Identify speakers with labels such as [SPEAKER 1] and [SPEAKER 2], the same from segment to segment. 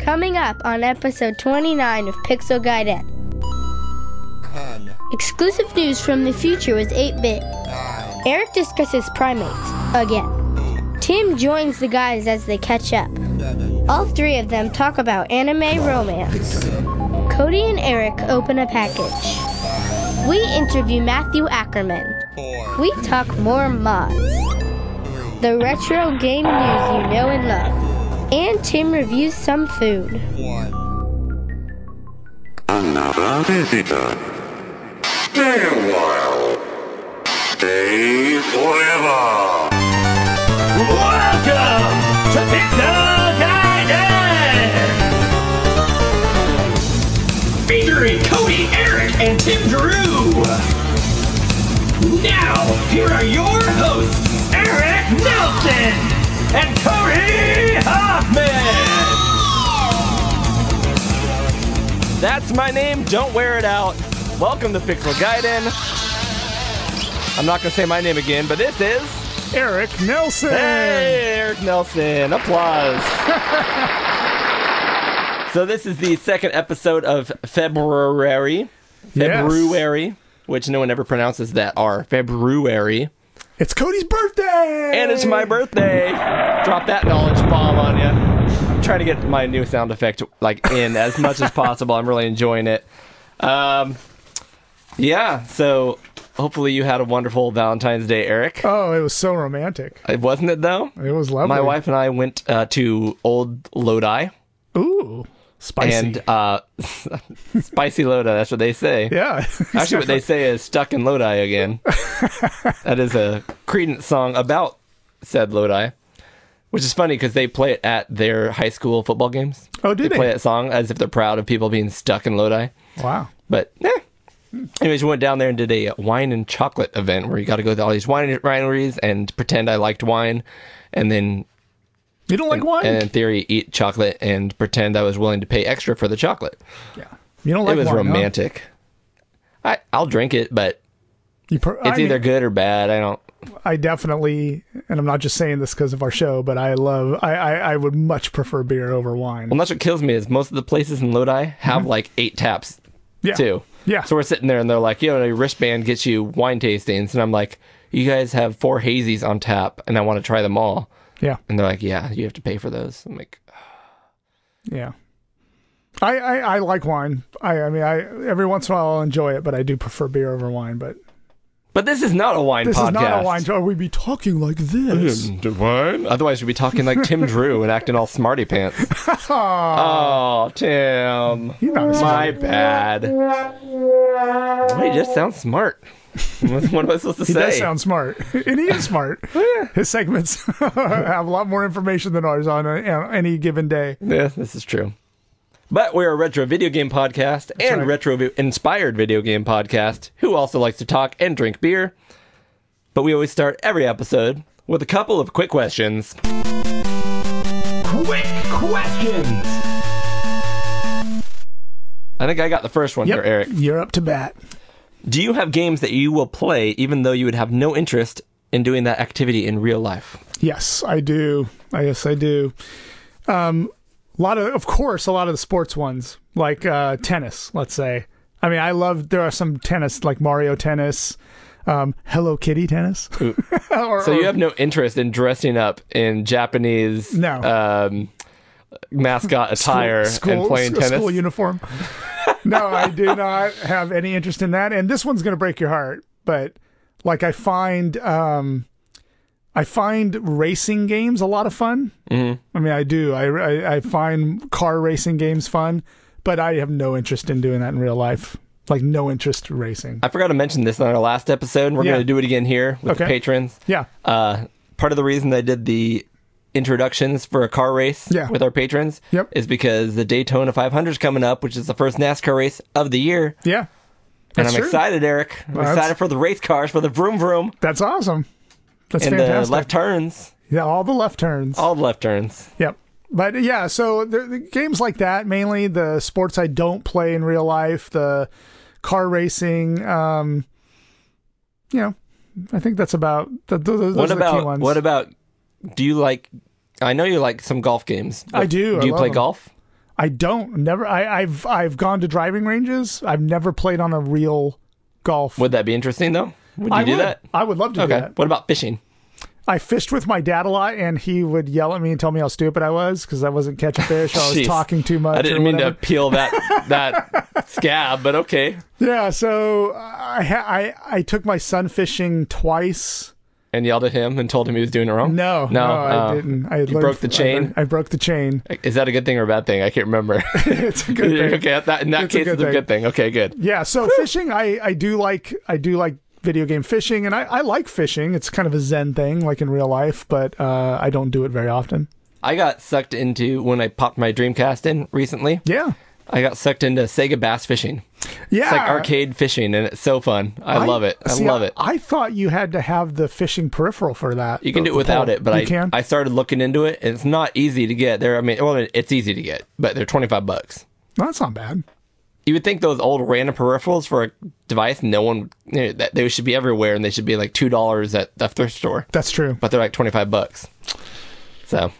[SPEAKER 1] coming up on episode 29 of Pixel Guidette.
[SPEAKER 2] 10,
[SPEAKER 1] Exclusive news from the future with 8 Bit.
[SPEAKER 2] 9,
[SPEAKER 1] Eric discusses primates again. Tim joins the guys as they catch up.
[SPEAKER 2] 7,
[SPEAKER 1] All three of them talk about anime romance. Cody and Eric open a package. We interview Matthew Ackerman.
[SPEAKER 2] 4,
[SPEAKER 1] We talk more mods, the retro game news you know and love, and Tim reviews some food.
[SPEAKER 2] 1.
[SPEAKER 3] Another visitor. Stay a while. Stay forever.
[SPEAKER 4] Welcome to Pixel Guidance! Featuring Cody, Eric, and Tim Drew. Now, here are your hosts, Eric Nelson and Cody Hoffman. That's my name, don't wear it out. Welcome to Pixel Gaiden. I'm not going to say my name again, but this is
[SPEAKER 5] Eric Nelson.
[SPEAKER 4] Hey, Eric Nelson. Applause. so this is the second episode of February.
[SPEAKER 5] Yes.
[SPEAKER 4] February, which no one ever pronounces that R. February.
[SPEAKER 5] It's Cody's birthday.
[SPEAKER 4] And it's my birthday. Drop that knowledge bomb on you. Try to get my new sound effect like in as much as possible. I'm really enjoying it. Um, yeah, so hopefully you had a wonderful Valentine's Day, Eric.
[SPEAKER 5] Oh, it was so romantic.
[SPEAKER 4] Wasn't it though?
[SPEAKER 5] It was lovely.
[SPEAKER 4] My wife and I went uh, to Old Lodi
[SPEAKER 5] Ooh, spicy.
[SPEAKER 4] and uh, spicy Lodi. That's what they say.
[SPEAKER 5] yeah.
[SPEAKER 4] Actually, what they say is "stuck in Lodi again." that is a Credence song about said Lodi, which is funny because they play it at their high school football games.
[SPEAKER 5] Oh, do
[SPEAKER 4] they,
[SPEAKER 5] they?
[SPEAKER 4] play that song as if they're proud of people being stuck in Lodi?
[SPEAKER 5] wow.
[SPEAKER 4] But eh. anyways, we went down there and did a wine and chocolate event where you got to go to all these wine wineries and pretend I liked wine, and then
[SPEAKER 5] You don't like wine?
[SPEAKER 4] and in theory eat chocolate and pretend I was willing to pay extra for the chocolate.
[SPEAKER 5] yeah. You don't like
[SPEAKER 4] it was
[SPEAKER 5] wine, huh?
[SPEAKER 4] romantic. I I'll drink it, but
[SPEAKER 5] You per-
[SPEAKER 4] it's
[SPEAKER 5] I
[SPEAKER 4] either
[SPEAKER 5] mean,
[SPEAKER 4] good or bad. I don't.
[SPEAKER 5] I definitely, and I'm not just saying this because of our show, but I love. I, I I would much prefer beer over wine.
[SPEAKER 4] Well, that's what kills me is most of the places in Lodi have like eight taps
[SPEAKER 5] Mm-hmm. yeah.
[SPEAKER 4] too.
[SPEAKER 5] Yeah.
[SPEAKER 4] So we're sitting there and they're like, "Yo, your wristband gets you wine tastings," and I'm like, "You guys have four hazies on tap, and I want to try them all."
[SPEAKER 5] yeah.
[SPEAKER 4] And they're like, "Yeah, you have to pay for those." I'm like,
[SPEAKER 5] Yeah. I, I, I like wine. I I mean I every once in a while I'll enjoy it, but I do prefer beer over wine. But
[SPEAKER 4] "But this is not a wine
[SPEAKER 5] this
[SPEAKER 4] podcast. Mm-hmm.
[SPEAKER 5] is not a wine show. We'd be talking like this.
[SPEAKER 4] Otherwise, we'd be talking like Tim Drew and acting all smarty pants." oh, Tim.
[SPEAKER 5] You're not a
[SPEAKER 4] My bad. Wait, just sounds smart. what am I supposed to
[SPEAKER 5] He
[SPEAKER 4] say? Oh,
[SPEAKER 5] does sound smart, and he is smart. His segments have a lot more information than ours on, a, on any given day.
[SPEAKER 4] yeah, this is true. But we're a retro video game podcast and
[SPEAKER 5] right.
[SPEAKER 4] retro vi- inspired video game podcast who also likes to talk and drink beer. But we always start every episode with a couple of quick questions. Quick questions! I think I got the first one here, Eric.
[SPEAKER 5] you're up to bat.
[SPEAKER 4] Do you have games that you will play even though you would have no interest in doing that activity in real life?
[SPEAKER 5] Yes, I do. I guess I do. Um, a lot of, of course, a lot of the sports ones, like uh, tennis. Let's say. I mean, I love. There are some tennis, like Mario tennis, um, Hello Kitty tennis. or,
[SPEAKER 4] So
[SPEAKER 5] or-
[SPEAKER 4] you have no interest in dressing up in Japanese
[SPEAKER 5] No.
[SPEAKER 4] um, mascot attire and playing
[SPEAKER 5] sc-
[SPEAKER 4] tennis.
[SPEAKER 5] School uniform. no, I do not have any interest in that. And this one's going to break your heart, but like I find, um, I find racing games a lot of fun. Mm-hmm. I mean, I do. I, I I find car racing games fun, but I have no interest in doing that in real life. Like no interest racing.
[SPEAKER 4] I forgot to mention this on our last episode. We're
[SPEAKER 5] Yeah.
[SPEAKER 4] going to do it again here with the
[SPEAKER 5] Okay.
[SPEAKER 4] patrons.
[SPEAKER 5] Yeah.
[SPEAKER 4] Uh, part of the reason I did the introductions for a car race
[SPEAKER 5] Yeah.
[SPEAKER 4] with our patrons
[SPEAKER 5] Yep.
[SPEAKER 4] is because the Daytona 500 is coming up, which is the first NASCAR race of the year.
[SPEAKER 5] Yeah.
[SPEAKER 4] and
[SPEAKER 5] That's
[SPEAKER 4] I'm
[SPEAKER 5] true.
[SPEAKER 4] excited, Eric. I'm
[SPEAKER 5] Well, that's-
[SPEAKER 4] excited for the race cars, for the vroom vroom,
[SPEAKER 5] That's awesome. That's
[SPEAKER 4] and uh,
[SPEAKER 5] fantastic.
[SPEAKER 4] the left turns,
[SPEAKER 5] yeah, all the left turns.
[SPEAKER 4] all the left turns.
[SPEAKER 5] Yep. But yeah, so the, the games like that, mainly the sports I don't play in real life, the car racing. Um, you know, I think that's about the, th those
[SPEAKER 4] What
[SPEAKER 5] are the key
[SPEAKER 4] about
[SPEAKER 5] ones.
[SPEAKER 4] what about? Do you like? I know you like some golf games.
[SPEAKER 5] I do,
[SPEAKER 4] Do
[SPEAKER 5] I
[SPEAKER 4] you
[SPEAKER 5] love
[SPEAKER 4] play
[SPEAKER 5] them.
[SPEAKER 4] golf?
[SPEAKER 5] I don't never. I, I've I've gone to driving ranges. I've never played on a real golf.
[SPEAKER 4] Would that be interesting though? Would you
[SPEAKER 5] I
[SPEAKER 4] do
[SPEAKER 5] would.
[SPEAKER 4] that?
[SPEAKER 5] I would love to do
[SPEAKER 4] Okay.
[SPEAKER 5] that.
[SPEAKER 4] What about fishing?
[SPEAKER 5] I fished with my dad a lot, and he would yell at me and tell me how stupid I was because I wasn't catching fish. Oh, I was
[SPEAKER 4] Jeez.
[SPEAKER 5] talking too much.
[SPEAKER 4] I
[SPEAKER 5] or
[SPEAKER 4] didn't mean to
[SPEAKER 5] whatever.
[SPEAKER 4] peel that that scab, but okay.
[SPEAKER 5] Yeah, so I, ha- I I took my son fishing twice.
[SPEAKER 4] And yelled at him and told him he was doing it wrong.
[SPEAKER 5] No,
[SPEAKER 4] no,
[SPEAKER 5] I
[SPEAKER 4] um,
[SPEAKER 5] didn't. I had
[SPEAKER 4] you
[SPEAKER 5] learned-
[SPEAKER 4] broke the
[SPEAKER 5] I
[SPEAKER 4] chain?
[SPEAKER 5] learned- I, broke the chain.
[SPEAKER 4] Is that a good thing or a bad thing? I can't remember.
[SPEAKER 5] It's a good thing.
[SPEAKER 4] okay, that, in that
[SPEAKER 5] It's a
[SPEAKER 4] case,
[SPEAKER 5] good
[SPEAKER 4] it's a
[SPEAKER 5] thing.
[SPEAKER 4] good thing. Okay, good.
[SPEAKER 5] Yeah, so fishing, I I do like I do like video game fishing, and I I like fishing. It's kind of a zen thing, like in real life, but uh, I don't do it very often.
[SPEAKER 4] I got sucked into when I popped my Dreamcast in recently.
[SPEAKER 5] Yeah,
[SPEAKER 4] I got sucked into Sega bass fishing.
[SPEAKER 5] yeah.
[SPEAKER 4] It's like arcade fishing, and it's so fun. I, love it. I
[SPEAKER 5] see,
[SPEAKER 4] love it.
[SPEAKER 5] I thought you had to have the fishing peripheral for that.
[SPEAKER 4] you can do
[SPEAKER 5] the-
[SPEAKER 4] it
[SPEAKER 5] the
[SPEAKER 4] without
[SPEAKER 5] pole.
[SPEAKER 4] it, but
[SPEAKER 5] you
[SPEAKER 4] I
[SPEAKER 5] can.
[SPEAKER 4] I started looking into it. and It's not easy to get. There, I mean, well, it's easy to get, but they're twenty five bucks.
[SPEAKER 5] No, that's not bad.
[SPEAKER 4] You would think those old random peripherals for a device, no one you know, that they should be everywhere, and they should be like two dollars at the thrift store,
[SPEAKER 5] That's true.
[SPEAKER 4] but they're like twenty five bucks. So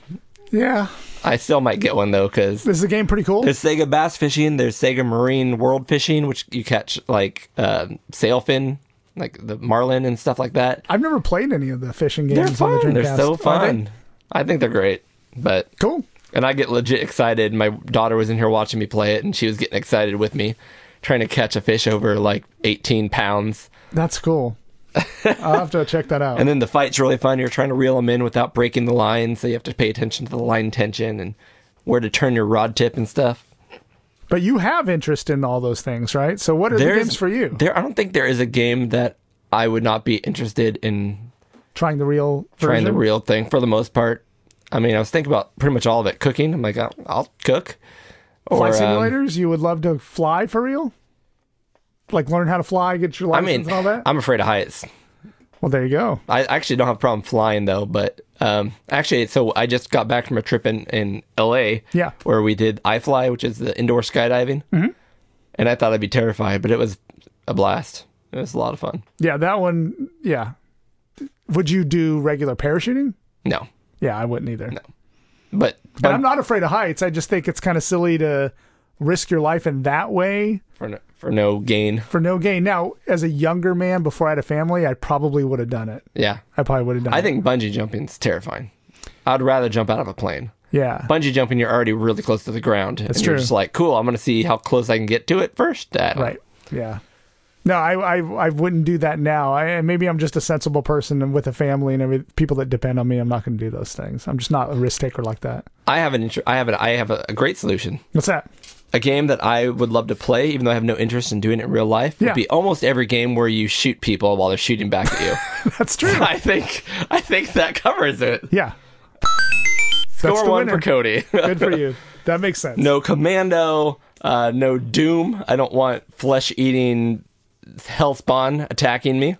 [SPEAKER 5] Yeah,
[SPEAKER 4] I still might get one though, because
[SPEAKER 5] is the game pretty cool?
[SPEAKER 4] There's Sega bass fishing. There's Sega marine world fishing, which you catch like uh, sailfin, like the marlin and stuff like that.
[SPEAKER 5] I've never played any of the fishing games.
[SPEAKER 4] They're
[SPEAKER 5] On the
[SPEAKER 4] fun. They're
[SPEAKER 5] Dreamcast.
[SPEAKER 4] so
[SPEAKER 5] Are they?
[SPEAKER 4] fun. I think they're great. But
[SPEAKER 5] Cool.
[SPEAKER 4] and I get legit excited. My daughter was in here watching me play it, and she was getting excited with me, trying to catch a fish over like 18 pounds.
[SPEAKER 5] That's cool. I'll have to check that out.
[SPEAKER 4] And then the fight's really fun. You're trying to reel them in without breaking the line, so you have to pay attention to the line tension and where to turn your rod tip and stuff.
[SPEAKER 5] but you have interest in all those things, right? So what are the
[SPEAKER 4] There's-
[SPEAKER 5] games for you?
[SPEAKER 4] There, I don't think there is a game that I would not be interested in
[SPEAKER 5] Trying the real
[SPEAKER 4] trying the
[SPEAKER 5] version?
[SPEAKER 4] real thing for the most part. I mean, I was thinking about pretty much all of it. Cooking, I'm like, I'll, I'll cook. Or,
[SPEAKER 5] flight
[SPEAKER 4] um,
[SPEAKER 5] simulators. you would love to fly for real, like learn how to fly, get your
[SPEAKER 4] I mean,
[SPEAKER 5] license, and all that.
[SPEAKER 4] I'm afraid of heights.
[SPEAKER 5] well, there you go.
[SPEAKER 4] I actually don't have a problem flying though, but um, actually, so I just got back from a trip in, in LA
[SPEAKER 5] Yeah.
[SPEAKER 4] where we did iFly, which is the indoor skydiving. Mm-hmm. And I thought I'd be terrified, but it was a blast. It was a lot of fun.
[SPEAKER 5] Yeah, that one. Yeah. Would you do regular parachuting?
[SPEAKER 4] No,
[SPEAKER 5] Yeah, I wouldn't either.
[SPEAKER 4] but,
[SPEAKER 5] But I'm not afraid of heights. I just think it's kind of silly to risk your life in that way
[SPEAKER 4] for no, for no gain.
[SPEAKER 5] for no gain. Now, as a younger man, before I had a family, I probably would have done it.
[SPEAKER 4] Yeah,
[SPEAKER 5] I probably would have done
[SPEAKER 4] I
[SPEAKER 5] it.
[SPEAKER 4] think bungee jumping's terrifying. I'd rather jump out of a plane.
[SPEAKER 5] Yeah.
[SPEAKER 4] Bungee jumping, you're already really close to the ground. That's and You're
[SPEAKER 5] true.
[SPEAKER 4] just like, cool. I'm gonna see how close I can get to it first. Uh,
[SPEAKER 5] Right. Yeah. No, I, I I wouldn't do that now. I and maybe I'm just a sensible person and with a family and every, people that depend on me. I'm not going to do those things. I'm just not a risk taker like that.
[SPEAKER 4] I have an. Intro- I have an. I have a, a great solution.
[SPEAKER 5] What's that?
[SPEAKER 4] A game that I would love to play, even though I have no interest in doing it in real life,
[SPEAKER 5] Yeah.
[SPEAKER 4] would be almost every game where you shoot people while they're shooting back at you.
[SPEAKER 5] That's true.
[SPEAKER 4] I think. I think that covers it.
[SPEAKER 5] yeah. That's
[SPEAKER 4] Score
[SPEAKER 5] the
[SPEAKER 4] one
[SPEAKER 5] winner.
[SPEAKER 4] for Cody.
[SPEAKER 5] Good for you. That makes sense.
[SPEAKER 4] no commando. Uh, no doom. I don't want flesh eating hell spawn attacking me.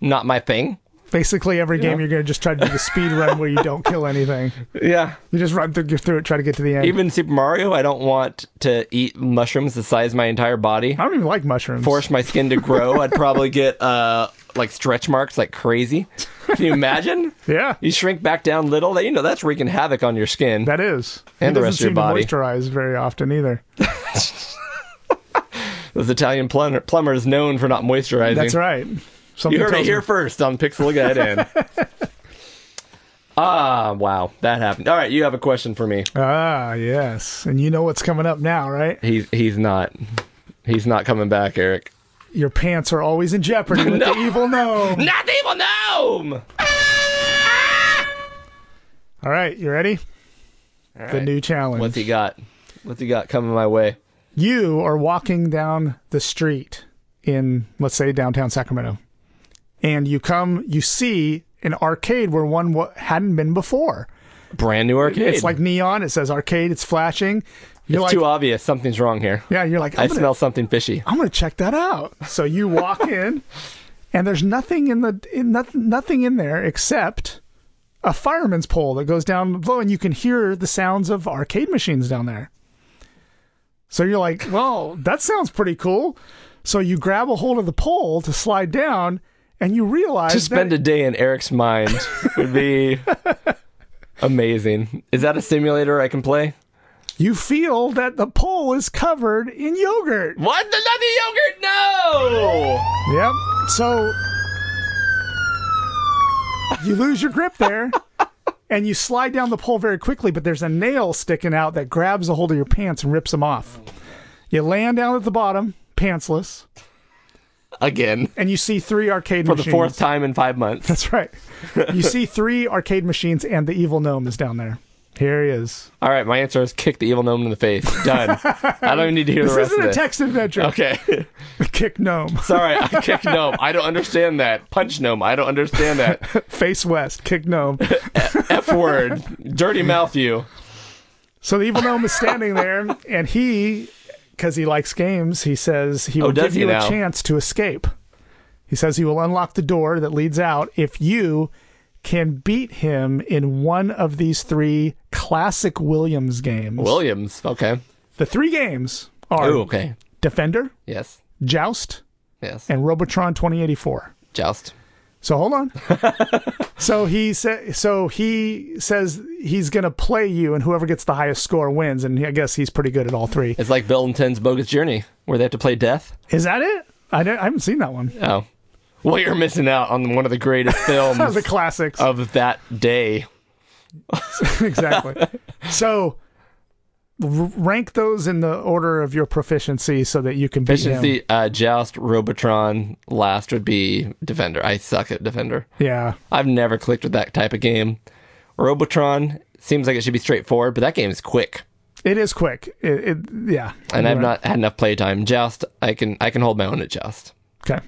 [SPEAKER 4] Not my thing.
[SPEAKER 5] Basically, every game you're going to just try to do the speed run where you don't kill anything.
[SPEAKER 4] Yeah.
[SPEAKER 5] You just run through, through it, try to get to the end.
[SPEAKER 4] Even Super Mario, I don't want to eat mushrooms the size of my entire body.
[SPEAKER 5] I don't even like mushrooms.
[SPEAKER 4] Force my skin to grow. I'd probably get uh like stretch marks like crazy. Can you imagine?
[SPEAKER 5] Yeah.
[SPEAKER 4] You shrink back down little, that you know that's wreaking havoc on your skin.
[SPEAKER 5] That is.
[SPEAKER 4] And the
[SPEAKER 5] It doesn't
[SPEAKER 4] rest of your
[SPEAKER 5] seem
[SPEAKER 4] body.
[SPEAKER 5] to moisturize very often either.
[SPEAKER 4] Those Italian plumber, plumber is known for not moisturizing.
[SPEAKER 5] That's right. Something
[SPEAKER 4] You heard it
[SPEAKER 5] tells
[SPEAKER 4] here
[SPEAKER 5] me-
[SPEAKER 4] first on Pixel Guide In. Ah, wow, that happened. All right, you have a question for me.
[SPEAKER 5] Ah, yes. And you know what's coming up now, right?
[SPEAKER 4] He's he's not, he's not coming back, Eric.
[SPEAKER 5] Your pants are always in jeopardy with
[SPEAKER 4] No.
[SPEAKER 5] the evil gnome.
[SPEAKER 4] Not the evil gnome.
[SPEAKER 5] All right, you ready? The new challenge.
[SPEAKER 4] What's he got? What's he got coming my way?
[SPEAKER 5] You are walking down the street in, let's say, downtown Sacramento, and you come, you see an arcade where one wa hadn't been before.
[SPEAKER 4] Brand new arcade.
[SPEAKER 5] It's like neon. It says arcade. It's flashing. You're
[SPEAKER 4] It's
[SPEAKER 5] like,
[SPEAKER 4] too obvious. Something's wrong here.
[SPEAKER 5] yeah, you're like,
[SPEAKER 4] I
[SPEAKER 5] I'm gonna,
[SPEAKER 4] smell something fishy.
[SPEAKER 5] I'm gonna check that out. So you walk in, and there's nothing in the in, noth- nothing in there except a fireman's pole that goes down low, and you can hear the sounds of arcade machines down there. So you're like, well, that sounds pretty cool. So you grab a hold of the pole to slide down, and you realize
[SPEAKER 4] To spend
[SPEAKER 5] that,
[SPEAKER 4] a day in Eric's mind would be amazing. Is that a simulator I can play?
[SPEAKER 5] you feel that the pole is covered in yogurt.
[SPEAKER 4] What? The, not the yogurt? No!
[SPEAKER 5] Yep. So you lose your grip there and you slide down the pole very quickly, but there's a nail sticking out that grabs a hold of your pants and rips them off. You land down at the bottom, pantsless,
[SPEAKER 4] Again.
[SPEAKER 5] and you see three arcade
[SPEAKER 4] For the
[SPEAKER 5] machines.
[SPEAKER 4] fourth time in five months.
[SPEAKER 5] That's right. You see three arcade machines and the evil gnome is down there. Here he is.
[SPEAKER 4] All right, my answer is kick the evil gnome in the face. Done. I don't even need to hear
[SPEAKER 5] This
[SPEAKER 4] the rest
[SPEAKER 5] isn't
[SPEAKER 4] of
[SPEAKER 5] a
[SPEAKER 4] it.
[SPEAKER 5] text adventure.
[SPEAKER 4] okay.
[SPEAKER 5] Kick gnome.
[SPEAKER 4] Sorry, I kick gnome. I don't understand that. Punch gnome. I don't understand that.
[SPEAKER 5] Face west. Kick gnome.
[SPEAKER 4] F word. Dirty mouth you.
[SPEAKER 5] So the evil gnome is standing there, and he, because he likes games, he says he will
[SPEAKER 4] Oh, does
[SPEAKER 5] give
[SPEAKER 4] he
[SPEAKER 5] you
[SPEAKER 4] now?
[SPEAKER 5] a chance to escape. He says he will unlock the door that leads out if you can beat him in one of these three classic Williams games.
[SPEAKER 4] Williams. Okay.
[SPEAKER 5] the three games are
[SPEAKER 4] Oh, okay.
[SPEAKER 5] Defender,
[SPEAKER 4] Yes.
[SPEAKER 5] Joust,
[SPEAKER 4] Yes.
[SPEAKER 5] and Robotron 2084.
[SPEAKER 4] Joust.
[SPEAKER 5] So hold on. so he sa- so he says he's going to play you, and whoever gets the highest score wins. And I guess he's pretty good at all three.
[SPEAKER 4] It's like Bill and Ten's Bogus Journey, where they have to play death.
[SPEAKER 5] Is that it? I, don't- I haven't seen that one.
[SPEAKER 4] Oh. Well, you're missing out on one of the greatest films
[SPEAKER 5] the classics.
[SPEAKER 4] of that day.
[SPEAKER 5] exactly. So r- rank those in the order of your proficiency so that you can beat him.
[SPEAKER 4] Efficiency, uh, Joust, Robotron. Last would be Defender. I suck at Defender.
[SPEAKER 5] Yeah.
[SPEAKER 4] I've never clicked with that type of game. Robotron seems like it should be straightforward, but that game is quick.
[SPEAKER 5] It is quick. It, it yeah.
[SPEAKER 4] and I've
[SPEAKER 5] You're right.
[SPEAKER 4] not had enough playtime. Joust, I can I can hold my own at Joust.
[SPEAKER 5] Okay.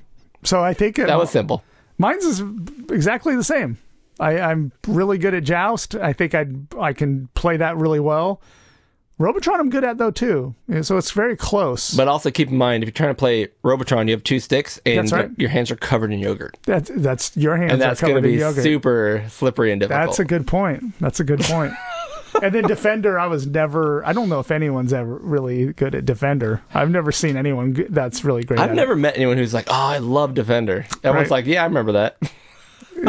[SPEAKER 5] So I think it,
[SPEAKER 4] That was simple.
[SPEAKER 5] mine's is exactly the same. I, I'm really good at joust. I think I I can play that really well. Robotron, I'm good at though too. Yeah, So it's very close.
[SPEAKER 4] But also keep in mind, if you're trying to play Robotron, you have two sticks, and
[SPEAKER 5] That's right.
[SPEAKER 4] your hands are covered in yogurt,
[SPEAKER 5] that's that's your hands
[SPEAKER 4] and that's
[SPEAKER 5] are
[SPEAKER 4] going to
[SPEAKER 5] covered
[SPEAKER 4] be
[SPEAKER 5] in yogurt.
[SPEAKER 4] super slippery and difficult.
[SPEAKER 5] That's a good point. That's a good point. and then defender, I was never. I don't know if anyone's ever really good at defender. I've never seen anyone g- that's really great.
[SPEAKER 4] I've
[SPEAKER 5] at
[SPEAKER 4] never met anyone who's like, "Oh, I love Defender." Everyone's
[SPEAKER 5] Right.
[SPEAKER 4] like, "Yeah, I remember that."
[SPEAKER 5] It.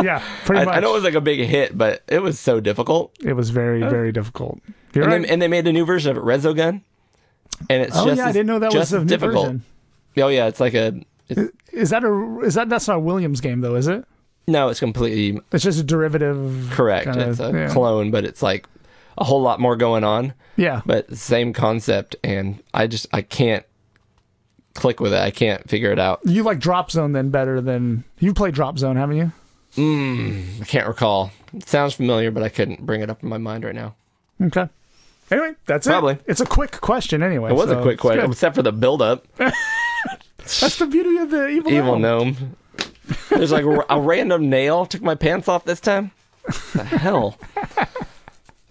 [SPEAKER 5] Yeah, pretty
[SPEAKER 4] I,
[SPEAKER 5] much.
[SPEAKER 4] I know it was like a big hit, but it was so difficult.
[SPEAKER 5] it was very very difficult. You're
[SPEAKER 4] And,
[SPEAKER 5] right.
[SPEAKER 4] they, and they made a new version of it, Rezogun, and it's
[SPEAKER 5] oh
[SPEAKER 4] just
[SPEAKER 5] yeah, I
[SPEAKER 4] as-
[SPEAKER 5] didn't know that
[SPEAKER 4] just
[SPEAKER 5] was a
[SPEAKER 4] as
[SPEAKER 5] new
[SPEAKER 4] difficult.
[SPEAKER 5] version.
[SPEAKER 4] Oh yeah, it's like a it's,
[SPEAKER 5] Is that a is that that's not a Williams game though? Is it?
[SPEAKER 4] no, it's completely
[SPEAKER 5] It's just a derivative.
[SPEAKER 4] correct.
[SPEAKER 5] kinda-
[SPEAKER 4] it's a
[SPEAKER 5] yeah.
[SPEAKER 4] clone, but it's like a whole lot more going on.
[SPEAKER 5] Yeah.
[SPEAKER 4] but same concept and i just i can't click with it i can't figure it out
[SPEAKER 5] you like Drop Zone then better than you played Drop Zone, haven't you?
[SPEAKER 4] i can't recall it sounds familiar but i couldn't bring it up in my mind right now
[SPEAKER 5] Okay. Anyway, that's
[SPEAKER 4] Probably.
[SPEAKER 5] it. It's a quick question anyway.
[SPEAKER 4] it was
[SPEAKER 5] so
[SPEAKER 4] a quick
[SPEAKER 5] it's
[SPEAKER 4] question
[SPEAKER 5] good.
[SPEAKER 4] except for the build-up
[SPEAKER 5] That's the beauty of the evil.
[SPEAKER 4] evil
[SPEAKER 5] Gnome.
[SPEAKER 4] gnome there's like a, a random nail took my pants off this time the hell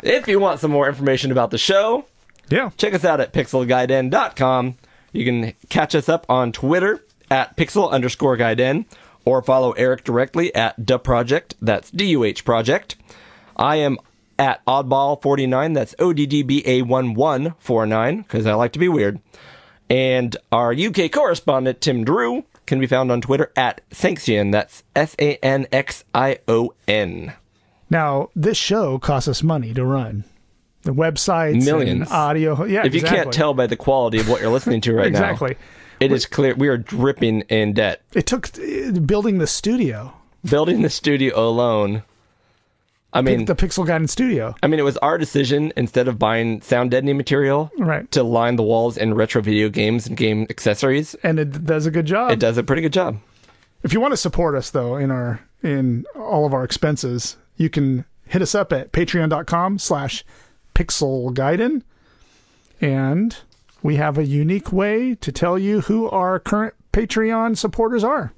[SPEAKER 4] if you want some more information about the show
[SPEAKER 5] Yeah.
[SPEAKER 4] check us out at pixelguiden.com. You can catch us up on Twitter at pixel underscore guiden or follow Eric directly at the project. That's D U H project. I am at oddball49. That's O D D B A 1149 because I like to be weird. And our UK correspondent, Tim Drew, can be found on Twitter at Sanxion. That's S A N X I O N.
[SPEAKER 5] Now, this show costs us money to run. The websites,
[SPEAKER 4] Millions.
[SPEAKER 5] and audio. Yeah,
[SPEAKER 4] If you
[SPEAKER 5] exactly.
[SPEAKER 4] can't tell by the quality of what you're listening to right now,
[SPEAKER 5] exactly.
[SPEAKER 4] It is clear we are dripping in debt.
[SPEAKER 5] It took uh, building the studio,
[SPEAKER 4] Building the studio alone. I mean,
[SPEAKER 5] the Pixel Guidance Studio.
[SPEAKER 4] I mean, it was our decision instead of buying sound deadening material
[SPEAKER 5] Right.
[SPEAKER 4] to line the walls in retro video games and game accessories.
[SPEAKER 5] And it does a good job.
[SPEAKER 4] It does a pretty good job.
[SPEAKER 5] If you want to support us though in our in all of our expenses, you can hit us up at patreon.com slash pixelguiden. And we have a unique way to tell you who our current Patreon supporters are.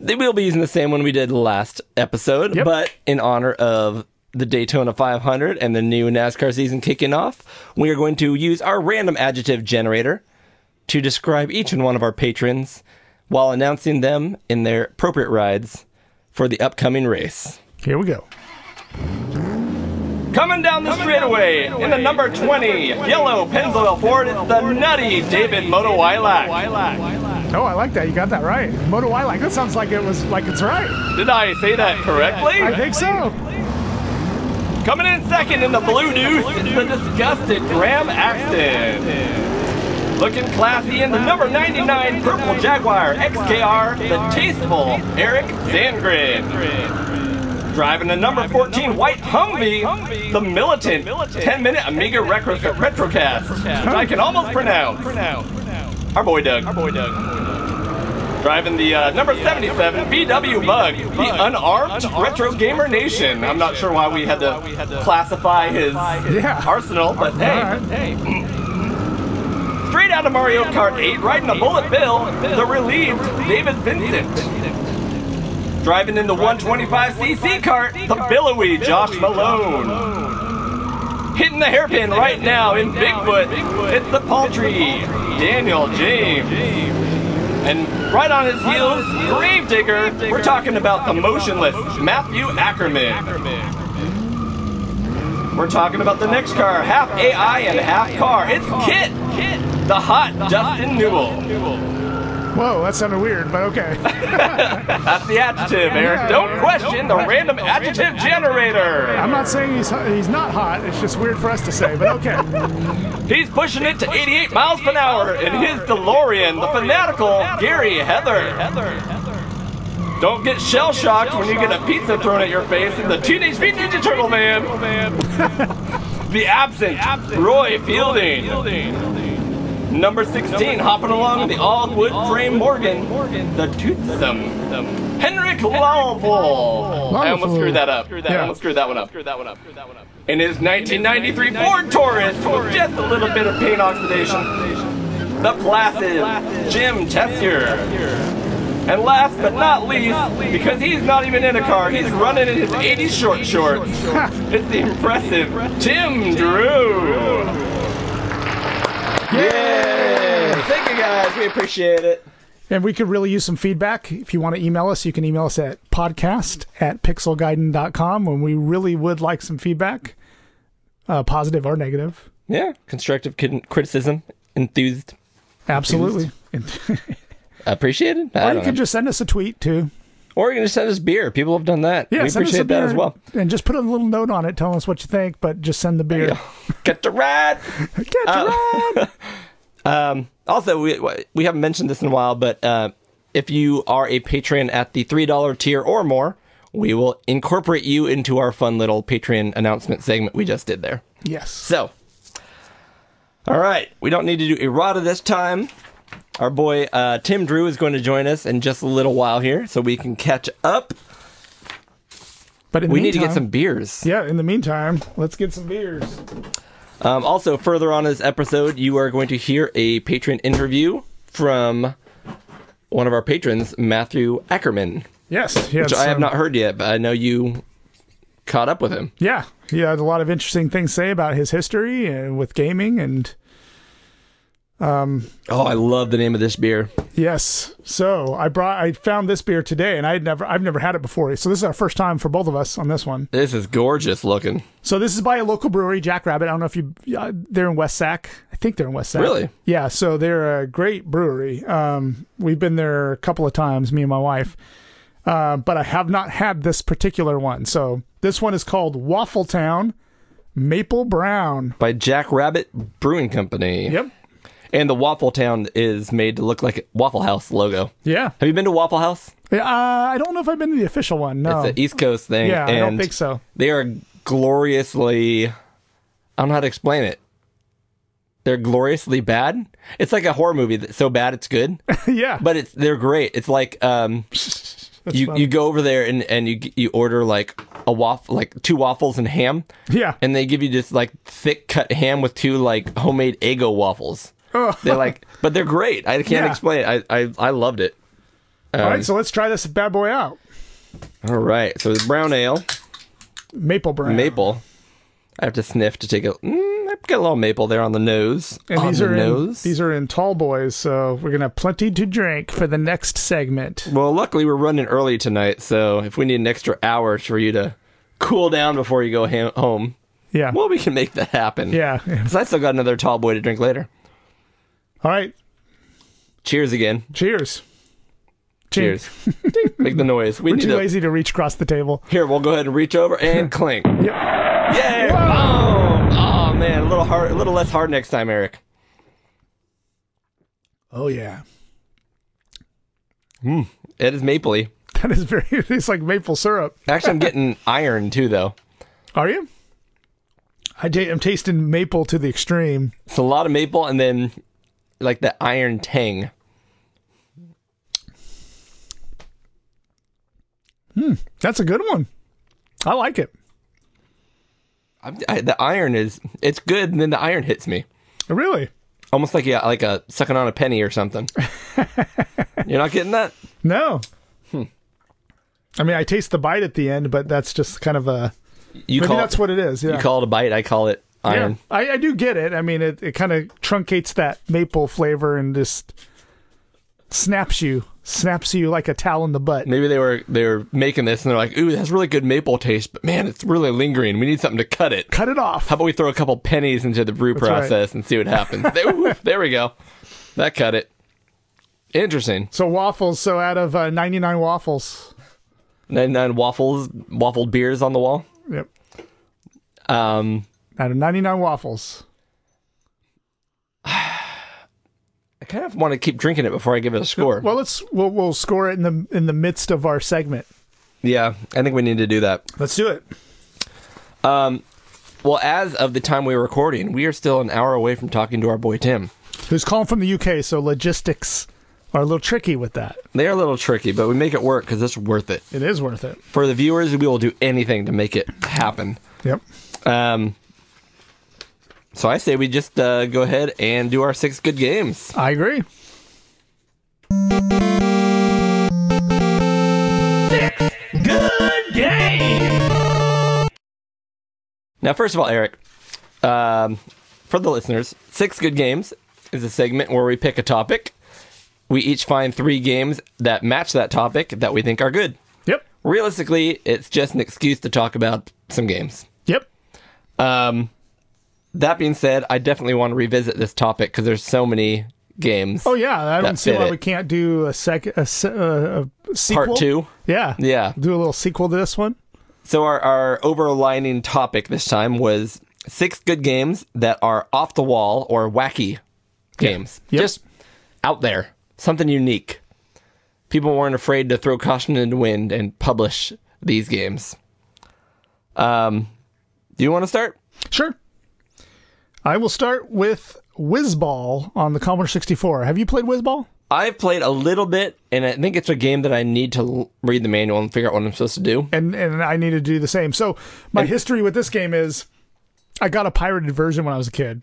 [SPEAKER 4] They will be using the same one we did last episode,
[SPEAKER 5] Yep.
[SPEAKER 4] but in honor of the Daytona 500 and the new NASCAR season kicking off, we are going to use our random adjective generator to describe each and one of our patrons while announcing them in their appropriate rides for the upcoming race.
[SPEAKER 5] Here we go.
[SPEAKER 4] Coming down the straightaway in the number 20 yellow Pennzoil Ford, it's the nutty David Motowilak.
[SPEAKER 5] Oh, I like that. You got that right. Moto I like. That sounds like it was like it's right.
[SPEAKER 4] Did I say that correctly?
[SPEAKER 5] I think so.
[SPEAKER 4] Coming in second in the Blue Deuce, it's the disgusted Graham Axton. Looking classy in the number 99 Purple Jaguar XKR, the tasteful Eric Sandgren. Driving the number 14 White Humvee, the militant 10 minute Amiga Records for Petrocast, which I can almost pronounce. Our boy Doug. Our boy Doug. Driving the uh, number 77 BW Bug, the unarmed Retro Gamer Nation. I'm not sure why we had to classify his
[SPEAKER 5] Yeah.
[SPEAKER 4] arsenal, but hey.
[SPEAKER 5] Alright.
[SPEAKER 4] Straight out of Mario Kart 8, riding a bullet bill, the relieved David Vincent. Driving in the 125cc cart, the billowy Josh Malone. Hitting the hairpin right now in Bigfoot, it's the paltry Daniel James. And right on his heels, Gravedigger, we're talking about the motionless Matthew Ackerman. We're talking about the next car, half AI and half car. It's Kit, the hot Dustin Newell.
[SPEAKER 5] Whoa, that sounded weird, but okay.
[SPEAKER 4] That's the adjective, Eric. Don't question the random adjective generator.
[SPEAKER 5] I'm not saying he's he's not hot. It's just weird for us to say, but okay.
[SPEAKER 4] He's pushing it to 88 miles an hour in his DeLorean, the fanatical Gary Heather. Don't get shell shocked when you get a pizza thrown at your face in the Teenage Mutant Ninja Turtle man. the absent Roy Fielding. Number 16, hopping along in the all wood frame Morgan, the toothsome Henrik Lawful. I almost screwed that up. I almost screwed that one up. In his 1993 Ford Taurus, with just a little bit of paint oxidation, the placid Jim Tessier. And last but not least, because he's not even in a car, he's running in his 80s short shorts. It's the impressive Tim Drew. Yay! Thank you guys. We appreciate it.
[SPEAKER 5] And we could really use some feedback. If you want to email us, you can email us at podcast at pixelguiden.com. And we really would like some feedback, uh, positive or negative.
[SPEAKER 4] Yeah, constructive kid- criticism, enthused,
[SPEAKER 5] Absolutely.
[SPEAKER 4] appreciated. I
[SPEAKER 5] or you
[SPEAKER 4] don't
[SPEAKER 5] could
[SPEAKER 4] know.
[SPEAKER 5] just send us a tweet too.
[SPEAKER 4] Or you can just send us beer. People have done that.
[SPEAKER 5] Yeah,
[SPEAKER 4] we
[SPEAKER 5] send us a
[SPEAKER 4] appreciate that
[SPEAKER 5] beer
[SPEAKER 4] as well.
[SPEAKER 5] And just put a little note on it telling us what you think, but just send the beer.
[SPEAKER 4] Get to ride.
[SPEAKER 5] Get to
[SPEAKER 4] Uh,
[SPEAKER 5] ride.
[SPEAKER 4] Um, also, we we haven't mentioned this in a while, but uh, if you are a patron at the three dollar tier or more, we will incorporate you into our fun little Patreon announcement segment we just did there.
[SPEAKER 5] Yes.
[SPEAKER 4] So, all right, we don't need to do errata this time. Our boy uh, Tim Drew is going to join us in just a little while here, so we can catch up.
[SPEAKER 5] But in the
[SPEAKER 4] We need to get
[SPEAKER 5] meantime-
[SPEAKER 4] some beers.
[SPEAKER 5] Yeah, in the meantime, let's get some beers.
[SPEAKER 4] Um, also, further on in this episode, you are going to hear a patron interview from one of our patrons, Matthew Ackerman,
[SPEAKER 5] Yes. He had
[SPEAKER 4] which I have
[SPEAKER 5] some-
[SPEAKER 4] not heard yet, but I know you caught up with him.
[SPEAKER 5] Yeah. He had a lot of interesting things to say about his history and with gaming and
[SPEAKER 4] Oh, I love the name of this beer.
[SPEAKER 5] Yes. So I brought I found this beer today and I had never I've never had it before. So this is our first time for both of us on this one.
[SPEAKER 4] This is gorgeous looking.
[SPEAKER 5] So this is by a local brewery, Jackrabbit. I don't know if you uh, they're in West Sac. I think they're in West Sac.
[SPEAKER 4] Really?
[SPEAKER 5] Yeah. So they're a great brewery. Um, we've been there a couple of times, me and my wife. Uh, but I have not had this particular one. So this one is called Waffle Town Maple Brown.
[SPEAKER 4] By Jack Rabbit Brewing Company.
[SPEAKER 5] Yep.
[SPEAKER 4] And the Waffle Town is made to look like a Waffle House logo.
[SPEAKER 5] Yeah.
[SPEAKER 4] Have you been to Waffle House?
[SPEAKER 5] Yeah, Uh, I don't know if I've been to the official one. No.
[SPEAKER 4] It's an East Coast thing.
[SPEAKER 5] Oh. Yeah, I
[SPEAKER 4] and
[SPEAKER 5] don't think so.
[SPEAKER 4] They are gloriously. I don't know how to explain it. They're gloriously bad. It's like a horror movie that's so bad it's good,
[SPEAKER 5] yeah.
[SPEAKER 4] but it's they're great. It's like um, you
[SPEAKER 5] funny.
[SPEAKER 4] you go over there and and you you order like a waffle, like two waffles and ham,
[SPEAKER 5] yeah.
[SPEAKER 4] and they give you just like thick cut ham with two like homemade Eggo waffles.
[SPEAKER 5] Oh.
[SPEAKER 4] They're like, but they're great. I can't
[SPEAKER 5] Yeah.
[SPEAKER 4] explain it. I, I I loved it. Um,
[SPEAKER 5] All right. So let's try this bad boy out.
[SPEAKER 4] All right, so it's brown ale.
[SPEAKER 5] Maple Brown.
[SPEAKER 4] maple. I have to sniff to take a. Mm, I've got a little maple there on the nose.
[SPEAKER 5] And
[SPEAKER 4] on
[SPEAKER 5] these
[SPEAKER 4] the
[SPEAKER 5] are in,
[SPEAKER 4] nose.
[SPEAKER 5] these are in tall boys, so we're gonna have plenty to drink for the next segment.
[SPEAKER 4] well, luckily we're running early tonight, so if we need an extra hour for you to cool down before you go ha- home,
[SPEAKER 5] Yeah.
[SPEAKER 4] well, we can make that happen.
[SPEAKER 5] Yeah.
[SPEAKER 4] because I still got another tall boy to drink later.
[SPEAKER 5] All right.
[SPEAKER 4] Cheers again.
[SPEAKER 5] Cheers.
[SPEAKER 4] Cheers. Ding. make the noise. We
[SPEAKER 5] We're
[SPEAKER 4] need
[SPEAKER 5] too
[SPEAKER 4] to.
[SPEAKER 5] lazy to reach across the table.
[SPEAKER 4] Here, we'll go ahead and reach over and clink.
[SPEAKER 5] Yep.
[SPEAKER 4] Yay! Boom! Oh man, a little hard, a little less hard next time, Eric.
[SPEAKER 5] Oh yeah,
[SPEAKER 4] It is mapley.
[SPEAKER 5] that is very. It's like maple syrup.
[SPEAKER 4] Actually, I'm getting iron too, though.
[SPEAKER 5] Are you? I ta- I'm tasting maple to the extreme.
[SPEAKER 4] It's a lot of maple, and then like the iron tang.
[SPEAKER 5] That's a good one. I like it.
[SPEAKER 4] I'm, I, the iron is it's good, and then the iron hits me,
[SPEAKER 5] Really?
[SPEAKER 4] almost like yeah, like a sucking on a penny or something. You're not getting that.
[SPEAKER 5] No.
[SPEAKER 4] Hmm.
[SPEAKER 5] I mean, I taste the bite at the end, but that's just kind of a.
[SPEAKER 4] You
[SPEAKER 5] Maybe
[SPEAKER 4] call
[SPEAKER 5] that's
[SPEAKER 4] it,
[SPEAKER 5] what it is. Yeah.
[SPEAKER 4] you call it a bite. I call it iron.
[SPEAKER 5] Yeah, I, I do get it. I mean, it, it kind of truncates that maple flavor and just snaps you, snaps you like a towel in the butt.
[SPEAKER 4] Maybe they were they were making this, and they're like, "Ooh, that's really good maple taste, but man, it's really lingering. We need something to cut it."
[SPEAKER 5] Cut it off.
[SPEAKER 4] How about we throw a couple pennies into the brew
[SPEAKER 5] right.
[SPEAKER 4] process and see what happens? There- ooh, there we go. That cut it. Interesting.
[SPEAKER 5] So waffles. So out of uh, 99 waffles.
[SPEAKER 4] 99 waffles, waffled beers on the wall.
[SPEAKER 5] Yep.
[SPEAKER 4] Um,
[SPEAKER 5] Out of 99 waffles.
[SPEAKER 4] I kind of want to keep drinking it before I give it a score.
[SPEAKER 5] Well, let's we'll, we'll score it in the in the midst of our segment.
[SPEAKER 4] yeah, I think we need to do that.
[SPEAKER 5] Let's do it.
[SPEAKER 4] Well, as of the time we were recording, we are still an hour away from talking to our boy Tim.
[SPEAKER 5] Who's calling from the UK? So logistics are a little tricky with that.
[SPEAKER 4] They are a little tricky, but we make it work because it's worth it.
[SPEAKER 5] It is worth it.
[SPEAKER 4] For the viewers, we will do anything to make it happen.
[SPEAKER 5] Yep.
[SPEAKER 4] Um, so I say we just uh, go ahead and do our six good games.
[SPEAKER 5] I agree.
[SPEAKER 4] Now, first of all, Eric, um, for the listeners, Six Good Games is a segment where we pick a topic. We each find three games that match that topic that we think are good.
[SPEAKER 5] Yep.
[SPEAKER 4] Realistically, it's just an excuse to talk about some games.
[SPEAKER 5] Yep.
[SPEAKER 4] Um, that being said, I definitely want to revisit this topic because there's so many games.
[SPEAKER 5] Oh yeah, I don't
[SPEAKER 4] That
[SPEAKER 5] see
[SPEAKER 4] fit
[SPEAKER 5] why
[SPEAKER 4] it.
[SPEAKER 5] we can't do a sec a, se- uh, a sequel.
[SPEAKER 4] Part two.
[SPEAKER 5] Yeah.
[SPEAKER 4] Yeah.
[SPEAKER 5] Do a little sequel to this one.
[SPEAKER 4] So our, our overlining topic this time was six good games that are off the wall or wacky games.
[SPEAKER 5] Yep.
[SPEAKER 4] Just out there. Something unique. People weren't afraid to throw caution in the wind and publish these games. Um do you want to start?
[SPEAKER 5] Sure. I will start with Whizball on the Commodore 64. Have you played Whizball?
[SPEAKER 4] I've played a little bit and I think it's a game that I need to l- read the manual and figure out what I'm supposed to do.
[SPEAKER 5] And and I need to do the same. So my history with this game is I got a pirated version when I was a kid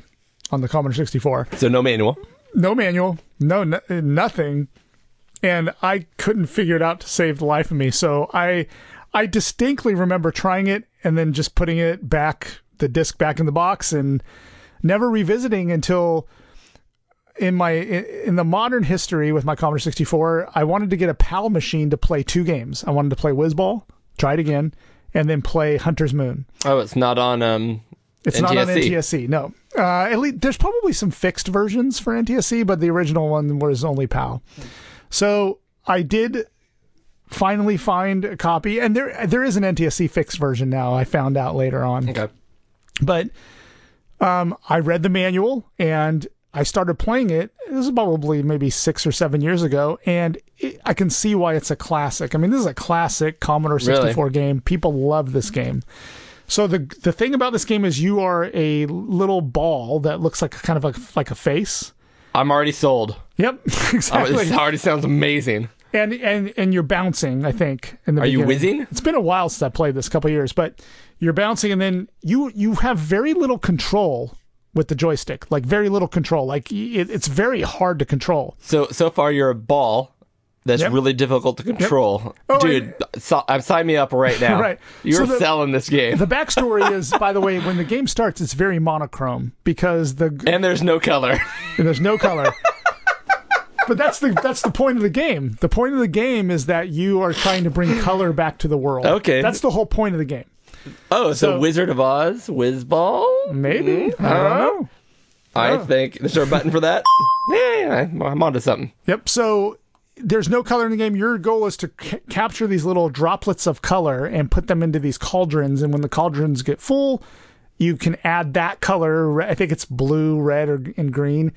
[SPEAKER 5] on the Commodore 64.
[SPEAKER 4] So no manual.
[SPEAKER 5] No manual, no n- nothing, and I couldn't figure it out to save the life of me. So I I distinctly remember trying it and then just putting it back the disc back in the box and never revisiting until in my in the modern history with my Commodore 64, I wanted to get a PAL machine to play two games. I wanted to play Whizball, try it again, and then play Hunter's Moon.
[SPEAKER 4] Oh, it's not on um
[SPEAKER 5] It's not on NTSC. No, uh, at least there's probably some fixed versions for NTSC, but the original one was only PAL. So I did finally find a copy, and there there is an NTSC fixed version now. I found out later on,
[SPEAKER 4] Okay.
[SPEAKER 5] but um, I read the manual and I started playing it. This is probably maybe six or seven years ago, and it, I can see why it's a classic. I mean, this is a classic Commodore
[SPEAKER 4] Really?
[SPEAKER 5] 64 game. People love this game. So the the thing about this game is you are a little ball that looks like a, kind of a, like a face.
[SPEAKER 4] I'm already sold.
[SPEAKER 5] Yep,
[SPEAKER 4] Oh, this
[SPEAKER 5] exactly.
[SPEAKER 4] already sounds amazing.
[SPEAKER 5] And and and you're bouncing. I think in the
[SPEAKER 4] Are you
[SPEAKER 5] beginning.
[SPEAKER 4] whizzing?
[SPEAKER 5] It's been a while since I played this, a couple of years, but you're bouncing, and then you you have very little control with the joystick, like very little control. Like y- it, it's very hard to control.
[SPEAKER 4] So so far, you're a ball that's
[SPEAKER 5] Yep. Oh,
[SPEAKER 4] really difficult to control, dude. so, I'm sign me up right now.
[SPEAKER 5] Right.
[SPEAKER 4] You're
[SPEAKER 5] So the-
[SPEAKER 4] selling this game,
[SPEAKER 5] The backstory is, by the way, when the game starts, it's very monochrome because the
[SPEAKER 4] and there's no color.
[SPEAKER 5] and there's no color. But that's the that's the point of the game. The point of the game is that you are trying to bring color back to the world.
[SPEAKER 4] Okay.
[SPEAKER 5] that's the whole point of the game.
[SPEAKER 4] oh, so,
[SPEAKER 5] So-
[SPEAKER 4] Wizard of Oz, whiz ball.
[SPEAKER 5] Maybe I don't know. Oh.
[SPEAKER 4] I think is there a button for that? yeah, I'm, I'm onto something.
[SPEAKER 5] Yep. So there's no color in the game. Your goal is to c- capture these little droplets of color and put them into these cauldrons. And when the cauldrons get full, you can add that color. re- I think it's blue, red, or and green.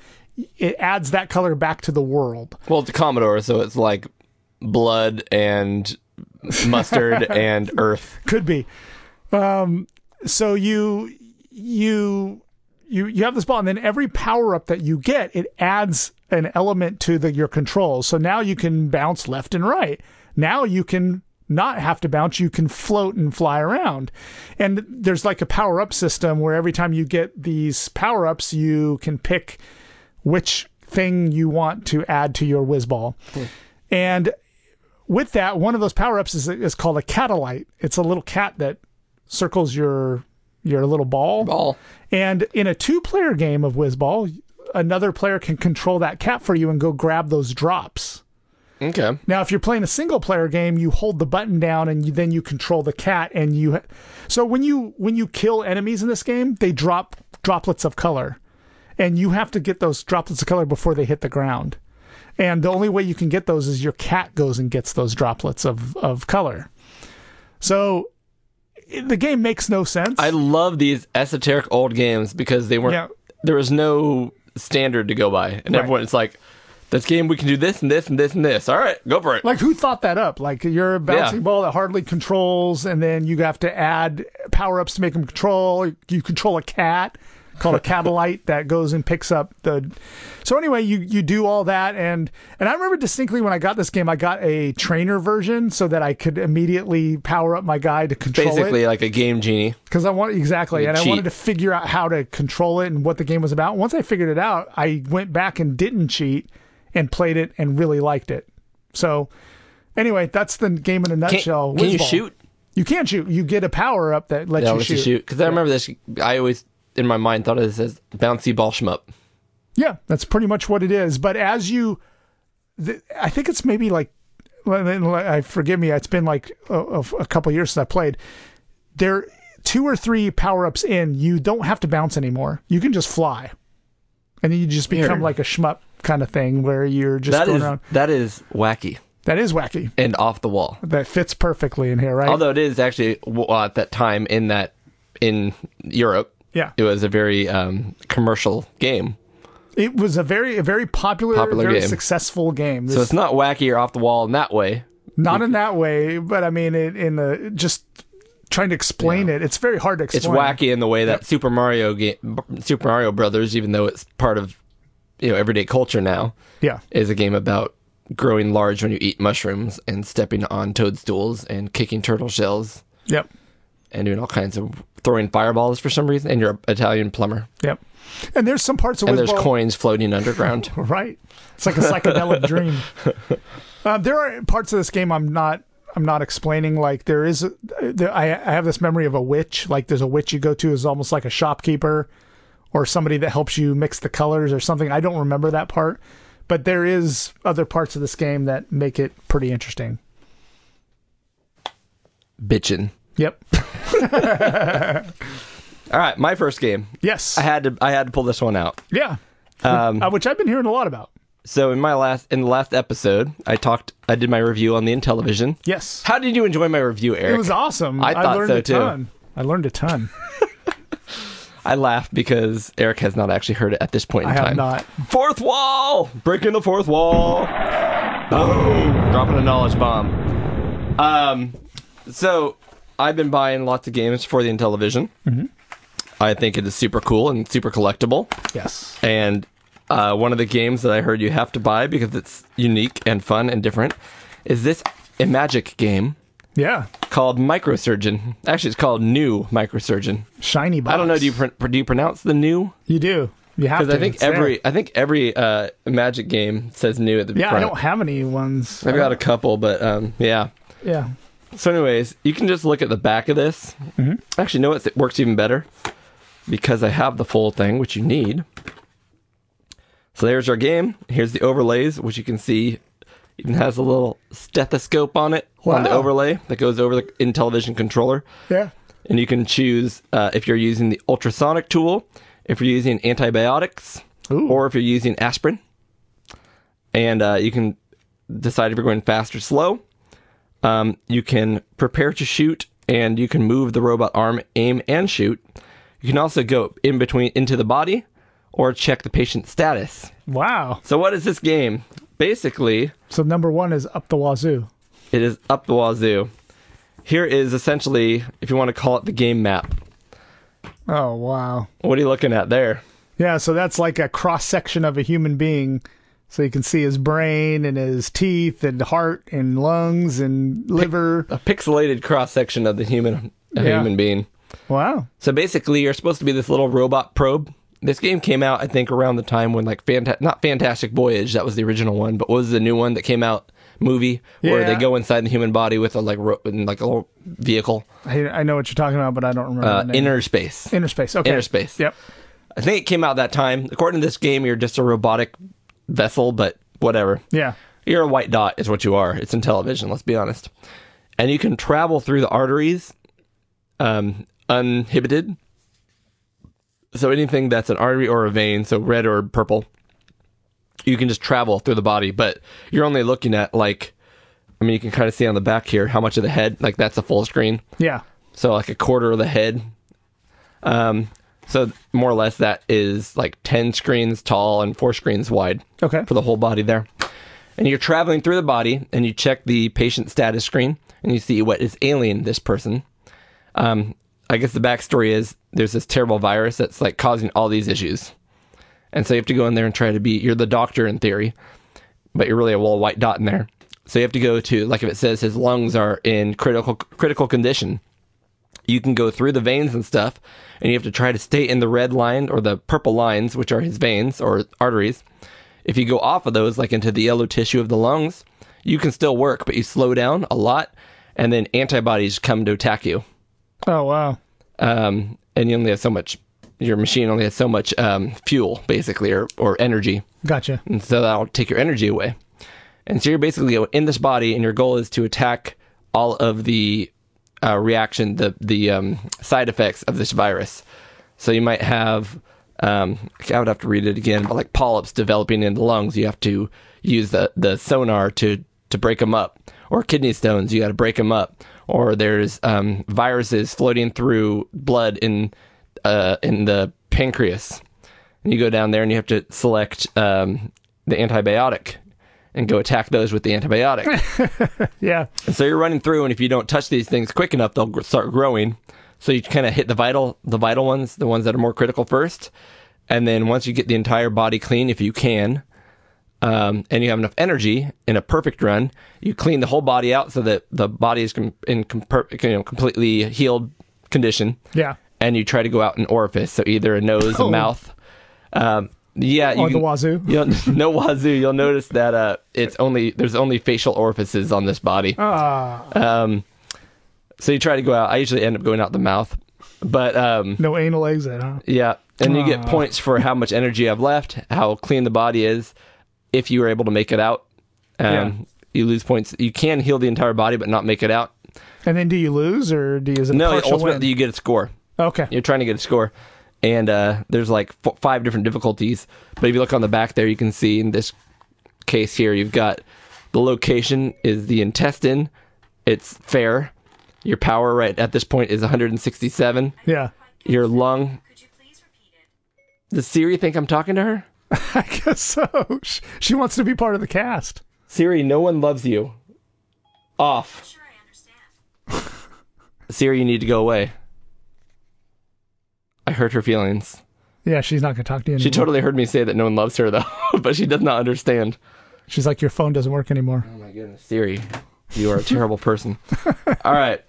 [SPEAKER 5] It adds that color back to the world.
[SPEAKER 4] Well, it's a Commodore, so it's like blood and mustard and earth.
[SPEAKER 5] could be. Um, so you you you you have this ball, and then every power up that you get, it adds an element to the your controls. So now you can bounce left and right. Now you can not have to bounce. You can float and fly around. And there's like a power up system where every time you get these power ups, you can pick which thing you want to add to your whiz ball. And with that, one of those power ups is, is called a catalyte. It's a little cat that circles your your little ball.
[SPEAKER 4] Ball.
[SPEAKER 5] And in a two player game of whiz ball, another player can control that cat for you and go grab those drops.
[SPEAKER 4] Okay.
[SPEAKER 5] Now, if you're playing a single player game, you hold the button down and you, then you control the cat and you. So when you when you kill enemies in this game, they drop droplets of color, and you have to get those droplets of color before they hit the ground. And the only way you can get those is your cat goes and gets those droplets of of color. So i- the game makes no sense.
[SPEAKER 4] I love these esoteric old games because they weren't.
[SPEAKER 5] Yeah.
[SPEAKER 4] There was no standard to go by, and
[SPEAKER 5] Right.
[SPEAKER 4] everyone it's like, this game we can do this and this and this and this. All right, go for it.
[SPEAKER 5] Like who thought that up? Like you're a bouncing
[SPEAKER 4] Yeah.
[SPEAKER 5] ball that hardly controls, and then you have to add power ups to make them control. You control a cat called a catalyte that goes and picks up the. So anyway, you you do all that, and and I remember distinctly when I got this game, I got a trainer version so that I could immediately power up my guy to control it
[SPEAKER 4] Basically, like a game genie.
[SPEAKER 5] because I wanted exactly, and I
[SPEAKER 4] cheat.
[SPEAKER 5] wanted to figure out how to control it and what the game was about. Once I figured it out, I went back and didn't cheat and played it and really liked it. So, anyway, that's the game in a
[SPEAKER 4] Can,
[SPEAKER 5] nutshell.
[SPEAKER 4] can you
[SPEAKER 5] Whizball.
[SPEAKER 4] shoot?
[SPEAKER 5] You can shoot. You get a power up that lets
[SPEAKER 4] Yeah,
[SPEAKER 5] you
[SPEAKER 4] let's
[SPEAKER 5] shoot.
[SPEAKER 4] just shoot. Because I remember this. I always in my mind thought of this as bouncy ball shmup.
[SPEAKER 5] Yeah, that's pretty much what it is. But as you, th- I think it's maybe like, well, then, like, I forgive me, it's been like a, a a couple years since I played. There, two or three power ups in, you don't have to bounce anymore. You can just fly, and then you just become
[SPEAKER 4] Weird.
[SPEAKER 5] like a shmup kind of thing where you're just
[SPEAKER 4] That
[SPEAKER 5] going
[SPEAKER 4] is
[SPEAKER 5] around.
[SPEAKER 4] that is wacky
[SPEAKER 5] That is wacky.
[SPEAKER 4] and off the wall.
[SPEAKER 5] That fits perfectly in here, right?
[SPEAKER 4] Although it is actually well, at that time in that in Europe,
[SPEAKER 5] yeah,
[SPEAKER 4] it was a very um, commercial game.
[SPEAKER 5] it was a very, a very popular,
[SPEAKER 4] Popular
[SPEAKER 5] very
[SPEAKER 4] game.
[SPEAKER 5] successful game.
[SPEAKER 4] So
[SPEAKER 5] This-
[SPEAKER 4] it's not wacky or off the wall in that way.
[SPEAKER 5] not in that way, but I mean, it, in the just trying to explain it, it's very hard to explain.
[SPEAKER 4] It's wacky in the way that Super Mario game, Super Mario Brothers, even though it's part of you know everyday culture now,
[SPEAKER 5] Yeah,
[SPEAKER 4] is a game about growing large when you eat mushrooms and stepping on toadstools and kicking turtle shells
[SPEAKER 5] yep,
[SPEAKER 4] and doing all kinds of throwing fireballs for some reason. And you're an Italian plumber,
[SPEAKER 5] yep. And there's some parts of
[SPEAKER 4] and there's
[SPEAKER 5] Whizball-
[SPEAKER 4] coins floating underground.
[SPEAKER 5] right? It's like a psychedelic dream. Uh, there are parts of this game I'm not I'm not explaining. Like there is, a- there, I I have this memory of a witch. Like there's a witch you go to is almost like a shopkeeper or somebody that helps you mix the colors or something. I don't remember that part, but there is other parts of this game that make it pretty interesting.
[SPEAKER 4] Bitchin'.
[SPEAKER 5] Yep.
[SPEAKER 4] All right, my first game.
[SPEAKER 5] Yes.
[SPEAKER 4] I had to I had to pull this one out.
[SPEAKER 5] yeah.
[SPEAKER 4] Um,
[SPEAKER 5] Uh, which I've been hearing a lot about.
[SPEAKER 4] so in my last in the last episode, I talked I did my review on the Intellivision.
[SPEAKER 5] Yes.
[SPEAKER 4] How did you enjoy my review, Eric?
[SPEAKER 5] It was awesome.
[SPEAKER 4] I thought
[SPEAKER 5] learned
[SPEAKER 4] so,
[SPEAKER 5] a
[SPEAKER 4] too.
[SPEAKER 5] ton. I learned a ton.
[SPEAKER 4] I laugh because Eric has not actually heard it at this point in
[SPEAKER 5] I have
[SPEAKER 4] time.
[SPEAKER 5] not.
[SPEAKER 4] Fourth wall! Breaking the fourth wall!
[SPEAKER 5] Oh.
[SPEAKER 4] Boom! Dropping a knowledge bomb. Um, so, I've been buying lots of games for the Intellivision. Mm-hmm. I think it is super cool and super collectible.
[SPEAKER 5] Yes.
[SPEAKER 4] And uh, one of the games that I heard you have to buy because it's unique and fun and different is this Imagic game
[SPEAKER 5] Yeah.
[SPEAKER 4] called Microsurgeon. Actually, it's called New Microsurgeon.
[SPEAKER 5] Shiny box.
[SPEAKER 4] I don't know. Do you pr- do you pronounce the new?
[SPEAKER 5] You do. You have
[SPEAKER 4] Because
[SPEAKER 5] to.
[SPEAKER 4] I think
[SPEAKER 5] It's there.
[SPEAKER 4] every I think every uh, Magic game says new at the
[SPEAKER 5] Yeah, I
[SPEAKER 4] front.
[SPEAKER 5] don't have any ones.
[SPEAKER 4] I've got a couple, but um, yeah.
[SPEAKER 5] Yeah.
[SPEAKER 4] So, anyways, you can just look at the back of this.
[SPEAKER 5] Mm-hmm.
[SPEAKER 4] Actually, you know what? It works even better because I have the full thing, which you need. So there's our game. Here's the overlays, which you can see even has a little stethoscope on it on the
[SPEAKER 5] Wow.
[SPEAKER 4] overlay that goes over the in television controller
[SPEAKER 5] Yeah.
[SPEAKER 4] and you can choose uh, if you're using the ultrasonic tool, if you're using antibiotics,
[SPEAKER 5] Ooh.
[SPEAKER 4] or if you're using aspirin. And uh, you can decide if you're going fast or slow. Um, you can prepare to shoot, and you can move the robot arm, aim, and shoot. You can also go in between into the body, or check the patient status.
[SPEAKER 5] Wow.
[SPEAKER 4] So what is this game? Basically,
[SPEAKER 5] So number one is up the wazoo.
[SPEAKER 4] it is up the wazoo. Here is essentially, if you want to call it the game map.
[SPEAKER 5] Oh wow.
[SPEAKER 4] What are you looking at there?
[SPEAKER 5] Yeah, so that's like a cross section of a human being. So you can see his brain and his teeth and heart and lungs and liver.
[SPEAKER 4] A pixelated cross section of the human, a
[SPEAKER 5] Yeah.
[SPEAKER 4] human being.
[SPEAKER 5] Wow.
[SPEAKER 4] So basically, you're supposed to be this little robot probe. This game came out, I think, around the time when like Fanta- not Fantastic Voyage, that was the original one, but what was the new one that came out movie where
[SPEAKER 5] Yeah.
[SPEAKER 4] they go inside the human body with a like ro- in, like a little vehicle,
[SPEAKER 5] I, I know what you're talking about, but I don't remember.
[SPEAKER 4] uh,
[SPEAKER 5] the name.
[SPEAKER 4] inner space.
[SPEAKER 5] inner space. Okay.
[SPEAKER 4] Inner space.
[SPEAKER 5] Yep.
[SPEAKER 4] I think it came out that time. According to this game, you're just a robotic vessel, but whatever.
[SPEAKER 5] Yeah.
[SPEAKER 4] You're a white dot, is what you are. It's in television, let's be honest. And you can travel through the arteries um, uninhibited. So anything that's an artery or a vein, so red or purple, you can just travel through the body. But you're only looking at, like, I mean, you can kind of see on the back here how much of the head, like, that's a full screen.
[SPEAKER 5] Yeah.
[SPEAKER 4] So, like, a quarter of the head. Um, so, more or less, that is like 10 screens tall and four screens wide
[SPEAKER 5] Okay.
[SPEAKER 4] for the whole body there. And you're traveling through the body and you check the patient status screen and you see what is ailing this person. Um, I guess the backstory is there's this terrible virus that's like causing all these issues. And so you have to go in there and try to be, you're the doctor in theory, but you're really a little white dot in there. So you have to go to, like if it says his lungs are in critical critical condition, you can go through the veins and stuff, and you have to try to stay in the red line or the purple lines, which are his veins or arteries. If you go off of those, like into the yellow tissue of the lungs, you can still work, but you slow down a lot, and then antibodies come to attack you.
[SPEAKER 5] Oh wow.
[SPEAKER 4] Um, and you only have so much, your machine only has so much um, fuel, basically, or, or energy.
[SPEAKER 5] Gotcha.
[SPEAKER 4] And so that'll take your energy away. And so you're basically in this body, and your goal is to attack all of the uh, reaction, the the um, side effects of this virus. So you might have, um, I would have to read it again, but like polyps developing in the lungs, you have to use the the sonar to to break them up, or kidney stones, you got to break them up, or there's um, viruses floating through blood in uh, in the pancreas. And you go down there and you have to select um, the antibiotic and go attack those with the antibiotic.
[SPEAKER 5] Yeah.
[SPEAKER 4] And so you're running through, and if you don't touch these things quick enough, they'll gr- start growing. So you kind of hit the vital, the vital ones, the ones that are more critical first, and then once you get the entire body clean, if you can, um, and you have enough energy in a perfect run, you clean the whole body out so that the body is com- in com- per- you know, completely healed condition
[SPEAKER 5] Yeah.
[SPEAKER 4] and you try to go out an orifice, so either a nose,
[SPEAKER 5] Oh.
[SPEAKER 4] a mouth. Um, yeah, you
[SPEAKER 5] Or the wazoo.
[SPEAKER 4] You'll, no wazoo. You'll notice that uh, it's only there's only facial orifices on this body.
[SPEAKER 5] Ah.
[SPEAKER 4] Um, so you try to go out. I usually end up going out the mouth, but um,
[SPEAKER 5] No anal exit, huh?
[SPEAKER 4] yeah, and you
[SPEAKER 5] Ah.
[SPEAKER 4] get points for how much energy I've left, how clean the body is, if you were able to make it out. Um,
[SPEAKER 5] Yeah.
[SPEAKER 4] You lose points. You can heal the entire body, but not make it out.
[SPEAKER 5] And then do you lose or do you is it a
[SPEAKER 4] No,
[SPEAKER 5] partial
[SPEAKER 4] ultimately
[SPEAKER 5] win?
[SPEAKER 4] you get a score.
[SPEAKER 5] Okay.
[SPEAKER 4] you're trying to get a score and uh, there's like f- five different difficulties but if you look on the back there you can see in this case here you've got the location is the intestine it's fair your power right at this point is 167
[SPEAKER 5] Yeah.
[SPEAKER 4] your lung
[SPEAKER 6] Could you please repeat it?
[SPEAKER 4] does siri think i'm talking to her
[SPEAKER 5] I guess so. She- She wants to be part of the cast.
[SPEAKER 4] siri no one loves you off
[SPEAKER 6] Sure, I understand.
[SPEAKER 4] siri you need to go away i hurt her feelings
[SPEAKER 5] Yeah, she's not gonna talk to you anymore.
[SPEAKER 4] she totally heard me say that no one loves her though but she does not understand
[SPEAKER 5] She's like, Your phone doesn't work anymore.
[SPEAKER 4] Oh my goodness, Siri, you are a terrible person. All right,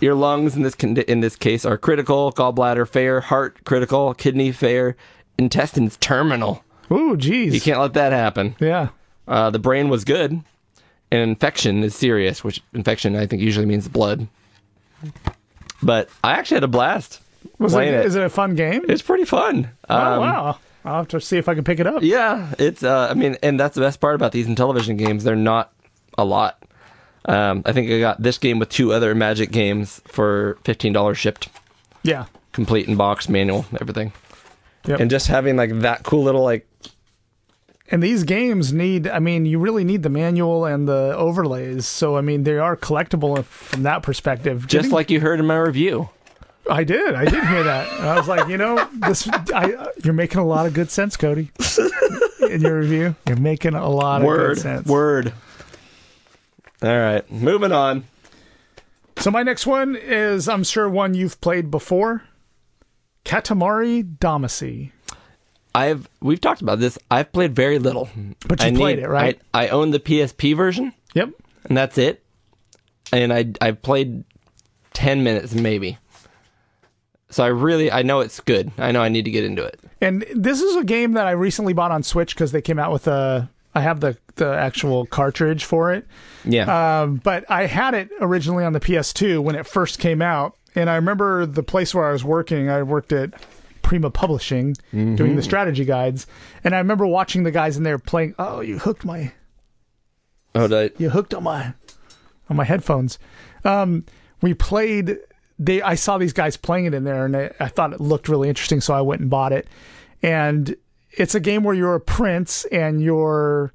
[SPEAKER 4] your lungs in this condi- in this case are critical, gallbladder fair, heart critical, kidney fair, intestines terminal.
[SPEAKER 5] Ooh, geez.
[SPEAKER 4] You can't let that happen.
[SPEAKER 5] yeah.
[SPEAKER 4] Uh, the brain was good, and infection is serious, which infection I think usually means blood. But I actually had a blast
[SPEAKER 5] Was it,
[SPEAKER 4] playing it.
[SPEAKER 5] is it a fun game?
[SPEAKER 4] It's pretty fun.
[SPEAKER 5] oh
[SPEAKER 4] Um,
[SPEAKER 5] wow. I'll have to see if I can pick it up.
[SPEAKER 4] Yeah, it's. Uh, I mean, and that's the best part about these in television games. They're not a lot. Um, I think I got this game with two other Magic games for fifteen dollars shipped,
[SPEAKER 5] Yeah.
[SPEAKER 4] complete in box, manual, everything.
[SPEAKER 5] Yep.
[SPEAKER 4] And just having like that cool little like
[SPEAKER 5] And these games need, I mean, you really need the manual and the overlays. So, I mean, they are collectible from that perspective.
[SPEAKER 4] Just
[SPEAKER 5] Getting-
[SPEAKER 4] like you heard in my review.
[SPEAKER 5] I did. I did hear that. And I was like, you know, this, I, you're making a lot of good sense, Cody, in your review. You're making a lot of
[SPEAKER 4] Word.
[SPEAKER 5] good sense.
[SPEAKER 4] Word. All right. Moving on.
[SPEAKER 5] So, my next one is, I'm sure, one you've played before Katamari Damacy.
[SPEAKER 4] I've we've talked about this. I've played very little.
[SPEAKER 5] But you
[SPEAKER 4] I
[SPEAKER 5] played
[SPEAKER 4] need-
[SPEAKER 5] it, right?
[SPEAKER 4] I, I own the PSP version,
[SPEAKER 5] Yep.
[SPEAKER 4] and that's it. And I I played ten minutes maybe. So I really I know it's good. I know I need to get into it.
[SPEAKER 5] And this is a game that I recently bought on Switch because they came out with a. I have the the actual cartridge for it,
[SPEAKER 4] Yeah.
[SPEAKER 5] um, but I had it originally on the PS2 when it first came out, and I remember the place where I was working. I worked at Prima Publishing, doing the strategy guides, and I remember watching the guys in there playing. Oh, you hooked my
[SPEAKER 4] oh, did I-
[SPEAKER 5] you hooked on my on my headphones. Um, we played. They I saw these guys playing it in there, and I, I thought it looked really interesting, so I went and bought it. And it's a game where you're a prince and your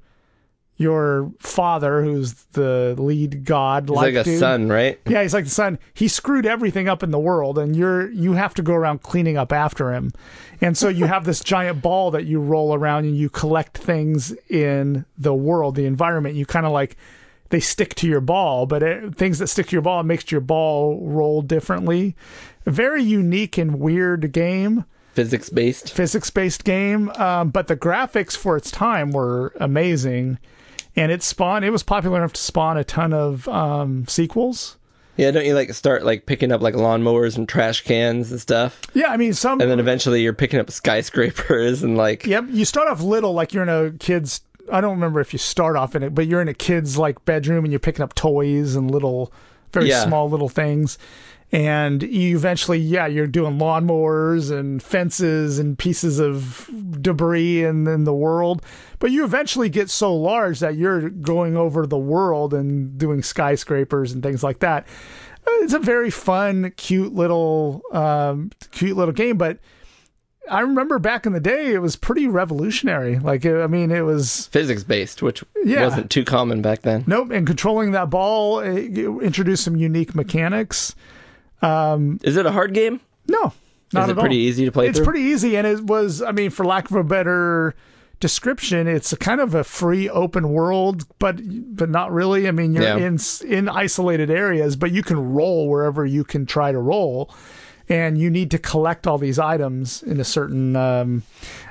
[SPEAKER 5] your father, who's the lead god,
[SPEAKER 4] it's like a
[SPEAKER 5] dude,
[SPEAKER 4] sun, right?
[SPEAKER 5] yeah, he's like the son. He screwed everything up in the world, and you're you have to go around cleaning up after him. And so you have this giant ball that you roll around, and you collect things in the world, the environment. You kind of like they stick to your ball, but it, things that stick to your ball it makes your ball roll differently. Very unique and weird game
[SPEAKER 4] Physics based.
[SPEAKER 5] physics based game, um, but the graphics for its time were amazing. And it spawned, it was popular enough to spawn a ton of um, sequels.
[SPEAKER 4] Yeah, don't you like start like picking up like lawnmowers and trash cans and stuff?
[SPEAKER 5] Yeah, I mean, some.
[SPEAKER 4] And then eventually you're picking up skyscrapers and like
[SPEAKER 5] yep, you start off little, like you're in a kid's. I don't remember if you start off in it, but you're in a kid's like bedroom and you're picking up toys and little, very
[SPEAKER 4] Yeah.
[SPEAKER 5] small little things. And you eventually, yeah, you're doing lawnmowers and fences and pieces of debris in, in the world. But you eventually get so large that you're going over the world and doing skyscrapers and things like that. Uh, It's a very fun, cute little, um, cute little game. But I remember back in the day, it was pretty revolutionary. Like, it, I mean, it was
[SPEAKER 4] physics based, which
[SPEAKER 5] Yeah.
[SPEAKER 4] wasn't too common back then.
[SPEAKER 5] nope. And controlling that ball it, it introduced some unique mechanics.
[SPEAKER 4] Is it a hard game?
[SPEAKER 5] No, not
[SPEAKER 4] Is
[SPEAKER 5] at
[SPEAKER 4] it pretty
[SPEAKER 5] all.
[SPEAKER 4] easy to play
[SPEAKER 5] It's
[SPEAKER 4] through?
[SPEAKER 5] pretty easy, and it was. I mean, for lack of a better description, it's a kind of a free open world, but but not really. I mean, you're
[SPEAKER 4] Yeah.
[SPEAKER 5] in s- in isolated areas, but you can roll wherever you can try to roll. And you need to collect all these items in a certain. Um,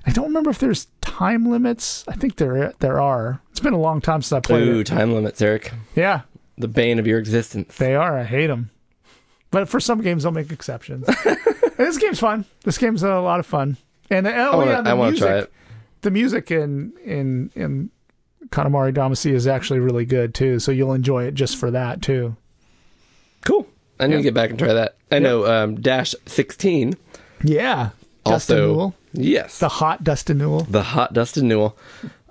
[SPEAKER 5] I don't remember if there's time limits. I think there there are. It's been a long time since I played
[SPEAKER 4] Ooh,
[SPEAKER 5] it.
[SPEAKER 4] time limits, Eric.
[SPEAKER 5] Yeah,
[SPEAKER 4] The bane of your existence.
[SPEAKER 5] they are. I hate them. But for some games, I'll make exceptions. And this game's fun. This game's a lot of fun. And uh,
[SPEAKER 4] I
[SPEAKER 5] oh
[SPEAKER 4] wanna,
[SPEAKER 5] yeah, the
[SPEAKER 4] I wanna
[SPEAKER 5] music,
[SPEAKER 4] try it.
[SPEAKER 5] the music in in in Katamari Damacy is actually really good too. So you'll enjoy it just for that too.
[SPEAKER 4] Cool. I need to get back and try that. I know um, Dash 16
[SPEAKER 5] Yeah, Dustin
[SPEAKER 4] also.
[SPEAKER 5] Newell,
[SPEAKER 4] Yes.
[SPEAKER 5] the
[SPEAKER 4] The,
[SPEAKER 5] hot Dustin Newell.
[SPEAKER 4] hot Dustin Newell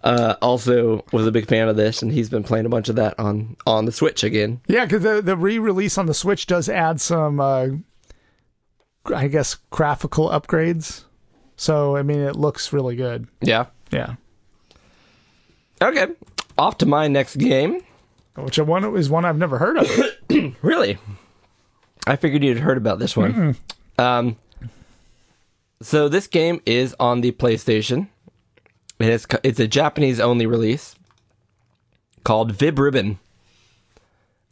[SPEAKER 4] uh, also was a big fan of this, and he's been playing a bunch of that on, on the Switch again.
[SPEAKER 5] Yeah, because the the re release on the Switch does add some, uh, I guess, graphical upgrades. So I mean, it looks really good.
[SPEAKER 4] Yeah.
[SPEAKER 5] Yeah,
[SPEAKER 4] Okay. Off to my next game.
[SPEAKER 5] which one is one I've never heard of.
[SPEAKER 4] Really? I figured you'd heard about this one. Um, so this game is on the PlayStation. It is, co- it's a Japanese only release called Vib Ribbon.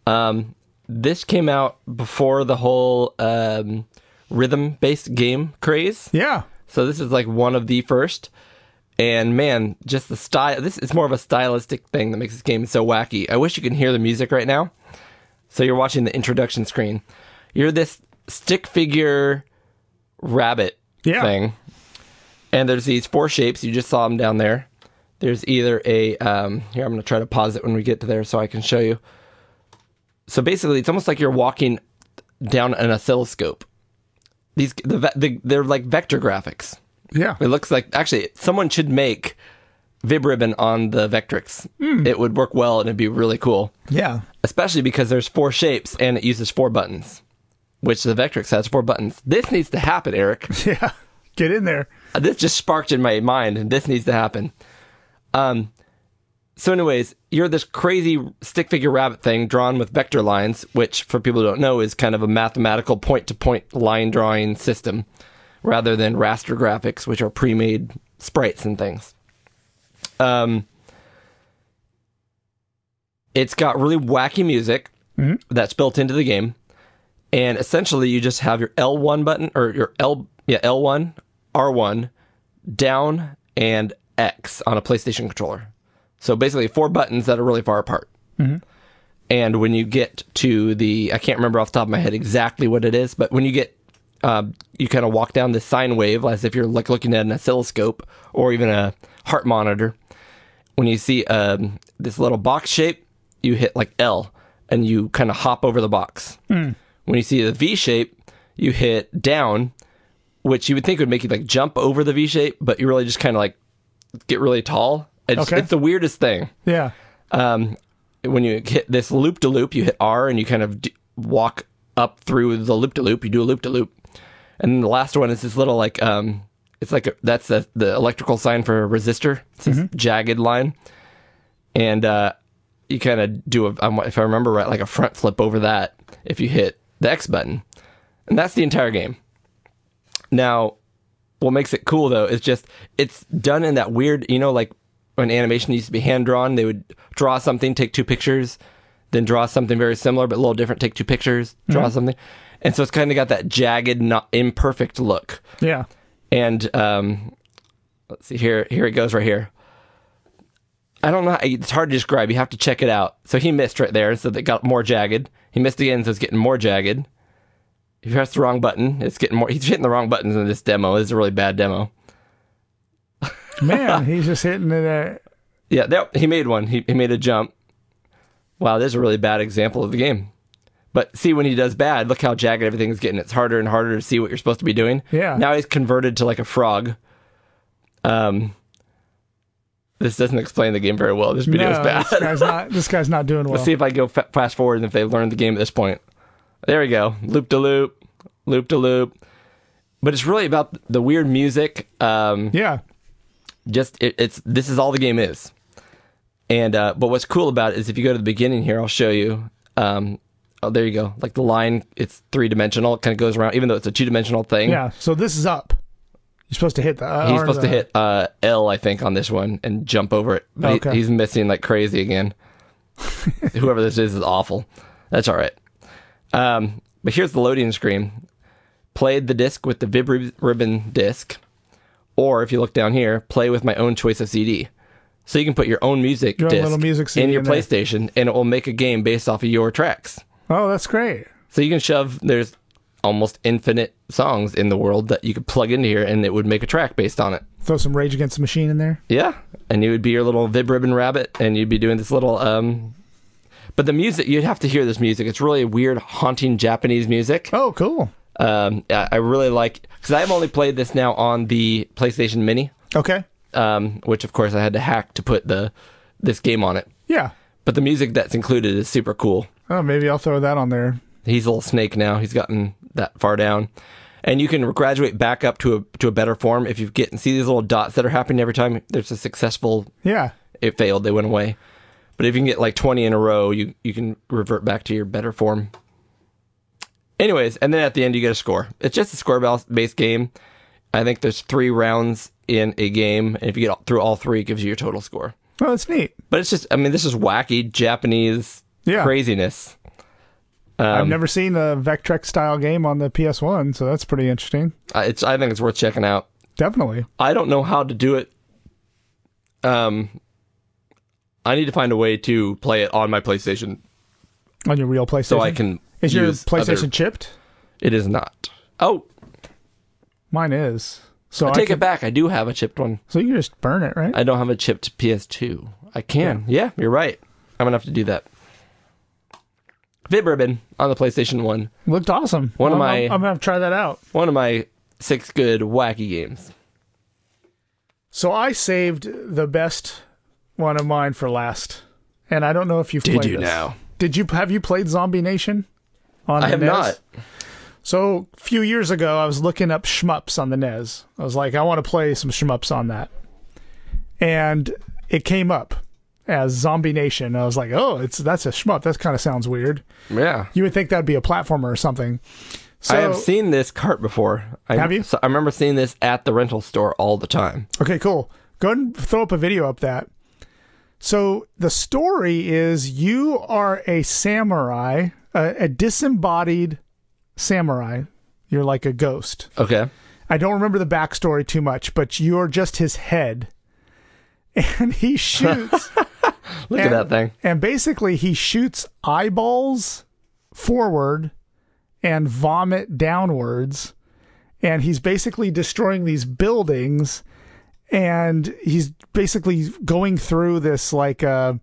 [SPEAKER 4] Um, this came out before the whole um, rhythm based game craze.
[SPEAKER 5] yeah,
[SPEAKER 4] So this is like one of the first. And man, just the style. This is more of a stylistic thing that makes this game so wacky. I wish you could hear the music right now. So you're watching the introduction screen. You're this stick figure rabbit
[SPEAKER 5] Yeah.
[SPEAKER 4] thing. And there's these four shapes. You just saw them down there. There's either a um, here. I'm gonna try to pause it when we get to there so I can show you. So basically, it's almost like you're walking down an oscilloscope. These the, ve- the they're like vector graphics.
[SPEAKER 5] yeah.
[SPEAKER 4] It looks like actually someone should make Vib Ribbon on the Vectrix. It would work well and it'd be really cool,
[SPEAKER 5] Yeah.
[SPEAKER 4] especially because there's four shapes and it uses four buttons, which the Vectrix has four buttons. This needs to happen, Eric.
[SPEAKER 5] Yeah. Get in there.
[SPEAKER 4] this just sparked in my mind, and this needs to happen. Um, so, anyways, you're this crazy stick figure rabbit thing drawn with vector lines, which, for people who don't know, is kind of a mathematical point to point line drawing system rather than raster graphics, which are pre made sprites and things. Um, it's got really wacky music that's built into the game. And essentially, you just have your L1 button or your L, yeah, L1, R1, down, and X on a PlayStation controller. So basically, four buttons that are really far apart. And when you get to the, I can't remember off the top of my head exactly what it is, but when you get, uh, you kind of walk down this sine wave as if you're like looking at an oscilloscope or even a heart monitor. When you see um, this little box shape, you hit like L and you kind of hop over the box. When you see the V shape, you hit down, which you would think would make you like jump over the V shape, but you really just kind of like get really tall. It's,
[SPEAKER 5] Okay.
[SPEAKER 4] it's the weirdest thing
[SPEAKER 5] Yeah.
[SPEAKER 4] um, when you hit this loop to loop, you hit R and you kind of d- walk up through the loop to loop. You do a loop to loop, and then the last one is this little like um, it's like a, that's the, the electrical sign for a resistor. It's this jagged line, and uh, you kind of do a um, if I remember right, like a front flip over that if you hit the X button, and that's the entire game. Now, what makes it cool though is just it's done in that weird, you know, like when animation used to be hand drawn, they would draw something, take two pictures, then draw something very similar but a little different, take two pictures, draw something, and so it's kind of got that jagged, not imperfect look.
[SPEAKER 5] Yeah.
[SPEAKER 4] And um, let's see here, here it goes right here. I don't know. It's hard to describe. You have to check it out. So he missed right there, so it got more jagged. He missed again, so it's getting more jagged. If you press the wrong button, it's getting more. He's hitting the wrong buttons in this demo. This is a really bad demo.
[SPEAKER 5] Man, he's just hitting it. uh
[SPEAKER 4] Yeah, there, he made one. He, he made a jump. Wow, this is a really bad example of the game. But see, when he does bad, look how jagged everything's getting. It's harder and harder to see what you're supposed to be doing.
[SPEAKER 5] Yeah.
[SPEAKER 4] Now he's converted to like a frog. Um, this doesn't explain the game very well. This video is
[SPEAKER 5] no,
[SPEAKER 4] bad.
[SPEAKER 5] This guy's not. This guy's not doing well.
[SPEAKER 4] Let's see if I go fa- fast forward and if they've learned the game at this point. There we go. Loop to loop, loop to loop. But it's really about the weird music. Um,
[SPEAKER 5] Yeah.
[SPEAKER 4] just it, it's this is all the game is and uh but what's cool about it is if you go to the beginning here i'll show you um oh there you go like the line it's three-dimensional it kind of goes around even though it's a two-dimensional thing
[SPEAKER 5] Yeah. So this is up. You're supposed to hit the. Uh,
[SPEAKER 4] he's
[SPEAKER 5] or
[SPEAKER 4] supposed to
[SPEAKER 5] the-
[SPEAKER 4] hit uh l i think on this one and jump over it But he-
[SPEAKER 5] Okay.
[SPEAKER 4] he's missing like crazy again whoever this is is awful that's all right um but here's the loading screen played the disc with the vib rib- ribbon disc or if you look down here play with my own choice of cd so you can put your own music
[SPEAKER 5] Your own
[SPEAKER 4] disc
[SPEAKER 5] little music
[SPEAKER 4] in
[SPEAKER 5] CD
[SPEAKER 4] your
[SPEAKER 5] in there.
[SPEAKER 4] playstation and it will make a game based off of your tracks
[SPEAKER 5] Oh, that's great.
[SPEAKER 4] so you can shove there's almost infinite songs in the world that you could plug into here and it would make a track based on it
[SPEAKER 5] Throw some Rage Against the Machine in there.
[SPEAKER 4] yeah, and you would be your little vib ribbon rabbit, and you'd be doing this little. um But the music, you'd have to hear this music. It's really weird, haunting Japanese music.
[SPEAKER 5] Oh, cool.
[SPEAKER 4] Um, I I really like because I've only played this now on the PlayStation Mini,
[SPEAKER 5] Okay.
[SPEAKER 4] um, which of course I had to hack to put the this game on it.
[SPEAKER 5] Yeah.
[SPEAKER 4] But the music that's included is super cool.
[SPEAKER 5] Oh, maybe I'll throw that on there.
[SPEAKER 4] He's a little snake now. He's gotten that far down. And you can graduate back up to a to a better form if you get and see these little dots that are happening every time there's a successful
[SPEAKER 5] Yeah.
[SPEAKER 4] it failed, they went away. But if you can get like 20 in a row, you, you can revert back to your better form. Anyways, and then at the end, you get a score. It's just a score bal- based game. I think there's three rounds in a game, and if you get all- through all three, it gives you your total score.
[SPEAKER 5] Oh, that's neat.
[SPEAKER 4] But it's just, I mean, this is wacky Japanese
[SPEAKER 5] Yeah.
[SPEAKER 4] craziness. um,
[SPEAKER 5] I've never seen a Vectrex style game on the PS1, so that's pretty interesting.
[SPEAKER 4] I, Uh, it's, I think it's worth checking out.
[SPEAKER 5] Definitely.
[SPEAKER 4] I don't know how to do it. Um, I need to find a way to play it on my PlayStation
[SPEAKER 5] On your real PlayStation.
[SPEAKER 4] so I can.
[SPEAKER 5] Is your
[SPEAKER 4] use other-
[SPEAKER 5] PlayStation chipped?
[SPEAKER 4] It is not. Oh,
[SPEAKER 5] Mine is. So
[SPEAKER 4] I
[SPEAKER 5] I
[SPEAKER 4] take
[SPEAKER 5] can,
[SPEAKER 4] it back. I do have a chipped one.
[SPEAKER 5] So you can just burn it, right?
[SPEAKER 4] I don't have a chipped PS2. I can. Yeah, you're right. I'm gonna have to do that. Vib ribbon on the PlayStation One.
[SPEAKER 5] Looked awesome.
[SPEAKER 4] One of
[SPEAKER 5] I'm,
[SPEAKER 4] my-
[SPEAKER 5] I'm, I'm gonna have to try that out.
[SPEAKER 4] One of my six good wacky games.
[SPEAKER 5] So I saved the best one of mine for last, and I don't know if you've
[SPEAKER 4] Did
[SPEAKER 5] played
[SPEAKER 4] you
[SPEAKER 5] this.
[SPEAKER 4] now?
[SPEAKER 5] Did you have you played Zombie Nation? On
[SPEAKER 4] I
[SPEAKER 5] the
[SPEAKER 4] have
[SPEAKER 5] NES?
[SPEAKER 4] not.
[SPEAKER 5] So a few years ago, I was looking up E shmups on the NES. I was like, I want to play some shmups on that, and it came up as Zombie Nation. I was like, oh, it's that's a shmup. That kind of sounds weird.
[SPEAKER 4] Yeah.
[SPEAKER 5] You would think that'd be a platformer or something. So,
[SPEAKER 4] I have seen this cart before. I,
[SPEAKER 5] Have you?
[SPEAKER 4] So I remember seeing this at the rental store all the time.
[SPEAKER 5] Okay, cool. Go ahead and throw up a video up that. So the story is you are a samurai, a, a disembodied samurai. You're like a ghost.
[SPEAKER 4] Okay.
[SPEAKER 5] I don't remember the backstory too much, but you're just his head. And he shoots.
[SPEAKER 4] Look
[SPEAKER 5] and,
[SPEAKER 4] at that thing.
[SPEAKER 5] And basically, he shoots eyeballs forward and vomit downwards. And he's basically destroying these buildings. And he's basically going through this like. Uh,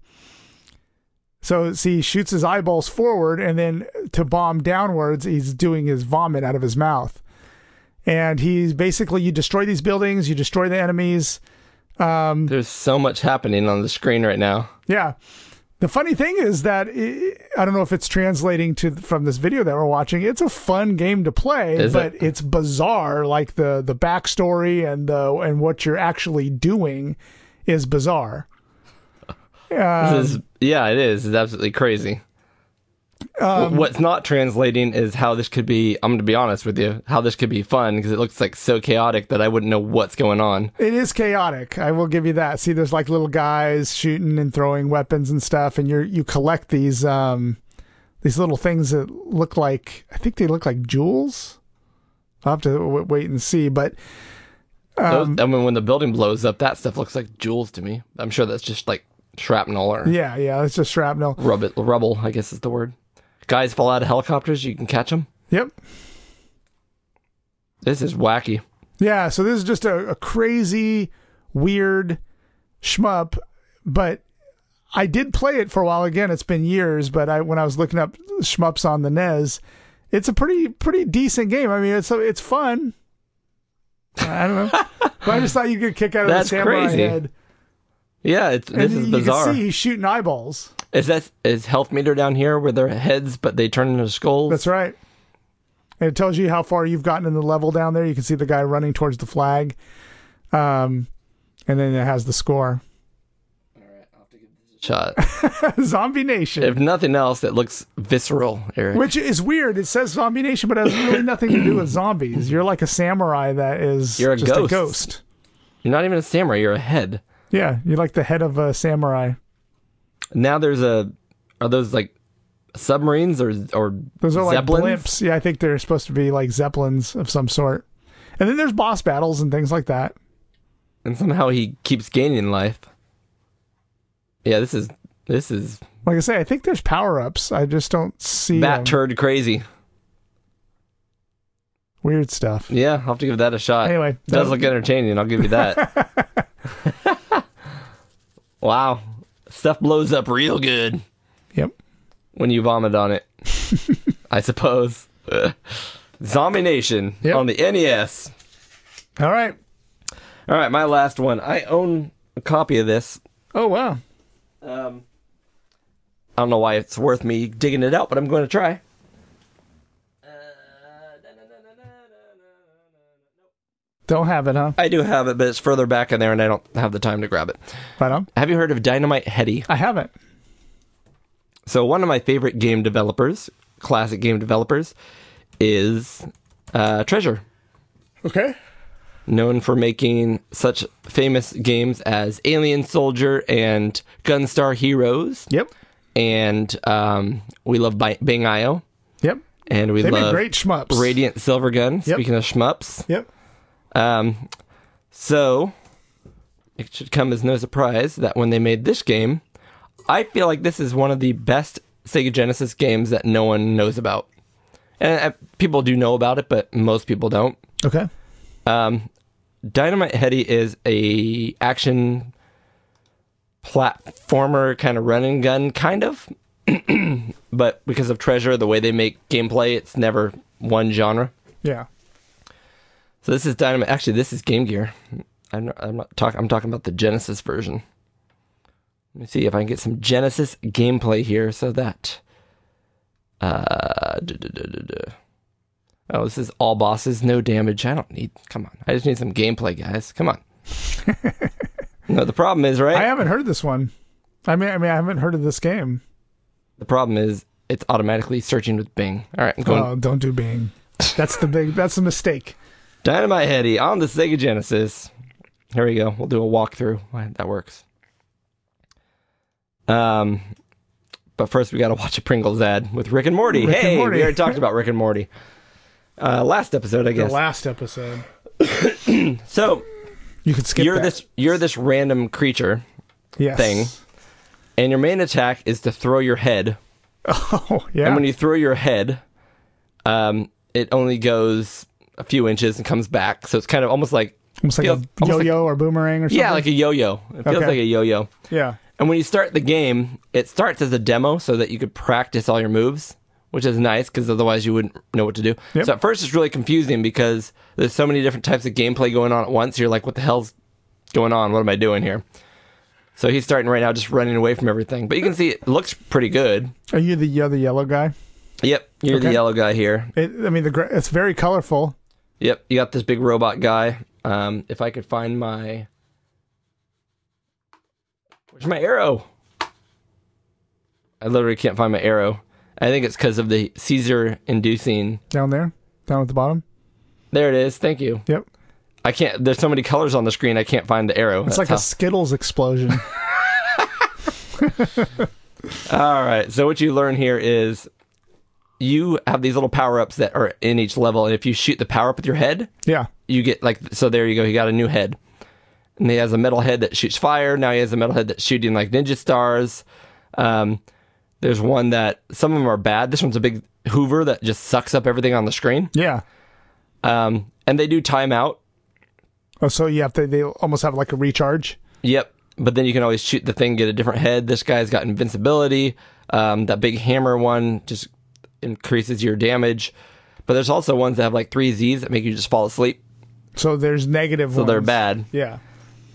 [SPEAKER 5] so see, he shoots his eyeballs forward, and then to bomb downwards, he's doing his vomit out of his mouth. And he's basically you destroy these buildings, you destroy the enemies,
[SPEAKER 4] There's so much happening on the screen right now.
[SPEAKER 5] Yeah. The funny thing is that i I don't know if it's translating to from this video that we're watching. It's a fun game to play,
[SPEAKER 4] Is
[SPEAKER 5] but
[SPEAKER 4] it?
[SPEAKER 5] it's bizarre. Like the the backstory and the and what you're actually doing is bizarre. Um,
[SPEAKER 4] This is, yeah, it is. It's absolutely crazy.
[SPEAKER 5] um,
[SPEAKER 4] Wh- What's not translating is how this could be. I'm going to be honest with you. How this could be fun because it looks like so chaotic that I wouldn't know what's going on.
[SPEAKER 5] It is chaotic. I will give you that. See, there's like little guys shooting and throwing weapons and stuff, and you you collect these um these little things that look like I think they look like jewels. I'll have to w- wait and see, but
[SPEAKER 4] Those,
[SPEAKER 5] Um,
[SPEAKER 4] I mean, when the building blows up, that stuff looks like jewels to me. I'm sure that's just like shrapnel or
[SPEAKER 5] yeah, yeah, it's just shrapnel.
[SPEAKER 4] rubble, rubble. I guess is the word. Guys fall out of helicopters. You can catch them.
[SPEAKER 5] Yep.
[SPEAKER 4] This is wacky.
[SPEAKER 5] Yeah, so this is just a, a crazy, weird shmup, but I did play it for a while. Again, it's been years, but I when I was looking up shmups on the NES, it's a pretty pretty decent game. I mean, it's it's fun. I don't know, but I just thought you could kick out of
[SPEAKER 4] That's
[SPEAKER 5] the samurai
[SPEAKER 4] crazy.
[SPEAKER 5] head,
[SPEAKER 4] Yeah, it's, this
[SPEAKER 5] and
[SPEAKER 4] is
[SPEAKER 5] you can
[SPEAKER 4] bizarre.
[SPEAKER 5] see he's shooting eyeballs.
[SPEAKER 4] Is that is health meter down here where their heads but they turn into skulls?
[SPEAKER 5] That's right. And it tells you how far you've gotten in the level down there. You can see the guy running towards the flag, um, and then it has the score.
[SPEAKER 4] shot.
[SPEAKER 5] Zombie Nation.
[SPEAKER 4] if nothing else, it looks visceral, Eric.
[SPEAKER 5] Which is weird. It says Zombie Nation, but it has really nothing to do with zombies. You're like a samurai that is
[SPEAKER 4] You're a
[SPEAKER 5] just
[SPEAKER 4] ghost.
[SPEAKER 5] a ghost.
[SPEAKER 4] You're not even a samurai, you're a head.
[SPEAKER 5] Yeah, you're like the head of a samurai.
[SPEAKER 4] Now there's a are those like submarines or or
[SPEAKER 5] Those are like
[SPEAKER 4] zeppelins?
[SPEAKER 5] blimps. Yeah, I think they're supposed to be like zeppelins of some sort. And then there's boss battles and things like that.
[SPEAKER 4] And somehow he keeps gaining life. Yeah, this is this is
[SPEAKER 5] Like I say, I think there's power ups. I just don't see um,
[SPEAKER 4] bat
[SPEAKER 5] them.
[SPEAKER 4] turd crazy.
[SPEAKER 5] weird stuff.
[SPEAKER 4] Yeah, I'll have to give that a shot.
[SPEAKER 5] Anyway,
[SPEAKER 4] it does
[SPEAKER 5] that-
[SPEAKER 4] look entertaining. I'll give you that. wow, stuff blows up real good
[SPEAKER 5] Yep.
[SPEAKER 4] when you vomit on it. I suppose. Zombie Nation
[SPEAKER 5] Yep.
[SPEAKER 4] on the NES.
[SPEAKER 5] All right.
[SPEAKER 4] All right, my last one. I own a copy of this.
[SPEAKER 5] Oh wow.
[SPEAKER 4] Um, I don't know why it's worth me digging it out, but I'm going to try.
[SPEAKER 5] Don't have it, huh?
[SPEAKER 4] I do have it, but it's further back in there, and I don't have the time to grab it.
[SPEAKER 5] Right on.
[SPEAKER 4] Have you heard of Dynamite Heady?
[SPEAKER 5] I haven't.
[SPEAKER 4] So one of my favorite game developers, classic game developers, is uh, Treasure,
[SPEAKER 5] Okay.
[SPEAKER 4] known for making such famous games as Alien Soldier and Gunstar Heroes,
[SPEAKER 5] Yep.
[SPEAKER 4] and um, we love Bi- Bang IO,
[SPEAKER 5] Yep.
[SPEAKER 4] and we
[SPEAKER 5] They made
[SPEAKER 4] love
[SPEAKER 5] great shmups.
[SPEAKER 4] Radiant Silver Gun.
[SPEAKER 5] Yep.
[SPEAKER 4] Speaking of shmups,
[SPEAKER 5] Yep.
[SPEAKER 4] um, so it should come as no surprise that when they made this game, I feel like this is one of the best Sega Genesis games that no one knows about. And uh, people do know about it, but most people don't.
[SPEAKER 5] Okay.
[SPEAKER 4] Um, Dynamite Heady is a action platformer kind of run and gun kind of, but because of Treasure, the way they make gameplay, it's never one genre.
[SPEAKER 5] Yeah.
[SPEAKER 4] So this is Dynamite. Actually, this is Game Gear. I'm not, I'm not talking. I'm talking about the Genesis version. Let me see if I can get some Genesis gameplay here, so that. Uh, duh, duh, duh, duh, duh. Oh, this is all bosses, no damage. I don't need. Come on, I just need some gameplay, guys. Come on. know what the problem is,
[SPEAKER 5] I
[SPEAKER 4] right?
[SPEAKER 5] haven't heard this one. I mean, I mean, I haven't heard of this game.
[SPEAKER 4] the problem is it's automatically searching with Bing. All right, I'm going
[SPEAKER 5] Oh, don't do Bing. That's the big. That's a mistake.
[SPEAKER 4] Dynamite Heady on the Sega Genesis. Here we go. We'll do a walkthrough. Why, That works. Um, but first we got to watch a Pringles ad with Rick and Morty.
[SPEAKER 5] Rick and
[SPEAKER 4] hey,
[SPEAKER 5] Morty.
[SPEAKER 4] we already talked about Rick and Morty. Uh, last episode, I guess.
[SPEAKER 5] The last episode.
[SPEAKER 4] so
[SPEAKER 5] You could skip.
[SPEAKER 4] you're
[SPEAKER 5] that.
[SPEAKER 4] this you're this random creature,
[SPEAKER 5] Yes.
[SPEAKER 4] thing. and your main attack is to throw your head
[SPEAKER 5] Oh yeah.
[SPEAKER 4] And when you throw your head, um, it only goes a few inches and comes back. So it's kind of almost like
[SPEAKER 5] almost like
[SPEAKER 4] feels-
[SPEAKER 5] a
[SPEAKER 4] almost like-
[SPEAKER 5] yo-yo or boomerang or something.
[SPEAKER 4] yeah, like a yo-yo. It feels
[SPEAKER 5] Okay.
[SPEAKER 4] like a yo-yo.
[SPEAKER 5] yeah.
[SPEAKER 4] And when you start the game, it starts as a demo so that you could practice all your moves, which is nice because otherwise you wouldn't know what to do.
[SPEAKER 5] Yep.
[SPEAKER 4] So at first it's really confusing because there's so many different types of gameplay going on at once. You're like, what the hell's going on? What am I doing here? So he's starting right now, just running away from everything. But you can see it looks pretty good.
[SPEAKER 5] Are you the you're the yellow guy?
[SPEAKER 4] Yep, you're the
[SPEAKER 5] Okay.
[SPEAKER 4] yellow guy here.
[SPEAKER 5] It, I mean, the gra- it's very colorful.
[SPEAKER 4] Yep, you got this big robot guy. Um, if I could find my, where's my arrow? I literally can't find my arrow. I think it's because of the Caesar inducing.
[SPEAKER 5] down there, down at the bottom.
[SPEAKER 4] There it is. Thank you.
[SPEAKER 5] Yep.
[SPEAKER 4] I can't. There's so many colors on the screen. I can't find the arrow.
[SPEAKER 5] It's like a Skittles explosion.
[SPEAKER 4] All right. So what you learn here is you have these little power ups that are in each level, and if you shoot the power up with your head,
[SPEAKER 5] yeah.
[SPEAKER 4] you get like so there you go he got a new head and he has a metal head that shoots fire now he has a metal head that's shooting like ninja stars um, there's one that some of them are bad this one's a big hoover that just sucks up everything on the screen
[SPEAKER 5] Yeah.
[SPEAKER 4] um, and they do timeout
[SPEAKER 5] Oh, so you have to, they almost have like a recharge.
[SPEAKER 4] yep but then you can always shoot the thing get a different head this guy's got invincibility um, that big hammer one just increases your damage but there's also ones that have like three z's that make you just fall asleep
[SPEAKER 5] So there's negative
[SPEAKER 4] so they're bad
[SPEAKER 5] Yeah.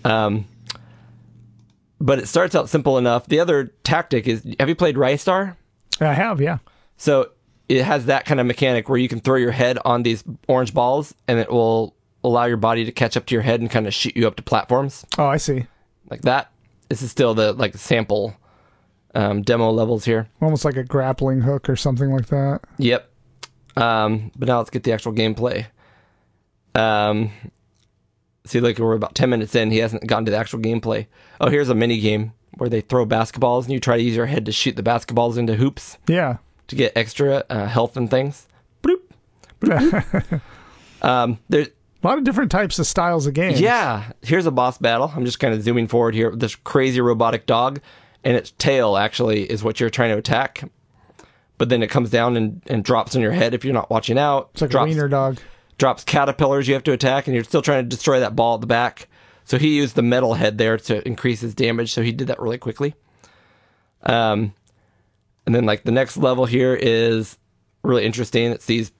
[SPEAKER 4] Um, but it starts out simple enough. The other tactic is have you played Rystar?
[SPEAKER 5] I have, yeah.
[SPEAKER 4] So it has that kind of mechanic where you can throw your head on these orange balls and it will allow your body to catch up to your head and kind of shoot you up to platforms
[SPEAKER 5] Oh, I see.
[SPEAKER 4] like that. This is still the like sample um, demo levels here.
[SPEAKER 5] Almost like a grappling hook or something like that.
[SPEAKER 4] Yep. Um, but now let's get the actual gameplay. Um, see, like we're about 10 minutes in. He hasn't gotten to the actual gameplay. Oh, here's a mini game where they throw basketballs and you try to use your head to shoot the basketballs into hoops
[SPEAKER 5] Yeah.
[SPEAKER 4] to get extra uh, health and things. Bloop. Bloop, bloop. um, there,
[SPEAKER 5] A lot of different types of styles of games.
[SPEAKER 4] yeah, here's a boss battle. I'm just kind of zooming forward here. This crazy robotic dog, and its tail actually is what you're trying to attack. But then it comes down and, and drops on your head if you're not watching out.
[SPEAKER 5] It's like
[SPEAKER 4] drops,
[SPEAKER 5] a wiener dog.
[SPEAKER 4] drops caterpillars you have to attack, and you're still trying to destroy that ball at the back. So he used the metal head there to increase his damage. So he did that really quickly. Um, and then like the next level here is really interesting. It's these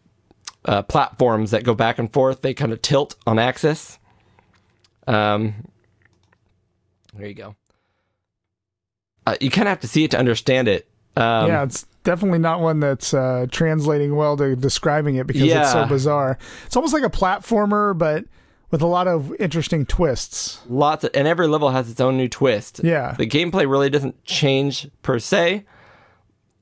[SPEAKER 4] uh, platforms that go back and forth. They kind of tilt on axis. Um, there you go. Uh, you kind of have to see it to understand it. Um,
[SPEAKER 5] yeah, it's definitely not one that's uh, translating well to describing it because it's so
[SPEAKER 4] Yeah.
[SPEAKER 5] bizarre. It's almost like a platformer, but with a lot of interesting twists.
[SPEAKER 4] lots of, and every level has its own new twist.
[SPEAKER 5] Yeah.
[SPEAKER 4] The gameplay really doesn't change per se.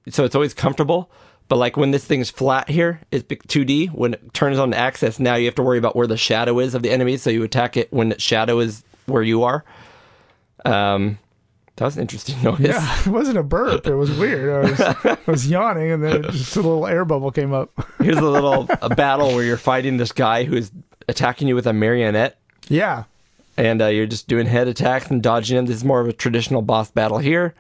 [SPEAKER 4] So it's always comfortable, but like when this thing's flat here, it's big- 2D. When it turns on access, now you have to worry about where the shadow is of the enemy, so you attack it when its shadow is where you are. Um that was an interesting noise.
[SPEAKER 5] Yeah, it wasn't a burp. It was weird. I was, I was yawning, and then just a little air bubble came up.
[SPEAKER 4] Here's a little a battle where you're fighting this guy who's attacking you with a marionette.
[SPEAKER 5] Yeah,
[SPEAKER 4] and uh, you're just doing head attacks and dodging them. This is more of a traditional boss battle here.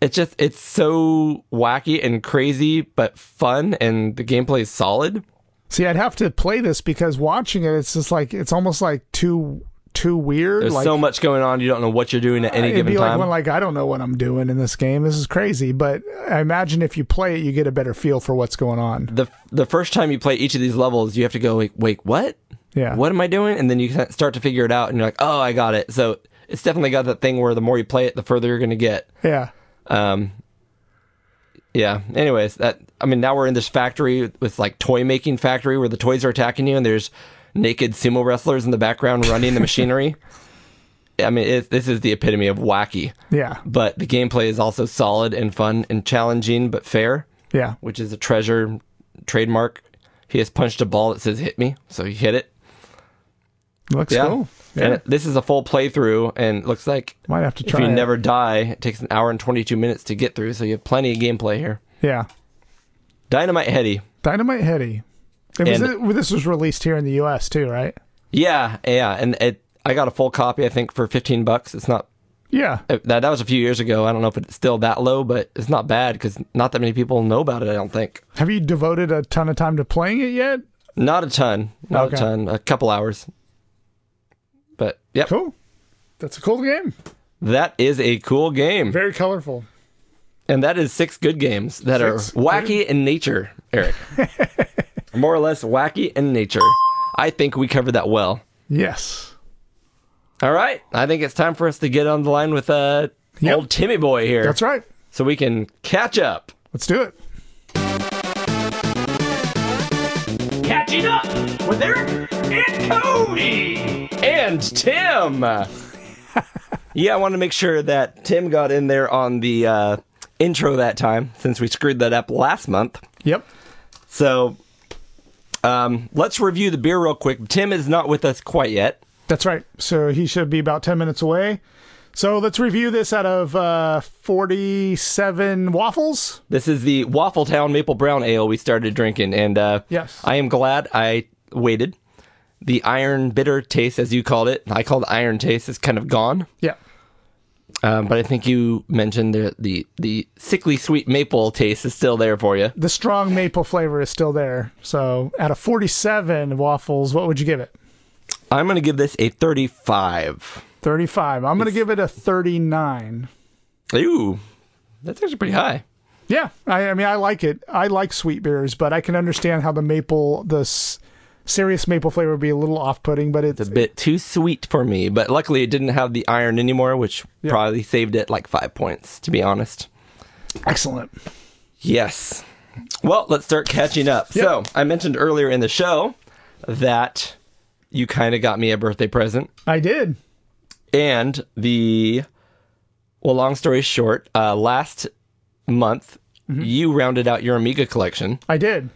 [SPEAKER 4] It's just it's so wacky and crazy, but fun, and the gameplay is solid.
[SPEAKER 5] See, I'd have to play this because watching it, it's just like it's almost like too too weird.
[SPEAKER 4] There's
[SPEAKER 5] like
[SPEAKER 4] so much going on, you don't know what you're doing at any
[SPEAKER 5] it'd
[SPEAKER 4] given
[SPEAKER 5] be like
[SPEAKER 4] time.
[SPEAKER 5] one like I don't know what I'm doing in this game. This is crazy. But I imagine if you play it, you get a better feel for what's going on.
[SPEAKER 4] the The first time you play each of these levels, you have to go like, wait, what?
[SPEAKER 5] Yeah.
[SPEAKER 4] What am I doing? And then you can start to figure it out, and you're like, oh, I got it. So it's definitely got that thing where the more you play it, the further you're gonna get.
[SPEAKER 5] Yeah.
[SPEAKER 4] Um, yeah. Anyways, that I mean, now we're in this factory with like toy making factory where the toys are attacking you, and there's naked sumo wrestlers in the background running the machinery. I mean, it, this is the epitome of wacky.
[SPEAKER 5] Yeah.
[SPEAKER 4] But the gameplay is also solid and fun and challenging but fair,
[SPEAKER 5] Yeah.
[SPEAKER 4] which is a treasure trademark. He has punched a ball that says "hit me," so he hit it.
[SPEAKER 5] Looks
[SPEAKER 4] Yeah.
[SPEAKER 5] cool.
[SPEAKER 4] And
[SPEAKER 5] Yeah.
[SPEAKER 4] it- this is a full playthrough, and it looks like
[SPEAKER 5] Might have to
[SPEAKER 4] if
[SPEAKER 5] try
[SPEAKER 4] you
[SPEAKER 5] it.
[SPEAKER 4] never die, it takes an hour and 22 minutes to get through, so you have plenty of gameplay here.
[SPEAKER 5] Yeah.
[SPEAKER 4] Dynamite Heady.
[SPEAKER 5] Dynamite Heady. And was
[SPEAKER 4] And-
[SPEAKER 5] it- well, this was released here in the US too, right?
[SPEAKER 4] Yeah, yeah, and it, I got a full copy, I think, for 15 bucks. It's not uh,
[SPEAKER 5] Yeah.
[SPEAKER 4] that that was a few years ago. I don't know if it's still that low, but it's not bad because not that many people know about it. I don't think.
[SPEAKER 5] Have you devoted a ton of time to playing it yet?
[SPEAKER 4] Not a ton, not
[SPEAKER 5] Okay.
[SPEAKER 4] a ton, a couple hours. But yep,
[SPEAKER 5] Cool. That's a cool game.
[SPEAKER 4] that is a cool game,
[SPEAKER 5] Very colorful.
[SPEAKER 4] and that is six good games that
[SPEAKER 5] Six
[SPEAKER 4] are wacky in nature, Eric. More or less wacky in nature. I think we covered that well.
[SPEAKER 5] Yes.
[SPEAKER 4] All right, I think it's time for us to get on the line with uh,
[SPEAKER 5] Yep.
[SPEAKER 4] old Timmy boy here,
[SPEAKER 5] That's right.
[SPEAKER 4] so we can catch up.
[SPEAKER 5] Let's do it.
[SPEAKER 4] Catching up with Eric and Cody and Tim. yeah, I want to make sure that Tim got in there on the uh, intro that time since we screwed that up last month.
[SPEAKER 5] Yep.
[SPEAKER 4] So um, let's review the beer real quick. Tim is not with us quite yet.
[SPEAKER 5] That's right. So he should be about 10 minutes away. So let's review this out of uh, 47 waffles.
[SPEAKER 4] This is the Waffle Town Maple Brown Ale we started drinking, and uh,
[SPEAKER 5] Yes.
[SPEAKER 4] I am glad I waited. The iron bitter taste, as you called it, I called iron taste, is kind of gone.
[SPEAKER 5] Yeah.
[SPEAKER 4] Um, but I think you mentioned the, the the sickly sweet maple taste is still there for you.
[SPEAKER 5] The strong maple flavor is still there. So out of 47 waffles, what would you give it?
[SPEAKER 4] I'm gonna give this a 35.
[SPEAKER 5] 35. I'm going to give it a 39.
[SPEAKER 4] Ooh, that's actually pretty high.
[SPEAKER 5] Yeah, I, I mean, I like it. I like sweet beers, but I can understand how the maple, the s- serious maple flavor, would be a little off-putting. But it's
[SPEAKER 4] A bit too sweet for me, but luckily it didn't have the iron anymore, which probably saved it like five points, to be honest.
[SPEAKER 5] excellent.
[SPEAKER 4] Yes. Well, let's start catching up. So I mentioned earlier in the show that you kind of got me a birthday present.
[SPEAKER 5] I did.
[SPEAKER 4] and the well long story short uh last month
[SPEAKER 5] Mm-hmm.
[SPEAKER 4] you rounded out your amiga collection
[SPEAKER 5] I did.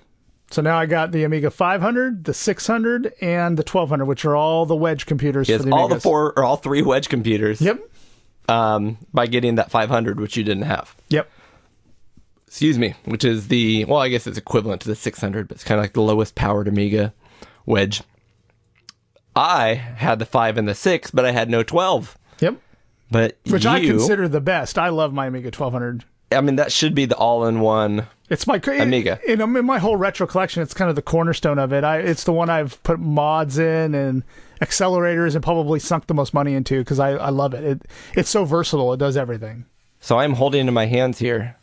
[SPEAKER 5] So now I got the Amiga 500, the 600, and the 1200, which are all the wedge computers
[SPEAKER 4] yes
[SPEAKER 5] for the
[SPEAKER 4] all the
[SPEAKER 5] Amigas.
[SPEAKER 4] four or all three wedge computers
[SPEAKER 5] Yep.
[SPEAKER 4] um by getting that 500 which you didn't have
[SPEAKER 5] Yep.
[SPEAKER 4] excuse me which is the well i guess it's equivalent to the 600 but it's kind of like the lowest powered amiga wedge i had the 5 and the 6 but i had no 12
[SPEAKER 5] Yep.
[SPEAKER 4] but
[SPEAKER 5] Which
[SPEAKER 4] you,
[SPEAKER 5] I consider the best. I love my Amiga 1200.
[SPEAKER 4] i mean that should be the all-in-one
[SPEAKER 5] It's my it,
[SPEAKER 4] Amiga.
[SPEAKER 5] In, in my whole retro collection, it's kind of the cornerstone of it. I it's the one I've put mods in and accelerators and probably sunk the most money into because I, I love it. it. It's so versatile. It does everything.
[SPEAKER 4] So I'm holding in my hands here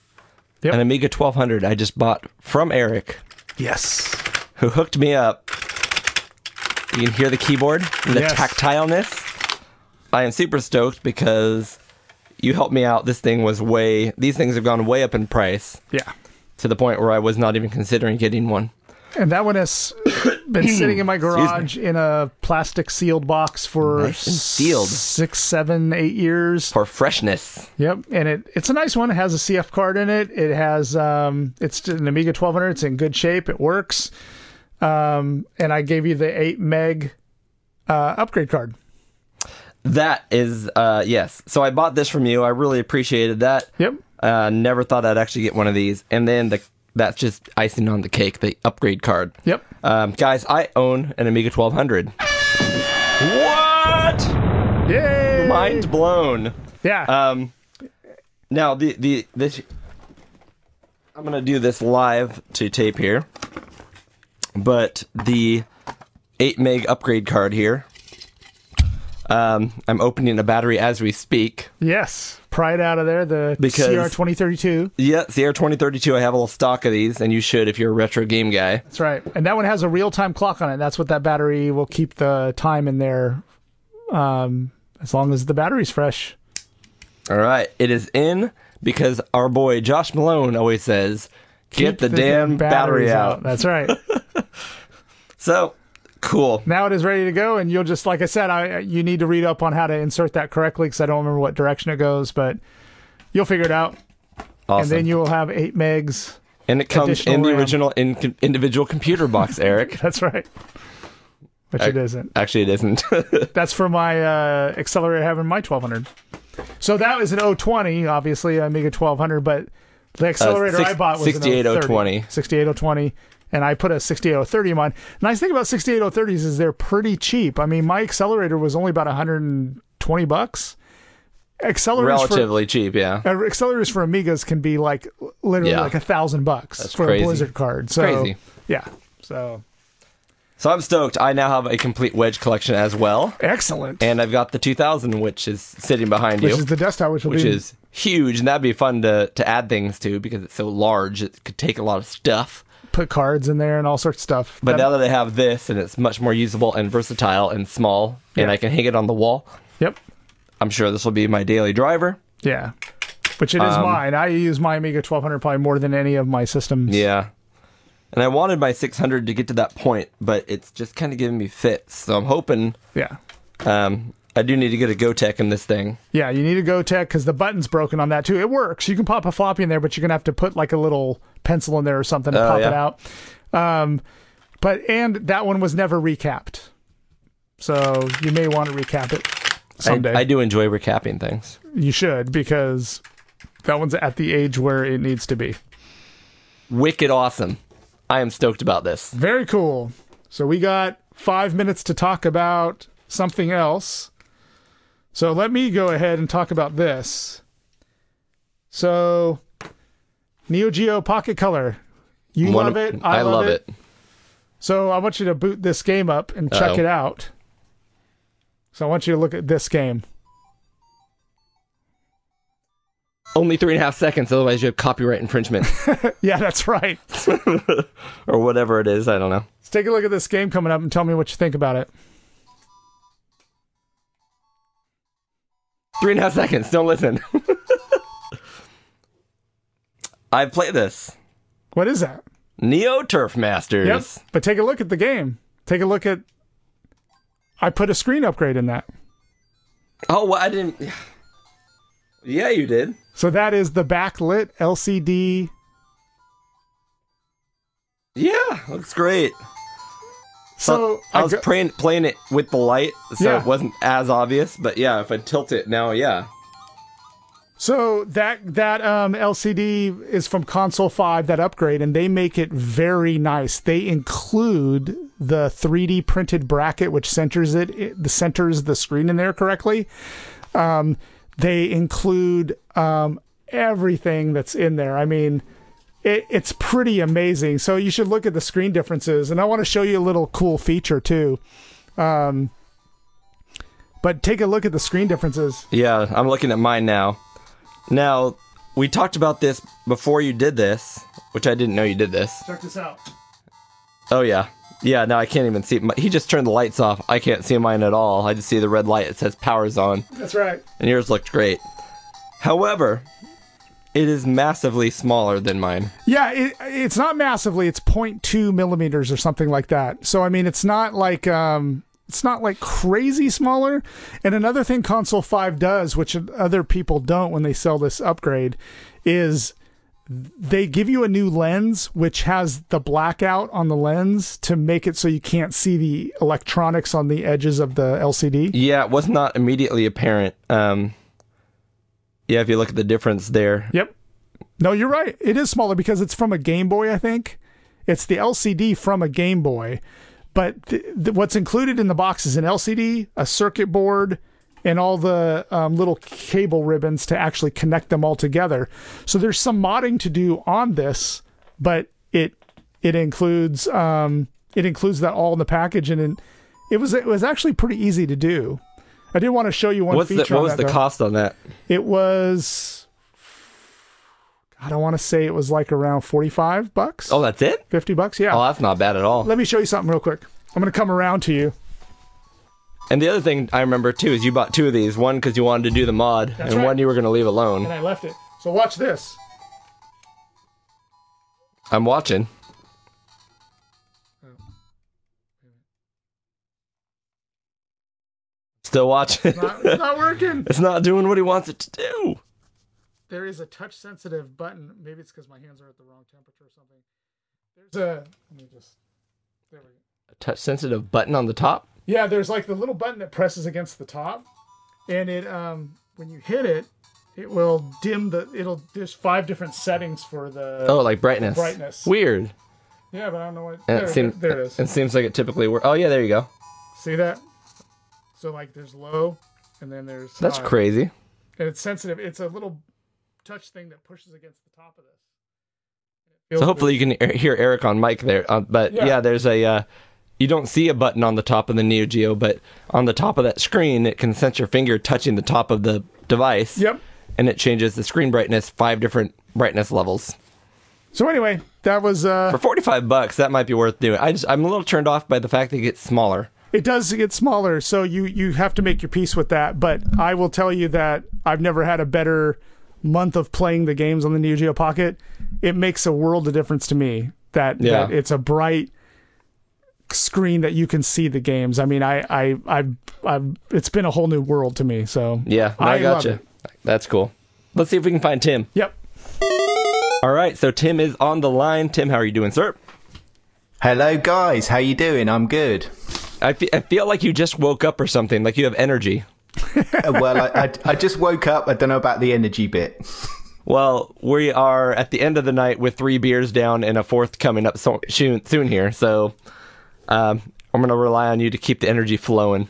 [SPEAKER 5] Yep.
[SPEAKER 4] an Amiga 1200 I just bought from Eric,
[SPEAKER 5] Yes.
[SPEAKER 4] who hooked me up. You can hear the keyboard and the
[SPEAKER 5] Yes.
[SPEAKER 4] tactileness. I am super stoked because you helped me out. This thing was way, these things have gone way up in price
[SPEAKER 5] Yeah.
[SPEAKER 4] to the point where I was not even considering getting one.
[SPEAKER 5] And that one has been sitting in my garage in a plastic sealed box for
[SPEAKER 4] Nice and sealed.
[SPEAKER 5] six, seven, eight years.
[SPEAKER 4] For freshness,
[SPEAKER 5] Yep, and it it's a nice one. It has a CF card in it. It has um, it's an Amiga 1200. It's in good shape. It works. Um, and I gave you the eight meg uh, upgrade card.
[SPEAKER 4] that is, uh, yes. So I bought this from you. I really appreciated that.
[SPEAKER 5] Yep,
[SPEAKER 4] Uh, never thought I'd actually get one of these. And then the that's just icing on the cake, the upgrade card.
[SPEAKER 5] yep.
[SPEAKER 4] Um, guys, I own an Amiga 1200. What?
[SPEAKER 5] Yay!
[SPEAKER 4] Mind blown.
[SPEAKER 5] Yeah,
[SPEAKER 4] Um, now the the this I'm gonna do this live to tape here, but the eight meg upgrade card here. Um, I'm opening a battery as we speak.
[SPEAKER 5] yes. Pry it out of there. The
[SPEAKER 4] Because-
[SPEAKER 5] CR 2032.
[SPEAKER 4] Yeah, Sierra 2032. I have a little stock of these, and you should if you're a retro game guy.
[SPEAKER 5] That's right. And that one has a real time clock on it. That's what that battery will keep the time in there, um, as long as the battery's fresh.
[SPEAKER 4] All right, it is in because our boy Josh Malone always says, "Get
[SPEAKER 5] Keep
[SPEAKER 4] the, damn battery
[SPEAKER 5] batteries
[SPEAKER 4] out."
[SPEAKER 5] That's right.
[SPEAKER 4] So, Cool.
[SPEAKER 5] Now it is ready to go, and you'll just like I said, I you need to read up on how to insert that correctly because I don't remember what direction it goes, but you'll figure it out,
[SPEAKER 4] Awesome.
[SPEAKER 5] and then you will have eight megs.
[SPEAKER 4] And it comes
[SPEAKER 5] Additional
[SPEAKER 4] in the
[SPEAKER 5] RAM.
[SPEAKER 4] original in, individual computer box, Eric.
[SPEAKER 5] That's right. Which it isn't.
[SPEAKER 4] Actually, it isn't.
[SPEAKER 5] That's for my uh, accelerator having my 1200. So that was an 020, obviously, Amiga 1200, but the accelerator
[SPEAKER 4] Uh, six-
[SPEAKER 5] I bought was
[SPEAKER 4] 68020.
[SPEAKER 5] an 68020. And I put a 68030 in mine. Nice thing about 68030s is they're pretty cheap. I mean, my accelerator was only about 120 bucks. Accelerators for
[SPEAKER 4] Relatively cheap, yeah.
[SPEAKER 5] uh, accelerators for Amigas can be like literally
[SPEAKER 4] Yeah.
[SPEAKER 5] like a thousand bucks for
[SPEAKER 4] crazy.
[SPEAKER 5] a Blizzard card. So
[SPEAKER 4] crazy.
[SPEAKER 5] yeah, so
[SPEAKER 4] So I'm stoked. I now have a complete Wedge collection as well,
[SPEAKER 5] excellent.
[SPEAKER 4] and I've got the 2000, which is sitting behind
[SPEAKER 5] which
[SPEAKER 4] you,
[SPEAKER 5] is the desktop, which will
[SPEAKER 4] which
[SPEAKER 5] be
[SPEAKER 4] is huge, and that'd be fun to to add things to because it's so large. It could take a lot of stuff.
[SPEAKER 5] put cards in there and all sorts of stuff.
[SPEAKER 4] But
[SPEAKER 5] That-
[SPEAKER 4] now that I have this, and it's much more usable and versatile and small, and
[SPEAKER 5] Yeah.
[SPEAKER 4] I can hang it on the wall.
[SPEAKER 5] yep,
[SPEAKER 4] I'm sure this will be my daily driver.
[SPEAKER 5] yeah, which it is
[SPEAKER 4] Um,
[SPEAKER 5] mine. I use my Amiga 1200 probably more than any of my systems.
[SPEAKER 4] Yeah. And I wanted my 600 to get to that point, but it's just kind of giving me fits. So I'm hoping
[SPEAKER 5] yeah,
[SPEAKER 4] um, I do need to get a GoTech in this thing.
[SPEAKER 5] yeah. You need to go tech because the button's broken on that too. It works. You can pop a floppy in there, but you're gonna have to put like a little pencil in there or something to
[SPEAKER 4] Oh,
[SPEAKER 5] pop
[SPEAKER 4] yeah.
[SPEAKER 5] it out. Um, but and that one was never recapped, so you may want to recap it someday.
[SPEAKER 4] I, I do enjoy recapping things.
[SPEAKER 5] you should because that one's at the age where it needs to be.
[SPEAKER 4] Wicked awesome. I am stoked about this.
[SPEAKER 5] Very cool. So we got five minutes to talk about something else. So let me go ahead and talk about this. So, Neo Geo Pocket Color. You
[SPEAKER 4] One
[SPEAKER 5] love
[SPEAKER 4] of-
[SPEAKER 5] it. I,
[SPEAKER 4] love it.
[SPEAKER 5] So I want you to boot this game up and check
[SPEAKER 4] Uh-oh.
[SPEAKER 5] it out. So I want you to look at this game.
[SPEAKER 4] Only three and a half seconds, otherwise you have copyright infringement
[SPEAKER 5] Yeah, that's right.
[SPEAKER 4] or whatever it is. I don't know.
[SPEAKER 5] Let's take a look at this game coming up and tell me what you think about it.
[SPEAKER 4] Three and a half seconds. Don't listen. I've played this.
[SPEAKER 5] What is that?
[SPEAKER 4] Neo Turf Masters.
[SPEAKER 5] Yep. But take a look at the game. Take a look at. I put a screen upgrade in that.
[SPEAKER 4] Oh, well, I didn't. Yeah, you did.
[SPEAKER 5] So that is the backlit LCD.
[SPEAKER 4] Yeah, looks great.
[SPEAKER 5] So
[SPEAKER 4] I was
[SPEAKER 5] go-
[SPEAKER 4] praying, playing it with the light, so
[SPEAKER 5] Yeah.
[SPEAKER 4] it wasn't as obvious. But yeah, if I tilt it now, yeah,
[SPEAKER 5] so that that um, LCD is from Console Five, that upgrade, and they make it very nice. They include the 3D printed bracket, which centers it, it the centers the screen in there correctly. Um, they include um, everything that's in there. I mean, it, it's pretty amazing. So you should look at the screen differences, and I want to show you a little cool feature too. Um, but take a look at the screen differences.
[SPEAKER 4] yeah. I'm looking at mine now. Now we talked about this before you did this, which I didn't know you did this.
[SPEAKER 5] Check this out.
[SPEAKER 4] Oh yeah, yeah. Now I can't even see. My, he just turned the lights off. I can't see mine at all. I just see the red light. It says power's on,
[SPEAKER 5] That's right.
[SPEAKER 4] and yours looked great. However, it is massively smaller than mine.
[SPEAKER 5] Yeah, it, it's not massively. It's 0.2 millimeters or something like that. So I mean, it's not like um, it's not like crazy smaller. And another thing Console Five does, which other people don't when they sell this upgrade, is they give you a new lens which has the blackout on the lens to make it so you can't see the electronics on the edges of the LCD.
[SPEAKER 4] Yeah, it was not immediately apparent. Um, yeah, if you look at the difference there.
[SPEAKER 5] Yep. No, you're right. It is smaller because it's from a Game Boy, I think. It's the LCD from a Game Boy. But th- th- what's included in the box is an LCD, a circuit board, and all the um, little cable ribbons to actually connect them all together. So there's some modding to do on this, but it it includes um, it includes that all in the package, and it, it was it was actually pretty easy to do. I did want to show you one
[SPEAKER 4] What's the,
[SPEAKER 5] feature.
[SPEAKER 4] what
[SPEAKER 5] on
[SPEAKER 4] was
[SPEAKER 5] that,
[SPEAKER 4] the
[SPEAKER 5] though.
[SPEAKER 4] cost on that?
[SPEAKER 5] It was I don't want to say it was like around 45 bucks.
[SPEAKER 4] Oh, that's it?
[SPEAKER 5] 50 bucks, yeah.
[SPEAKER 4] Oh, that's not bad at all.
[SPEAKER 5] Let me show you something real quick. I'm going to come around to you.
[SPEAKER 4] And the other thing I remember too is you bought two of these one because you wanted to do the mod, and
[SPEAKER 5] right.
[SPEAKER 4] one you were going to leave alone.
[SPEAKER 5] And I left it. So watch this.
[SPEAKER 4] I'm watching. Still watching.
[SPEAKER 5] Not- it's not working.
[SPEAKER 4] it's not doing what he wants it to do.
[SPEAKER 5] There is a touch sensitive button. Maybe it's because my hands are at the wrong temperature or something. There's a. Let me just. There we go.
[SPEAKER 4] A touch sensitive button on the top.
[SPEAKER 5] Yeah, there's like the little button that presses against the top, and it um when you hit it, it will dim the. It'll there's five different settings for the.
[SPEAKER 4] Oh, like brightness.
[SPEAKER 5] Uh, Brightness.
[SPEAKER 4] Weird.
[SPEAKER 5] Yeah, but I don't know what.
[SPEAKER 4] And
[SPEAKER 5] There,
[SPEAKER 4] it seems
[SPEAKER 5] there it is.
[SPEAKER 4] It seems like it typically works. Oh yeah, there you go.
[SPEAKER 5] See that? So like there's low, and then there's.
[SPEAKER 4] That's
[SPEAKER 5] high.
[SPEAKER 4] crazy.
[SPEAKER 5] And it's sensitive. It's a little touch thing that pushes against the top of this.
[SPEAKER 4] So hopefully you can er- hear Eric on mic there. Uh, but yeah.
[SPEAKER 5] Yeah.
[SPEAKER 4] there's a. Uh, you don't see a button on the top of the Neo Geo, but on the top of that screen, it can sense your finger touching the top of the device.
[SPEAKER 5] Yep.
[SPEAKER 4] And it changes the screen brightness five different brightness levels.
[SPEAKER 5] So anyway, that was uh.
[SPEAKER 4] For 45 bucks, that might be worth doing. I just I'm a little turned off by the fact that it gets smaller.
[SPEAKER 5] It does get smaller, so you you have to make your peace with that. But I will tell you that I've never had a better month of playing the games on the Neo Geo Pocket. It makes a world of difference to me that,
[SPEAKER 4] Yeah.
[SPEAKER 5] that it's a bright screen that you can see the games. I mean, I I I've, I've it's been a whole new world to me. So
[SPEAKER 4] Yeah, no, I,
[SPEAKER 5] I love
[SPEAKER 4] gotcha.
[SPEAKER 5] it.
[SPEAKER 4] That's cool. Let's see if we can find Tim.
[SPEAKER 5] Yep.
[SPEAKER 4] All right, so Tim is on the line. Tim, how are you doing, sir?
[SPEAKER 7] Hello, guys. How you doing? I'm good.
[SPEAKER 4] I fe- I feel like you just woke up or something. Like you have energy.
[SPEAKER 7] Uh, well, I, I, I just woke up. I don't know about the energy bit.
[SPEAKER 4] Well, we are at the end of the night with three beers down and a fourth coming up so- soon, soon here. So um, I'm going to rely on you to keep the energy flowing.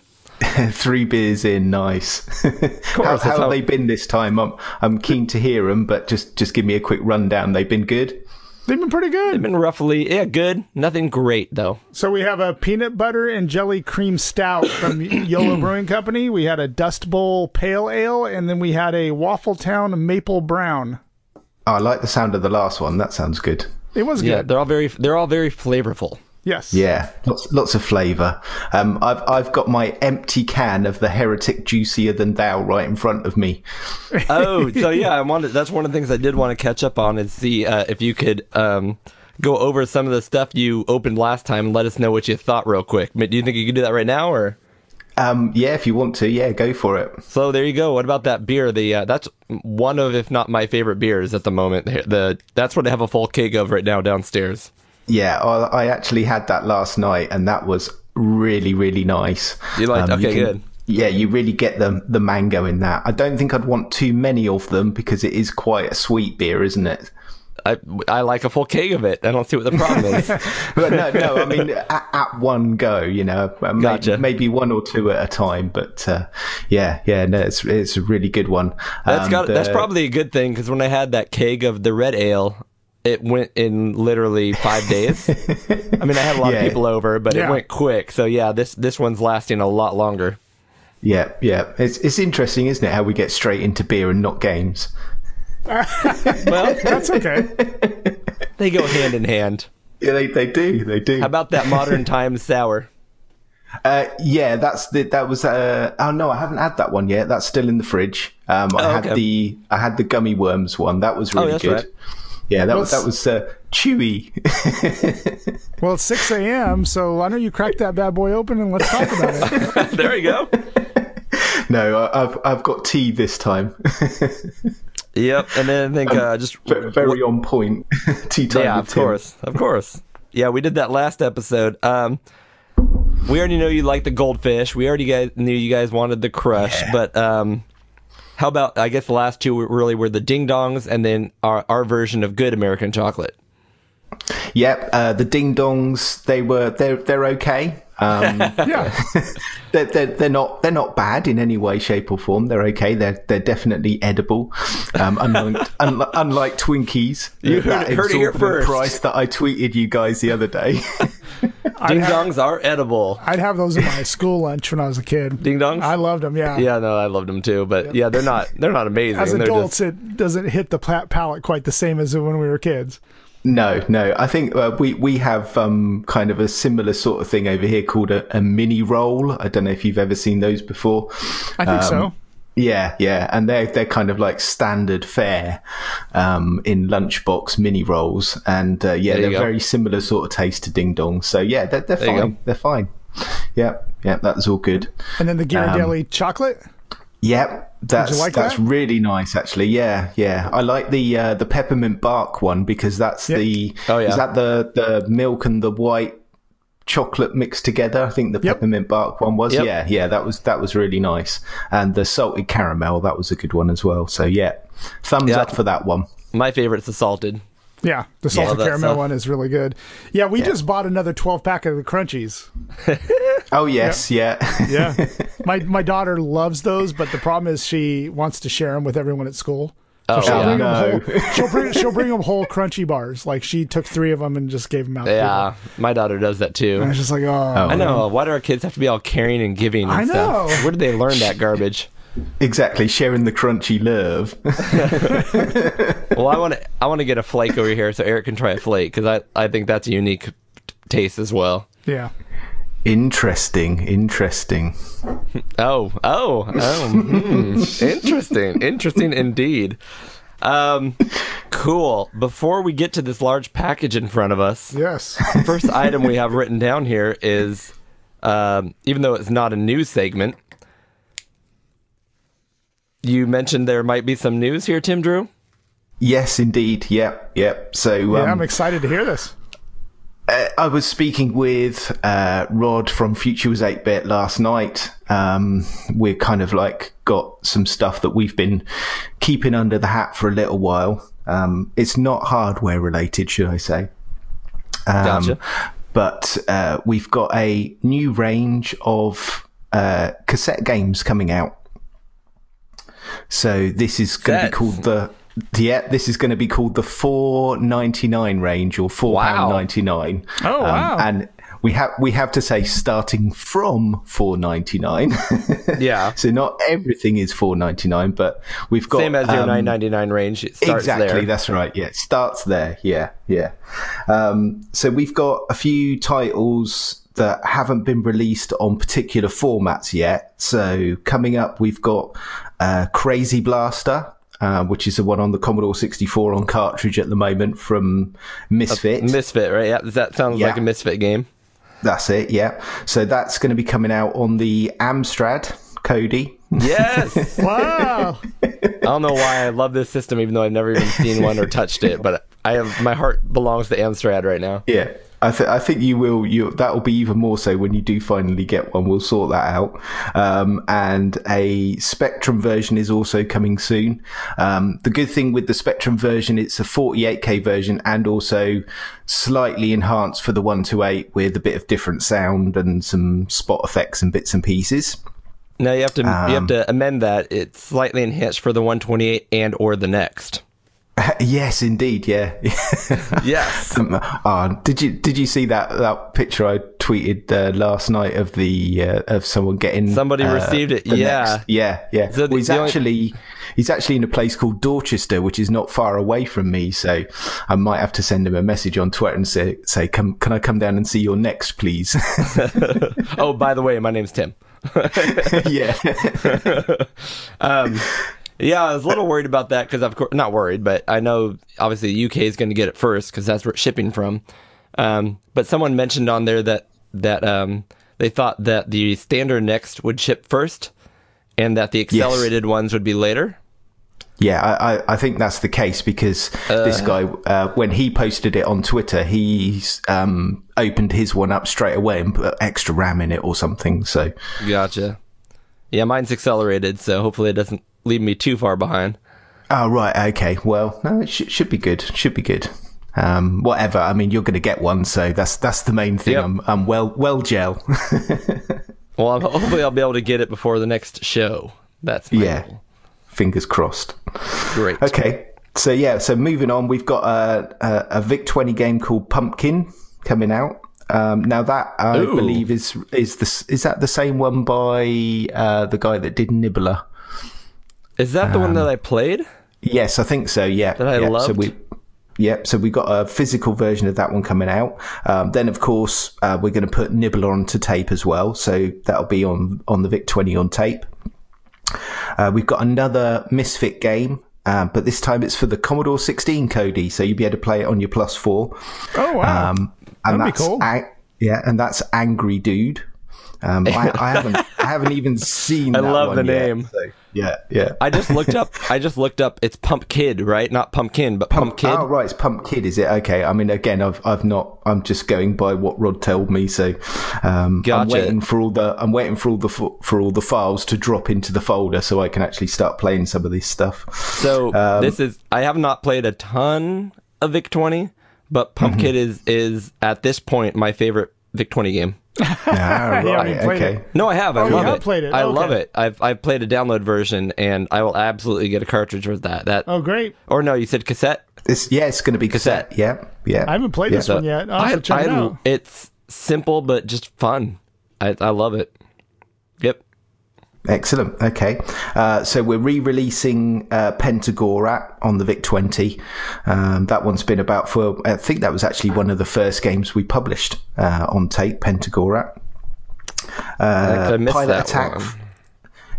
[SPEAKER 7] Three beers in, nice. how
[SPEAKER 4] that's
[SPEAKER 7] how
[SPEAKER 4] how-
[SPEAKER 7] have they been this time? I'm I'm keen to hear them, but just just give me a quick rundown. They've been good.
[SPEAKER 5] They've been pretty good.
[SPEAKER 4] Been roughly, yeah, good. Nothing great, though.
[SPEAKER 5] So we have a peanut butter and jelly cream stout from Yolo Brewing Company. We had a Dust Bowl pale ale, and then we had a Waffle Town maple brown.
[SPEAKER 7] Oh, I like the sound of the last one. That sounds good.
[SPEAKER 5] It was
[SPEAKER 4] Yeah,
[SPEAKER 5] good.
[SPEAKER 4] they're all very, they're all very flavorful.
[SPEAKER 5] Yes.
[SPEAKER 7] Yeah, lots lots of flavour. Um, I've I've got my empty can of the heretic juicier than thou right in front of me.
[SPEAKER 4] oh, so yeah, I wanted. That's one of the things I did want to catch up on is see uh, if you could um, go over some of the stuff you opened last time and let us know what you thought real quick. But do you think you could do that right now, or
[SPEAKER 7] Um, yeah, if you want to, yeah, go for it.
[SPEAKER 4] so? There you go. What about that beer? The uh, that's one of, if not my favorite beers at the moment. The, the that's what I have a full keg of right now downstairs.
[SPEAKER 7] Yeah, I, I actually had that last night, and that was really, really nice.
[SPEAKER 4] You liked- okay,
[SPEAKER 7] can-
[SPEAKER 4] good.
[SPEAKER 7] Yeah, you really get the the mango in that. I don't think I'd want too many of them because it is quite a sweet beer, isn't it?
[SPEAKER 4] I I like a full keg of it. I don't see what the problem is.
[SPEAKER 7] But no, no, I mean at, at one go, you know, uh, may-
[SPEAKER 4] Gotcha.
[SPEAKER 7] maybe one or two at a time. But uh, yeah, yeah, no, it's it's a really good one.
[SPEAKER 4] That's
[SPEAKER 7] Um,
[SPEAKER 4] got that's
[SPEAKER 7] the-
[SPEAKER 4] probably a good thing because when I had that keg of the red ale, it went in literally five days. I mean, I had a lot of
[SPEAKER 7] Yeah.
[SPEAKER 4] people over, but it
[SPEAKER 5] Yeah.
[SPEAKER 4] went quick. So yeah, this this one's lasting a lot longer.
[SPEAKER 7] yeah, yeah. It's it's interesting, isn't it? How we get straight into beer and not games.
[SPEAKER 4] Well,
[SPEAKER 5] That's okay.
[SPEAKER 4] they go hand in hand.
[SPEAKER 7] Yeah, they they do, they do.
[SPEAKER 4] How about that modern times sour?
[SPEAKER 7] Uh, yeah, that's the, that was. Uh, oh no, I haven't had that one yet. That's still in the fridge. Um, I
[SPEAKER 4] Oh,
[SPEAKER 7] had
[SPEAKER 4] okay. Oh,
[SPEAKER 7] the I had the gummy worms one. That was really
[SPEAKER 4] that's
[SPEAKER 7] good.
[SPEAKER 4] right.
[SPEAKER 7] Yeah, that was
[SPEAKER 5] Well,
[SPEAKER 7] that was uh, chewy.
[SPEAKER 5] Well, it's 6 a.m., so I know you cracked that bad boy open, and let's talk about it.
[SPEAKER 4] there you go.
[SPEAKER 7] no, I, I've I've got tea this time.
[SPEAKER 4] Yep, and then I think uh, just
[SPEAKER 7] Ve- Very on point. tea time.
[SPEAKER 4] yeah,
[SPEAKER 7] with
[SPEAKER 4] of
[SPEAKER 7] Tim.
[SPEAKER 4] course, of course. Yeah, we did that last episode. Um, we already know you like the goldfish. We already guys knew you guys wanted the crush, but um, how about I guess the last two were- really were the ding dongs, and then our our version of good American chocolate.
[SPEAKER 7] Yep. Uh, the ding dongs. They were they're they're okay. Um,
[SPEAKER 5] Yeah.
[SPEAKER 7] they're, they're, they're not they're not bad in any way, shape, or form. They're okay. They're they're definitely edible. Um, unlike, unlike, unlike Twinkies,
[SPEAKER 4] You heard
[SPEAKER 7] that
[SPEAKER 4] it- heard it here
[SPEAKER 7] exorbitant
[SPEAKER 4] first.
[SPEAKER 7] price that I tweeted you guys the other day.
[SPEAKER 4] Ding dongs are edible.
[SPEAKER 5] I'd have those in my school lunch when I was a kid.
[SPEAKER 4] Ding dongs.
[SPEAKER 5] I loved them, yeah.
[SPEAKER 4] yeah, no, I loved them too, but yeah, they're not they're not amazing.
[SPEAKER 5] As
[SPEAKER 4] they're
[SPEAKER 5] adults,
[SPEAKER 4] just,
[SPEAKER 5] it doesn't hit the pla- palate quite the same as when we were kids.
[SPEAKER 7] no, no. I think uh, we we have um, kind of a similar sort of thing over here called a, a mini roll. I don't know if you've ever seen those before.
[SPEAKER 5] I
[SPEAKER 4] Um,
[SPEAKER 5] think so.
[SPEAKER 7] Yeah, yeah, and they're they're kind of like standard fare um, in lunchbox mini rolls, and uh, yeah,
[SPEAKER 4] you
[SPEAKER 7] they're
[SPEAKER 4] go.
[SPEAKER 7] very similar sort of taste to ding dong. So yeah, they're, they're
[SPEAKER 4] There you
[SPEAKER 7] fine.
[SPEAKER 4] go.
[SPEAKER 7] They're fine. Yeah, yeah, that's all good.
[SPEAKER 5] And then the Ghirardelli
[SPEAKER 4] um,
[SPEAKER 5] chocolate.
[SPEAKER 7] Yep, that's
[SPEAKER 5] like
[SPEAKER 7] that's
[SPEAKER 5] that?
[SPEAKER 7] really nice actually. Yeah, yeah. I like the uh, the peppermint bark one because that's
[SPEAKER 5] Yeah.
[SPEAKER 7] the
[SPEAKER 4] Oh, yeah.
[SPEAKER 7] is that the the milk and the white chocolate mixed together. I think the
[SPEAKER 5] Yep.
[SPEAKER 7] peppermint bark one was.
[SPEAKER 4] Yep.
[SPEAKER 7] Yeah, yeah. That was that was really nice. And the salted caramel that was a good one as well. So yeah, thumbs
[SPEAKER 4] Yeah.
[SPEAKER 7] up for that one.
[SPEAKER 4] My favorite's the salted.
[SPEAKER 5] Yeah, the salted
[SPEAKER 4] that
[SPEAKER 5] caramel
[SPEAKER 4] stuff.
[SPEAKER 5] one is really good. Yeah, we just bought another 12 pack of the crunchies.
[SPEAKER 7] Oh yes, yeah.
[SPEAKER 5] Yeah. my my daughter loves those, but the problem is she wants to share them with everyone at school.
[SPEAKER 4] Oh,
[SPEAKER 5] she'll,
[SPEAKER 4] yeah.
[SPEAKER 5] bring 'em
[SPEAKER 7] No.
[SPEAKER 5] whole, she'll bring she'll bring 'em whole crunchy bars. Like she took three of them and just gave them out. to people.
[SPEAKER 4] Yeah, my daughter does that too.
[SPEAKER 5] I was just like, oh,
[SPEAKER 4] I know. Why do our kids have to be all caring and giving and
[SPEAKER 5] I know.
[SPEAKER 4] stuff? Where did they learn that garbage?
[SPEAKER 7] exactly. Sharing the crunchy love.
[SPEAKER 4] Well, I want to. I want to get a flake over here so Eric can try a flake because I I think that's a unique t- taste as well.
[SPEAKER 5] yeah.
[SPEAKER 7] interesting, interesting.
[SPEAKER 4] Oh, oh, oh. hmm. Interesting. Interesting indeed. Um, cool. Before we get to this large package in front of us,
[SPEAKER 5] Yes.
[SPEAKER 4] first item we have written down here is, um, even though it's not a news segment, you mentioned there might be some news here, Tim Drew.
[SPEAKER 7] Yes, indeed. Yep, yep. So
[SPEAKER 5] Yeah,
[SPEAKER 7] um,
[SPEAKER 5] I'm excited to hear this.
[SPEAKER 7] I was speaking with uh, Rod from Future Was 8 Bit last night. Um, we're kind of like got some stuff that we've been keeping under the hat for a little while. Um, it's not hardware related, should I say. Um,
[SPEAKER 4] Gotcha.
[SPEAKER 7] But uh, we've got a new range of uh, cassette games coming out. So this is going to be
[SPEAKER 4] Sets.
[SPEAKER 7] called the. Yeah, this is going to be called the four ninety nine range or four pound ninety nine.
[SPEAKER 5] Oh, wow.
[SPEAKER 7] And we have we have to say starting from four ninety nine.
[SPEAKER 4] Yeah.
[SPEAKER 7] so not everything is four ninety nine, but we've got
[SPEAKER 4] Same as your
[SPEAKER 7] um,
[SPEAKER 4] 999 range. It starts
[SPEAKER 7] exactly
[SPEAKER 4] there.
[SPEAKER 7] that's right yeah it starts there yeah yeah um, so we've got a few titles that haven't been released on particular formats yet so coming up we've got uh, crazy blaster uh, which is the one on the Commodore 64 on cartridge at the moment from Misfit.
[SPEAKER 4] Misfit, right? Yeah, that sounds
[SPEAKER 7] Yeah.
[SPEAKER 4] like a Misfit game.
[SPEAKER 7] that's it, yeah. So that's going to be coming out on the Amstrad, Cody.
[SPEAKER 4] Yes.
[SPEAKER 5] Wow.
[SPEAKER 4] I don't know why I love this system, even though I've never even seen one or touched it. But I have my heart belongs to Amstrad right now.
[SPEAKER 7] Yeah, I, th- I think you will. You that will be even more so when you do finally get one. We'll sort that out. Um, and a Spectrum version is also coming soon. Um, the good thing with the Spectrum version, it's a 48k version and also slightly enhanced for the 128 with a bit of different sound and some spot effects and bits and pieces.
[SPEAKER 4] Now you have to you have to amend that. It's slightly enhanced for the 128 and or the next.
[SPEAKER 7] Uh, yes, indeed. Yeah.
[SPEAKER 4] Yes.
[SPEAKER 7] Um, uh, did you did you see that that picture I tweeted uh, last night of the uh, of someone getting
[SPEAKER 4] Somebody
[SPEAKER 7] uh,
[SPEAKER 4] received it,
[SPEAKER 7] the
[SPEAKER 4] yeah.
[SPEAKER 7] next- yeah yeah
[SPEAKER 4] So the-
[SPEAKER 7] Well, he's
[SPEAKER 4] the only-
[SPEAKER 7] actually he's actually in a place called Dorchester which is not far away from me so I might have to send him a message on Twitter and say say come can I come down and see your next please
[SPEAKER 4] oh, by the way, my name's Tim.
[SPEAKER 7] yeah
[SPEAKER 4] Yeah, I was a little worried about that because, of course, not worried, but I know obviously the UK is going to get it first because that's where it's shipping from. Um, but someone mentioned on there that that um, they thought that the standard next would ship first, and that the accelerated ones would be later.
[SPEAKER 7] Yeah, I, I, I think that's the case because this guy, uh, when he posted it on Twitter, he's um, opened his one up straight away and put extra RAM in it or something. So,
[SPEAKER 4] Gotcha. Yeah, mine's accelerated, so hopefully it doesn't leave me too far behind.
[SPEAKER 7] oh right, okay, well, no, it sh- should be good. Should be good. Um, whatever. I mean, you're going to get one, so that's that's the main thing.
[SPEAKER 4] Yep.
[SPEAKER 7] I'm, I'm well well gel.
[SPEAKER 4] Well, I'm, hopefully I'll be able to get it before the next show. That's my
[SPEAKER 7] yeah,
[SPEAKER 4] goal.
[SPEAKER 7] fingers crossed.
[SPEAKER 4] great.
[SPEAKER 7] Okay. So yeah, so moving on, we've got a a, a Vic twenty game called Pumpkin coming out. Um, now that I
[SPEAKER 4] Ooh.
[SPEAKER 7] believe is is this is that the same one by uh, the guy that did Nibbler?
[SPEAKER 4] Is that the one that I played?
[SPEAKER 7] Yes, I think so. Yeah,
[SPEAKER 4] That I
[SPEAKER 7] yeah, So
[SPEAKER 4] loved.
[SPEAKER 7] we, yep. So we got a physical version of that one coming out. Um, then, of course, uh, we're going to put Nibbler onto tape as well. So that'll be on on the Vic Twenty on tape. Uh, we've got another Misfit game. Uh, but this time it's for the Commodore 16, Cody. So you'll be able to play it on your plus four.
[SPEAKER 5] Oh, wow.
[SPEAKER 7] Um, and
[SPEAKER 5] That'd be
[SPEAKER 7] that's
[SPEAKER 5] cool.
[SPEAKER 7] Ang- yeah, and that's Angry Dude. Um, I, I haven't, I haven't even seen.
[SPEAKER 4] I
[SPEAKER 7] that
[SPEAKER 4] love
[SPEAKER 7] one
[SPEAKER 4] the
[SPEAKER 7] yet,
[SPEAKER 4] name.
[SPEAKER 7] so, yeah, yeah.
[SPEAKER 4] I just looked up. I just looked up. It's Pump Kid, right? Not Pumpkin, but Pump, Kid.
[SPEAKER 7] Oh right, it's Pump Kid, is it? Okay. I mean, again, I've I've not. I'm just going by what Rod told me. So, um, I'm
[SPEAKER 4] Gotcha.
[SPEAKER 7] waiting for all the I'm waiting for all the fo- for all the files to drop into the folder so I can actually start playing some of this stuff.
[SPEAKER 4] So
[SPEAKER 7] Um,
[SPEAKER 4] this is. I have not played a ton of Vic Twenty, but Pump
[SPEAKER 5] Mm-hmm.
[SPEAKER 4] Kid is is at this point my favorite Vic Twenty game.
[SPEAKER 7] Ah,
[SPEAKER 5] Yeah, I
[SPEAKER 7] right.
[SPEAKER 5] haven't played
[SPEAKER 7] okay.
[SPEAKER 5] it.
[SPEAKER 4] No, I have. I
[SPEAKER 5] Oh, you
[SPEAKER 4] love
[SPEAKER 5] have
[SPEAKER 4] it.
[SPEAKER 5] played it.
[SPEAKER 4] I
[SPEAKER 5] Okay.
[SPEAKER 4] love it. I've I've played a download version, and I will absolutely get a cartridge with that. That
[SPEAKER 5] Oh, great.
[SPEAKER 4] or no, you said cassette.
[SPEAKER 7] It's yeah, it's going to be cassette. Yeah, yeah.
[SPEAKER 5] I haven't played
[SPEAKER 7] Yeah.
[SPEAKER 5] this one yet. I'll have to check it out.
[SPEAKER 4] It's simple but just fun. I I love it. Yep.
[SPEAKER 7] Excellent. Okay. Uh, so we're re releasing uh, Pentagorat on the VIC 20. Um, that one's been about for, I think that was actually one of the first games we published uh, on tape, Pentagorat.
[SPEAKER 5] Uh,
[SPEAKER 4] I missed
[SPEAKER 7] Pilot
[SPEAKER 4] that
[SPEAKER 7] Attack.
[SPEAKER 4] one.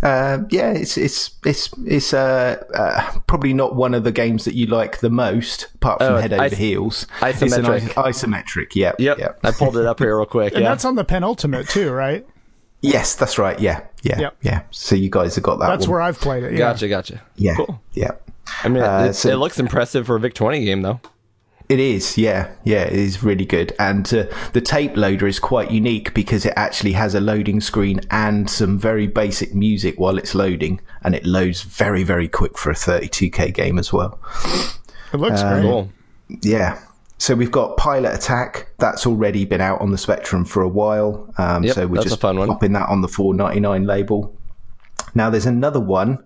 [SPEAKER 7] Uh, yeah, it's it's it's it's uh, uh, probably not one of the games that you like the most, apart from
[SPEAKER 4] Oh,
[SPEAKER 7] Head
[SPEAKER 4] it's
[SPEAKER 7] Over
[SPEAKER 4] is-
[SPEAKER 7] Heels.
[SPEAKER 4] isometric.
[SPEAKER 7] It's an is- isometric. Yeah.
[SPEAKER 4] Yep.
[SPEAKER 7] Yeah.
[SPEAKER 4] I pulled it up here real quick.
[SPEAKER 5] And
[SPEAKER 4] yeah.
[SPEAKER 5] that's on the penultimate too, right?
[SPEAKER 7] Yes, that's right. Yeah. Yeah.
[SPEAKER 5] Yep.
[SPEAKER 7] Yeah. So you guys have got that.
[SPEAKER 5] That's
[SPEAKER 7] one.
[SPEAKER 5] where I've played it. Yeah.
[SPEAKER 4] Oh. Gotcha, gotcha.
[SPEAKER 7] Yeah.
[SPEAKER 4] Cool.
[SPEAKER 7] Yeah.
[SPEAKER 4] I mean,
[SPEAKER 7] Uh,
[SPEAKER 4] it,
[SPEAKER 7] so-
[SPEAKER 4] it looks impressive for a Vic 20 game, though.
[SPEAKER 7] It is, yeah, yeah, it is really good. And uh, the tape loader is quite unique because it actually has a loading screen and some very basic music while it's loading, and it loads very, very quick for a 32k game as well.
[SPEAKER 5] It looks great.
[SPEAKER 4] Uh, Cool.
[SPEAKER 7] Yeah. So we've got Pilot Attack. That's already been out on the Spectrum for a while. Um,
[SPEAKER 4] Yep,
[SPEAKER 7] so we're
[SPEAKER 4] that's
[SPEAKER 7] just
[SPEAKER 4] a fun one.
[SPEAKER 7] popping that on the 499 label. Now there's another one.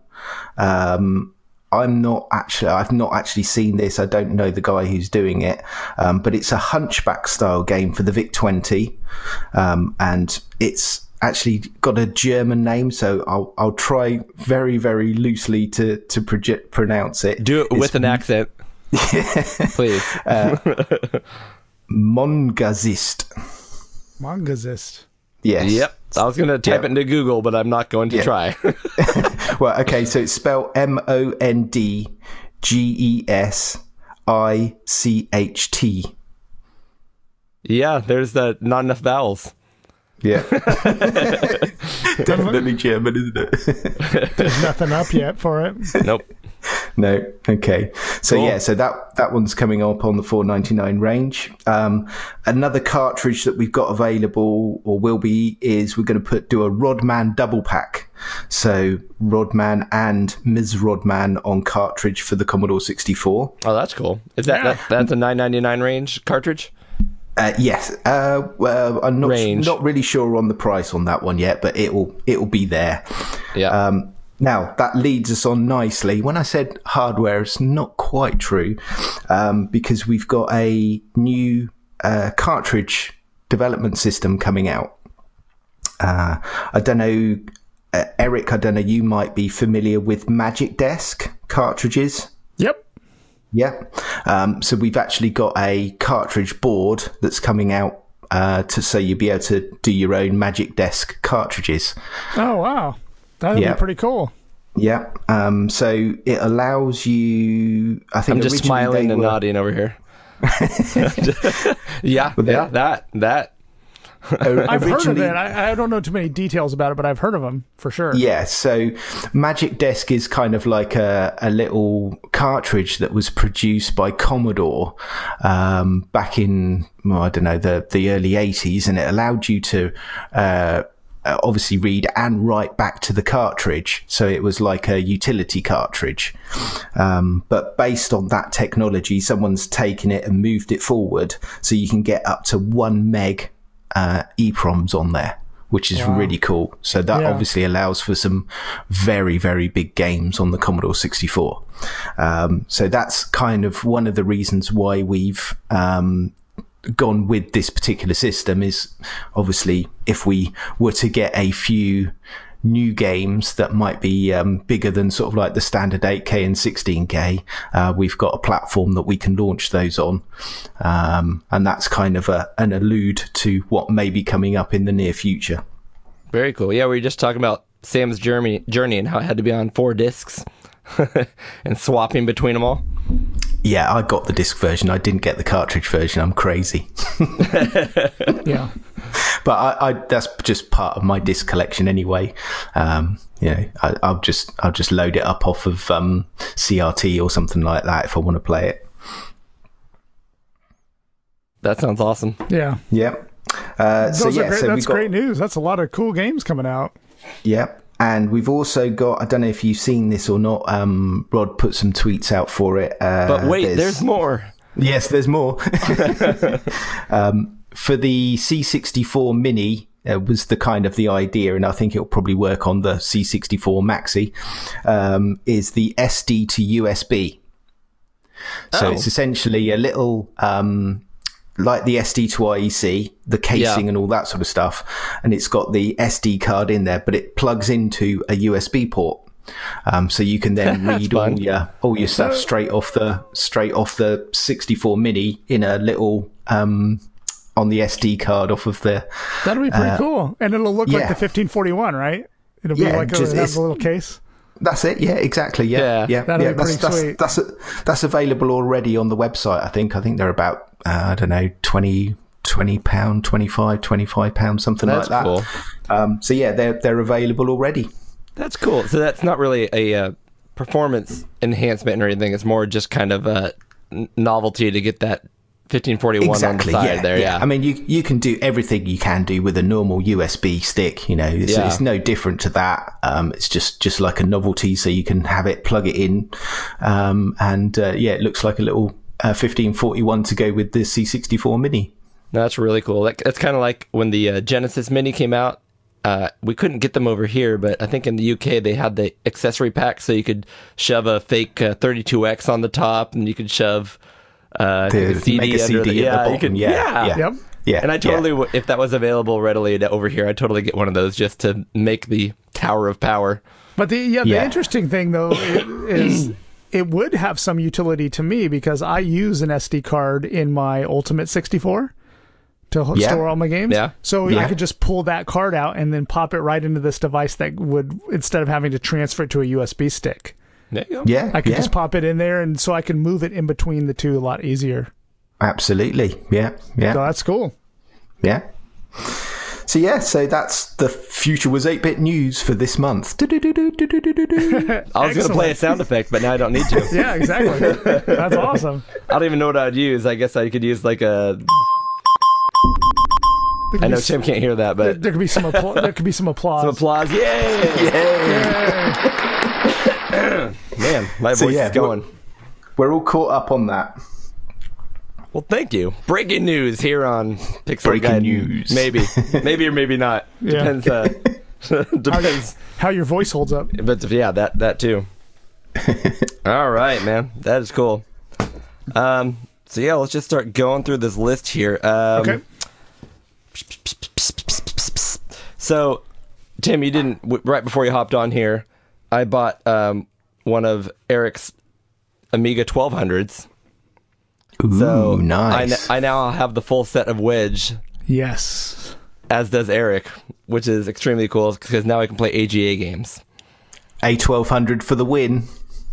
[SPEAKER 7] Um, I'm not actually. I've not actually seen this. I don't know the guy who's doing it, um, but it's a Hunchback style game for the Vic 20, um, and it's actually got a German name. So I'll I'll try very very loosely to to proje- pronounce it.
[SPEAKER 4] Do it
[SPEAKER 7] It's
[SPEAKER 4] with an accent. Please.
[SPEAKER 7] Mongazist.
[SPEAKER 5] Mongazist.
[SPEAKER 7] Yes.
[SPEAKER 4] Yep. I was going to type
[SPEAKER 7] Yep.
[SPEAKER 4] it into Google, but I'm not going to try.
[SPEAKER 7] Well, okay, so it's spelled M O N D G E S I C H T.
[SPEAKER 4] yeah, there's the not enough vowels.
[SPEAKER 7] Yeah. Definitely German, isn't it?
[SPEAKER 5] Nothing up yet for it.
[SPEAKER 4] Nope.
[SPEAKER 7] no. Okay. So
[SPEAKER 4] Cool.
[SPEAKER 7] yeah, so that that one's coming up on the 499 range. Um, another cartridge that we've got available or will be is we're going to put do a Rodman double pack. So Rodman and Ms. Rodman on cartridge for the Commodore 64.
[SPEAKER 4] Oh, that's cool. Is that, that that's a 9.99 range cartridge?
[SPEAKER 7] Uh, yes, uh, well, I'm not
[SPEAKER 4] Range.
[SPEAKER 7] not really sure on the price on that one yet, but it will it will be there.
[SPEAKER 4] Yeah.
[SPEAKER 7] Um, now that leads us on nicely. When I said hardware, it's not quite true um, because we've got a new uh, cartridge development system coming out. Uh, I don't know, uh, Eric. I don't know. You might be familiar with Magic Desk cartridges.
[SPEAKER 5] Yep.
[SPEAKER 7] Yeah. Um, so we've actually got a cartridge board that's coming out uh, to so you'll be able to do your own Magic Desk cartridges.
[SPEAKER 5] Oh wow. That'd
[SPEAKER 7] Yeah.
[SPEAKER 5] be pretty cool.
[SPEAKER 7] Yeah. Um, so it allows you. I think
[SPEAKER 4] I'm just
[SPEAKER 7] originally
[SPEAKER 4] smiling
[SPEAKER 7] they
[SPEAKER 4] and
[SPEAKER 7] were-
[SPEAKER 4] nodding over here. yeah, yeah, that, that.
[SPEAKER 5] I've heard of
[SPEAKER 7] originally-
[SPEAKER 5] it. I, I don't know too many details about it, but I've heard of them for sure.
[SPEAKER 7] Yeah, so Magic Desk is kind of like a, a little cartridge that was produced by Commodore um, back in, well, I don't know, the, the early 80s, and it allowed you to uh, uh, obviously read and write back to the cartridge. So it was like a utility cartridge. Um, but based on that technology, someone's taken it and moved it forward so you can get up to one meg uh, EPROMs on there. Which is really cool. So that
[SPEAKER 5] Yeah.
[SPEAKER 7] obviously obviously allows for some very, very big games on the Commodore 64. Um, so that's kind of one of the reasons why we've um, gone with this particular system is obviously if we were to get a few new games that might be um, bigger than sort of like the standard 8k and 16k uh, we've got a platform that we can launch those on um, and that's kind of a, an allude to what may be coming up in the near future
[SPEAKER 4] Very cool. Yeah, we were just talking about Sam's journey, journey and how it had to be on four discs and swapping between them all.
[SPEAKER 7] Yeah, I got the disc version. I didn't get the cartridge version. I'm crazy.
[SPEAKER 5] Yeah.
[SPEAKER 7] but I, I that's just part of my disc collection anyway. Um, you know, I, I'll just I'll just load it up off of um, CRT or something like that if I want to play it.
[SPEAKER 4] That sounds awesome.
[SPEAKER 5] Yeah.
[SPEAKER 7] Yep. Uh, so
[SPEAKER 5] Those
[SPEAKER 7] yeah,
[SPEAKER 5] are great.
[SPEAKER 7] so
[SPEAKER 5] that's
[SPEAKER 7] we've got,
[SPEAKER 5] great news. That's a lot of cool games coming out.
[SPEAKER 7] Yep. And we've also got I don't know if you've seen this or not. Um, Rod put some tweets out for it. Uh,
[SPEAKER 4] But wait, there's more.
[SPEAKER 7] Yes, there's more. um, for the C64 Mini uh, was the kind of the idea, and I think it'll probably work on the C64 Maxi. Um, is the SD to USB? So
[SPEAKER 4] Oh.
[SPEAKER 7] it's essentially a little um, like the SD to IEC, the casing
[SPEAKER 4] Yeah.
[SPEAKER 7] and all that sort of stuff, and it's got the SD card in there, but it plugs into a USB port. Um, so you can then read all
[SPEAKER 4] fun.
[SPEAKER 7] your all your stuff straight off the straight off the 64 mini in a little um, on the SD card off of the
[SPEAKER 5] That'll be pretty cool. And it'll look like
[SPEAKER 7] Uh, yeah.
[SPEAKER 5] the 1541, right? It'll be
[SPEAKER 7] Yeah,
[SPEAKER 5] like
[SPEAKER 7] just-
[SPEAKER 5] a,
[SPEAKER 7] it's-
[SPEAKER 5] have a little case.
[SPEAKER 7] that's it yeah exactly yeah
[SPEAKER 4] Yeah.
[SPEAKER 7] yeah yeah,
[SPEAKER 5] That'll be
[SPEAKER 7] that's
[SPEAKER 5] pretty
[SPEAKER 7] that's,
[SPEAKER 5] sweet.
[SPEAKER 7] that's that's available already on the website I think I think they're about uh, I don't know 20 20 pound 25 25 pound something
[SPEAKER 4] That's
[SPEAKER 7] like that
[SPEAKER 4] cool.
[SPEAKER 7] um, so yeah they're they're available already
[SPEAKER 4] That's cool. So that's not really a uh, performance enhancement or anything. It's more just kind of a n- novelty to get that 1541 on the side there. Yeah.
[SPEAKER 7] I mean, you you can do everything you can do with a normal USB stick. You know, it's,
[SPEAKER 4] Yeah.
[SPEAKER 7] it's no different to that. Um, it's just just like a novelty, so you can have it, plug it in, um, and uh, yeah, it looks like a little uh, fifteen forty one to go with the C sixty four mini.
[SPEAKER 4] No, that's really cool. That, that's kind of like when the uh, Genesis Mini came out. Uh, we couldn't get them over here, but I think in the UK they had the accessory pack, so you could shove a fake uh, 32x on the top, and you could shove uh, I think
[SPEAKER 7] The
[SPEAKER 4] a CD
[SPEAKER 7] mega
[SPEAKER 4] under
[SPEAKER 7] CD at the
[SPEAKER 4] yeah, you
[SPEAKER 7] bottom,
[SPEAKER 4] could,
[SPEAKER 7] yeah,
[SPEAKER 4] yeah,
[SPEAKER 7] yeah.
[SPEAKER 5] Yep.
[SPEAKER 7] Yeah,
[SPEAKER 4] And I totally,
[SPEAKER 7] yeah.
[SPEAKER 4] w if that was available readily to over here, I'd totally get one of those just to make the tower of power.
[SPEAKER 5] But the yeah, the
[SPEAKER 7] Yeah.
[SPEAKER 5] interesting thing though i- is it would have some utility to me because I use an SD card in my Ultimate 64 to ho-
[SPEAKER 7] Yeah.
[SPEAKER 5] store all my games.
[SPEAKER 4] Yeah.
[SPEAKER 5] So I
[SPEAKER 7] Yeah.
[SPEAKER 5] could just pull that card out and then pop it right into this device that would instead of having to transfer it to a USB stick.
[SPEAKER 4] There you go.
[SPEAKER 7] Yeah,
[SPEAKER 5] I could
[SPEAKER 7] yeah.
[SPEAKER 5] just pop it in there and so I can move it in between the two a lot easier.
[SPEAKER 7] absolutely. Yeah, yeah.
[SPEAKER 5] So that's cool.
[SPEAKER 7] Yeah. So yeah, so that's the future was eight bit news for this month. Do-do-do-do-do-do-do-do.
[SPEAKER 4] I was going to play a sound effect, but now I don't need to.
[SPEAKER 5] Yeah, exactly. that's awesome.
[SPEAKER 4] I don't even know what I'd use. I guess I could use like a.
[SPEAKER 5] There could
[SPEAKER 4] I
[SPEAKER 5] be
[SPEAKER 4] know
[SPEAKER 5] s-
[SPEAKER 4] Tim can't hear that, but
[SPEAKER 5] there could be some appla- there could be some applause.
[SPEAKER 4] some applause. Yay! Man, my voice
[SPEAKER 7] So, yeah,
[SPEAKER 4] is going.
[SPEAKER 7] We're all caught up on that.
[SPEAKER 4] Well, thank you. Breaking news here on Pixel
[SPEAKER 7] Breaking
[SPEAKER 4] Guide.
[SPEAKER 7] news.
[SPEAKER 4] Maybe, maybe or maybe not.
[SPEAKER 5] Yeah.
[SPEAKER 4] Depends. Uh, depends.
[SPEAKER 5] How your voice holds up.
[SPEAKER 4] But yeah, that that too. All right, man. That is cool. Um. So yeah, let's just start going through this list here. Um,
[SPEAKER 5] Okay.
[SPEAKER 4] So, Tim, you didn't w- right before you hopped on here. I bought um, one of Eric's Amiga 1200s.
[SPEAKER 7] Ooh,
[SPEAKER 4] So I,
[SPEAKER 7] nice.
[SPEAKER 4] n- I now have the full set of Wedge,
[SPEAKER 5] Yes.
[SPEAKER 4] as does Eric, which is extremely cool because now I can play AGA games.
[SPEAKER 7] A twelve hundred for the win.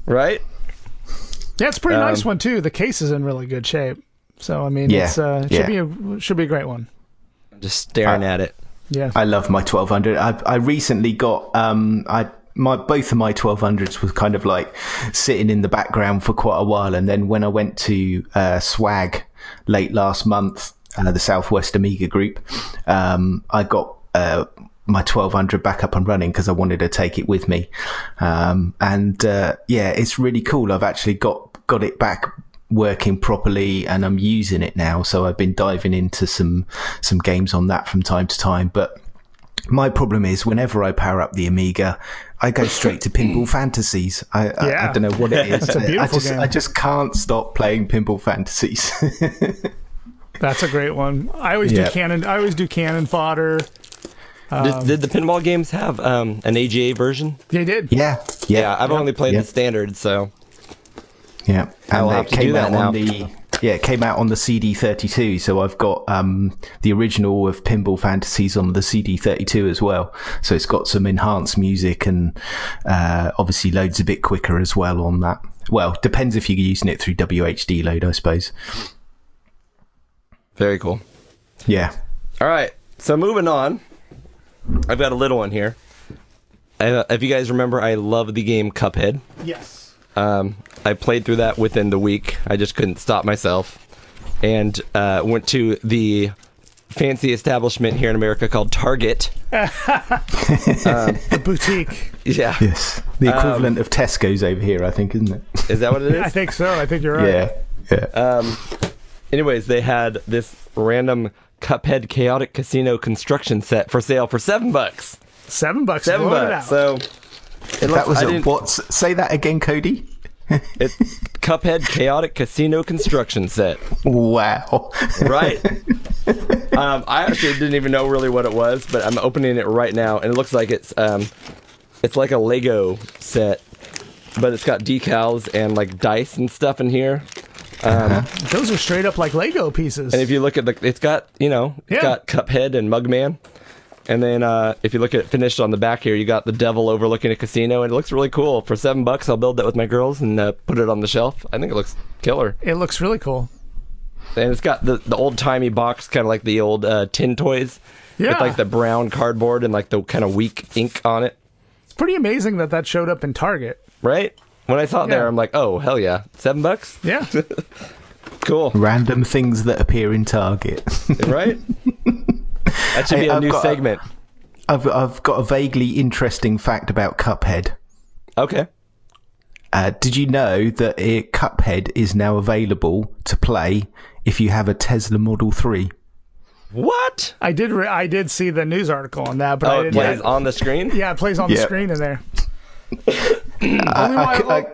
[SPEAKER 4] Right?
[SPEAKER 5] Yeah, it's a pretty nice one too. The case is in really good shape. So I mean,
[SPEAKER 7] Um, Yeah,
[SPEAKER 5] it's uh, it
[SPEAKER 7] yeah.
[SPEAKER 5] should be a should be a great one.
[SPEAKER 4] I'm just staring
[SPEAKER 7] Uh,
[SPEAKER 4] at it.
[SPEAKER 5] Yeah.
[SPEAKER 7] I love my twelve hundred. I I recently got um I my both of my twelve hundreds was kind of like sitting in the background for quite a while, and then when I went to uh, Swag late last month, uh, the Southwest Amiga group, um, I got. Uh, my 1200 back up and running because I wanted to take it with me. Um, and, uh, yeah, it's really cool. I've actually got, got it back working properly and I'm using it now. So I've been diving into some, some games on that from time to time. But my problem is whenever I power up the Amiga, I go straight to Pinball Fantasies. I, I,
[SPEAKER 5] Yeah.
[SPEAKER 7] I don't know what it is.
[SPEAKER 5] a
[SPEAKER 7] I
[SPEAKER 5] beautiful
[SPEAKER 7] just,
[SPEAKER 5] game.
[SPEAKER 7] I just can't stop playing Pinball Fantasies.
[SPEAKER 5] That's a great one. I always
[SPEAKER 7] Yeah.
[SPEAKER 5] do cannon. I always do cannon fodder. Um,
[SPEAKER 4] did, did the pinball games have um, an AGA version?
[SPEAKER 5] They did.
[SPEAKER 7] yeah. Yeah.
[SPEAKER 4] I've only played
[SPEAKER 7] Yeah.
[SPEAKER 4] the standard, so
[SPEAKER 7] Yeah, and
[SPEAKER 4] will
[SPEAKER 7] they
[SPEAKER 4] have to
[SPEAKER 7] came
[SPEAKER 4] do that
[SPEAKER 7] out
[SPEAKER 4] now.
[SPEAKER 7] on the Yeah, it came out on the CD32, so I've got um, the original of Pinball Fantasies on the CD32 as well. So it's got some enhanced music and uh, obviously loads a bit quicker as well on that. Well, depends if you're using it through WHD load, I suppose.
[SPEAKER 4] Very cool.
[SPEAKER 7] Yeah.
[SPEAKER 4] All right. So moving on, I've got a little one here. Uh, if you guys remember, I love the game Cuphead.
[SPEAKER 5] Yes.
[SPEAKER 4] Um, I played through that within the week. I just couldn't stop myself, and uh, went to the fancy establishment here in America called Target.
[SPEAKER 5] The boutique.
[SPEAKER 4] Yeah,
[SPEAKER 7] Yes. The
[SPEAKER 5] Um,
[SPEAKER 7] equivalent of Tesco's over here, I think, isn't it?
[SPEAKER 4] is that what it is?
[SPEAKER 5] I think so. I think you're right. Uh,
[SPEAKER 7] Yeah. Yeah.
[SPEAKER 4] Anyways, they had this random Cuphead Chaotic Casino construction set for sale for seven bucks.
[SPEAKER 5] Seven bucks.
[SPEAKER 4] Seven
[SPEAKER 5] blow it
[SPEAKER 4] bucks.
[SPEAKER 5] out.
[SPEAKER 4] So it
[SPEAKER 7] that was
[SPEAKER 4] I
[SPEAKER 7] a
[SPEAKER 4] didn't-
[SPEAKER 7] what? Say that again, Cody.
[SPEAKER 4] It's Cuphead Chaotic Casino construction set.
[SPEAKER 7] Wow.
[SPEAKER 4] Right. um, I actually didn't even know really what it was, but I'm opening it right now, and it looks like it's um, it's like a Lego set, but it's got decals and like dice and stuff in here.
[SPEAKER 5] Those are straight up like Lego pieces.
[SPEAKER 4] And if you look at the, it's got you know, it's
[SPEAKER 5] Yeah.
[SPEAKER 4] got Cuphead and Mugman. And then uh, if you look at it finished on the back here, you got the devil overlooking a casino, and it looks really cool. For seven bucks, I'll build that with my girls and uh, put it on the shelf. I think it looks killer.
[SPEAKER 5] it looks really cool.
[SPEAKER 4] and it's got the, the old timey box, kind of like the old uh, tin toys,
[SPEAKER 5] Yeah.
[SPEAKER 4] with like the brown cardboard and like the kind of weak ink on it.
[SPEAKER 5] It's pretty amazing that that showed up in Target.
[SPEAKER 4] Right? When I saw it
[SPEAKER 5] Yeah.
[SPEAKER 4] there, I'm like, oh hell yeah, seven bucks,
[SPEAKER 5] Yeah.
[SPEAKER 4] cool,
[SPEAKER 7] Random things that appear in Target.
[SPEAKER 4] right? that should
[SPEAKER 7] Hey,
[SPEAKER 4] be a
[SPEAKER 7] I've
[SPEAKER 4] new
[SPEAKER 7] got a-
[SPEAKER 4] segment.
[SPEAKER 7] I've I've got a vaguely interesting fact about Cuphead.
[SPEAKER 4] okay.
[SPEAKER 7] Uh, did you know that uh Cuphead is now available to play if you have a Tesla Model Three?
[SPEAKER 4] What?
[SPEAKER 5] I did. Re- I did see the news article on that, but
[SPEAKER 4] Oh,
[SPEAKER 5] I
[SPEAKER 4] it
[SPEAKER 5] didn't.
[SPEAKER 4] plays on the screen.
[SPEAKER 5] yeah, it plays on the
[SPEAKER 7] Yeah.
[SPEAKER 5] screen in there.
[SPEAKER 7] I, I cou- I- I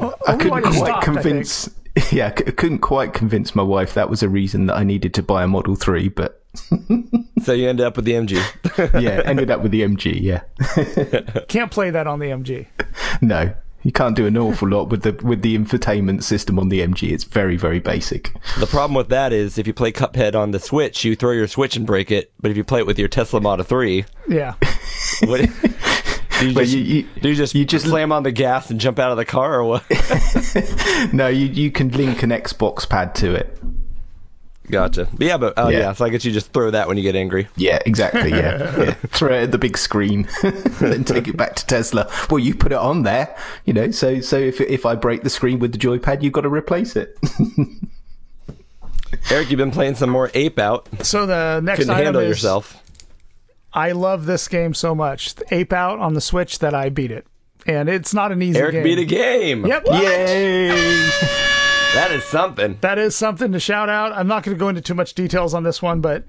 [SPEAKER 5] only why
[SPEAKER 7] couldn't
[SPEAKER 5] you
[SPEAKER 7] quite
[SPEAKER 5] stopped, I think.
[SPEAKER 7] convince. Yeah, I cou- couldn't quite convince my wife that was a reason that I needed to buy a Model Three, but
[SPEAKER 4] So you end up with the MG.
[SPEAKER 7] yeah, ended up with the MG. Yeah,
[SPEAKER 5] Can't play that on the MG.
[SPEAKER 7] no, you can't do an awful lot with the with the infotainment system on the MG. It's very very basic.
[SPEAKER 4] the problem with that is if you play Cuphead on the Switch, you throw your Switch and break it. But if you play it with your Tesla Model Three,
[SPEAKER 5] Yeah.
[SPEAKER 4] what? Do you,
[SPEAKER 7] But
[SPEAKER 4] just,
[SPEAKER 7] you- you-
[SPEAKER 4] do you just
[SPEAKER 7] you just-
[SPEAKER 4] slam on the gas and jump out of the car or what?
[SPEAKER 7] No, you you can link an Xbox pad to it.
[SPEAKER 4] Gotcha. But yeah, but oh yeah.
[SPEAKER 7] Yeah.
[SPEAKER 4] so I guess you just throw that when you get angry.
[SPEAKER 7] Yeah, exactly. Yeah, yeah. throw it at the big screen, then take it back to Tesla. Well, you put it on there, you know. So, so if if I break the screen with the joypad, you've got to replace it.
[SPEAKER 4] Eric, you've been playing some more Ape Out.
[SPEAKER 5] So the next
[SPEAKER 4] Couldn't
[SPEAKER 5] item
[SPEAKER 4] handle
[SPEAKER 5] is
[SPEAKER 4] yourself.
[SPEAKER 5] I love this game so much. The Ape Out on the Switch that I beat it, and it's not an easy
[SPEAKER 4] Eric
[SPEAKER 5] game.
[SPEAKER 4] beat a game.
[SPEAKER 5] Yep.
[SPEAKER 7] Yay!
[SPEAKER 4] That is something.
[SPEAKER 5] that is something to shout out. I'm not going to go into too much details on this one, but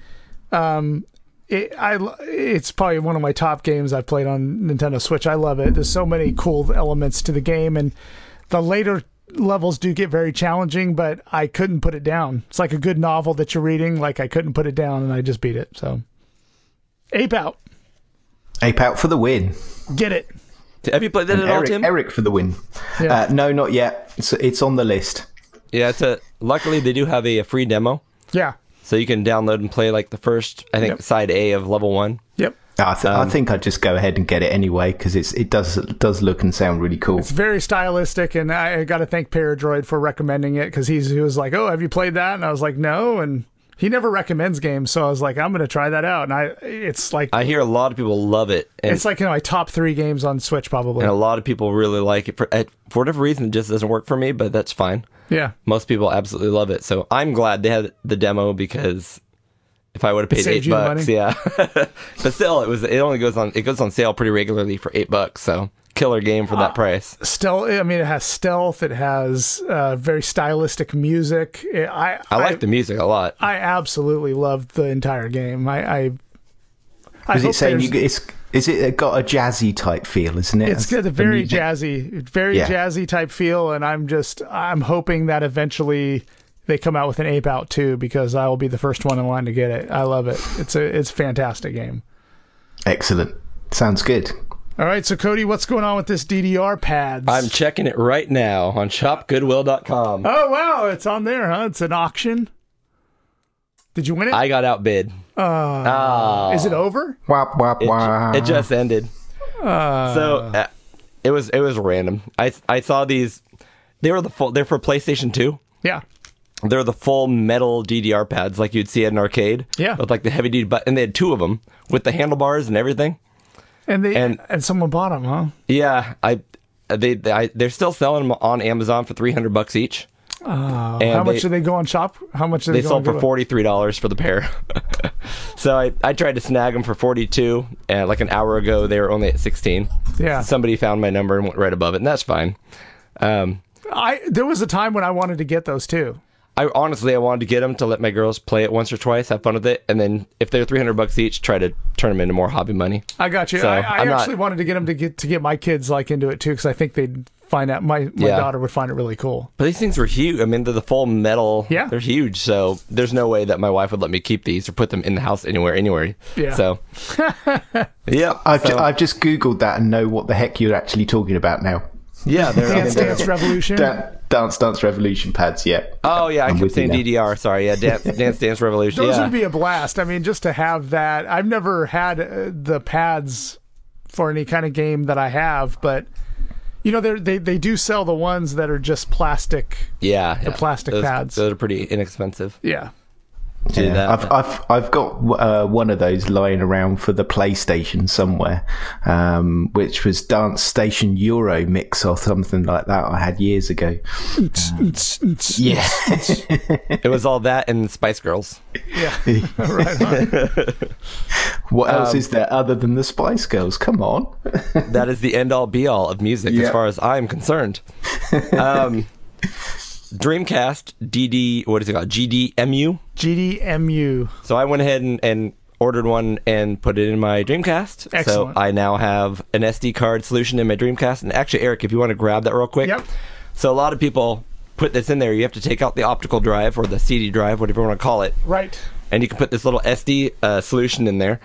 [SPEAKER 5] um, it, I it's probably one of my top games I've played on Nintendo Switch. I love it. There's so many cool elements to the game, and the later levels do get very challenging, but I couldn't put it down. It's like a good novel that you're reading. Like I couldn't put it down, and I just beat it. So, ape out,
[SPEAKER 7] Ape out for the win.
[SPEAKER 5] get it.
[SPEAKER 4] Have you played that at all,
[SPEAKER 7] Eric,
[SPEAKER 4] Tim?
[SPEAKER 7] Eric for the win.
[SPEAKER 5] Yeah.
[SPEAKER 7] Uh, no, not yet. It's it's on the list.
[SPEAKER 4] Yeah. It's a, luckily, they do have a, a free demo,
[SPEAKER 5] Yeah.
[SPEAKER 4] so you can download and play like the first, I think,
[SPEAKER 5] Yep.
[SPEAKER 4] side A of level one.
[SPEAKER 5] Yep.
[SPEAKER 7] I, th- I think I'd just go ahead and get it anyway because it's it does it does look and sound really cool.
[SPEAKER 5] It's very stylistic, and I got to thank Paradroid for recommending it because he's he was like, "Oh, have you played that?" And I was like, "No," and he never recommends games, so I was like, "I'm gonna try that out." And I, it's like,
[SPEAKER 4] I hear a lot of people love it, and,
[SPEAKER 5] it's like you know, my top three games on Switch probably.
[SPEAKER 4] and a lot of people really like it. For, uh, for whatever reason, it just doesn't work for me, but that's fine.
[SPEAKER 5] Yeah,
[SPEAKER 4] Most people absolutely love it, so I'm glad they had the demo because if I would have paid eight
[SPEAKER 5] saved you the
[SPEAKER 4] bucks,
[SPEAKER 5] money.
[SPEAKER 4] yeah. but still, it was it only goes on it goes on sale pretty regularly for eight bucks, so killer game for
[SPEAKER 5] Ah,
[SPEAKER 4] that price.
[SPEAKER 5] stealth. I mean, it has stealth. It has uh, very stylistic music. It, I
[SPEAKER 4] I like the music a lot.
[SPEAKER 5] I absolutely loved the entire game. I. I I
[SPEAKER 7] Is
[SPEAKER 5] hope
[SPEAKER 7] it saying
[SPEAKER 5] there's-
[SPEAKER 7] you, it's is it got a jazzy type feel, isn't it?
[SPEAKER 5] It's got a
[SPEAKER 7] The
[SPEAKER 5] very
[SPEAKER 7] music.
[SPEAKER 5] jazzy, very
[SPEAKER 7] Yeah.
[SPEAKER 5] jazzy type feel, and I'm just I'm hoping that eventually they come out with an ape out too because I will be the first one in line to get it. I love it. It's a it's a fantastic game.
[SPEAKER 7] Excellent. Sounds good.
[SPEAKER 5] All right, so Cody, what's going on with this DDR pads?
[SPEAKER 4] I'm checking it right now on shopgoodwill.com.
[SPEAKER 5] oh wow, it's on there, huh? It's an auction. Did you win it? Is
[SPEAKER 4] I got outbid. Uh,
[SPEAKER 5] it over?
[SPEAKER 7] Wop, wop,
[SPEAKER 4] It,
[SPEAKER 7] wop.
[SPEAKER 5] Uh-huh.
[SPEAKER 4] it just ended. so uh, it was it was random. I I saw these. They were the full. They're for PlayStation Two.
[SPEAKER 5] Yeah.
[SPEAKER 4] They're the full metal DDR pads like you'd see at an arcade.
[SPEAKER 5] Yeah.
[SPEAKER 4] With like the heavy duty button. And they had two of them with the handlebars and everything.
[SPEAKER 5] And they and,
[SPEAKER 4] And-
[SPEAKER 5] someone bought them, huh?
[SPEAKER 4] Yeah, I they, they I, they're still selling them on Amazon for three hundred bucks each. Oh, and
[SPEAKER 5] How much
[SPEAKER 4] they,
[SPEAKER 5] do they go on shop? How much do they,
[SPEAKER 4] they
[SPEAKER 5] go on
[SPEAKER 4] sold for
[SPEAKER 5] Goodwill?
[SPEAKER 4] forty three dollars for the pair. so I, I tried to snag them for forty two, and like an hour ago they were only at sixteen.
[SPEAKER 5] Yeah.
[SPEAKER 4] somebody found my number and went right above it, and that's fine. Um,
[SPEAKER 5] I there was a time when I wanted to get those too.
[SPEAKER 4] I honestly I wanted to get them to let my girls play it once or twice, have fun with it, and then if they're three hundred bucks each, try to turn them into more hobby money.
[SPEAKER 5] I got you.
[SPEAKER 4] So,
[SPEAKER 5] I, I
[SPEAKER 4] I'm not-
[SPEAKER 5] actually wanted to get them to get to get my kids like into it too, because I think they'd find out my, my
[SPEAKER 4] Yeah.
[SPEAKER 5] daughter would find it really cool.
[SPEAKER 4] But these things were huge. I mean, they're the full metal.
[SPEAKER 5] Yeah.
[SPEAKER 4] They're huge. So there's no way that my wife would let me keep these or put them in the house anywhere, anywhere.
[SPEAKER 5] Yeah.
[SPEAKER 4] So. yeah.
[SPEAKER 7] I've, ju- I've just Googled that and know what the heck you're actually talking about now.
[SPEAKER 4] Yeah. They're
[SPEAKER 5] Dance Dance Revolution.
[SPEAKER 7] Dan- Dance Dance Revolution pads, yeah.
[SPEAKER 4] Oh yeah, I
[SPEAKER 7] I'm
[SPEAKER 4] keep
[SPEAKER 7] with you
[SPEAKER 4] saying
[SPEAKER 7] now.
[SPEAKER 4] DDR. Sorry, yeah, Dance Dance, Dance Revolution.
[SPEAKER 5] Those
[SPEAKER 4] Yeah,
[SPEAKER 5] would be a blast. I mean, just to have that. I've never had uh, the pads for any kind of game that I have, but you know, they're- they they do sell the ones that are just plastic.
[SPEAKER 4] yeah, yeah.
[SPEAKER 5] plastic
[SPEAKER 4] those,
[SPEAKER 5] pads.
[SPEAKER 4] Those are pretty inexpensive.
[SPEAKER 5] Yeah.
[SPEAKER 4] Do
[SPEAKER 7] Yeah,
[SPEAKER 4] that.
[SPEAKER 7] I've, I've I've got uh, one of those lying around for the PlayStation somewhere, um, which was Dance Station Euro Mix or something like that I had years ago. Yeah,
[SPEAKER 4] it was all that and Spice Girls.
[SPEAKER 7] what else
[SPEAKER 4] Um,
[SPEAKER 7] is there other than the Spice Girls? Come on,
[SPEAKER 4] That is the end all be all of music,
[SPEAKER 7] Yeah.
[SPEAKER 4] as far as I'm concerned. Um, Dreamcast DD, what is it called? GDMU.
[SPEAKER 5] GDMU.
[SPEAKER 4] So I went ahead and, and ordered one and put it in my Dreamcast.
[SPEAKER 5] Excellent.
[SPEAKER 4] So I now have an SD card solution in my Dreamcast. And actually, Eric, if you want to grab that real quick.
[SPEAKER 5] Yep.
[SPEAKER 4] So a lot of people put this in there. You have to take out the optical drive or the CD drive, whatever you want to call it,
[SPEAKER 5] Right.
[SPEAKER 4] and you can put this little SD uh, solution in there.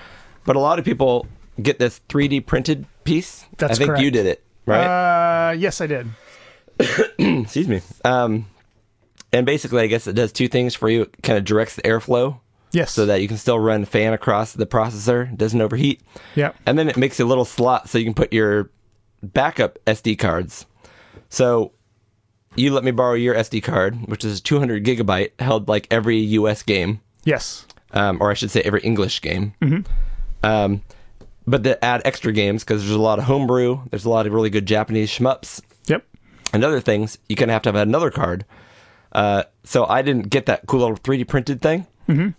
[SPEAKER 4] But a lot of people get this 3D printed piece.
[SPEAKER 5] That's
[SPEAKER 4] I think you
[SPEAKER 5] correct.
[SPEAKER 4] did it, right?
[SPEAKER 5] Uh, yes, I did.
[SPEAKER 4] Excuse me. Um, and basically, I guess it does two things for you. It kind of directs the airflow
[SPEAKER 5] Yes.
[SPEAKER 4] so that you can still run fan across the processor, it doesn't overheat.
[SPEAKER 5] Yep.
[SPEAKER 4] And then it makes a little slot so you can put your backup SD cards. So you let me borrow your SD card, which is 200 gigabyte, held like every US game,
[SPEAKER 5] Yes.
[SPEAKER 4] um, or I should say every English game. Um, but to add extra games because there's a lot of homebrew, there's a lot of really good Japanese shmups,
[SPEAKER 5] Yep.
[SPEAKER 4] and other things, you kind of have to have another card. Uh, so I didn't get that cool little 3D printed thing,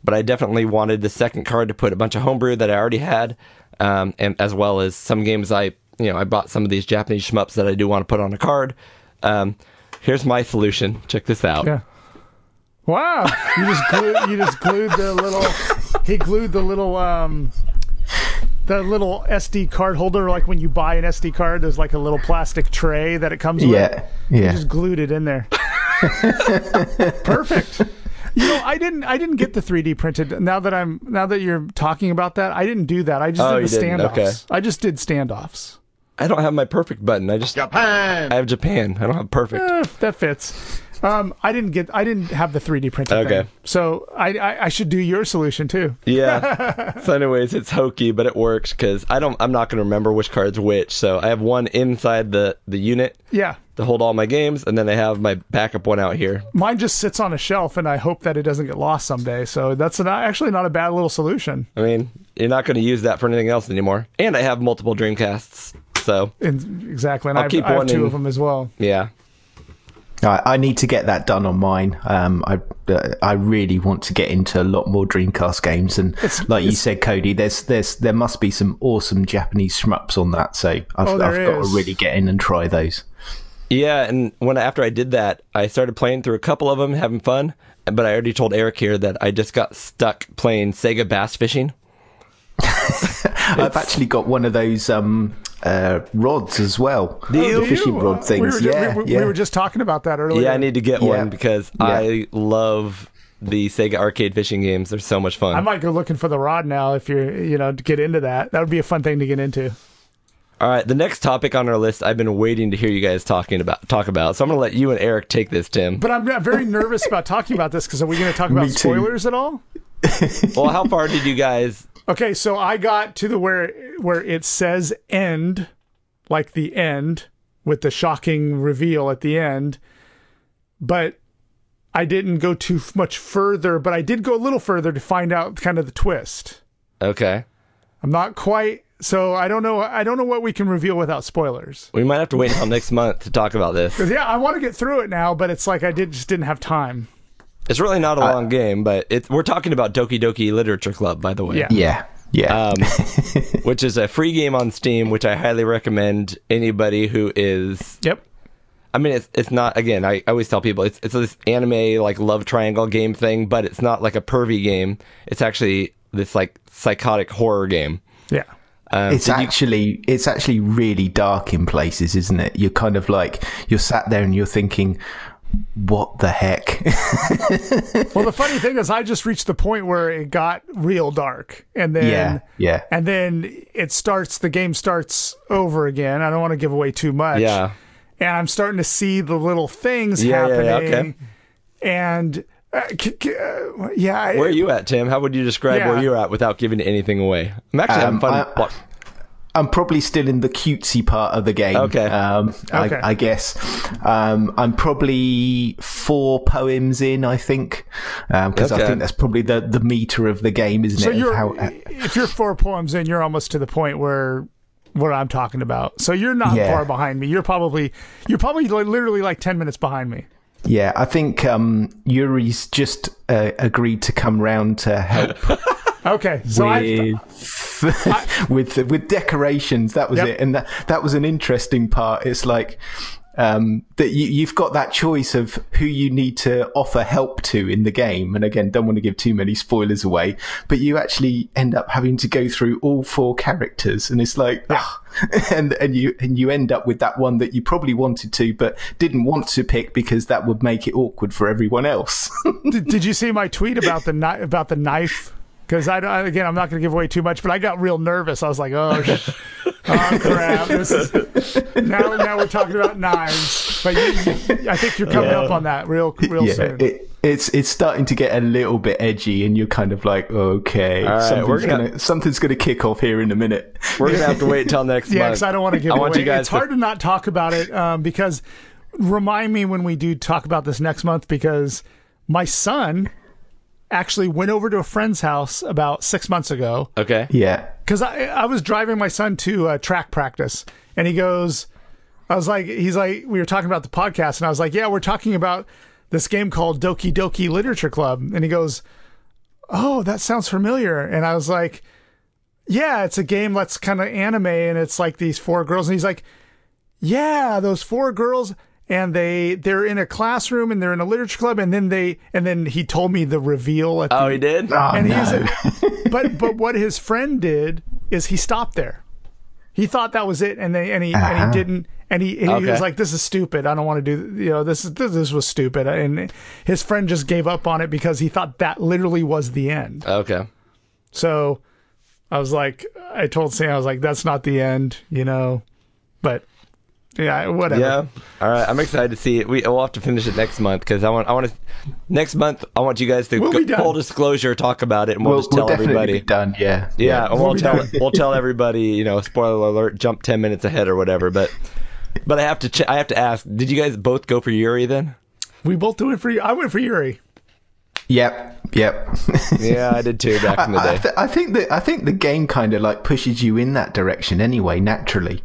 [SPEAKER 4] but I definitely wanted the second card to put a bunch of homebrew that I already had, um, and as well as some games I, you know, I bought some of these Japanese shmups that I do want to put on a card. Um, here's my solution. Check this out.
[SPEAKER 5] Yeah. Wow. You just glued, you just glued the little. He glued the little um. The little SD card holder, like when you buy an SD card, there's like a little plastic tray that it comes with.
[SPEAKER 7] yeah, yeah.
[SPEAKER 5] just glued it in there. Perfect. You know, I didn't. I didn't get the 3D printed. Now that I'm, now that you're talking about that, I didn't do that. I just
[SPEAKER 4] Oh,
[SPEAKER 5] did the
[SPEAKER 4] you didn't,
[SPEAKER 5] standoffs.
[SPEAKER 4] okay.
[SPEAKER 5] I just did standoffs.
[SPEAKER 4] I don't have my perfect button. I just Japan. I have Japan. I don't have perfect.
[SPEAKER 5] Eh, that fits. Um, I didn't get. I didn't have the 3D printed.
[SPEAKER 4] Okay.
[SPEAKER 5] Thing. So I, I, I should do your solution too.
[SPEAKER 4] Yeah. so, anyways, it's hokey, but it works because I don't. I'm not going to remember which card's which. So I have one inside the the unit.
[SPEAKER 5] Yeah.
[SPEAKER 4] to hold all my games, and then I have my backup one out here.
[SPEAKER 5] Mine just sits on a shelf, and I hope that it doesn't get lost someday. So that's not, actually not a bad little solution.
[SPEAKER 4] I mean, you're not going to use that for anything else anymore. And I have multiple Dreamcasts, so
[SPEAKER 5] And, exactly. And
[SPEAKER 4] I'll
[SPEAKER 5] I've-
[SPEAKER 4] keep
[SPEAKER 5] I have
[SPEAKER 4] one
[SPEAKER 5] two
[SPEAKER 4] in-
[SPEAKER 5] of them as well.
[SPEAKER 4] yeah.
[SPEAKER 7] I, I need to get that done on mine. Um, I uh, I really want to get into a lot more Dreamcast games, and like you said, Cody, there's there's there must be some awesome Japanese shmups on that. So I've,
[SPEAKER 5] Oh,
[SPEAKER 7] I've
[SPEAKER 5] there
[SPEAKER 7] got
[SPEAKER 5] is.
[SPEAKER 7] to really get in and try those.
[SPEAKER 4] Yeah, and when after I did that, I started playing through a couple of them, having fun. But I already told Eric here that I just got stuck playing Sega Bass Fishing.
[SPEAKER 7] I've actually got one of those um, uh, rods as well, the fishing
[SPEAKER 5] Oh, You,
[SPEAKER 7] rod
[SPEAKER 5] uh,
[SPEAKER 7] things.
[SPEAKER 5] We were, ju-
[SPEAKER 7] yeah,
[SPEAKER 5] we, we-
[SPEAKER 7] yeah.
[SPEAKER 5] we were just talking about that earlier.
[SPEAKER 4] Yeah, I need to get
[SPEAKER 7] Oh, Yeah.
[SPEAKER 4] one because
[SPEAKER 7] Yeah.
[SPEAKER 4] I love the Sega arcade fishing games. They're so much fun.
[SPEAKER 5] I might go looking for the rod now if you're, you know, to get into that. That would be a fun thing to get into.
[SPEAKER 4] All right, the next topic on our list I've been waiting to hear you guys talking about talk about. So I'm going to let you and Eric take this, Tim.
[SPEAKER 5] But I'm not very nervous about talking about this because are we going to talk about
[SPEAKER 7] too.
[SPEAKER 5] spoilers at all?
[SPEAKER 4] Well, how far did you guys
[SPEAKER 5] Okay, so I got to the where where it says end, like the end with the shocking reveal at the end, but I didn't go too f- much further. But I did go a little further to find out kind of the twist.
[SPEAKER 4] Okay.
[SPEAKER 5] I'm not quite. So I don't know. I don't know what we can reveal without spoilers.
[SPEAKER 4] We might have to wait until next month to talk about this.
[SPEAKER 5] 'Cause, yeah, I want to get through it now, but it's like I did just didn't have time.
[SPEAKER 4] It's really not a long game, but it's we're talking about Doki Doki Literature Club, by the way.
[SPEAKER 5] Yeah.
[SPEAKER 7] Yeah. Yeah.
[SPEAKER 4] Um, which is a free game on Steam, which I highly recommend anybody who is
[SPEAKER 5] Yep.
[SPEAKER 4] I mean, it's it's not again. I, I always tell people it's it's this anime like love triangle game thing, but it's not like a pervy game. It's actually this like psychotic horror game.
[SPEAKER 5] Yeah.
[SPEAKER 7] it's actually it's actually really dark in places, isn't it? You're kind of like you're sat there and you're thinking, "What the heck?"
[SPEAKER 5] Well, the funny thing is, I just reached the point where it got real dark, and then
[SPEAKER 7] Yeah, yeah.
[SPEAKER 5] and then it starts. The game starts over again. I don't want to give away too much.
[SPEAKER 4] Yeah.
[SPEAKER 5] and I'm starting to see the little things
[SPEAKER 4] Yeah, yeah,
[SPEAKER 5] happening.
[SPEAKER 4] yeah, okay.
[SPEAKER 5] And uh, c- c- uh, yeah, I-
[SPEAKER 4] Where are you at, Tim? How would you describe where
[SPEAKER 5] Yeah.
[SPEAKER 4] you're at without giving anything away? I'm actually having
[SPEAKER 7] Um,
[SPEAKER 4] fun.
[SPEAKER 7] I-
[SPEAKER 4] wa-
[SPEAKER 7] I'm probably still in the cutesy part of the game.
[SPEAKER 4] Okay.
[SPEAKER 7] Um,
[SPEAKER 5] Okay.
[SPEAKER 7] I, I guess. Um, I'm probably four poems in, I think. Um 'cause because
[SPEAKER 4] Okay.
[SPEAKER 7] I think that's probably the, the meter of the game, isn't
[SPEAKER 5] So
[SPEAKER 7] it? Of
[SPEAKER 5] you're
[SPEAKER 7] how-
[SPEAKER 4] uh,
[SPEAKER 7] uh,
[SPEAKER 5] if you're four poems in, you're almost to the point where what I'm talking about. So you're not
[SPEAKER 7] Yeah.
[SPEAKER 5] far behind me. You're probably you're probably li- literally like ten minutes behind me.
[SPEAKER 7] yeah, I think, um, Yuri's just, uh, agreed to come round to help
[SPEAKER 5] Okay, so I
[SPEAKER 7] with with with decorations. That was
[SPEAKER 5] Yep.
[SPEAKER 7] it, and that that was an interesting part. It's like um, that you, you've got that choice of who you need to offer help to in the game. And again, don't want to give too many spoilers away, but you actually end up having to go through all four characters, and it's like. ah, and and you and you end up with that one that you probably wanted to but didn't want to pick because that would make it awkward for everyone else.
[SPEAKER 5] did, did you see my tweet about the knife about the knife? Because I don't, again, I'm not going to give away too much, but I got real nervous. I was like, oh, sh- oh crap! This is, now, now we're talking about knives. But you, you- I think you're coming up on that real, real
[SPEAKER 7] yeah,
[SPEAKER 5] soon.
[SPEAKER 7] it, it's it's starting to get a little bit edgy, and you're kind of like, okay,
[SPEAKER 4] right, we're
[SPEAKER 7] something's
[SPEAKER 4] gonna-
[SPEAKER 7] gonna, something's gonna kick off here in a minute.
[SPEAKER 4] we're gonna have to wait till next
[SPEAKER 5] yeah,
[SPEAKER 4] month.
[SPEAKER 5] because I don't want to give
[SPEAKER 4] I
[SPEAKER 5] it
[SPEAKER 4] want
[SPEAKER 5] away.
[SPEAKER 4] you guys
[SPEAKER 5] it's
[SPEAKER 4] to-
[SPEAKER 5] hard to not talk about it um, because remind me when we do talk about this next month because my son actually went over to a friend's house about six months ago
[SPEAKER 4] Okay.
[SPEAKER 7] yeah,
[SPEAKER 5] because I, I was driving my son to uh, track practice and he goes i was like he's like we were talking about the podcast and i was like yeah we're talking about this game called doki doki literature club and he goes oh that sounds familiar and i was like yeah it's a game that's kind of anime and it's like these four girls and he's like yeah those four girls and they they're in a classroom and they're in a literature club and then they and then he told me the reveal at the
[SPEAKER 4] Oh, he did.
[SPEAKER 7] oh,
[SPEAKER 5] and
[SPEAKER 7] no.
[SPEAKER 5] he's but but what his friend did is he stopped there. He thought that was it, and they and he and he didn't. And he, and he
[SPEAKER 4] Uh-huh. Okay.
[SPEAKER 5] was like, "This is stupid. I don't want to do. You know, this is this, this was stupid." And his friend just gave up on it because he thought that literally was the end.
[SPEAKER 4] Okay.
[SPEAKER 5] So I was like, I told Sam, I was like, "That's not the end," you know. But yeah, whatever.
[SPEAKER 4] Yeah. All right. I'm excited to see it. We, we'll have to finish it next month because I want. I want to. Next month, I want you guys to
[SPEAKER 5] We'll
[SPEAKER 4] go,
[SPEAKER 5] be done.
[SPEAKER 4] full disclosure, talk about it, and we'll,
[SPEAKER 7] we'll,
[SPEAKER 4] just
[SPEAKER 7] we'll
[SPEAKER 4] tell
[SPEAKER 7] definitely
[SPEAKER 4] everybody.
[SPEAKER 7] be done. Yeah,
[SPEAKER 4] Yeah, and we'll tell we'll tell everybody. You know, spoiler alert: jump ten minutes ahead or whatever. But but I have to ch- I have to ask: Did you guys both go for Yuri then?
[SPEAKER 5] We both do it for you. I went for Yuri.
[SPEAKER 7] yep, yep.
[SPEAKER 4] Yeah, I did too back in the
[SPEAKER 7] I,
[SPEAKER 4] day.
[SPEAKER 7] th- I think that I think the game kind of like pushes you in that direction anyway, naturally.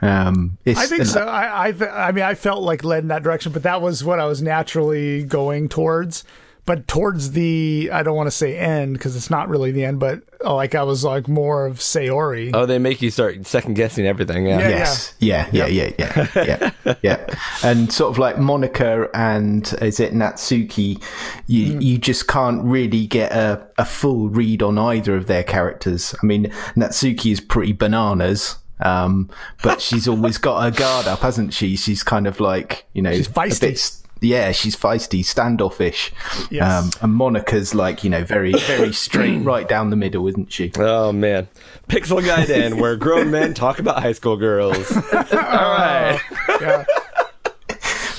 [SPEAKER 7] Um, it's,
[SPEAKER 5] I think so. I I, th- I mean, I felt like led in that direction, but that was what I was naturally going towards. But towards the, I don't want to say end because it's not really the end, but uh, like I was like more of Sayori.
[SPEAKER 4] Oh, they make you start second guessing everything. Yeah.
[SPEAKER 5] Yeah.
[SPEAKER 7] Yes. Yeah. Yeah. Yeah. Yeah. Yeah. Yeah. And sort of like Monica and is it Natsuki? You
[SPEAKER 5] Mm.
[SPEAKER 7] you just can't really get a, a full read on either of their characters. I mean, Natsuki is pretty bananas. Um, but she's always got her guard up, hasn't she? She's kind of like, you know,
[SPEAKER 5] She's
[SPEAKER 7] a
[SPEAKER 5] feisty.
[SPEAKER 7] bit s- yeah, she's feisty, standoffish. Um,
[SPEAKER 5] Yes.
[SPEAKER 7] and Monica's like, you know, very, very straight, right down the middle, isn't she?
[SPEAKER 4] Oh man, Pixel Guide in where grown men talk about high school girls. All right,
[SPEAKER 5] Yeah.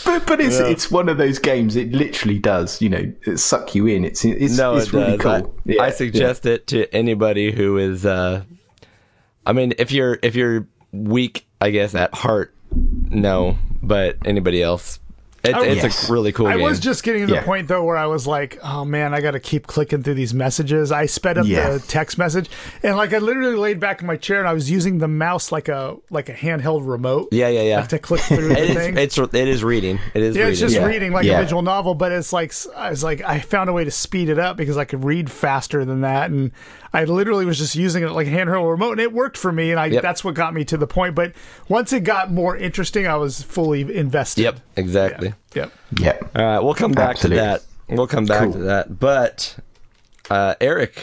[SPEAKER 7] But, but it's it's one of those games. It literally does, you know, suck you in. It's it's,
[SPEAKER 4] no,
[SPEAKER 7] it's
[SPEAKER 4] it
[SPEAKER 7] really
[SPEAKER 4] does. I-
[SPEAKER 7] cool.
[SPEAKER 4] I,
[SPEAKER 7] Yeah, yeah.
[SPEAKER 4] suggest it to anybody who is. Uh, I mean, if you're if you're weak, I guess at heart, no. But anybody else, it, it's
[SPEAKER 7] Yes.
[SPEAKER 4] a really cool
[SPEAKER 5] I
[SPEAKER 4] game.
[SPEAKER 5] was just getting to the
[SPEAKER 7] Yeah.
[SPEAKER 5] point though where I was like, "Oh man, I got to keep clicking through these messages." I sped up
[SPEAKER 7] Yeah.
[SPEAKER 5] the text message, and like I literally laid back in my chair and I was using the mouse like a like a handheld remote.
[SPEAKER 4] yeah, yeah, yeah.
[SPEAKER 5] like, to click through the
[SPEAKER 4] It is,
[SPEAKER 5] thing.
[SPEAKER 4] it's it is reading. It is
[SPEAKER 5] yeah,
[SPEAKER 4] reading.
[SPEAKER 5] it's just
[SPEAKER 7] Yeah.
[SPEAKER 5] reading like
[SPEAKER 7] Yeah.
[SPEAKER 5] a visual novel, but it's like s- I was like I found a way to speed it up because I could read faster than that, and I literally was just using it like a handheld remote, and it worked for me, and I
[SPEAKER 4] Yep.
[SPEAKER 5] that's what got me to the point. But once it got more interesting, I was fully invested.
[SPEAKER 4] Yep, exactly.
[SPEAKER 5] Yep.
[SPEAKER 7] Yeah.
[SPEAKER 4] All right, we'll come back
[SPEAKER 7] Absolutely.
[SPEAKER 4] to that. We'll come back to
[SPEAKER 7] Cool.
[SPEAKER 4] that. But uh, Eric,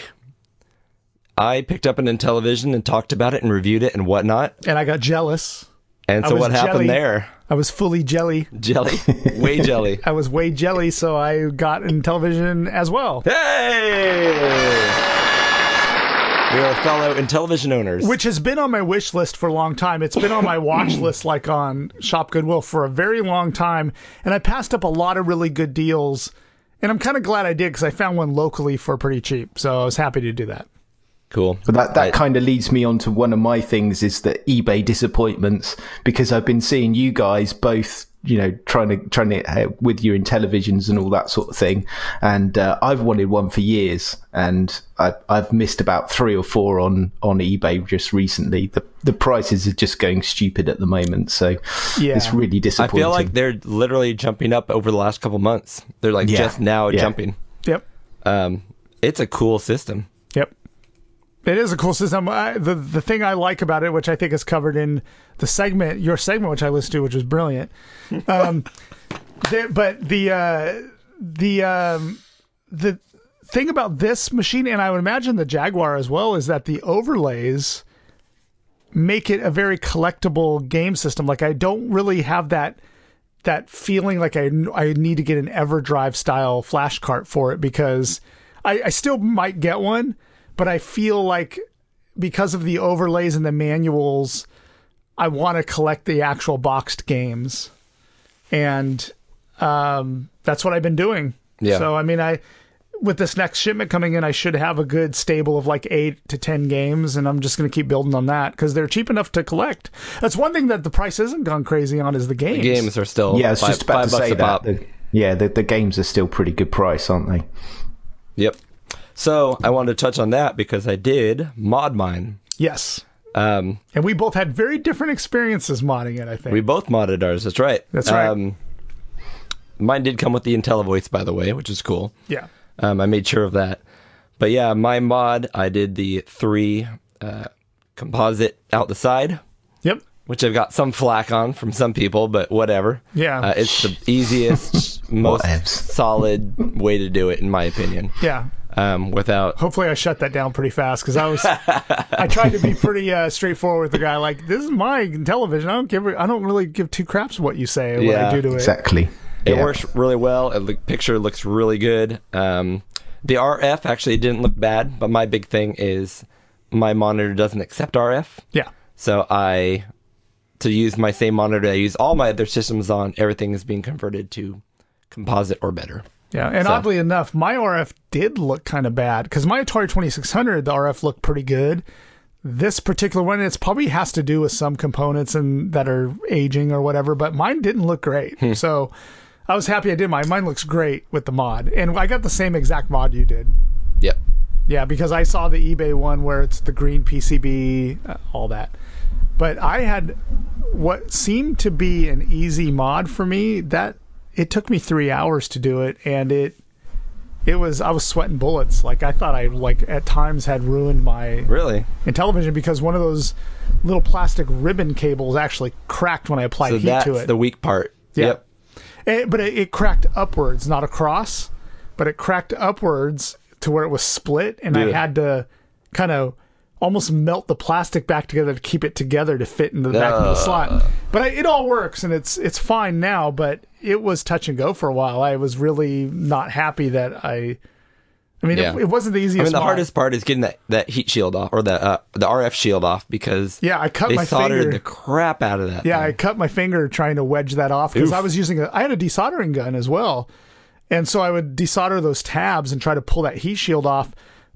[SPEAKER 4] I picked up an Intellivision and talked about it and reviewed it and whatnot.
[SPEAKER 5] And I got jealous.
[SPEAKER 4] And
[SPEAKER 5] I
[SPEAKER 4] so
[SPEAKER 5] was
[SPEAKER 4] what happened
[SPEAKER 5] jelly.
[SPEAKER 4] there?
[SPEAKER 5] I was fully jelly.
[SPEAKER 4] Jelly, way jelly.
[SPEAKER 5] I was way jelly, so I got in television as well.
[SPEAKER 4] Hey, we are fellow Intellivision owners.
[SPEAKER 5] Which has been on my wish list for a long time. It's been on my watch list, like on Shop Goodwill, for a very long time. And I passed up a lot of really good deals. And I'm kind of glad I did because I found one locally for pretty cheap. So I was happy to do that.
[SPEAKER 4] cool.
[SPEAKER 7] But that, that
[SPEAKER 4] Right.
[SPEAKER 7] kind of leads me on to one of my things is the eBay disappointments because I've been seeing you guys both, you know, trying to trying to uh, with you in televisions and all that sort of thing, and uh, I've wanted one for years, and I, I've missed about three or four on on eBay just recently. The the prices are just going stupid at the moment, so
[SPEAKER 5] Yeah.
[SPEAKER 7] it's really
[SPEAKER 4] I
[SPEAKER 7] disappointing.
[SPEAKER 4] feel like they're literally jumping up over the last couple months. They're like
[SPEAKER 7] Yeah.
[SPEAKER 4] just now
[SPEAKER 7] Yeah.
[SPEAKER 4] jumping.
[SPEAKER 5] Yep.
[SPEAKER 4] Um, it's a cool system.
[SPEAKER 5] Yep. It is a cool system. I, the the thing I like about it, which I think is covered in the segment, your segment, which I listened to, which was brilliant. Um, there, but the uh, the um, the thing about this machine, and I would imagine the Jaguar as well, is that the overlays make it a very collectible game system. Like I don't really have that that feeling like I I need to get an EverDrive style flash cart for it because I, I still might get one, but I feel like because of the overlays and the manuals, I want to collect the actual boxed games, and um, that's what I've been doing.
[SPEAKER 4] Yeah.
[SPEAKER 5] So I mean, I with this next shipment coming in, I should have a good stable of like eight to ten games, and I'm just going to keep building on that because they're cheap enough to collect. That's one thing that the price hasn't gone crazy on is the games.
[SPEAKER 4] Games are still
[SPEAKER 7] yeah, I was
[SPEAKER 4] five,
[SPEAKER 7] just about
[SPEAKER 4] five
[SPEAKER 7] to
[SPEAKER 4] bucks
[SPEAKER 7] say
[SPEAKER 4] a pop.
[SPEAKER 7] that. The- yeah, the, the games are still pretty good price, aren't they?
[SPEAKER 4] Yep. So I wanted to touch on that because I did mod mine.
[SPEAKER 5] Yes.
[SPEAKER 4] Um,
[SPEAKER 5] And we both had very different experiences modding it, I think.
[SPEAKER 4] we both modded ours. That's right. Um,
[SPEAKER 5] That's right.
[SPEAKER 4] mine did come with the IntelliVoice, by the way, which is cool.
[SPEAKER 5] yeah.
[SPEAKER 4] Um, I made sure of that. But yeah, my mod, I did the three uh, composite out the side,
[SPEAKER 5] Yep.
[SPEAKER 4] which I've got some flack on from some people, but whatever.
[SPEAKER 5] Yeah.
[SPEAKER 4] Uh, it's the easiest, most
[SPEAKER 7] Whatevs.
[SPEAKER 4] solid way to do it, in my opinion.
[SPEAKER 5] Yeah.
[SPEAKER 4] Um, without
[SPEAKER 5] Hopefully I shut that down pretty fast because I was I tried to be pretty uh, straightforward with the guy. Like this is my television. I don't give a- I don't really give two craps what you say or
[SPEAKER 4] Yeah.
[SPEAKER 5] what I do to it.
[SPEAKER 7] Exactly.
[SPEAKER 4] It
[SPEAKER 7] Yeah.
[SPEAKER 4] works really well. It, the picture looks really good. Um, the RF actually didn't look bad, but my big thing is my monitor doesn't accept RF.
[SPEAKER 5] Yeah.
[SPEAKER 4] So I, to use my same monitor I use all my other systems on, everything is being converted to composite or better.
[SPEAKER 5] Yeah. And
[SPEAKER 4] So-
[SPEAKER 5] oddly enough, my RF did look kind of bad because my Atari 2600, the RF looked pretty good. This particular one, it's probably has to do with some components and that are aging or whatever, but mine didn't look great. So I was happy I did mine. Mine looks great with the mod. And I got the same exact mod you did.
[SPEAKER 4] Yep.
[SPEAKER 5] Yeah, because I saw the eBay one where it's the green PCB, uh, all that. But I had what seemed to be an easy mod for me. That it took me three hours to do it, and it it was I was sweating bullets. Like I thought I like at times had ruined my
[SPEAKER 4] Really?
[SPEAKER 5] Intellivision because one of those little plastic ribbon cables actually cracked when I applied
[SPEAKER 4] So
[SPEAKER 5] heat to
[SPEAKER 4] that's
[SPEAKER 5] it.
[SPEAKER 4] the weak part.
[SPEAKER 5] Yeah.
[SPEAKER 4] Yep.
[SPEAKER 5] Eh, but it, it cracked upwards, not across, but it cracked upwards to where it was split, and I
[SPEAKER 4] Yeah.
[SPEAKER 5] had to kind of almost melt the plastic back together to keep it together to fit into the back of the slot. But I, it all works, and it's it's fine now. But it was touch and go for a while. I was really not happy that I. I mean,
[SPEAKER 4] Yeah.
[SPEAKER 5] it, it wasn't the easiest.
[SPEAKER 4] I mean, the
[SPEAKER 5] mod.
[SPEAKER 4] hardest part is getting that, that heat shield off or the uh, the RF shield off because
[SPEAKER 5] Yeah, I cut
[SPEAKER 4] they
[SPEAKER 5] my
[SPEAKER 4] soldered
[SPEAKER 5] finger.
[SPEAKER 4] the crap out of that.
[SPEAKER 5] Yeah, I
[SPEAKER 4] thing.
[SPEAKER 5] cut my finger trying to wedge that off because
[SPEAKER 4] Oof.
[SPEAKER 5] I was using a I had a desoldering gun as well. And so I would desolder those tabs and try to pull that heat shield off,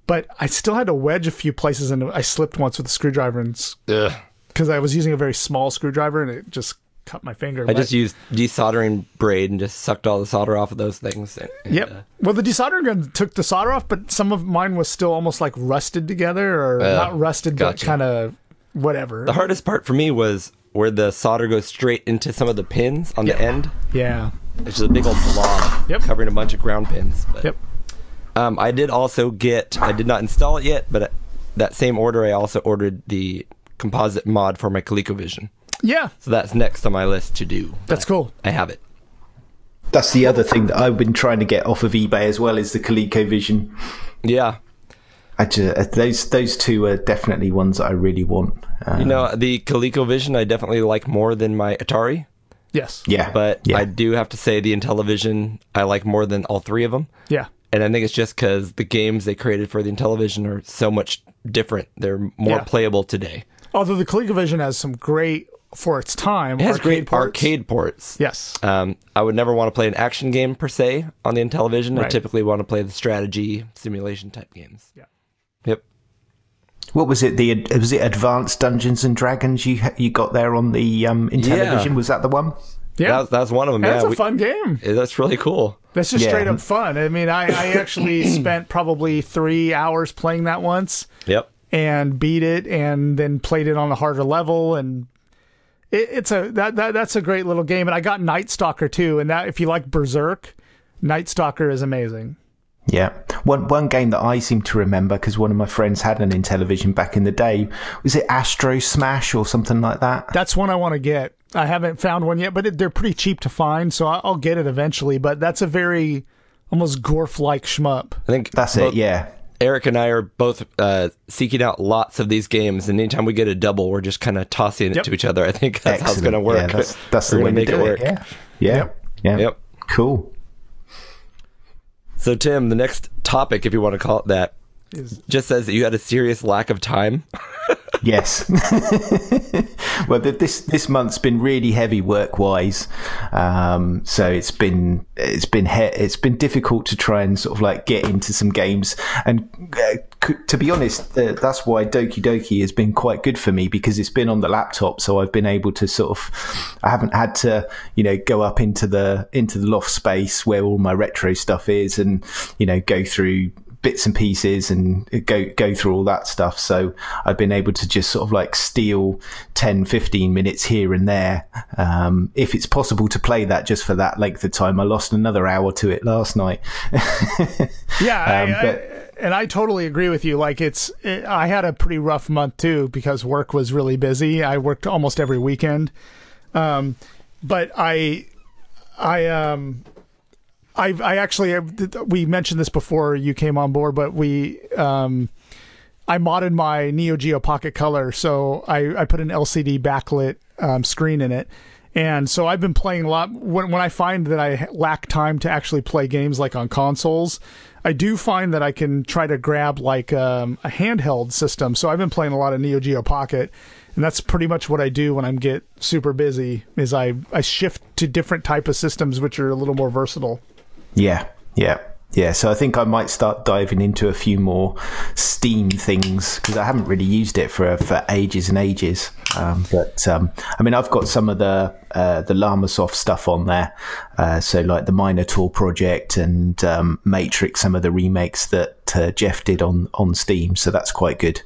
[SPEAKER 5] but I still had to wedge a few places and I slipped once with a screwdriver and
[SPEAKER 4] Ugh.
[SPEAKER 5] cuz I was using a very small screwdriver and it just cut my finger.
[SPEAKER 4] I just used desoldering braid and just sucked all the solder off of those things. And, and,
[SPEAKER 5] Yep.
[SPEAKER 4] uh,
[SPEAKER 5] Well, the desoldering gun took the solder off, but some of mine was still almost like rusted together or not rusted
[SPEAKER 4] gotcha.
[SPEAKER 5] but kind of whatever.
[SPEAKER 4] the hardest part for me was where the solder goes straight into some of the pins on the end.
[SPEAKER 5] yeah.
[SPEAKER 4] It's just a big old blob
[SPEAKER 5] Yep.
[SPEAKER 4] covering a bunch of ground pins. But,
[SPEAKER 5] Yep.
[SPEAKER 4] Um, I did also get. I did not install it yet, but that same order, I also ordered the composite mod for my ColecoVision.
[SPEAKER 5] Yeah.
[SPEAKER 4] So that's next on my list to do.
[SPEAKER 5] That's cool.
[SPEAKER 4] I have it.
[SPEAKER 7] That's the other thing that I've been trying to get off of eBay as well is the ColecoVision.
[SPEAKER 4] Yeah.
[SPEAKER 7] I just, those those two are definitely ones that I really want. Uh,
[SPEAKER 4] You know, the ColecoVision I definitely like more than my Atari,
[SPEAKER 5] Yes.
[SPEAKER 7] yeah,
[SPEAKER 4] but
[SPEAKER 7] yeah.
[SPEAKER 4] I do have to say the Intellivision I like more than all three of them.
[SPEAKER 5] Yeah.
[SPEAKER 4] And I think it's just because the games they created for the Intellivision are so much different. They're more
[SPEAKER 5] Yeah.
[SPEAKER 4] playable today.
[SPEAKER 5] Although the ColecoVision has some great for its time.
[SPEAKER 4] It has
[SPEAKER 5] arcade
[SPEAKER 4] great
[SPEAKER 5] ports.
[SPEAKER 4] arcade ports.
[SPEAKER 5] Yes.
[SPEAKER 4] Um, I would never want to play an action game per se on the Intellivision. I
[SPEAKER 5] Right.
[SPEAKER 4] typically want to play the strategy simulation type games.
[SPEAKER 5] Yeah.
[SPEAKER 4] Yep.
[SPEAKER 7] what was it? The was it Advanced Dungeons and Dragons you you got there on the um, Intellivision? Was that the one?
[SPEAKER 5] Yeah.
[SPEAKER 4] That was, that was one of them.
[SPEAKER 5] And that's
[SPEAKER 4] yeah,
[SPEAKER 5] a
[SPEAKER 4] we-
[SPEAKER 5] fun game.
[SPEAKER 4] That's really cool.
[SPEAKER 5] That's just
[SPEAKER 7] Yeah.
[SPEAKER 5] straight up fun. I mean, I, I actually spent probably three hours playing that once
[SPEAKER 4] Yep.
[SPEAKER 5] and beat it, and then played it on a harder level, and it, it's a that, that that's a great little game. And I got Night Stalker too, and that if you like Berserk, Night Stalker is amazing.
[SPEAKER 7] Yeah. One one game that I seem to remember because one of my friends had an Intellivision back in the day was it Astro Smash or something like that.
[SPEAKER 5] That's one I want to get. I haven't found one yet, but it, they're pretty cheap to find, so I- I'll get it eventually. But that's a very almost Gorf like shmup.
[SPEAKER 4] I think
[SPEAKER 7] That's
[SPEAKER 4] both-
[SPEAKER 7] it. Yeah.
[SPEAKER 4] Eric and I are both uh, seeking out lots of these games, and anytime we get a double, we're just kind of tossing it
[SPEAKER 5] Yep.
[SPEAKER 4] to each other. I think that's how it's
[SPEAKER 7] Excellent.
[SPEAKER 4] going to work.
[SPEAKER 7] Yeah, that's that's the
[SPEAKER 4] We're
[SPEAKER 7] way
[SPEAKER 4] gonna
[SPEAKER 7] to do
[SPEAKER 4] work.
[SPEAKER 7] it. Yeah. Yeah. Yeah.
[SPEAKER 4] Yep.
[SPEAKER 7] Cool.
[SPEAKER 4] So, Tim, the next topic, if you want to call it that,
[SPEAKER 5] Is-
[SPEAKER 4] just says that you had a serious lack of time.
[SPEAKER 7] Yes. well, th- this this month's been really heavy work wise, um, so it's been it's been he- it's been difficult to try and sort of like get into some games. And uh, c- to be honest, uh, that's why Doki Doki has been quite good for me because it's been on the laptop, so I've been able to sort of I haven't had to you know go up into the into the loft space where all my retro stuff is, and you know go through bits and pieces and go go through all that stuff so i've been able to just sort of like steal 10 15 minutes here and there um if it's possible to play that just for that length of time i lost another hour to it last night
[SPEAKER 5] Yeah, I,
[SPEAKER 7] Um,
[SPEAKER 5] I-
[SPEAKER 7] but-
[SPEAKER 5] and I totally agree with you. Like it's, it, I had a pretty rough month too because work was really busy. I worked almost every weekend, um, but I, I, um, I, I actually uh, we mentioned this before you came on board, but we, um, I modded my Neo Geo Pocket Color, so I, I put an LCD backlit um, screen in it. And so I've been playing a lot. When, when I find that I lack time to actually play games like on consoles, I do find that I can try to grab like um, a handheld system. So I've been playing a lot of Neo Geo Pocket, and that's pretty much what I do when I get super busy. Is I I shift to different type of systems which are a little more versatile.
[SPEAKER 7] yeah yeah yeah so i think i might start diving into a few more steam things because i haven't really used it for for ages and ages um but um i mean i've got some of the uh, the Lamasoft stuff on there, uh, so like the Minotaur project and um, Matrix, some of the remakes that uh, Jeff did on on Steam, so that's quite good.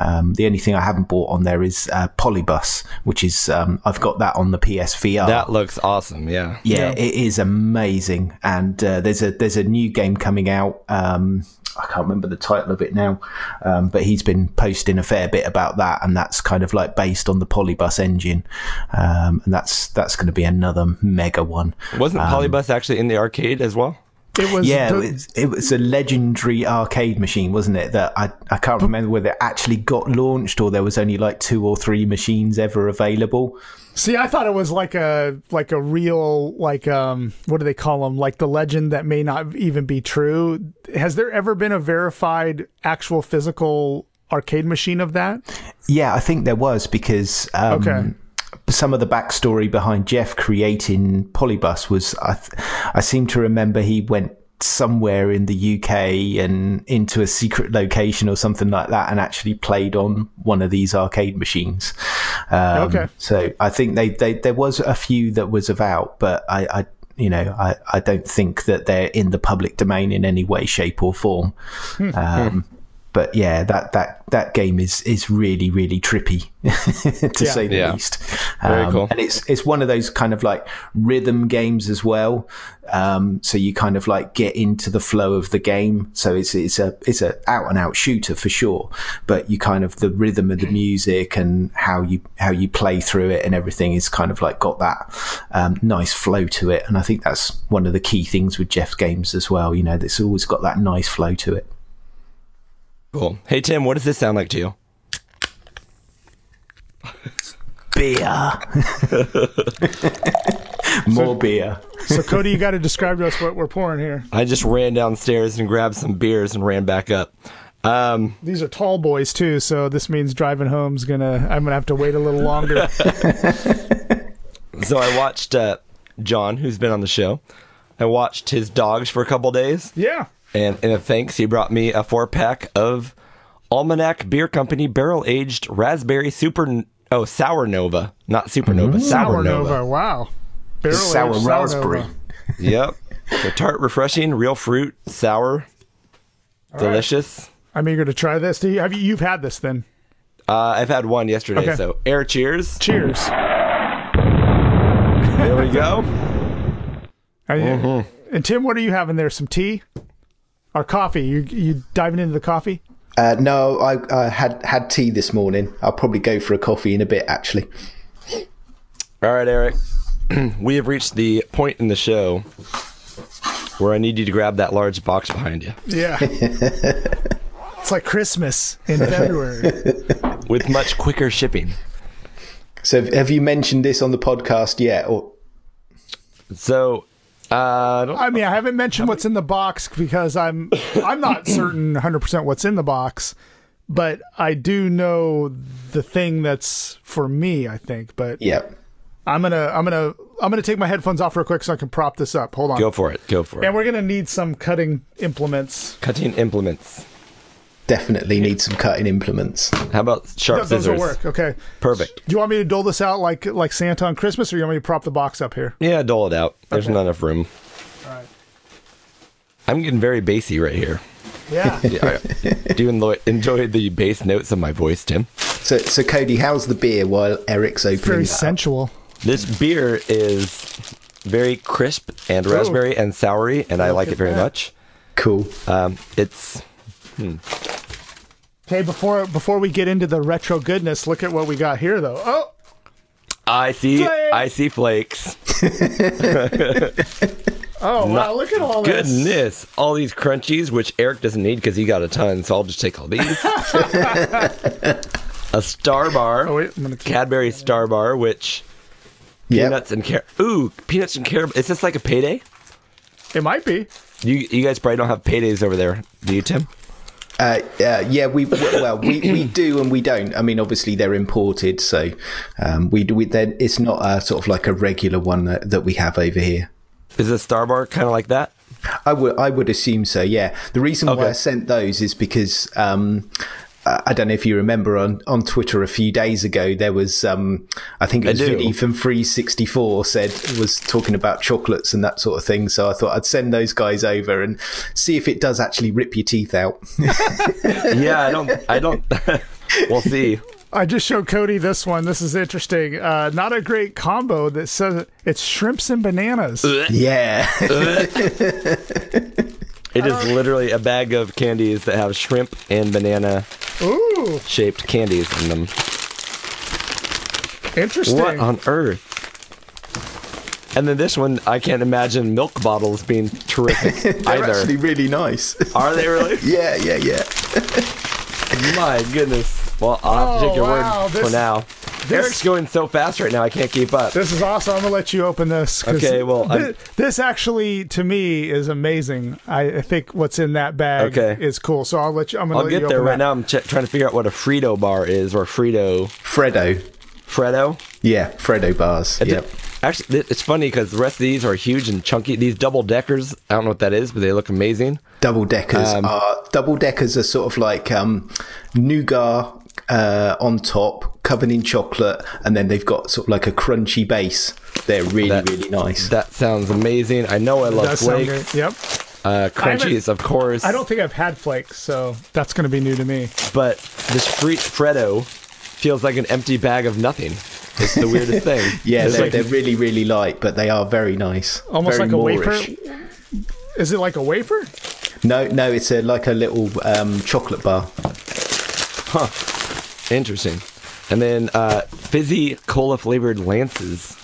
[SPEAKER 7] Um, the only thing I haven't bought on there is uh, Polybus, which is um, I've got that on the PSVR.
[SPEAKER 4] That looks awesome. Yeah.
[SPEAKER 7] Yeah, it is amazing, and uh, there's a there's a new game coming out. Um, I can't remember the title of it now, um, but he's been posting a fair bit about that, and that's kind of like based on the Polybus engine, um, and that's that's going to be another mega one.
[SPEAKER 4] Wasn't Polybus actually in the arcade as well?
[SPEAKER 5] It was
[SPEAKER 7] Yeah, it
[SPEAKER 5] the-
[SPEAKER 7] was, it was a legendary arcade machine, wasn't it? That I, I can't remember whether it actually got launched or there was only like two or three machines ever available.
[SPEAKER 5] See, I thought it was like a like a real like um what do they call them like the legend that may not even be true. Has there ever been a verified actual physical arcade machine of that?
[SPEAKER 7] Yeah, I think there was because um,
[SPEAKER 5] Okay.
[SPEAKER 7] some of the backstory behind Jeff creating Polybus was I, th- I seem to remember he went somewhere in the UK and into a secret location or something like that and actually played on one of these arcade machines. Um,
[SPEAKER 5] Okay.
[SPEAKER 7] So I think they, they there was a few that was about, but I. I you know, I, I don't think that they're in the public domain in any way, shape, or form. Um, but yeah, that that that game is is really really trippy to say the
[SPEAKER 4] Yeah.
[SPEAKER 7] least.
[SPEAKER 4] Very cool.
[SPEAKER 7] Um, And it's it's one of those kind of like rhythm games as well. Um, so you kind of like get into the flow of the game. So it's it's a it's a out and out shooter for sure. But you kind of the rhythm of the music and how you how you play through it and everything is kind of like got that um, nice flow to it. And I think that's one of the key things with Jeff's games as well. You know, that's always got that nice flow to it.
[SPEAKER 4] Cool. Hey Tim, what does this sound like to you?
[SPEAKER 7] beer. More beer.
[SPEAKER 5] So Cody, you got to describe to us what we're pouring here.
[SPEAKER 4] I just ran downstairs and grabbed some beers and ran back up. Um,
[SPEAKER 5] These are tall boys too, so this means driving home's gonna. I'm gonna have to wait a little longer.
[SPEAKER 4] so I watched uh, John, who's been on the show. I watched his dogs for a couple days,
[SPEAKER 5] yeah.
[SPEAKER 4] and in a thanks, he brought me a four pack of Almanac Beer Company barrel aged raspberry super oh sour nova, not supernova, sour
[SPEAKER 5] Sour
[SPEAKER 4] nova.
[SPEAKER 5] Nova. Wow. Barrel
[SPEAKER 7] Sour
[SPEAKER 5] aged
[SPEAKER 7] raspberry.
[SPEAKER 5] Nova.
[SPEAKER 4] yep, so tart, refreshing, real fruit, sour, delicious.
[SPEAKER 5] I'm eager to try this. Do you, have you, you've had this then?
[SPEAKER 4] Uh, I've had one yesterday,
[SPEAKER 5] Okay.
[SPEAKER 4] so air cheers.
[SPEAKER 5] Cheers.
[SPEAKER 4] There we go.
[SPEAKER 5] Are you-
[SPEAKER 4] Mm-hmm.
[SPEAKER 5] And Tim, what are you having there? Some tea or coffee? You you diving into the coffee?
[SPEAKER 7] Uh, no, I, I had had tea this morning. I'll probably go for a coffee in a bit, actually.
[SPEAKER 4] All right, Eric. we have reached the point in the show where I need you to grab that large box behind you.
[SPEAKER 5] Yeah. it's like Christmas in February.
[SPEAKER 4] With much quicker shipping.
[SPEAKER 7] So, have you mentioned this on the podcast yet? Or
[SPEAKER 4] So, uh, I don't-
[SPEAKER 5] I mean, I haven't mentioned what's in the box because I'm I'm not certain 100 percent what's in the box, but I do know the thing that's for me. I think, but
[SPEAKER 7] yeah,
[SPEAKER 5] I'm gonna I'm gonna I'm gonna take my headphones off real quick so I can prop this up. Hold on.
[SPEAKER 4] go for it. Go for
[SPEAKER 5] and
[SPEAKER 4] it.
[SPEAKER 5] we're gonna need some cutting implements.
[SPEAKER 4] Cutting implements.
[SPEAKER 7] definitely need some cutting implements.
[SPEAKER 4] How about sharp
[SPEAKER 5] Th- those will
[SPEAKER 4] scissors?
[SPEAKER 5] work. Okay.
[SPEAKER 4] Perfect.
[SPEAKER 5] Do you want me to dole this out like like Santa on Christmas, or you want me to prop the box up here?
[SPEAKER 4] Yeah, dole it out. There's not enough room.
[SPEAKER 5] All right.
[SPEAKER 4] I'm getting very bassy right here.
[SPEAKER 5] Yeah.
[SPEAKER 4] Yeah, I- Do you enjoy, enjoy the bass notes of my voice, Tim?
[SPEAKER 7] So, so Cody, how's the beer while Eric's opening?
[SPEAKER 5] Very
[SPEAKER 7] it up?
[SPEAKER 5] sensual.
[SPEAKER 4] This beer is very crisp and raspberry and soury, and I like it very much.
[SPEAKER 7] Cool.
[SPEAKER 4] Um, it's
[SPEAKER 5] Okay, before before we get into the retro goodness, look at what we got here though. Oh,
[SPEAKER 4] I see
[SPEAKER 5] Flakes.
[SPEAKER 4] I see flakes.
[SPEAKER 5] oh wow! Look at all this.
[SPEAKER 4] Goodness, all these crunchies, which Eric doesn't need because he got a ton, so I'll just take all these. a star bar,
[SPEAKER 5] Oh wait, I'm gonna keep.
[SPEAKER 4] Cadbury Star Bar, which
[SPEAKER 7] Yeah,
[SPEAKER 4] peanuts and car. Ooh, peanuts and caramel. Is this like a payday?
[SPEAKER 5] It might be.
[SPEAKER 4] You you guys probably don't have paydays over there, do you, Tim?
[SPEAKER 7] uh, uh, yeah. We well, we, we do and we don't. I mean, obviously they're imported, so um, we do. We, then it's not a sort of like a regular one that, that we have over here.
[SPEAKER 4] Is a Star Bar kind of like that?
[SPEAKER 7] I would I would assume so. Yeah. The reason why I sent those is because um, I I don't know if you remember on, on Twitter a few days ago there was um, I think it was
[SPEAKER 4] do.
[SPEAKER 7] Vinny from Free sixty four said was talking about chocolates and that sort of thing. So I thought I'd send those guys over and see if it does actually rip your teeth out.
[SPEAKER 4] Yeah, I don't. I don't. we'll see.
[SPEAKER 5] I just showed Cody this one. This is interesting. Uh, not a great combo that says it's shrimps and bananas.
[SPEAKER 7] yeah.
[SPEAKER 4] It is literally a bag of candies that have shrimp and banana
[SPEAKER 5] Ooh,
[SPEAKER 4] shaped candies in them.
[SPEAKER 5] interesting.
[SPEAKER 4] What on earth? And then this one, I can't imagine milk bottles being terrific
[SPEAKER 7] They're
[SPEAKER 4] either.
[SPEAKER 7] actually really nice.
[SPEAKER 4] Are they really?
[SPEAKER 7] yeah, yeah, yeah.
[SPEAKER 4] My goodness. Well, I'll have to
[SPEAKER 5] Oh,
[SPEAKER 4] take your
[SPEAKER 5] wow,
[SPEAKER 4] word
[SPEAKER 5] this-
[SPEAKER 4] for now. Eric's going so fast right now, I can't keep up.
[SPEAKER 5] This is awesome. I'm gonna let you open this. 'cause
[SPEAKER 4] Okay, well,
[SPEAKER 5] thi-
[SPEAKER 4] I'm-
[SPEAKER 5] this, actually to me is amazing. I, I think what's in that bag
[SPEAKER 4] Okay.
[SPEAKER 5] is cool. So I'll let you. I'm gonna
[SPEAKER 4] I'll
[SPEAKER 5] let
[SPEAKER 4] get
[SPEAKER 5] you
[SPEAKER 4] there
[SPEAKER 5] open
[SPEAKER 4] right
[SPEAKER 5] that.
[SPEAKER 4] now. I'm ch- trying to figure out what a Frito bar is or Frito
[SPEAKER 7] Fredo.
[SPEAKER 4] Fredo.
[SPEAKER 7] Yeah, Fredo bars.
[SPEAKER 4] It
[SPEAKER 7] Yep.
[SPEAKER 4] d- Actually, th- it's funny because the rest of these are huge and chunky. These double deckers, I don't know what that is, but they look amazing.
[SPEAKER 7] Double deckers
[SPEAKER 4] Um,
[SPEAKER 7] are double deckers are sort of like um, nougat uh, on top, covered in chocolate, and then they've got sort of like a crunchy base. They're really
[SPEAKER 4] That-
[SPEAKER 7] really nice.
[SPEAKER 4] That sounds amazing. I know I love
[SPEAKER 5] Does sound
[SPEAKER 4] flakes.
[SPEAKER 5] good. Yep.
[SPEAKER 4] Uh,
[SPEAKER 5] haven't-
[SPEAKER 4] crunchies, of course.
[SPEAKER 5] I don't think I've had flakes, so that's gonna be new to me.
[SPEAKER 4] But this free Fredo feels like an empty bag of nothing. It's the weirdest thing.
[SPEAKER 7] yeah,
[SPEAKER 4] it's
[SPEAKER 7] they're,
[SPEAKER 4] like
[SPEAKER 7] they're really really light, but they are very nice.
[SPEAKER 5] Almost
[SPEAKER 7] Very
[SPEAKER 5] like a
[SPEAKER 7] Moorish.
[SPEAKER 5] wafer. Is it like a wafer?
[SPEAKER 7] No, no, it's a, like a little um, chocolate bar.
[SPEAKER 4] interesting. And then uh, fizzy cola flavored lances.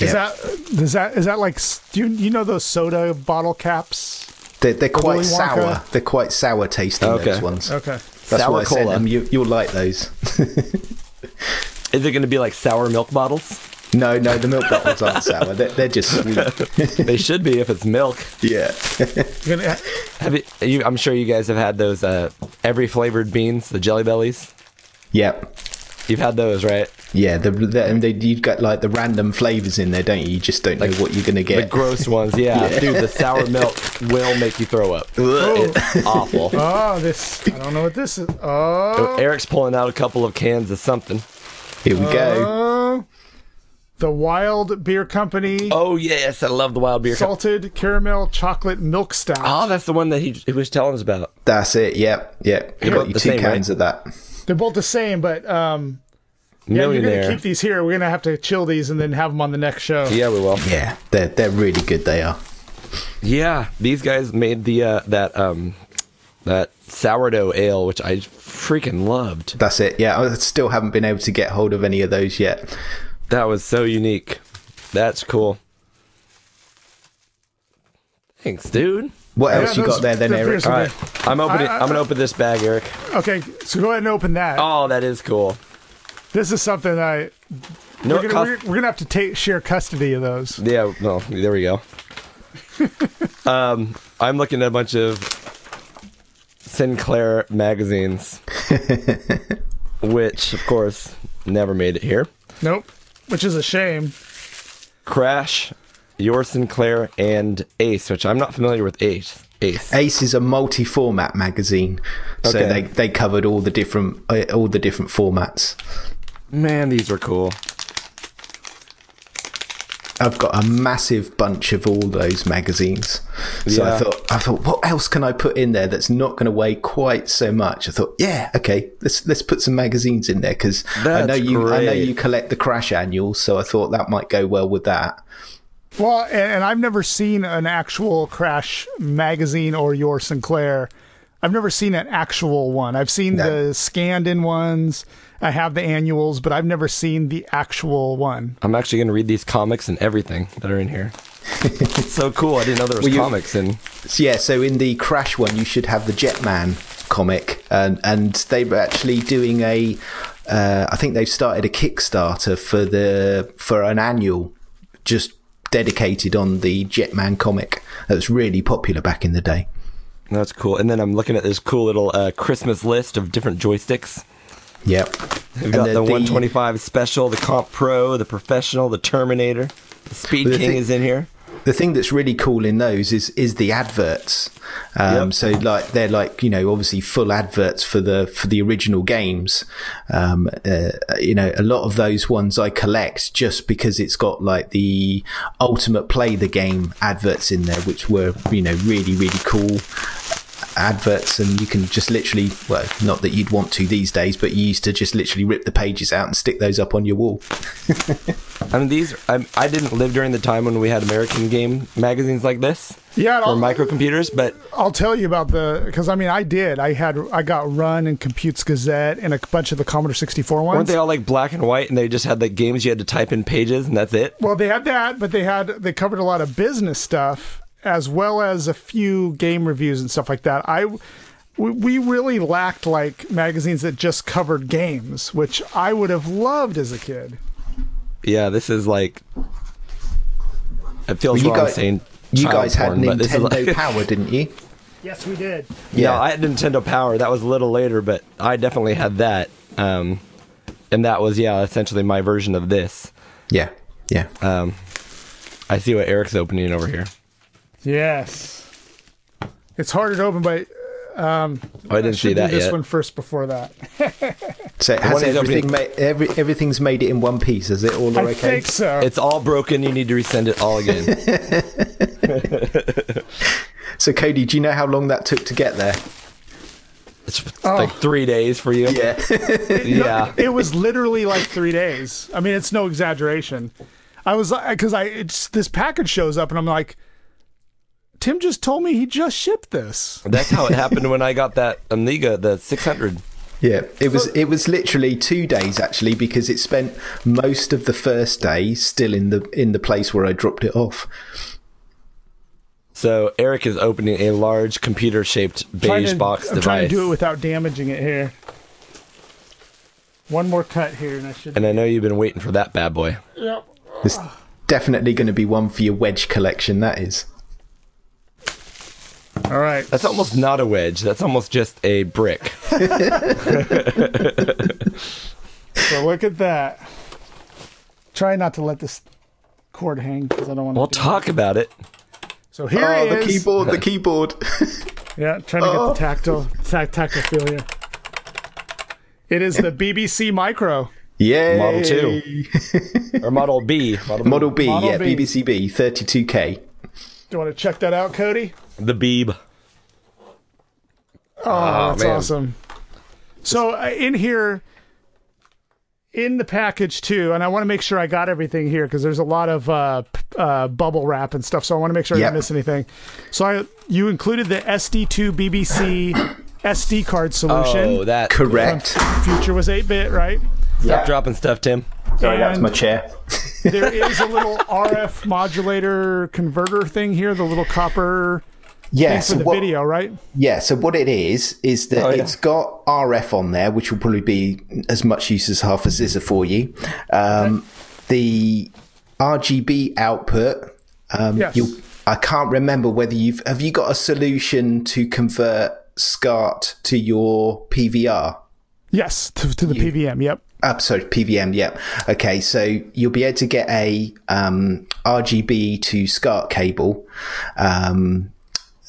[SPEAKER 7] Yeah.
[SPEAKER 5] Is that is that is that like s- do you, you know those soda bottle caps?
[SPEAKER 7] They're, they're quite
[SPEAKER 5] Willy Wonka?
[SPEAKER 7] sour. They're quite sour tasting
[SPEAKER 4] Okay.
[SPEAKER 7] those ones.
[SPEAKER 5] Okay.
[SPEAKER 7] That's
[SPEAKER 4] Sour
[SPEAKER 7] why I sent
[SPEAKER 4] cola.
[SPEAKER 7] them. You, you'll like those.
[SPEAKER 4] Is it going to be like sour milk bottles?
[SPEAKER 7] no, no, the milk bottles aren't sour. They're, they're just sweet.
[SPEAKER 4] They should be if it's milk.
[SPEAKER 7] yeah.
[SPEAKER 5] You're gonna-
[SPEAKER 4] Have you, you, I'm sure you guys have had those uh, every flavored beans, the jelly bellies.
[SPEAKER 7] Yep.
[SPEAKER 4] You've had those, right?
[SPEAKER 7] Yeah, the, the, and they, you've got like the random flavors in there, don't you? You just don't know what you're gonna
[SPEAKER 4] The
[SPEAKER 7] get.
[SPEAKER 4] gross ones, yeah. Dude, the sour milk will make you throw up. It's awful.
[SPEAKER 5] oh, this I don't know what this is. Oh,
[SPEAKER 4] Eric's pulling out a couple of cans of something.
[SPEAKER 7] Here we
[SPEAKER 4] Uh-huh.
[SPEAKER 7] go.
[SPEAKER 5] oh, the Wild Beer Company
[SPEAKER 4] Oh yes, I love the wild beer. cup.
[SPEAKER 5] salted caramel chocolate milk stout.
[SPEAKER 4] Oh, that's the one that he, he was telling us about.
[SPEAKER 7] That's it. Yep. Yep. You got
[SPEAKER 4] the
[SPEAKER 7] your two
[SPEAKER 4] same,
[SPEAKER 7] cans of that.
[SPEAKER 5] They're both the same, but um, yeah, you're
[SPEAKER 4] Millionaire.
[SPEAKER 5] gonna keep these here. We're gonna have to chill these and then have them on the next show.
[SPEAKER 4] yeah, we will.
[SPEAKER 7] Yeah, they're they're really good. They are.
[SPEAKER 4] Yeah, these guys made the uh, that um that sourdough ale, which I freaking loved.
[SPEAKER 7] That's it. Yeah, I still haven't been able to get hold of any of those yet.
[SPEAKER 4] That was so unique. That's cool. Thanks, dude.
[SPEAKER 7] What
[SPEAKER 5] Yeah,
[SPEAKER 7] else you
[SPEAKER 5] those-
[SPEAKER 7] got there then,
[SPEAKER 5] the
[SPEAKER 7] Eric?
[SPEAKER 5] beers are
[SPEAKER 4] All right,
[SPEAKER 5] good.
[SPEAKER 4] I'm opening.
[SPEAKER 5] I- I-
[SPEAKER 4] I, am gonna open this bag, Eric.
[SPEAKER 5] Okay, so go ahead and open that.
[SPEAKER 4] Oh, that is cool.
[SPEAKER 5] This is something I
[SPEAKER 4] No,
[SPEAKER 5] we're gonna,
[SPEAKER 4] cus-
[SPEAKER 5] we're, we're gonna have to take share custody of those.
[SPEAKER 4] Yeah, well, there we go. um, I'm looking at a bunch of Sinclair magazines, which, of course, never made it here.
[SPEAKER 5] Nope, which is a shame.
[SPEAKER 4] Crash, Your Sinclair, and Ace, which I'm not familiar with Ace. Ace.
[SPEAKER 7] Ace is a multi-format magazine, so
[SPEAKER 4] Okay.
[SPEAKER 7] they they covered all the different uh, all the different formats.
[SPEAKER 4] Man, these are cool.
[SPEAKER 7] I've got a massive bunch of all those magazines, so
[SPEAKER 4] Yeah.
[SPEAKER 7] I thought I thought what else can I put in there that's not going to weigh quite so much? I thought, yeah, okay, let's let's put some magazines in there because I
[SPEAKER 4] That's
[SPEAKER 7] know you I know
[SPEAKER 4] great.
[SPEAKER 7] you collect the Crash annuals, so I thought that might go well with that.
[SPEAKER 5] Well, and, and I've never seen an actual Crash magazine or your Sinclair. I've never seen an actual one. I've seen
[SPEAKER 7] No.
[SPEAKER 5] the scanned in ones. I have the annuals, but I've never seen the actual one.
[SPEAKER 4] I'm actually going to read these comics and everything that are in here. it's so cool. I didn't know there was
[SPEAKER 7] Well, you-
[SPEAKER 4] comics and
[SPEAKER 7] So, yeah, so in the Crash one, you should have the Jetman comic, and and they were actually doing a, uh, I think they've started a Kickstarter for the for an annual, just dedicated on the Jetman comic that was really popular back in the day.
[SPEAKER 4] that's cool. And then I'm looking at this cool little uh, Christmas list of different joysticks.
[SPEAKER 7] Yep,
[SPEAKER 4] We've got the 125 special, the Comp Pro, the Professional, the Terminator. The Speed
[SPEAKER 7] The
[SPEAKER 4] King
[SPEAKER 7] thing-
[SPEAKER 4] is in here.
[SPEAKER 7] the thing that's really cool in those is is the adverts. Um,
[SPEAKER 4] Yep.
[SPEAKER 7] So like they're like you know obviously full adverts for the for the original games. Um, uh, you know a lot of those ones I collect just because it's got like the ultimate play the game adverts in there, which were you know really really cool adverts and you can just literally well not that you'd want to these days but you used to just literally rip the pages out and stick those up on your wall
[SPEAKER 4] I mean, these. I, I didn't live during the time when we had American game magazines like this
[SPEAKER 5] Yeah, and
[SPEAKER 4] or
[SPEAKER 5] I'll,
[SPEAKER 4] microcomputers, but
[SPEAKER 5] I'll tell you about the because I mean I did. I had I got Run and Computes Gazette and a bunch of the Commodore 64 ones.
[SPEAKER 4] weren't they all like black and white and they just had like games you had to type in pages and that's it?
[SPEAKER 5] Well, they had that, but they had they covered a lot of business stuff as well as a few game reviews and stuff like that. I we, we really lacked like magazines that just covered games, which I would have loved as a kid.
[SPEAKER 4] Yeah, this is like. It
[SPEAKER 7] Well,
[SPEAKER 4] feels
[SPEAKER 7] you
[SPEAKER 4] wrong
[SPEAKER 7] guys-
[SPEAKER 4] saying.
[SPEAKER 7] You
[SPEAKER 4] child
[SPEAKER 7] guys had
[SPEAKER 4] porn, but this is
[SPEAKER 7] Nintendo
[SPEAKER 4] like-
[SPEAKER 7] Power, didn't you?
[SPEAKER 5] Yes, we did.
[SPEAKER 4] Yeah, I had Nintendo Power. That was a little later, but I definitely had that. Um, and that was yeah, essentially my version of this.
[SPEAKER 7] yeah, yeah.
[SPEAKER 4] I see what Eric's opening over here.
[SPEAKER 5] Yes. It's harder to open, but
[SPEAKER 4] Oh, I didn't see
[SPEAKER 5] should do
[SPEAKER 4] that
[SPEAKER 5] this
[SPEAKER 4] yet.
[SPEAKER 5] one first before that.
[SPEAKER 7] so
[SPEAKER 4] one
[SPEAKER 7] has
[SPEAKER 4] is
[SPEAKER 7] everything
[SPEAKER 4] opening-
[SPEAKER 7] made every, everything's made it in one piece? Is it all
[SPEAKER 5] I
[SPEAKER 7] okay?
[SPEAKER 5] think so.
[SPEAKER 4] It's all broken. You need to resend it all again.
[SPEAKER 7] So Cody, do you know how long that took to get there?
[SPEAKER 4] it's like
[SPEAKER 5] Oh.
[SPEAKER 4] three days for you.
[SPEAKER 7] Yeah.
[SPEAKER 4] Yeah.
[SPEAKER 5] it was literally like three days. I mean, it's no exaggeration. I was like, because I it's, this package shows up, and I'm like, Tim just told me he just shipped this.
[SPEAKER 4] That's how it happened when I got that Amiga, the 600.
[SPEAKER 7] Yeah, it was it was literally two days actually because it spent most of the first day still in the in the place where I dropped it off.
[SPEAKER 4] So Eric is opening a large computer-shaped
[SPEAKER 5] Trying
[SPEAKER 4] beige
[SPEAKER 5] to-
[SPEAKER 4] box
[SPEAKER 5] I'm
[SPEAKER 4] device,
[SPEAKER 5] trying to do it without damaging it here. One more cut here, and I should.
[SPEAKER 4] and I know you've been waiting for that bad boy.
[SPEAKER 5] Yep.
[SPEAKER 7] There's definitely going to be one for your wedge collection. That is.
[SPEAKER 5] All right.
[SPEAKER 4] That's almost not a wedge. That's almost just a brick.
[SPEAKER 5] So look at that. Try not to let this cord hang because I don't want
[SPEAKER 4] We'll
[SPEAKER 5] to.
[SPEAKER 4] talk about it.
[SPEAKER 5] so here
[SPEAKER 7] oh,
[SPEAKER 5] it
[SPEAKER 7] the
[SPEAKER 5] is.
[SPEAKER 7] keyboard! The keyboard.
[SPEAKER 5] Yeah, trying to
[SPEAKER 7] Oh.
[SPEAKER 5] get the tactile tac- tactile feel here. It is the BBC Micro.
[SPEAKER 7] Yeah.
[SPEAKER 4] Model two or Model B. Model,
[SPEAKER 7] Model B.
[SPEAKER 5] Model
[SPEAKER 7] yeah,
[SPEAKER 5] B.
[SPEAKER 7] BBC B. Thirty-two K.
[SPEAKER 5] Do you want to check that out, Cody?
[SPEAKER 4] the Beeb.
[SPEAKER 5] Oh, that's
[SPEAKER 4] man.
[SPEAKER 5] awesome. So uh, in here, in the package too, and I want to make sure I got everything here because there's a lot of uh, p- uh, bubble wrap and stuff. So I want to make sure I
[SPEAKER 7] Yep.
[SPEAKER 5] didn't miss anything. So I, you included the SD2 BBC SD card solution.
[SPEAKER 4] Oh, that.
[SPEAKER 7] Correct.
[SPEAKER 5] Future was 8-bit, right?
[SPEAKER 4] Stop dropping stuff, Tim.
[SPEAKER 7] Sorry, that was
[SPEAKER 5] And-
[SPEAKER 7] my chair.
[SPEAKER 5] there is a little RF modulator converter thing here, the little copper
[SPEAKER 7] Yeah.
[SPEAKER 5] thing for
[SPEAKER 7] So
[SPEAKER 5] the
[SPEAKER 7] what,
[SPEAKER 5] video, right?
[SPEAKER 7] Yeah, so what it is is that
[SPEAKER 4] Oh, yeah.
[SPEAKER 7] it's got RF on there, which will probably be as much use as half a scissor for you. Um, The RGB output. Um,
[SPEAKER 5] Yes.
[SPEAKER 7] you'll- I can't remember whether you've have you got a solution to convert SCART to your PVR.
[SPEAKER 5] Yes, to, to the PVM. Yep.
[SPEAKER 7] Uh, sorry, PVM. Yep. Okay, so you'll be able to get a um, RGB to SCART cable. Um,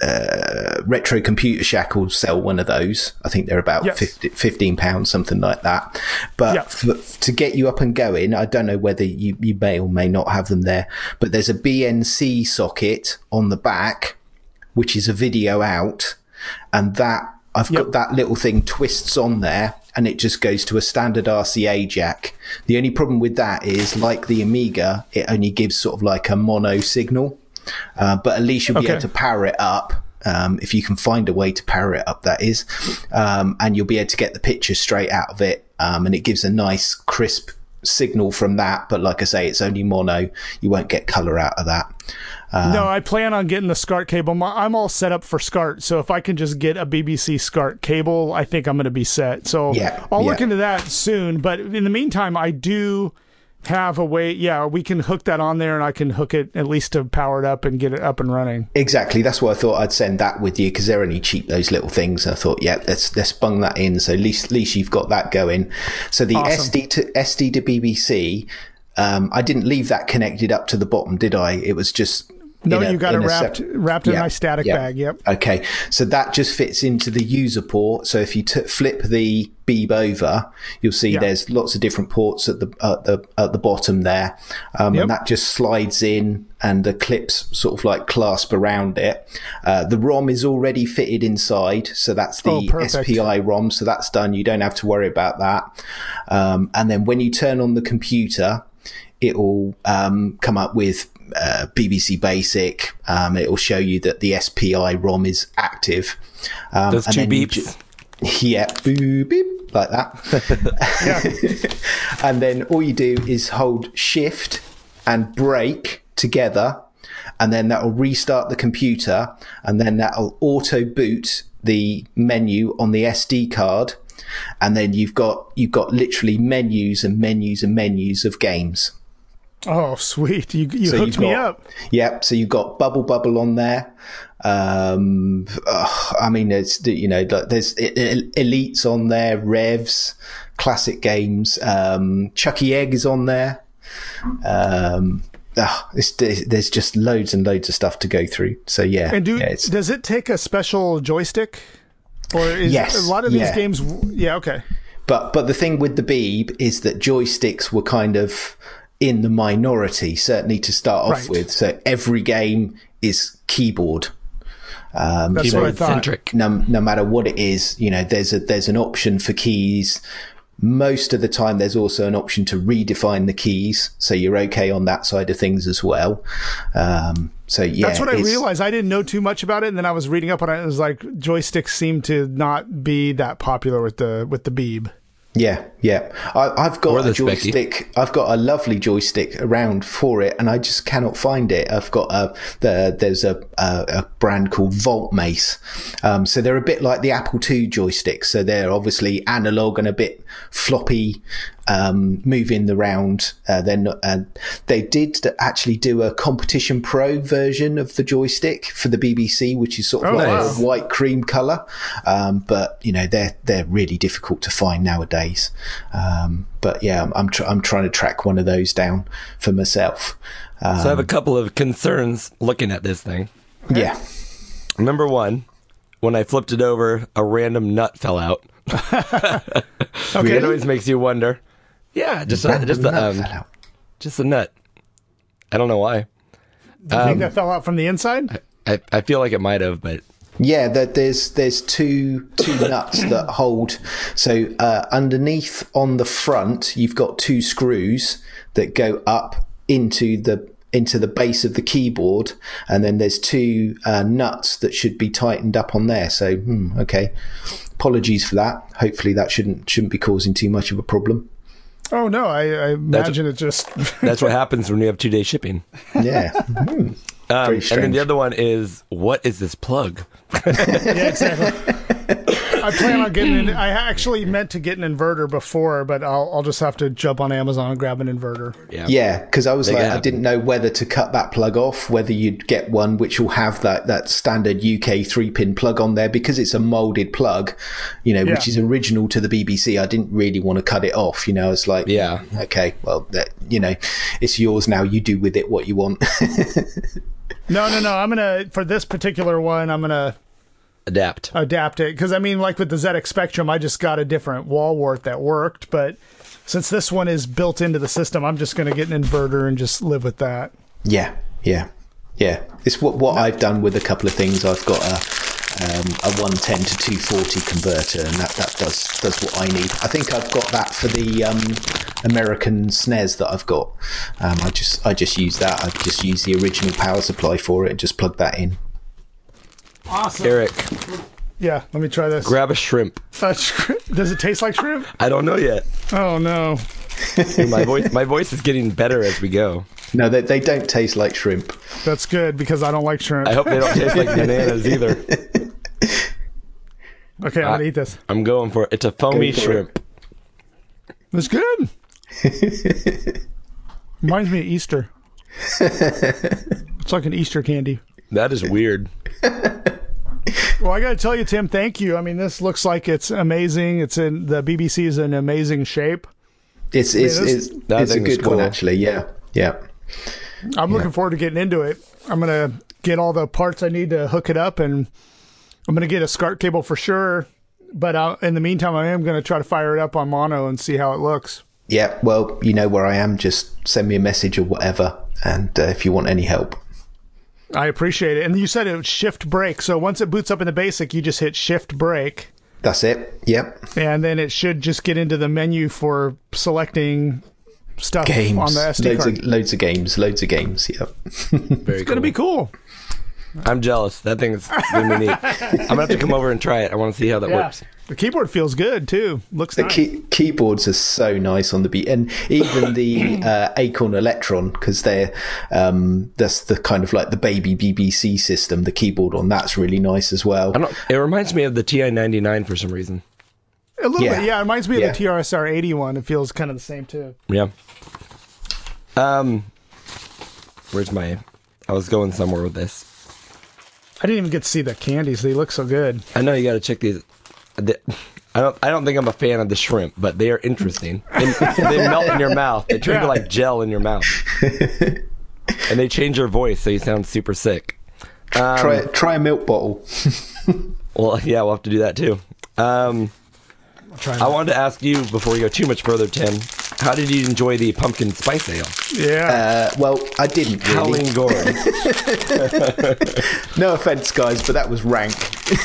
[SPEAKER 7] uh, retro computer shack will sell one of those. I think they're about
[SPEAKER 5] Yes.
[SPEAKER 7] 50, 15 pounds, something like that. But
[SPEAKER 5] Yeah.
[SPEAKER 7] f- to get you up and going, I don't know whether you, you may or may not have them there, but there's a BNC socket on the back, which is a video out. And that I've
[SPEAKER 5] Yep.
[SPEAKER 7] got that little thing twists on there and it just goes to a standard RCA jack. The only problem with that is like the Amiga, it only gives sort of like a mono signal. Uh, but at least you'll be
[SPEAKER 5] Okay.
[SPEAKER 7] able to power it up um, if you can find a way to power it up. That is, um, and you'll be able to get the picture straight out of it, um, and it gives a nice crisp signal from that. But like I say, it's only mono. You won't get color out of that. Uh,
[SPEAKER 5] no, I plan on getting the SCART cable. My, I'm all set up for SCART, so if I can just get a BBC SCART cable, I think I'm going to be set. So
[SPEAKER 7] Yeah,
[SPEAKER 5] I'll look
[SPEAKER 7] yeah.
[SPEAKER 5] into that soon. But in the meantime, I do have a way. Yeah, we can hook that on there, and I can hook it at least to power it up and get it up and running.
[SPEAKER 7] Exactly. That's why I thought I'd send that with you because they're only cheap those little things. I thought, yeah, let's let's bung that in. So at least, at least you've got that going. So the
[SPEAKER 5] Awesome.
[SPEAKER 7] SD to SD to BBC. Um, I didn't leave that connected up to the bottom, did I? It was just
[SPEAKER 5] No,
[SPEAKER 7] in a-
[SPEAKER 5] you got it
[SPEAKER 7] in a
[SPEAKER 5] wrapped
[SPEAKER 7] sep-
[SPEAKER 5] wrapped in
[SPEAKER 7] Yeah,
[SPEAKER 5] my static
[SPEAKER 7] yeah.
[SPEAKER 5] bag. Yep.
[SPEAKER 7] Okay, so that just fits into the user port. So if you t- flip the beeb over, you'll see
[SPEAKER 5] Yeah.
[SPEAKER 7] there's lots of different ports at the at the at the bottom there, um,
[SPEAKER 5] Yep.
[SPEAKER 7] and that just slides in, and the clips sort of like clasp around it. Uh, the ROM is already fitted inside, so that's the
[SPEAKER 5] Oh, perfect.
[SPEAKER 7] SPI ROM, so that's done. You don't have to worry about that. Um, and then when you turn on the computer, it'll um, come up with uh, BBC Basic. Um, it will show you that the SPI ROM is active. Um,
[SPEAKER 4] Those
[SPEAKER 7] and
[SPEAKER 4] two
[SPEAKER 7] then you ju-
[SPEAKER 4] beeps.
[SPEAKER 7] yeah, boop, beep, like that. and then all you do is hold shift and break together. and then that'll restart the computer, and then that'll auto boot the menu on the SD card, and then you've got you've got literally menus and menus and menus of games.
[SPEAKER 5] Oh, sweet. You, you hooked
[SPEAKER 7] you've
[SPEAKER 5] me
[SPEAKER 7] got-
[SPEAKER 5] up.
[SPEAKER 7] Yep. So you've got Bubble Bubble on there. Um, ugh, I mean, it's you know, like, there's e- e- Elites on there, Revs, classic games. Um, Chucky Egg is on there. Um, ah, it's, there's just loads and loads of stuff to go through. So yeah,
[SPEAKER 5] And do
[SPEAKER 7] yeah, it's-
[SPEAKER 5] does it take a special joystick? Or is
[SPEAKER 7] Yes,
[SPEAKER 5] a lot of these
[SPEAKER 7] yeah.
[SPEAKER 5] games yeah, okay.
[SPEAKER 7] But but the thing with the Beeb is that joysticks were kind of in the minority, certainly to start off
[SPEAKER 5] Right.
[SPEAKER 7] with. So every game is keyboard. Um,
[SPEAKER 5] That's
[SPEAKER 7] so
[SPEAKER 5] what I thought.
[SPEAKER 8] Centric.
[SPEAKER 7] no, no matter what it is, you know, there's a there's an option for keys. Most of the time, there's also an option to redefine the keys, so you're okay on that side of things as well. Um, so yeah,
[SPEAKER 5] That's what I
[SPEAKER 7] it's-
[SPEAKER 5] realized. I didn't know too much about it, and then I was reading up on it. And it was like joysticks seem to not be that popular with the with the Beeb.
[SPEAKER 7] Yeah, yeah. I, I've
[SPEAKER 8] Or
[SPEAKER 7] got
[SPEAKER 8] the
[SPEAKER 7] a
[SPEAKER 8] Specky.
[SPEAKER 7] joystick. I've got a lovely joystick around for it, and I just cannot find it. I've got a the, there's a, a a brand called Volt Mace. Um, so they're a bit like the Apple II joysticks. So they're obviously analog and a bit floppy, um, moving the round. Uh, they're not. Uh, they did actually do a competition pro version of the joystick for the BBC, which is sort of
[SPEAKER 5] Oh,
[SPEAKER 7] like
[SPEAKER 5] wow.
[SPEAKER 7] a white cream color. Um, but you know, they're, they're really difficult to find nowadays. Um, but yeah, I'm, I'm, tr- I'm trying to track one of those down for myself. Um,
[SPEAKER 8] So I have a couple of concerns looking at this thing.
[SPEAKER 7] yeah.
[SPEAKER 8] Number one, when I flipped it over, a random nut fell out. It
[SPEAKER 7] Really?
[SPEAKER 8] always makes you wonder. Yeah, just a, just the
[SPEAKER 7] Nut
[SPEAKER 8] um,
[SPEAKER 7] fell out.
[SPEAKER 8] just a nut. I don't know why.
[SPEAKER 5] Do you think that fell out from the inside?
[SPEAKER 8] I, I feel like it might have, but
[SPEAKER 7] Yeah, there, there's there's two two nuts that hold. So uh, underneath on the front, you've got two screws that go up into the into the base of the keyboard, and then there's two uh, nuts that should be tightened up on there. So hmm, okay, apologies for that. Hopefully that shouldn't shouldn't be causing too much of a problem.
[SPEAKER 5] Oh no, I, I imagine it just
[SPEAKER 8] that's what happens when you have two day shipping.
[SPEAKER 7] Yeah, Hmm.
[SPEAKER 8] Um,
[SPEAKER 7] very
[SPEAKER 8] and then
[SPEAKER 7] strange.
[SPEAKER 8] the other one is what is this plug?
[SPEAKER 5] yeah, exactly. I plan on getting. An, I actually meant to get an inverter before, but I'll, I'll just have to jump on Amazon and grab an inverter.
[SPEAKER 7] Yeah, because I was
[SPEAKER 8] Make it
[SPEAKER 7] like, I
[SPEAKER 8] happen.
[SPEAKER 7] didn't know whether to cut that plug off, whether you'd get one which will have that that standard UK three pin plug on there because it's a molded plug, you know, which
[SPEAKER 5] Yeah.
[SPEAKER 7] is original to the BBC. I didn't really want to cut it off, you know. It's like,
[SPEAKER 8] Yeah.
[SPEAKER 7] okay, well, that you know, it's yours now. You do with it what you want.
[SPEAKER 5] No, no, no. I'm gonna for this particular one. I'm gonna
[SPEAKER 8] Adapt.
[SPEAKER 5] adapt it because I mean, like with the ZX Spectrum, I just got a different wall wart that worked, but since this one is built into the system, I'm just gonna get an inverter and just live with that.
[SPEAKER 7] yeah, yeah, yeah. It's what what I've done with a couple of things. I've got a. Um, a 110 to 240 converter, and that, that does does what I need. I think I've got that for the um, American snares that I've got. Um, I just I just use that. I just use the original power supply for it and just plug that in.
[SPEAKER 8] Eric,
[SPEAKER 5] Yeah, let me try this.
[SPEAKER 8] grab a shrimp.
[SPEAKER 5] Uh, sh- does it taste like shrimp?
[SPEAKER 8] I don't know yet.
[SPEAKER 5] Oh no.
[SPEAKER 8] Dude, my voice my voice is getting better as we go.
[SPEAKER 7] No, they, they don't taste like shrimp.
[SPEAKER 5] That's good because I don't like shrimp.
[SPEAKER 8] I hope they don't taste like bananas either.
[SPEAKER 5] Okay, I'm gonna eat this.
[SPEAKER 8] I'm going for it. It's a foamy
[SPEAKER 7] Go for it.
[SPEAKER 8] shrimp.
[SPEAKER 5] That's good. Reminds me of Easter. it's like an Easter candy.
[SPEAKER 8] That is weird.
[SPEAKER 5] Well, I got to tell you, Tim, thank you. I mean, this looks like it's amazing. It's in the BBC is in amazing shape.
[SPEAKER 7] It's it's
[SPEAKER 5] that's-
[SPEAKER 7] it's,
[SPEAKER 8] That
[SPEAKER 7] it's a
[SPEAKER 8] thing is
[SPEAKER 7] good one
[SPEAKER 8] cool.
[SPEAKER 7] actually. Yeah, yeah.
[SPEAKER 5] I'm looking forward to getting into it. I'm gonna get all the parts I need to hook it up, and I'm gonna get a SCART cable for sure. But uh, in the meantime, I am gonna try to fire it up on mono and see how it looks.
[SPEAKER 7] Yeah, well, you know where I am. Just send me a message or whatever, and uh, if you want any help.
[SPEAKER 5] I appreciate it. And you said it would shift brake, so once it boots up in the basic, you just hit shift brake.
[SPEAKER 7] That's it. Yep.
[SPEAKER 5] and then it should just get into the menu for selecting stuff
[SPEAKER 7] Games.
[SPEAKER 5] on the SD
[SPEAKER 7] loads
[SPEAKER 5] card.
[SPEAKER 7] of loads of games. Loads of games. Yep.
[SPEAKER 8] Very
[SPEAKER 5] it's gonna be cool.
[SPEAKER 4] I'm jealous. That thing's been unique. I'm gonna have to come over and try it. I want to see how that
[SPEAKER 5] Yeah.
[SPEAKER 4] works.
[SPEAKER 5] The keyboard feels good too. Looks
[SPEAKER 7] The
[SPEAKER 5] nice.
[SPEAKER 7] key- keyboards are so nice on the beat, and even the uh, Acorn Electron because they're um, that's the kind of like the baby BBC system. The keyboard on that's really nice as well.
[SPEAKER 4] I don't. It reminds me of the TI 99 for some reason.
[SPEAKER 5] a little
[SPEAKER 7] yeah.
[SPEAKER 5] bit. Yeah, it reminds me
[SPEAKER 7] Yeah.
[SPEAKER 5] of the TRSR 81. It feels kind of the same too.
[SPEAKER 4] Yeah. Um. Where's my? I was going somewhere with this.
[SPEAKER 5] I didn't even get to see the candies. They look so good.
[SPEAKER 4] I know you got to check these. the- I don't. I don't think I'm a fan of the shrimp, but they are interesting. And they melt in your mouth. They turn to
[SPEAKER 5] Yeah.
[SPEAKER 4] like gel in your mouth. and they change your voice, so you sound super sick. Um,
[SPEAKER 7] try try a milk bottle.
[SPEAKER 4] Well, yeah, we'll have to do that too. Um,
[SPEAKER 5] try
[SPEAKER 4] I wanted to ask you before we go too much further, Tim. How did you enjoy the pumpkin spice ale?
[SPEAKER 5] Yeah.
[SPEAKER 7] Uh, well, I didn't really.
[SPEAKER 4] Howling Gorn.
[SPEAKER 7] No offense, guys, but that was rank.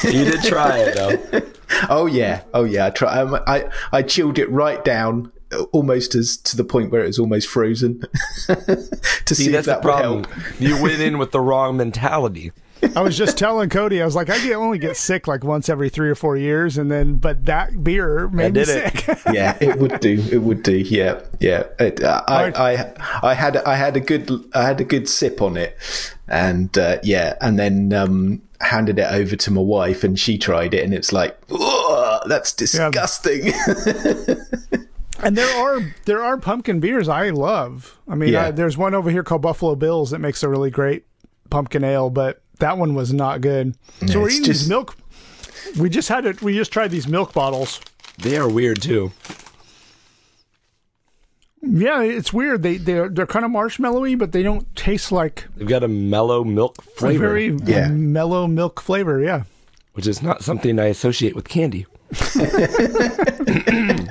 [SPEAKER 4] you did try it though.
[SPEAKER 7] Oh yeah, oh yeah. I try. Um, I I chilled it right down, uh, almost as to the point where it was almost frozen. to see,
[SPEAKER 4] See,
[SPEAKER 7] if
[SPEAKER 4] that's the
[SPEAKER 7] that would
[SPEAKER 4] problem.
[SPEAKER 7] help.
[SPEAKER 4] You went in with the wrong mentality.
[SPEAKER 5] I was just telling Cody. I was like, I get, only get sick like once every three or four years, and then but that beer made me
[SPEAKER 4] did it.
[SPEAKER 5] sick.
[SPEAKER 7] yeah, it would do. It would do. Yeah, yeah. It, uh, I, I, I had, I had a good, I had a good sip on it, and uh, yeah, and then um, handed it over to my wife, and she tried it, and it's like, "Ugh, that's disgusting.
[SPEAKER 5] And there are there are pumpkin beers I love. I mean,
[SPEAKER 7] Yeah.
[SPEAKER 5] I, there's one over here called Buffalo Bills that makes a really great pumpkin ale, but that one was not good. so we're
[SPEAKER 7] it's
[SPEAKER 5] eating
[SPEAKER 7] just-
[SPEAKER 5] these milk. We just had it. We just tried these milk bottles.
[SPEAKER 4] They are weird too.
[SPEAKER 5] Yeah, it's weird. They they're they're kind of marshmallowy, but they don't taste like
[SPEAKER 4] They've got a mellow milk
[SPEAKER 5] a
[SPEAKER 4] flavor,
[SPEAKER 5] very
[SPEAKER 7] Yeah.
[SPEAKER 5] mellow milk flavor. Yeah.
[SPEAKER 4] which is not something I associate with candy.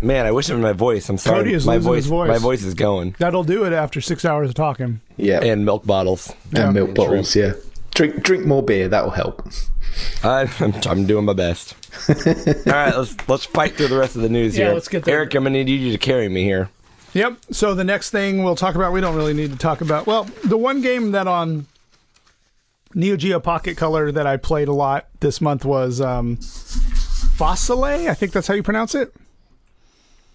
[SPEAKER 4] Man, I wish it was my voice. I'm sorry.
[SPEAKER 5] Cody is
[SPEAKER 4] my
[SPEAKER 5] losing his voice.
[SPEAKER 4] My voice is going.
[SPEAKER 5] That'll do it after six hours of talking.
[SPEAKER 7] yeah, and,
[SPEAKER 4] And milk bottles.
[SPEAKER 7] milk bottles. Yeah, drink, drink more beer. That'll help.
[SPEAKER 4] I'm, I'm, I'm doing my best. All right, let's let's fight through the rest of the news
[SPEAKER 5] Yeah,
[SPEAKER 4] here.
[SPEAKER 5] let's get there.
[SPEAKER 4] Eric, I'm gonna need you to carry me here.
[SPEAKER 5] Yep. So the next thing we'll talk about, we don't really need to talk about. Well, the one game that on Neo Geo Pocket Color that I played a lot this month was um, Fossile. I think that's how you pronounce it.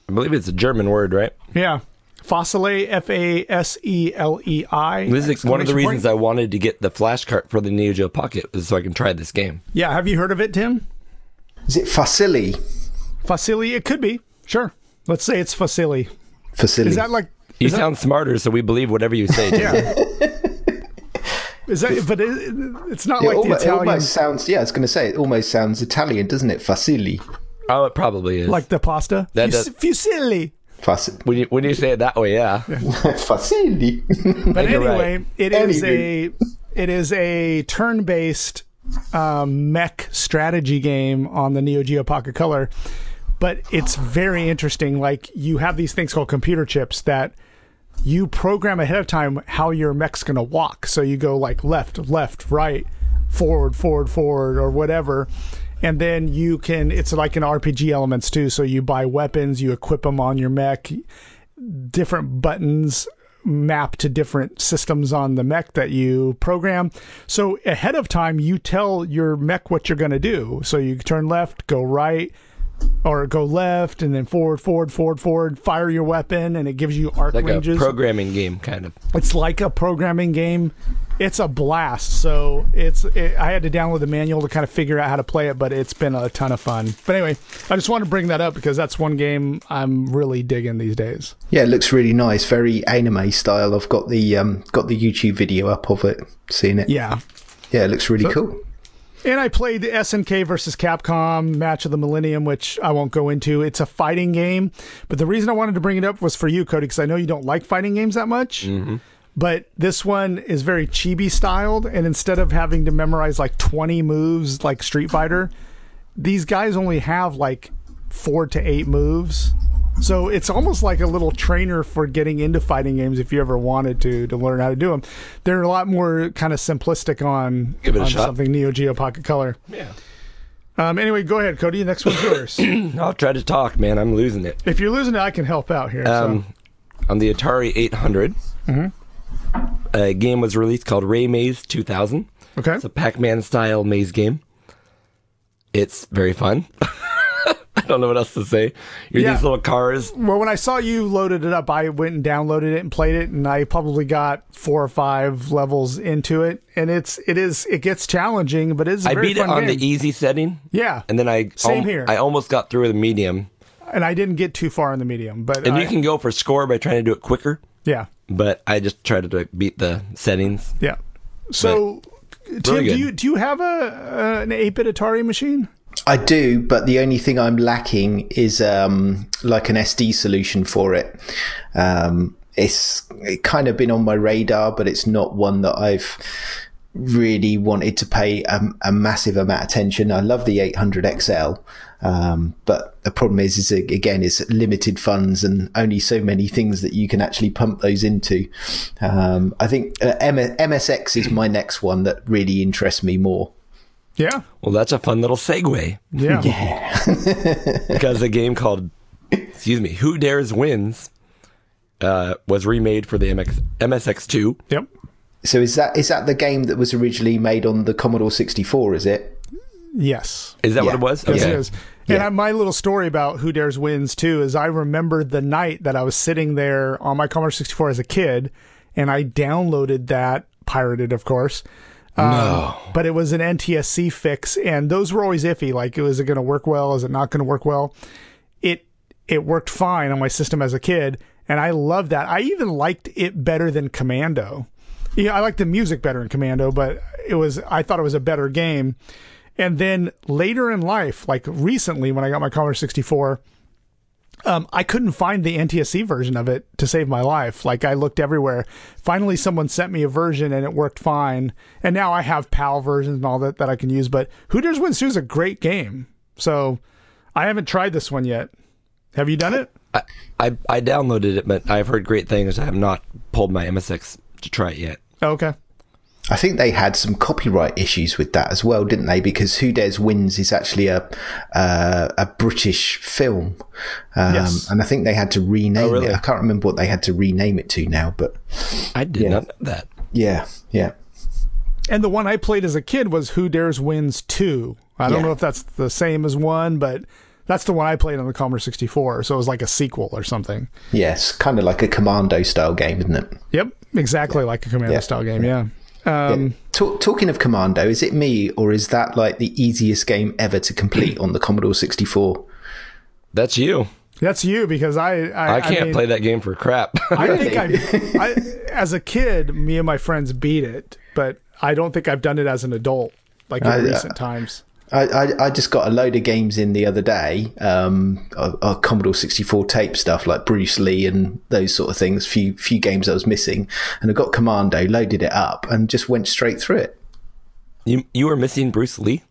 [SPEAKER 4] I believe it's a German word, right?
[SPEAKER 5] Yeah. Fossile, F A S E L E I.
[SPEAKER 4] This is one of the reasons I wanted to get the flash cart for the Neo Geo Pocket is so I can try this game.
[SPEAKER 5] Yeah. Have you heard of it, Tim?
[SPEAKER 7] Is it facili?
[SPEAKER 5] Fossile. It could be. Sure. Let's say it's Fossile.
[SPEAKER 7] Facili.
[SPEAKER 5] Is that like.
[SPEAKER 4] You sound smarter, so we believe whatever you say. Tim.
[SPEAKER 5] Is that, but it, it's not
[SPEAKER 7] it,
[SPEAKER 5] like the
[SPEAKER 7] almost, it
[SPEAKER 5] Italian,
[SPEAKER 7] almost sounds. Yeah, I was going to say it almost sounds Italian, doesn't it? Facili.
[SPEAKER 4] Oh, it probably is.
[SPEAKER 5] like the pasta.
[SPEAKER 4] That
[SPEAKER 5] Fus- Fusilli.
[SPEAKER 7] Faci-
[SPEAKER 4] when you when you say it that way, yeah.
[SPEAKER 7] Facili.
[SPEAKER 5] But
[SPEAKER 4] You're right.
[SPEAKER 5] anyway, it is a
[SPEAKER 7] Anywho.
[SPEAKER 5] it is a turn-based um, mech strategy game on the Neo Geo Pocket Color. But it's very interesting. Like you have these things called computer chips that you program ahead of time how your mech's gonna walk. So you go like left, left, right, forward, forward, forward, or whatever. And then you can. It's like in RPG elements too. So you buy weapons, you equip them on your mech. Different buttons map to different systems on the mech that you program. So ahead of time, you tell your mech what you're going to do. So you turn left, go right, or go left, and then forward, forward, forward, forward. Fire your weapon, and it gives you arc
[SPEAKER 4] Like
[SPEAKER 5] ranges.
[SPEAKER 4] a programming game, kind of.
[SPEAKER 5] it's like a programming game. It's a blast. So it's it, I had to download the manual to kind of figure out how to play it, but it's been a ton of fun. But anyway, I just wanted to bring that up because that's one game I'm really digging these days.
[SPEAKER 7] Yeah, it looks really nice, very anime style. I've got the um, got the YouTube video up of it, seen it.
[SPEAKER 5] Yeah.
[SPEAKER 7] yeah, it looks really cool.
[SPEAKER 5] And I played the SNK versus Capcom match of the millennium, which I won't go into. It's a fighting game, but the reason I wanted to bring it up was for you, Cody, because I know you don't like fighting games that much. But this one is very chibi styled, and instead of having to memorize like 20 moves like Street Fighter, these guys only have like four to eight moves. So it's almost like a little trainer for getting into fighting games if you ever wanted to to learn how to do them. They're a lot more kind of simplistic on,
[SPEAKER 4] Give it a
[SPEAKER 5] on
[SPEAKER 4] shot.
[SPEAKER 5] something Neo Geo Pocket Color.
[SPEAKER 4] Yeah.
[SPEAKER 5] Um. Anyway, go ahead, Cody. Next one's yours.
[SPEAKER 4] I'll try to talk, man. I'm losing it.
[SPEAKER 5] if you're losing it, I can help out here. so. Mm-hmm.
[SPEAKER 4] Um, on the Atari 800. a game was released called Ray Maze 2000.
[SPEAKER 5] Okay.
[SPEAKER 4] It's a Pac-Man style maze game. It's very fun. I don't know what else to say. You're
[SPEAKER 5] Yeah.
[SPEAKER 4] these little cars.
[SPEAKER 5] Well, when I saw you loaded it up, I went and downloaded it and played it, and I probably got four or five levels into it. And it's it is it gets challenging, but it's a
[SPEAKER 4] I
[SPEAKER 5] very
[SPEAKER 4] beat it
[SPEAKER 5] fun
[SPEAKER 4] on
[SPEAKER 5] game.
[SPEAKER 4] the easy setting.
[SPEAKER 5] yeah,
[SPEAKER 4] And then I
[SPEAKER 5] Same
[SPEAKER 4] al-
[SPEAKER 5] here.
[SPEAKER 4] I almost got through the medium.
[SPEAKER 5] and I didn't get too far in the medium, but
[SPEAKER 4] And
[SPEAKER 5] I-
[SPEAKER 4] you can go for score by trying to do it quicker,
[SPEAKER 5] yeah,
[SPEAKER 4] but I just tried to do it- beat the settings.
[SPEAKER 5] yeah. So, Tim,
[SPEAKER 4] Really
[SPEAKER 5] do
[SPEAKER 4] good.
[SPEAKER 5] you do you have a uh, an eight bit Atari machine?
[SPEAKER 7] I do, but the only thing I'm lacking is um, like an SD solution for it. Um, it's it kind of been on my radar, but it's not one that I've really wanted to pay a, a massive amount of attention. I love the 800 XL, um, but the problem is, is again, it's limited funds and only so many things that you can actually pump those into. Um, I think uh, M- MSX is my next one that really interests me more.
[SPEAKER 5] Yeah,
[SPEAKER 4] Well, that's a fun little segue
[SPEAKER 5] yeah,
[SPEAKER 4] because a game called, excuse me, Who Dares Wins uh, was remade for the MX, MSX2.
[SPEAKER 5] yep.
[SPEAKER 7] So is that is that the game that was originally made on the Commodore 64? Is it?
[SPEAKER 5] Yes.
[SPEAKER 4] Is that what
[SPEAKER 7] Yeah.
[SPEAKER 4] it was?
[SPEAKER 5] Yes, it is. And I, my little story about Who Dares Wins, too, is I remember the night that I was sitting there on my Commodore 64 as a kid, and I downloaded that, pirated, of course. Um, But it was an NTSC fix, and those were always iffy. Like, is it going to work well? Is it not going to work well? It it worked fine on my system as a kid, and I loved that. I even liked it better than Commando. Yeah, I liked the music better in Commando, but it was I thought it was a better game. And then later in life, like recently when I got my Commodore 64, um, I couldn't find the NTSC version of it to save my life. Like I looked everywhere. Finally, someone sent me a version and it worked fine. And now I have PAL versions and all that that I can use. But Who Dares Wins 2 is a great game. So I haven't tried this one yet. Have you done it?
[SPEAKER 4] I, I, I downloaded it, but I've heard great things. I have not pulled my MSX to try it yet.
[SPEAKER 5] Okay.
[SPEAKER 7] I think they had some copyright issues with that as well, didn't they? Because Who Dares Wins is actually a uh, a British film, um,
[SPEAKER 5] Yes.
[SPEAKER 7] and I think they had to rename
[SPEAKER 4] really?
[SPEAKER 7] it. I can't remember what they had to rename it to now, but
[SPEAKER 4] I did
[SPEAKER 7] Yeah.
[SPEAKER 4] not know that.
[SPEAKER 7] yeah, yeah.
[SPEAKER 5] And the one I played as a kid was Who Dares Wins 2. I don't
[SPEAKER 7] Yeah.
[SPEAKER 5] know if that's the same as one, but that's the one I played on the Commodore 64. So it was like a sequel or something.
[SPEAKER 7] Yes, kind of like a commando style game, isn't it?
[SPEAKER 5] Yep. Exactly like a Commando
[SPEAKER 7] Yeah.
[SPEAKER 5] style game. Yeah.
[SPEAKER 7] Talk, talking of commando, is it me or is that like the easiest game ever to complete on the Commodore 64?
[SPEAKER 4] That's you.
[SPEAKER 5] That's you because I. I,
[SPEAKER 4] I can't
[SPEAKER 5] mean,
[SPEAKER 4] play that game for crap.
[SPEAKER 5] I think I've, I, as a kid, me and my friends beat it, but I don't think I've done it as an adult, like in
[SPEAKER 7] I- uh,
[SPEAKER 5] recent times.
[SPEAKER 7] I, I, I just got a load of games in the other day, um, of- of Commodore 64 tape stuff like Bruce Lee and those sort of things. Few few games I was missing, and I got Commando, loaded it up, and just went straight through it.
[SPEAKER 4] you, you were missing Bruce Lee?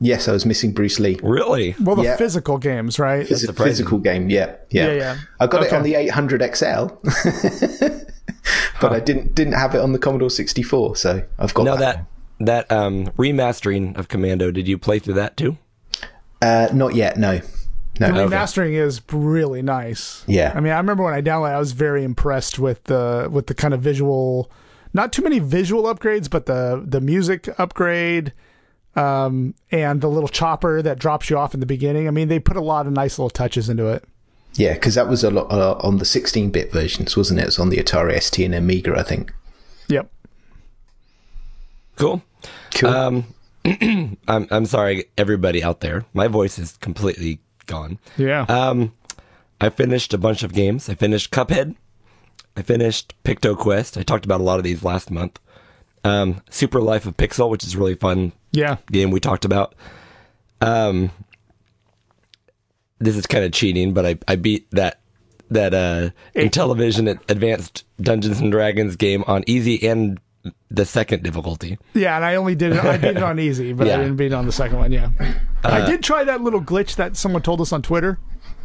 [SPEAKER 7] Yes, I was missing Bruce Lee.
[SPEAKER 4] Really?
[SPEAKER 5] Well, the
[SPEAKER 7] Yeah.
[SPEAKER 5] physical games, right?
[SPEAKER 7] It's a physical game, yeah, yeah.
[SPEAKER 5] Yeah, yeah.
[SPEAKER 7] I got
[SPEAKER 5] Okay.
[SPEAKER 7] it on the 800 XL, but I didn't didn't have it on the Commodore 64, so I've got
[SPEAKER 4] Now
[SPEAKER 7] that.
[SPEAKER 4] that that um, remastering of Commando, did you play through that too?
[SPEAKER 7] Uh, not yet, no, no.
[SPEAKER 5] The remastering is really nice.
[SPEAKER 7] Yeah.
[SPEAKER 5] I mean, I remember when I downloaded, I was very impressed with the with the kind of visual. Not too many visual upgrades, but the the music upgrade, um, and the little chopper that drops you off in the beginning. I mean, they put a lot of nice little touches into it.
[SPEAKER 7] Yeah, because that was a lot uh, on the 16-bit versions, wasn't it? It was on the Atari ST and Amiga, I think.
[SPEAKER 5] Yep.
[SPEAKER 4] Cool.
[SPEAKER 7] Cool.
[SPEAKER 4] Um, I'm I'm sorry, everybody out there. My voice is completely gone.
[SPEAKER 5] Yeah.
[SPEAKER 4] Um, I finished a bunch of games. I finished Cuphead. I finished PictoQuest. I talked about a lot of these last month. Um, Super Life of Pixel, which is really fun
[SPEAKER 5] yeah.
[SPEAKER 4] game we talked about. Um, this is kind of cheating, but I, I beat that that uh Intellivision Ad- Advanced Dungeons and Dragons game on easy and the second difficulty.
[SPEAKER 5] Yeah, and I only did it. I beat it on easy, but I
[SPEAKER 4] Yeah. Uh,
[SPEAKER 5] didn't beat it on the second one. Yeah, I did try that little glitch that someone told us on Twitter.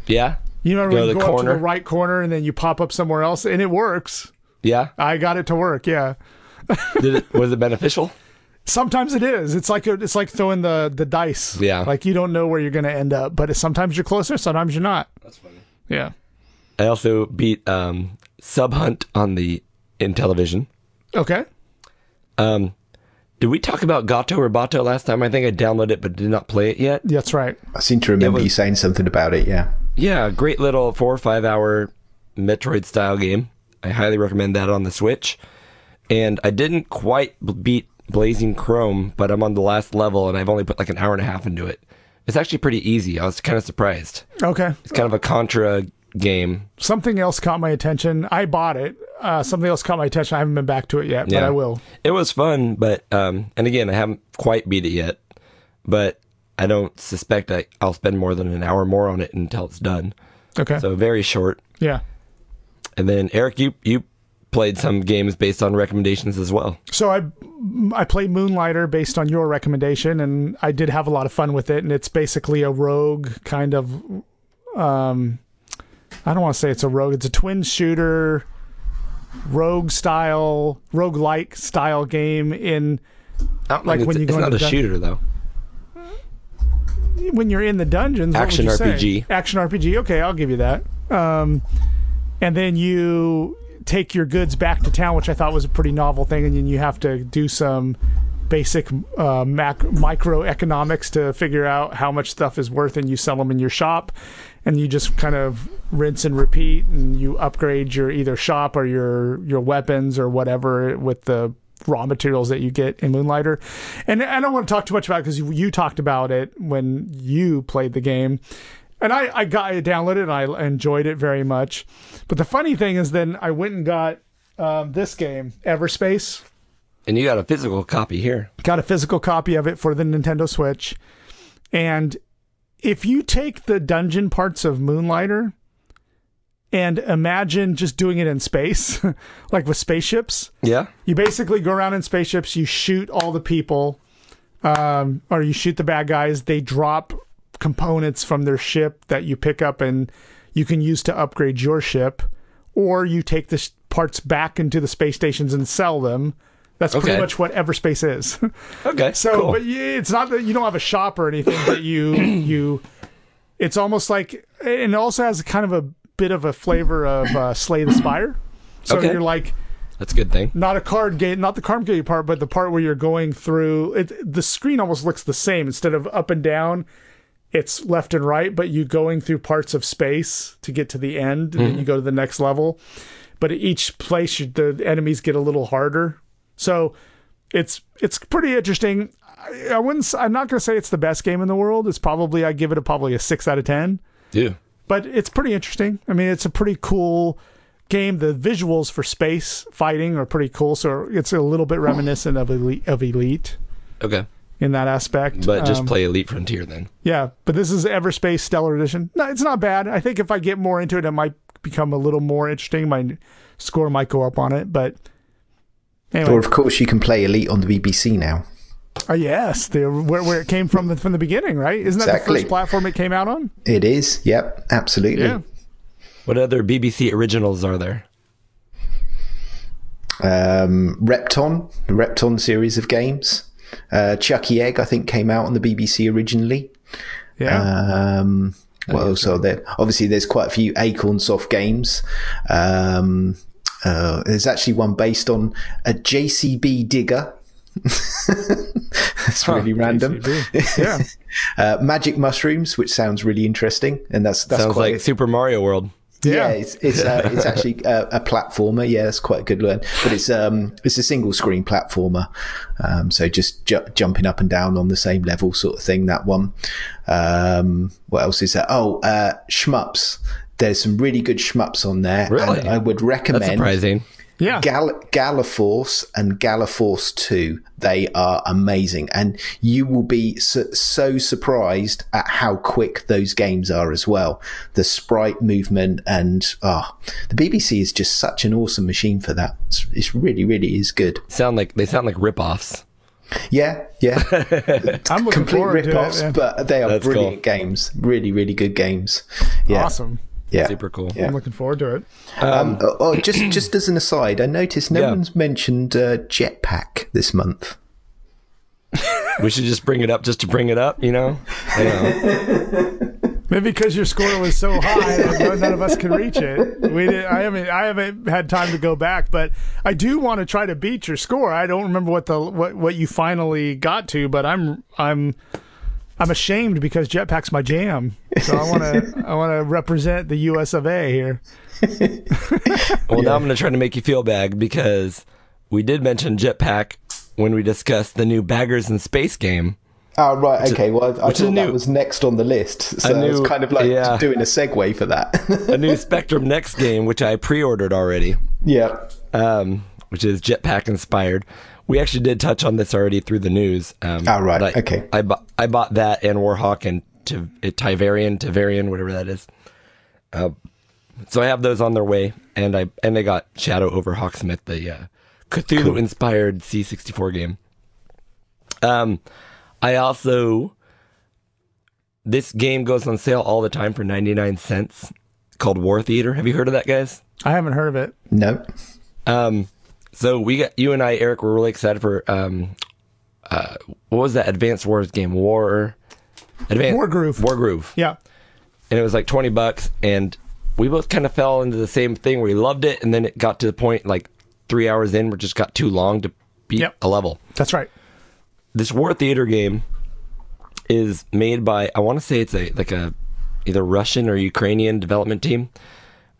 [SPEAKER 4] Yeah,
[SPEAKER 5] You remember
[SPEAKER 4] Go to
[SPEAKER 5] when you
[SPEAKER 4] the
[SPEAKER 5] go up to
[SPEAKER 4] corner.
[SPEAKER 5] the right corner and then you pop up somewhere else, and it works.
[SPEAKER 4] yeah.
[SPEAKER 5] I got it to work. Yeah,
[SPEAKER 4] Did it was it beneficial?
[SPEAKER 5] sometimes it is. It's like it's like throwing the the dice.
[SPEAKER 4] Yeah.
[SPEAKER 5] like you don't know where you're going to end up, but sometimes you're closer, sometimes you're not. That's funny. Yeah.
[SPEAKER 4] I also beat um Sub Hunt on the Intellivision.
[SPEAKER 5] Okay.
[SPEAKER 4] Um, did we talk about Gato Roboto last time? I think I downloaded it but did not play it yet.
[SPEAKER 5] That's right.
[SPEAKER 7] I seem to remember
[SPEAKER 4] was-
[SPEAKER 7] you saying something about it. Yeah.
[SPEAKER 4] Yeah, great little four or five hour Metroid style game. I highly recommend that on the Switch. And I didn't quite b- beat Blazing Chrome, but I'm on the last level and I've only put like an hour and a half into it. It's actually pretty easy. I was kind of surprised.
[SPEAKER 5] Okay.
[SPEAKER 4] It's kind of a Contra game.
[SPEAKER 5] Something else caught my attention. I bought it. Uh, something else caught my attention. I haven't been back to it yet, but
[SPEAKER 4] Yeah.
[SPEAKER 5] I will.
[SPEAKER 4] It was fun, but um, and again, I haven't quite beat it yet, but I don't suspect I, I'll spend more than an hour more on it until it's done.
[SPEAKER 5] Okay.
[SPEAKER 4] So very short.
[SPEAKER 5] yeah.
[SPEAKER 4] And then Eric, you you played some games based on recommendations as well.
[SPEAKER 5] So I I play Moonlighter based on your recommendation, and I did have a lot of fun with it. And it's basically a rogue kind of. Um, I don't want to say it's a rogue. It's a twin shooter, rogue style, rogue like style game. In
[SPEAKER 4] I don't
[SPEAKER 5] Like
[SPEAKER 4] think
[SPEAKER 5] when
[SPEAKER 4] it's,
[SPEAKER 5] you go
[SPEAKER 4] it's not
[SPEAKER 5] into
[SPEAKER 4] a
[SPEAKER 5] dun-
[SPEAKER 4] shooter though.
[SPEAKER 5] when you're in the dungeons. what would
[SPEAKER 4] Action
[SPEAKER 5] you say?
[SPEAKER 4] RPG.
[SPEAKER 5] Action RPG. Okay, I'll give you that. Um, and then you take your goods back to town, which I thought was a pretty novel thing. And then you have to do some basic uh, mac- microeconomics to figure out how much stuff is worth, and you sell them in your shop. And you just kind of rinse and repeat, and you upgrade your either shop or your your weapons or whatever with the raw materials that you get in Moonlighter. And I don't want to talk too much about it because you, you talked about it when you played the game. And I, I got I downloaded it and I enjoyed it very much. But the funny thing is then I went and got um, this game, Everspace.
[SPEAKER 4] And you got a physical copy here.
[SPEAKER 5] Got a physical copy of it for the Nintendo Switch. And if you take the dungeon parts of Moonlighter and imagine just doing it in space, like with spaceships,
[SPEAKER 4] Yeah.
[SPEAKER 5] you basically go around in spaceships you shoot all the people um, or you shoot the bad guys they drop components from their ship that you pick up and you can use to upgrade your ship or you take the s- parts back into the space stations and sell them that's pretty
[SPEAKER 4] Okay.
[SPEAKER 5] much what everspace is
[SPEAKER 4] Okay.
[SPEAKER 5] so,
[SPEAKER 4] cool.
[SPEAKER 5] but y- it's not that you don't have a shop or anything, but you you, it's almost like, and it also has kind of a bit of a flavor of uh, Slay the Spire. So
[SPEAKER 4] Okay.
[SPEAKER 5] you're like,
[SPEAKER 4] that's a good thing.
[SPEAKER 5] not a card game, not the card game part, but the part where you're going through it. The screen almost looks the same instead of up and down. It's left and right, but you going through parts of space to get to the end, and then you go to the next level. But at each place, you, the enemies get a little harder. So it's it's pretty interesting. I, I wouldn't. s- I'm not going to say it's the best game in the world. It's probably I give it a probably a six out of ten
[SPEAKER 4] Yeah.
[SPEAKER 5] but it's pretty interesting. I mean, it's a pretty cool game. The visuals for space fighting are pretty cool, so it's a little bit reminiscent of Elite, of Elite
[SPEAKER 4] Okay.
[SPEAKER 5] in that aspect.
[SPEAKER 4] But just
[SPEAKER 5] Um,
[SPEAKER 4] play Elite Frontier then.
[SPEAKER 5] yeah. But this is Everspace Stellar Edition. No, it's not bad. I think if I get more into it, it might become a little more interesting. My score might go up on it, but
[SPEAKER 7] Or
[SPEAKER 5] anyway,
[SPEAKER 7] of course you can play Elite on the BBC now.
[SPEAKER 5] uh, yes, the, where, where it came from the, from the beginning, right? Isn't that
[SPEAKER 7] Exactly.
[SPEAKER 5] the first platform it came out on?
[SPEAKER 7] It is. Yep. Absolutely.
[SPEAKER 4] What other BBC originals are there?
[SPEAKER 7] um, Repton, the Repton series of games. Uh, Chucky Egg, I think, came out on the BBC originally.
[SPEAKER 4] Oh.
[SPEAKER 5] yeah.
[SPEAKER 7] Um, what else are there? Obviously, there's quite a few Acorn Soft games. Um, uh, there's actually one based on a JCB digger. That's really random.
[SPEAKER 5] yeah.
[SPEAKER 7] Uh, Magic mushrooms, which sounds really interesting, and that's that's
[SPEAKER 4] Sounds
[SPEAKER 7] quite
[SPEAKER 4] like Super Mario World.
[SPEAKER 5] Yeah.
[SPEAKER 7] yeah, it's it's, uh, it's actually a, a platformer. Yeah, that's quite a good one. But it's um it's a single screen platformer, um so just ju- jumping up and down on the same level sort of thing. That one. Um, what else is there? Oh, uh, shmups. There's some really good shmups on there.
[SPEAKER 4] Really?
[SPEAKER 7] and I would
[SPEAKER 4] That's
[SPEAKER 7] recommend.
[SPEAKER 4] surprising.
[SPEAKER 5] Yeah.
[SPEAKER 7] Gal- Galaforce and Galaforce 2, they are amazing. And you will be so, so surprised at how quick those games are as well. The sprite movement and, ah, the BBC is just such an awesome machine for that. It's, it's really, really is good.
[SPEAKER 4] Sound like they sound like ripoffs.
[SPEAKER 7] Yeah, yeah.
[SPEAKER 5] I'm looking
[SPEAKER 7] Complete
[SPEAKER 5] forward
[SPEAKER 7] rip-offs,
[SPEAKER 5] to it. yeah.
[SPEAKER 7] but they are
[SPEAKER 4] That's
[SPEAKER 7] brilliant
[SPEAKER 4] cool.
[SPEAKER 7] games. Really, really good games. Yeah.
[SPEAKER 5] Awesome.
[SPEAKER 7] Yeah.
[SPEAKER 4] Super cool.
[SPEAKER 7] Yeah.
[SPEAKER 5] I'm looking forward to it.
[SPEAKER 7] Um, oh, oh, just, just as an aside, I noticed no
[SPEAKER 4] Yeah.
[SPEAKER 7] one's mentioned uh, Jetpack this month.
[SPEAKER 4] We should just bring it up just to bring it up, you know? I know.
[SPEAKER 5] Maybe because your score was so high, that no- none of us could reach it. We did, I haven't. I haven't had time to go back, but I do want to try to beat your score. I don't remember what the what what you finally got to, but I'm I'm I'm ashamed because Jetpack's my jam. So I want to I want to represent the U.S. of A. here.
[SPEAKER 4] Well, now I'm going to try to make you feel bad because we did mention Jetpack when we discussed the new Baggers in Space game.
[SPEAKER 7] Oh, right. Okay. Well, I, I
[SPEAKER 4] which is
[SPEAKER 7] thought
[SPEAKER 4] new.
[SPEAKER 7] that was next on the list. So
[SPEAKER 4] A
[SPEAKER 7] it's
[SPEAKER 4] new-
[SPEAKER 7] kind of like
[SPEAKER 4] yeah.
[SPEAKER 7] doing a segue for
[SPEAKER 4] a
[SPEAKER 7] that.
[SPEAKER 4] new Spectrum Next game, which I pre-ordered already,
[SPEAKER 7] yeah.
[SPEAKER 4] um, which is Jetpack inspired. We actually did touch on this already through the news. Um,
[SPEAKER 7] Ah, right.
[SPEAKER 4] but I-
[SPEAKER 7] Okay.
[SPEAKER 4] I bought I bought that and Warhawk and T- Tivarian, Tivarian, whatever that is. Uh, so I have those on their way, and I and I got Shadow over Hawksmith, the uh, Cthulhu inspired C64 game. Um, I also this game goes on sale all the time for 99 cents called War Theater. Have you heard of that, guys?
[SPEAKER 5] I haven't heard of it.
[SPEAKER 7] No.
[SPEAKER 4] Um, so we got you and I, Eric, were really excited for um, uh, what was that Advanced Wars game? War, Advanced
[SPEAKER 5] War Groove.
[SPEAKER 4] War Groove,
[SPEAKER 5] Yeah.
[SPEAKER 4] and it was like twenty bucks, and we both kind of fell into the same thing. We loved it, and then it got to the point like three hours in, where it just got too long to beat
[SPEAKER 5] Yep.
[SPEAKER 4] a level.
[SPEAKER 5] That's right.
[SPEAKER 4] This War Theater game is made by I want to say it's a like a either Russian or Ukrainian development team,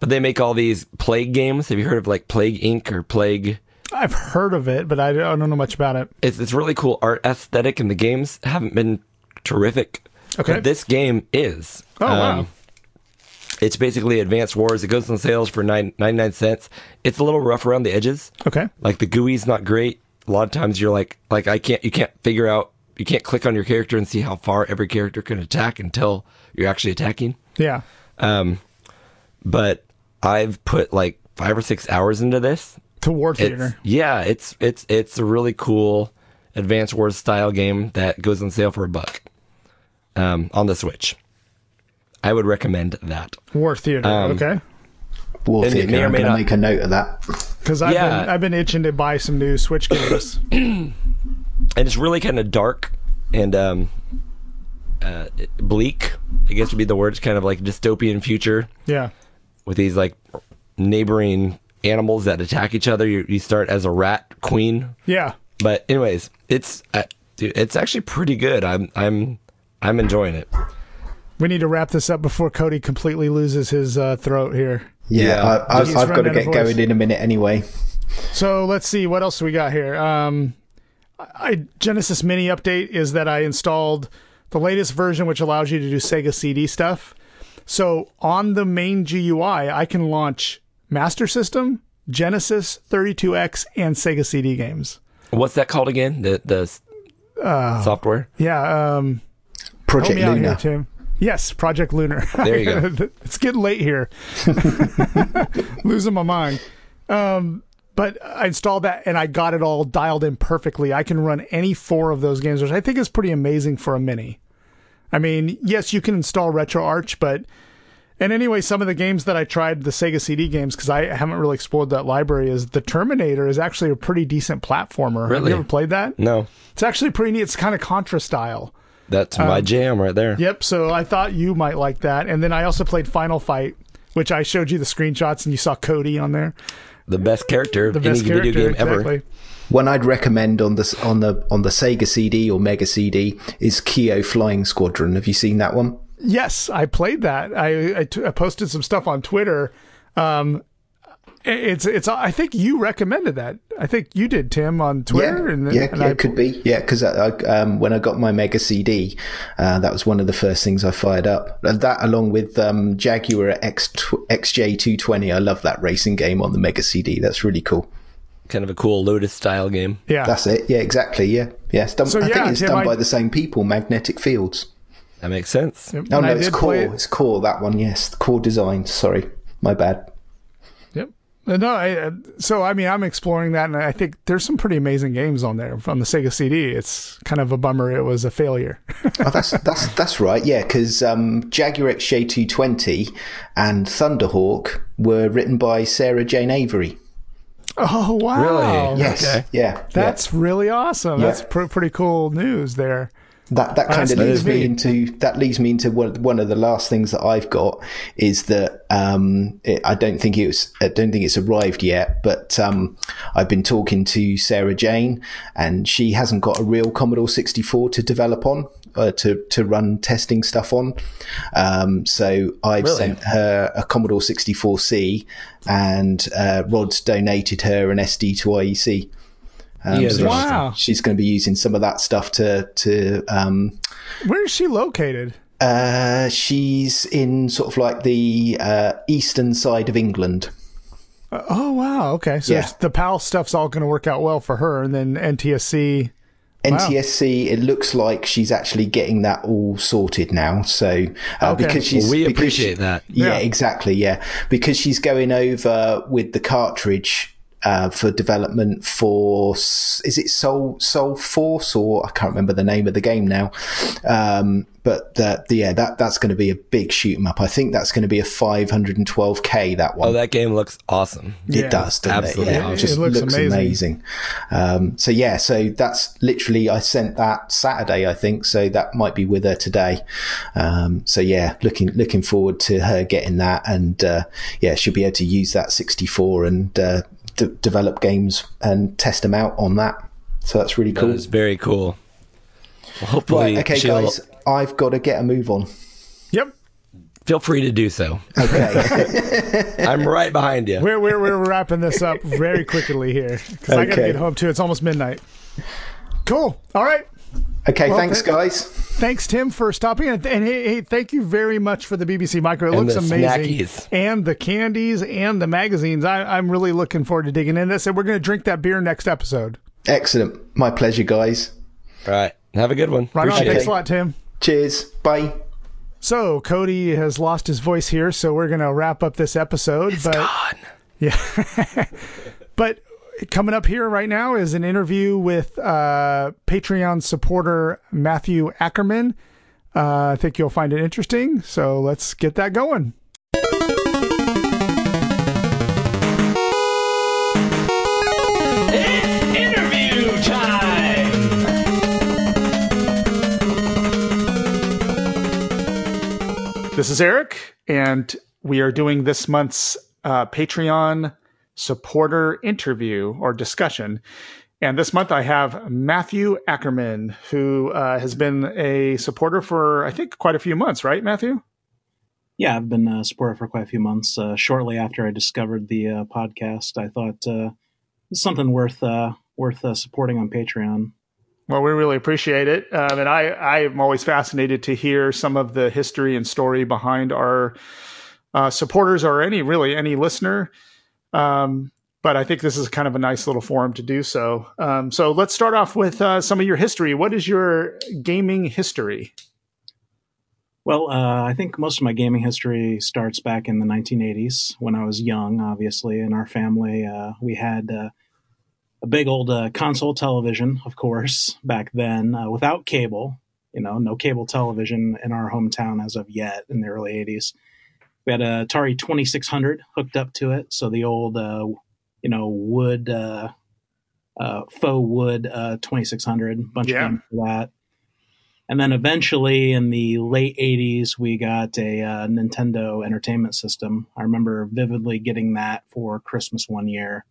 [SPEAKER 4] but they make all these plague games. Have you heard of like Plague Inc. or Plague?
[SPEAKER 5] I've heard of it, but I don't I don't know much about it.
[SPEAKER 4] it's, it's really cool art aesthetic, and the games haven't been terrific.
[SPEAKER 5] Okay.
[SPEAKER 4] But this game is.
[SPEAKER 5] Oh, wow.
[SPEAKER 4] Um, It's basically Advanced Wars. It goes on sales for nine ninety nine cents. It's a little rough around the edges.
[SPEAKER 5] Okay.
[SPEAKER 4] Like the GUI's not great. A lot of times you're like, like I can't, you can't figure out, you can't click on your character and see how far every character can attack until you're actually attacking.
[SPEAKER 5] Yeah.
[SPEAKER 4] Um, but I've put like five or six hours into this,
[SPEAKER 5] To War
[SPEAKER 4] it's,
[SPEAKER 5] Theater.
[SPEAKER 4] yeah, it's it's it's a really cool Advanced Wars style game that goes on sale for a buck um, on the Switch. I would recommend that.
[SPEAKER 5] War Theater.
[SPEAKER 4] um,
[SPEAKER 5] okay.
[SPEAKER 7] War
[SPEAKER 4] And it
[SPEAKER 7] Theater.
[SPEAKER 4] may or
[SPEAKER 7] I'm
[SPEAKER 4] may
[SPEAKER 7] going to
[SPEAKER 4] not-
[SPEAKER 7] make a note of that.
[SPEAKER 5] Because I've
[SPEAKER 4] Yeah.
[SPEAKER 5] been I've been itching to buy some new Switch games.
[SPEAKER 4] And it's really kind of dark and um, uh, bleak, I guess would be the word. It's kind of like dystopian future
[SPEAKER 5] yeah.
[SPEAKER 4] with these like neighboring animals that attack each other. You, you start as a rat queen
[SPEAKER 5] Yeah.
[SPEAKER 4] But anyways, it's uh, dude, it's actually pretty good. I'm I'm I'm enjoying it.
[SPEAKER 5] We need to wrap this up before Cody completely loses his uh, throat here.
[SPEAKER 7] Yeah. I, I've,
[SPEAKER 5] He's
[SPEAKER 7] I've got
[SPEAKER 5] running
[SPEAKER 7] to
[SPEAKER 5] out of
[SPEAKER 7] get
[SPEAKER 5] voice.
[SPEAKER 7] going in a minute anyway.
[SPEAKER 5] So let's see what else we got here. Um, I Genesis Mini update is that I installed the latest version, which allows you to do Sega CD stuff. So on the main GUI, I can launch Master System, Genesis, 32X, and Sega CD games.
[SPEAKER 4] What's that called again? The the s-
[SPEAKER 5] Uh,
[SPEAKER 4] software.
[SPEAKER 5] Yeah. Um,
[SPEAKER 7] Project
[SPEAKER 5] Help me
[SPEAKER 7] Luna.
[SPEAKER 5] out here, Tim. Yes, Project Lunar.
[SPEAKER 4] There you
[SPEAKER 5] go. it's getting late here. Losing my mind. Um, but I installed that and I got it all dialed in perfectly. I can run any four of those games, which I think is pretty amazing for a mini. I mean, yes, you can install RetroArch, but and anyway, some of the games that I tried, the Sega CD games, because I haven't really explored that library, is the Terminator is actually a pretty decent platformer. Have
[SPEAKER 4] Really?
[SPEAKER 5] you ever played that?
[SPEAKER 4] No,
[SPEAKER 5] It's actually pretty neat. It's kind of Contra style.
[SPEAKER 4] that's my
[SPEAKER 5] um,
[SPEAKER 4] jam right there.
[SPEAKER 5] Yep. So I thought you might like that. And then I also played Final Fight, which I showed you the screenshots and you saw Cody on there.
[SPEAKER 4] The best character
[SPEAKER 5] The
[SPEAKER 4] of any
[SPEAKER 5] best character
[SPEAKER 4] video game
[SPEAKER 5] exactly.
[SPEAKER 4] ever.
[SPEAKER 7] One I'd recommend on the on the on the Sega CD or Mega CD is Keo Flying Squadron. Have you seen that one?
[SPEAKER 5] Yes, I played that. I I, t- I posted some stuff on Twitter. Um, i- it's it's. I think you recommended that. I think you did, Tim, on Twitter.
[SPEAKER 7] Yeah,
[SPEAKER 5] and,
[SPEAKER 7] yeah,
[SPEAKER 5] and
[SPEAKER 7] yeah,
[SPEAKER 5] I,
[SPEAKER 7] it could be. Yeah, because I, I, um, when I got my Mega CD, uh, that was one of the first things I fired up. And that, along with um, Jaguar X, XJ220, I love that racing game on the Mega CD. That's really cool.
[SPEAKER 4] Kind of a cool Lotus style game.
[SPEAKER 5] yeah.
[SPEAKER 7] That's it. Yeah, exactly. Yeah, yeah. It's done,
[SPEAKER 5] Ah. So,
[SPEAKER 7] I
[SPEAKER 5] yeah,
[SPEAKER 7] think it's
[SPEAKER 5] Tim,
[SPEAKER 7] done
[SPEAKER 5] I-
[SPEAKER 7] by the same people, Magnetic Fields.
[SPEAKER 4] That makes sense.
[SPEAKER 7] Oh
[SPEAKER 5] And
[SPEAKER 7] no,
[SPEAKER 5] I
[SPEAKER 7] it's
[SPEAKER 5] did
[SPEAKER 7] Core.
[SPEAKER 5] play it-
[SPEAKER 7] It's Core. That one, yes. Core Design. Sorry, my bad.
[SPEAKER 5] Yep. Uh, No, I, uh, so I mean, I'm exploring that, and I think there's some pretty amazing games on there from the Sega CD. It's kind of a bummer it was a failure.
[SPEAKER 7] oh, that's that's that's right. Yeah, because um, Jaguar XJ220 and Thunderhawk were written by Sarah Jane Avery.
[SPEAKER 5] oh wow!
[SPEAKER 4] Really?
[SPEAKER 7] Yes. Yeah.
[SPEAKER 5] That's really awesome.
[SPEAKER 7] Yeah.
[SPEAKER 5] That's pr- pretty cool news there.
[SPEAKER 7] That that kind
[SPEAKER 5] That's
[SPEAKER 7] of
[SPEAKER 5] me,
[SPEAKER 7] leads
[SPEAKER 5] me.
[SPEAKER 7] me into that leads me into one, one of the last things that I've got is that um, it, I don't think it was I don't think it's arrived yet, but um, I've been talking to Sarah Jane and she hasn't got a real Commodore 64 to develop on uh, to to run testing stuff on. Um, so I've sent her a Commodore 64C and uh, Rod's donated her an SD to E IEC. Um,
[SPEAKER 4] Yeah,
[SPEAKER 7] so
[SPEAKER 5] that's- Wow.
[SPEAKER 7] She's going to be using some of that stuff to to. Um,
[SPEAKER 5] Where is she located?
[SPEAKER 7] uh, she's in sort of like the uh, eastern side of England.
[SPEAKER 5] Oh wow, okay. So
[SPEAKER 7] Yeah.
[SPEAKER 5] it's- the PAL stuff's all going to work out well for her, and then NTSC.
[SPEAKER 7] NTSC. It looks like she's actually getting that all sorted now. So uh,
[SPEAKER 5] Okay.
[SPEAKER 7] because she's
[SPEAKER 4] we
[SPEAKER 7] because
[SPEAKER 4] appreciate that.
[SPEAKER 7] Yeah,
[SPEAKER 5] Yeah.
[SPEAKER 7] exactly. Yeah, because she's going over with the cartridge uh, for development for s- is it Soul Soul Force or I can't remember the name of the game now. Um, but that yeah, that that's going to be a big shoot 'em up. I think that's going to be a 512k that one.
[SPEAKER 4] Oh, that game looks awesome.
[SPEAKER 7] It does, doesn't
[SPEAKER 4] absolutely.
[SPEAKER 7] it? Yeah,
[SPEAKER 4] It
[SPEAKER 7] it just
[SPEAKER 5] looks
[SPEAKER 7] looks,
[SPEAKER 5] amazing.
[SPEAKER 7] amazing. Um, so yeah, so that's literally I sent that Saturday, I think. So that might be with her today. Um, so yeah, looking looking forward to her getting that, and uh, yeah, she'll be able to use that 64 and uh, d- develop games and test them out on that. So that's really
[SPEAKER 4] That
[SPEAKER 7] cool.
[SPEAKER 4] is very cool. Well, hopefully,
[SPEAKER 7] Right, okay,
[SPEAKER 4] she'll
[SPEAKER 7] guys, I've got to get a move on.
[SPEAKER 5] Yep.
[SPEAKER 4] feel free to do so.
[SPEAKER 7] Okay,
[SPEAKER 4] I'm right behind you.
[SPEAKER 5] We're we're we're wrapping this up very quickly here because I got to
[SPEAKER 7] Okay.
[SPEAKER 5] get home too. It's almost midnight. Cool. All right.
[SPEAKER 7] okay, thanks,
[SPEAKER 5] th-
[SPEAKER 7] guys.
[SPEAKER 5] Thanks, Tim, for stopping in. And hey, hey, thank you very much for the BBC Micro. It
[SPEAKER 4] And
[SPEAKER 5] looks
[SPEAKER 4] the
[SPEAKER 5] amazing.
[SPEAKER 4] snackies.
[SPEAKER 5] And the candies and the magazines. I, I'm really looking forward to digging in this. And we're going to drink that beer next episode.
[SPEAKER 7] Excellent, my pleasure, guys.
[SPEAKER 4] All right. Have a good one.
[SPEAKER 5] Right
[SPEAKER 4] Appreciate
[SPEAKER 5] on. Thanks
[SPEAKER 4] it.
[SPEAKER 5] a lot, Tim.
[SPEAKER 7] Cheers, bye.
[SPEAKER 5] So Cody has lost his voice here, so we're going to wrap up this episode. but
[SPEAKER 4] Gone.
[SPEAKER 5] But coming up here right now is an interview with uh, Patreon supporter Matthew Ackerman. Uh, I think you'll find it interesting. So let's get that going.
[SPEAKER 9] Interview time!
[SPEAKER 5] This is Eric, and we are doing this month's uh, Patreon supporter interview or discussion. And this month I have Matthew Ackerman, who uh, has been a supporter for, I think, quite a few months, right, Matthew?
[SPEAKER 10] Yeah, I've been a supporter for quite a few months. Uh, shortly after I discovered the uh, podcast, I thought uh, it's something worth uh, worth uh, supporting on Patreon.
[SPEAKER 5] Well, we really appreciate it, um, and I I am always fascinated to hear some of the history and story behind our uh, supporters or any really any listener. Um, but I think this is kind of a nice little forum to do so. Um, so let's start off with uh, some of your history. What is your gaming history?
[SPEAKER 10] Well, uh, I think most of my gaming history starts back in the 1980s when I was young, obviously. In our family, uh, we had uh, a big old uh, console television, of course, back then uh, without cable. You know, no cable television in our hometown as of yet in the early 80s. We had a Atari 2600 hooked up to it. So the old, uh, you know, wood, uh, uh, faux wood uh, 2600, bunch
[SPEAKER 5] Yeah.
[SPEAKER 10] of games for that. And then eventually in the late 80s, we got a uh, Nintendo Entertainment System. I remember vividly getting that for Christmas one year.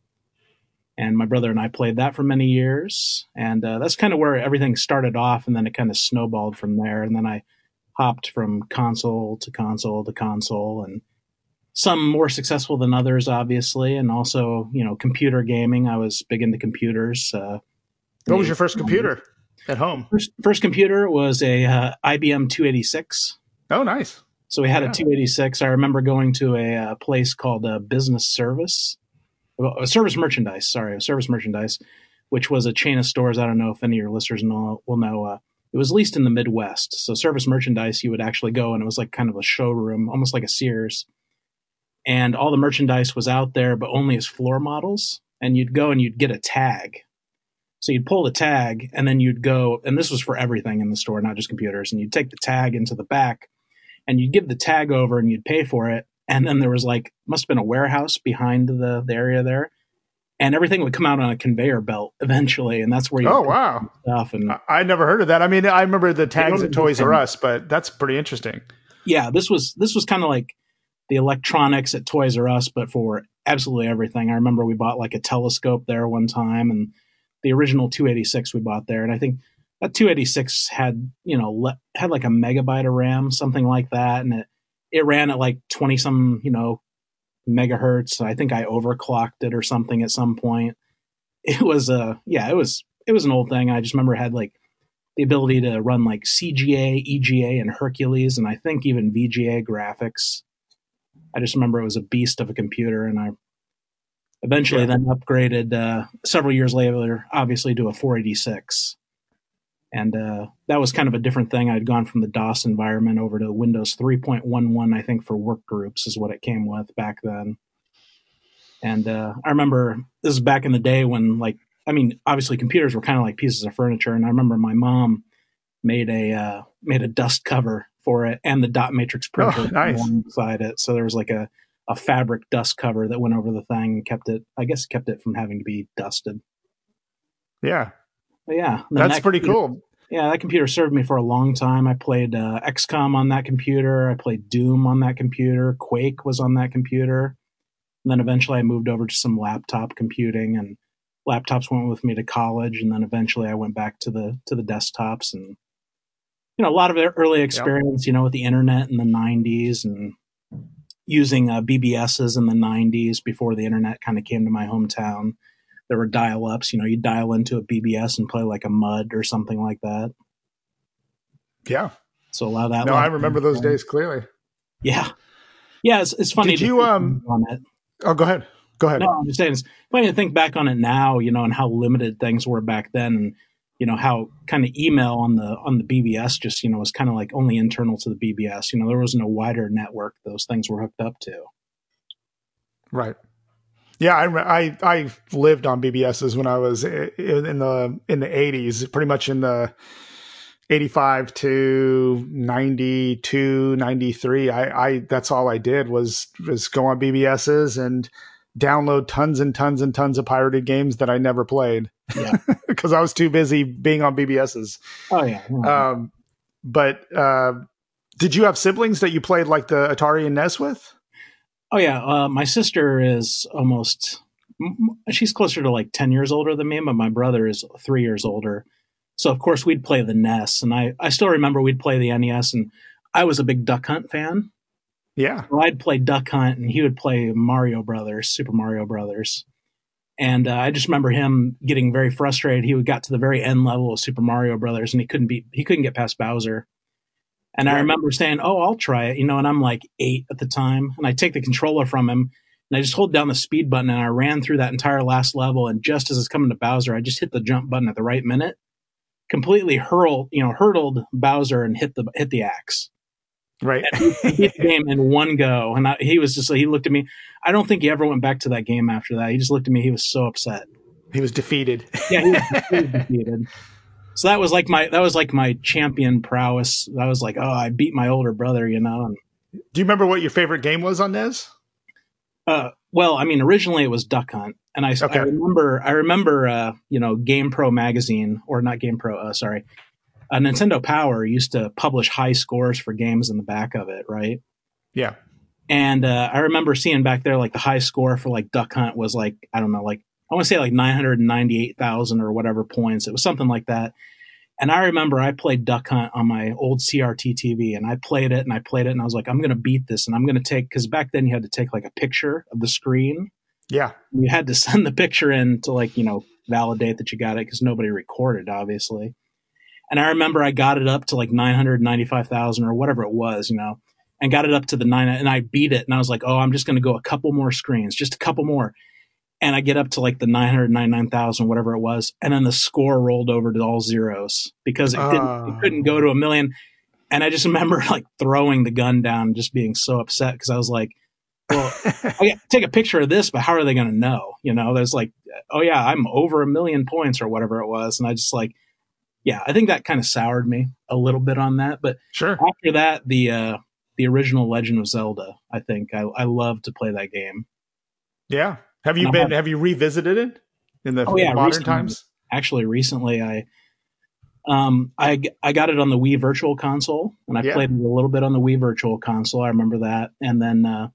[SPEAKER 10] And my brother and I played that for many years. And uh, that's kind of where everything started off. And then it kind of snowballed from there. And then I hopped from console to console to console and some more successful than others, obviously. And also, you know, computer gaming. I was big into computers. Uh,
[SPEAKER 5] What was your first computer at home?
[SPEAKER 10] First, first computer was a uh, IBM 286.
[SPEAKER 5] Oh, nice.
[SPEAKER 10] So we had
[SPEAKER 5] Yeah.
[SPEAKER 10] a 286. I remember going to a, uh place called uh, Business Service, well, uh, Service Merchandise. Sorry, Service Merchandise, which was a chain of stores. I don't know if any of your listeners know, will know. Uh, it was at least in the Midwest. So Service Merchandise, you would actually go, and it was like kind of a showroom, almost like a Sears. And all the merchandise was out there, but only as floor models. And you'd go and you'd get a tag. So you'd pull the tag, and then you'd go, and this was for everything in the store, not just computers. And you'd take the tag into the back and you'd give the tag over and you'd pay for it. And then there was like must have been a warehouse behind the, the area there. and everything would come out on a conveyor belt eventually, and that's where you
[SPEAKER 5] Oh,
[SPEAKER 10] would
[SPEAKER 5] wow.
[SPEAKER 10] stuff and
[SPEAKER 5] I I'd never heard of that. I mean, I remember the tags at
[SPEAKER 10] don't
[SPEAKER 5] Toys R
[SPEAKER 10] understand.
[SPEAKER 5] Us, but that's pretty interesting.
[SPEAKER 10] yeah, this was this was kind of like the electronics at Toys R Us, but for absolutely everything. I remember we bought like a telescope there one time, and the original 286 we bought there, and I think that 286 had you know le- had like a megabyte of RAM, something like that, and it it ran at like 20 some you know megahertz. I think I overclocked it or something at some point. It was uh, yeah, it was it was an old thing. I just remember it had like the ability to run like CGA, EGA, E and Hercules, and I think even VGA graphics. I just remember it was a beast of a computer, and I eventually then upgraded uh, several years later, obviously to a 486. And uh, that was kind of a different thing. I'd gone from the DOS environment over to Windows 3.11, I think, for work groups is what it came with back then. And uh, I remember this is back in the day when, like, I mean, obviously computers were kind of like pieces of furniture, and I remember my mom made a uh, made a dust cover for it and the dot matrix printer
[SPEAKER 5] Oh, nice.
[SPEAKER 10] alongside it. So there was like a a fabric dust cover that went over the thing and kept it. I guess kept it from having to be dusted.
[SPEAKER 5] Yeah,
[SPEAKER 10] But yeah, and then
[SPEAKER 5] that's
[SPEAKER 10] that
[SPEAKER 5] pretty
[SPEAKER 10] computer-
[SPEAKER 5] cool.
[SPEAKER 10] Yeah, that computer served me for a long time. I played uh, XCOM on that computer. I played Doom on that computer. Quake was on that computer. And then eventually I moved over to some laptop computing and laptops went with me to college and then eventually I went back to the to the desktops and you know a lot of early experience, you know, with the internet in the 90s and using uh, BBSs in the 90s before the internet kind of came to my hometown. There were dial-ups, you know, you dial into a BBS and play like a mud or something like that.
[SPEAKER 5] Yeah,
[SPEAKER 10] So allow that.
[SPEAKER 5] no,
[SPEAKER 10] lot-
[SPEAKER 5] I remember those days clearly.
[SPEAKER 10] Yeah, yeah. It's, it's funny.
[SPEAKER 5] Did
[SPEAKER 10] to
[SPEAKER 5] you,
[SPEAKER 10] think
[SPEAKER 5] um,
[SPEAKER 10] back on it?
[SPEAKER 5] Oh, go ahead, go ahead.
[SPEAKER 10] No, I'm just saying it's funny to think back on it now. You know, and how limited things were back then, and you know how kind of email on the on the BBS just you know was kind of like only internal to the BBS. You know, there wasn't a wider network those things were hooked up to.
[SPEAKER 5] Right. Yeah, I, rem- I I lived on BBSs when I was i- in, in the in the eighties, pretty much in the eighty five to 92, 93. I, I that's all I did was was go on BBSs and download tons and tons and tons of pirated games that I never played
[SPEAKER 10] Yeah.
[SPEAKER 5] because I was too busy being on BBSs.
[SPEAKER 10] Oh yeah. yeah.
[SPEAKER 5] Um, but uh, did you have siblings that you played like the Atari and NES with?
[SPEAKER 10] oh yeah. Uh, my sister is almost. m- m- She's closer to like ten years older than me, but my brother is three years older. So of course we'd play the NES, and I I still remember we'd play the NES, and I was a big Duck Hunt fan.
[SPEAKER 5] Yeah.
[SPEAKER 10] Well, I'd play Duck Hunt, and he would play Mario Brothers, Super Mario Brothers. And uh, I just remember him getting very frustrated. He would got to the very end level of Super Mario Brothers, and he couldn't be he couldn't get past Bowser. And I remember saying, "Oh, I'll try it," you know. And I'm like eight at the time, and I take the controller from him, and I just hold down the speed button, and I ran through that entire last level. And just as it's coming to Bowser, I just hit the jump button at the right minute, completely hurl, you know, hurtled Bowser and hit the hit the axe
[SPEAKER 5] Right.
[SPEAKER 10] beat the game in one go. And I, he was just, he looked at me. I don't think he ever went back to that game after that. He just looked at me. He was so upset.
[SPEAKER 5] he was defeated.
[SPEAKER 10] Yeah. He was, he was defeated. So that was like my, that was like my champion prowess. That was like, oh, I beat my older brother, you know? And,
[SPEAKER 5] Do you remember what your favorite game was on E NES?
[SPEAKER 10] uh, well, I mean, originally it was Duck Hunt. And I,
[SPEAKER 5] Okay.
[SPEAKER 10] I remember, I remember, uh, you know, Game Pro magazine or not Game Pro, uh, sorry. Uh, Nintendo Power used to publish high scores for games in the back of it, right?
[SPEAKER 5] Yeah.
[SPEAKER 10] And uh, I remember seeing back there like the high score for like Duck Hunt was like I don't know like I want to say like nine hundred ninety eight thousand or whatever points. It was something like that. And I remember I played Duck Hunt on my old CRT TV, and I played it and I played it, and I was like, I'm gonna beat this, and I'm gonna take because back then you had to take like a picture of the screen.
[SPEAKER 5] Yeah.
[SPEAKER 10] You had to send the picture in to like you know validate that you got it because nobody recorded obviously. And I remember I got it up to like nine hundred ninety five thousand or whatever it was, you know and got it up to the nine and I beat it and I was like, oh, I'm just going to go a couple more screens, just a couple more. And I get up to like the 999,000, whatever it was. And then the score rolled over to all zeros because it, didn't,
[SPEAKER 5] Oh.
[SPEAKER 10] it couldn't go to a million. And I just remember like throwing the gun down, and just being so upset because I was like, well, I gotta take a picture of this, but how are they going to know? You know, there's like, oh, yeah, I'm over a million points or whatever it was. And I just like, yeah, I think that kind of soured me a little bit on that. But
[SPEAKER 5] Sure.
[SPEAKER 10] after that the uh the original legend of zelda i think i i love to play that game
[SPEAKER 5] Yeah. Have you
[SPEAKER 10] Uh-huh.
[SPEAKER 5] been? Have you revisited it in the
[SPEAKER 10] Oh, yeah,
[SPEAKER 5] modern
[SPEAKER 10] recently.
[SPEAKER 5] times?
[SPEAKER 10] actually recently i um i g- i got it on the wii virtual console and i
[SPEAKER 5] Yeah.
[SPEAKER 10] played it a little bit on the wii virtual console i remember that and then uh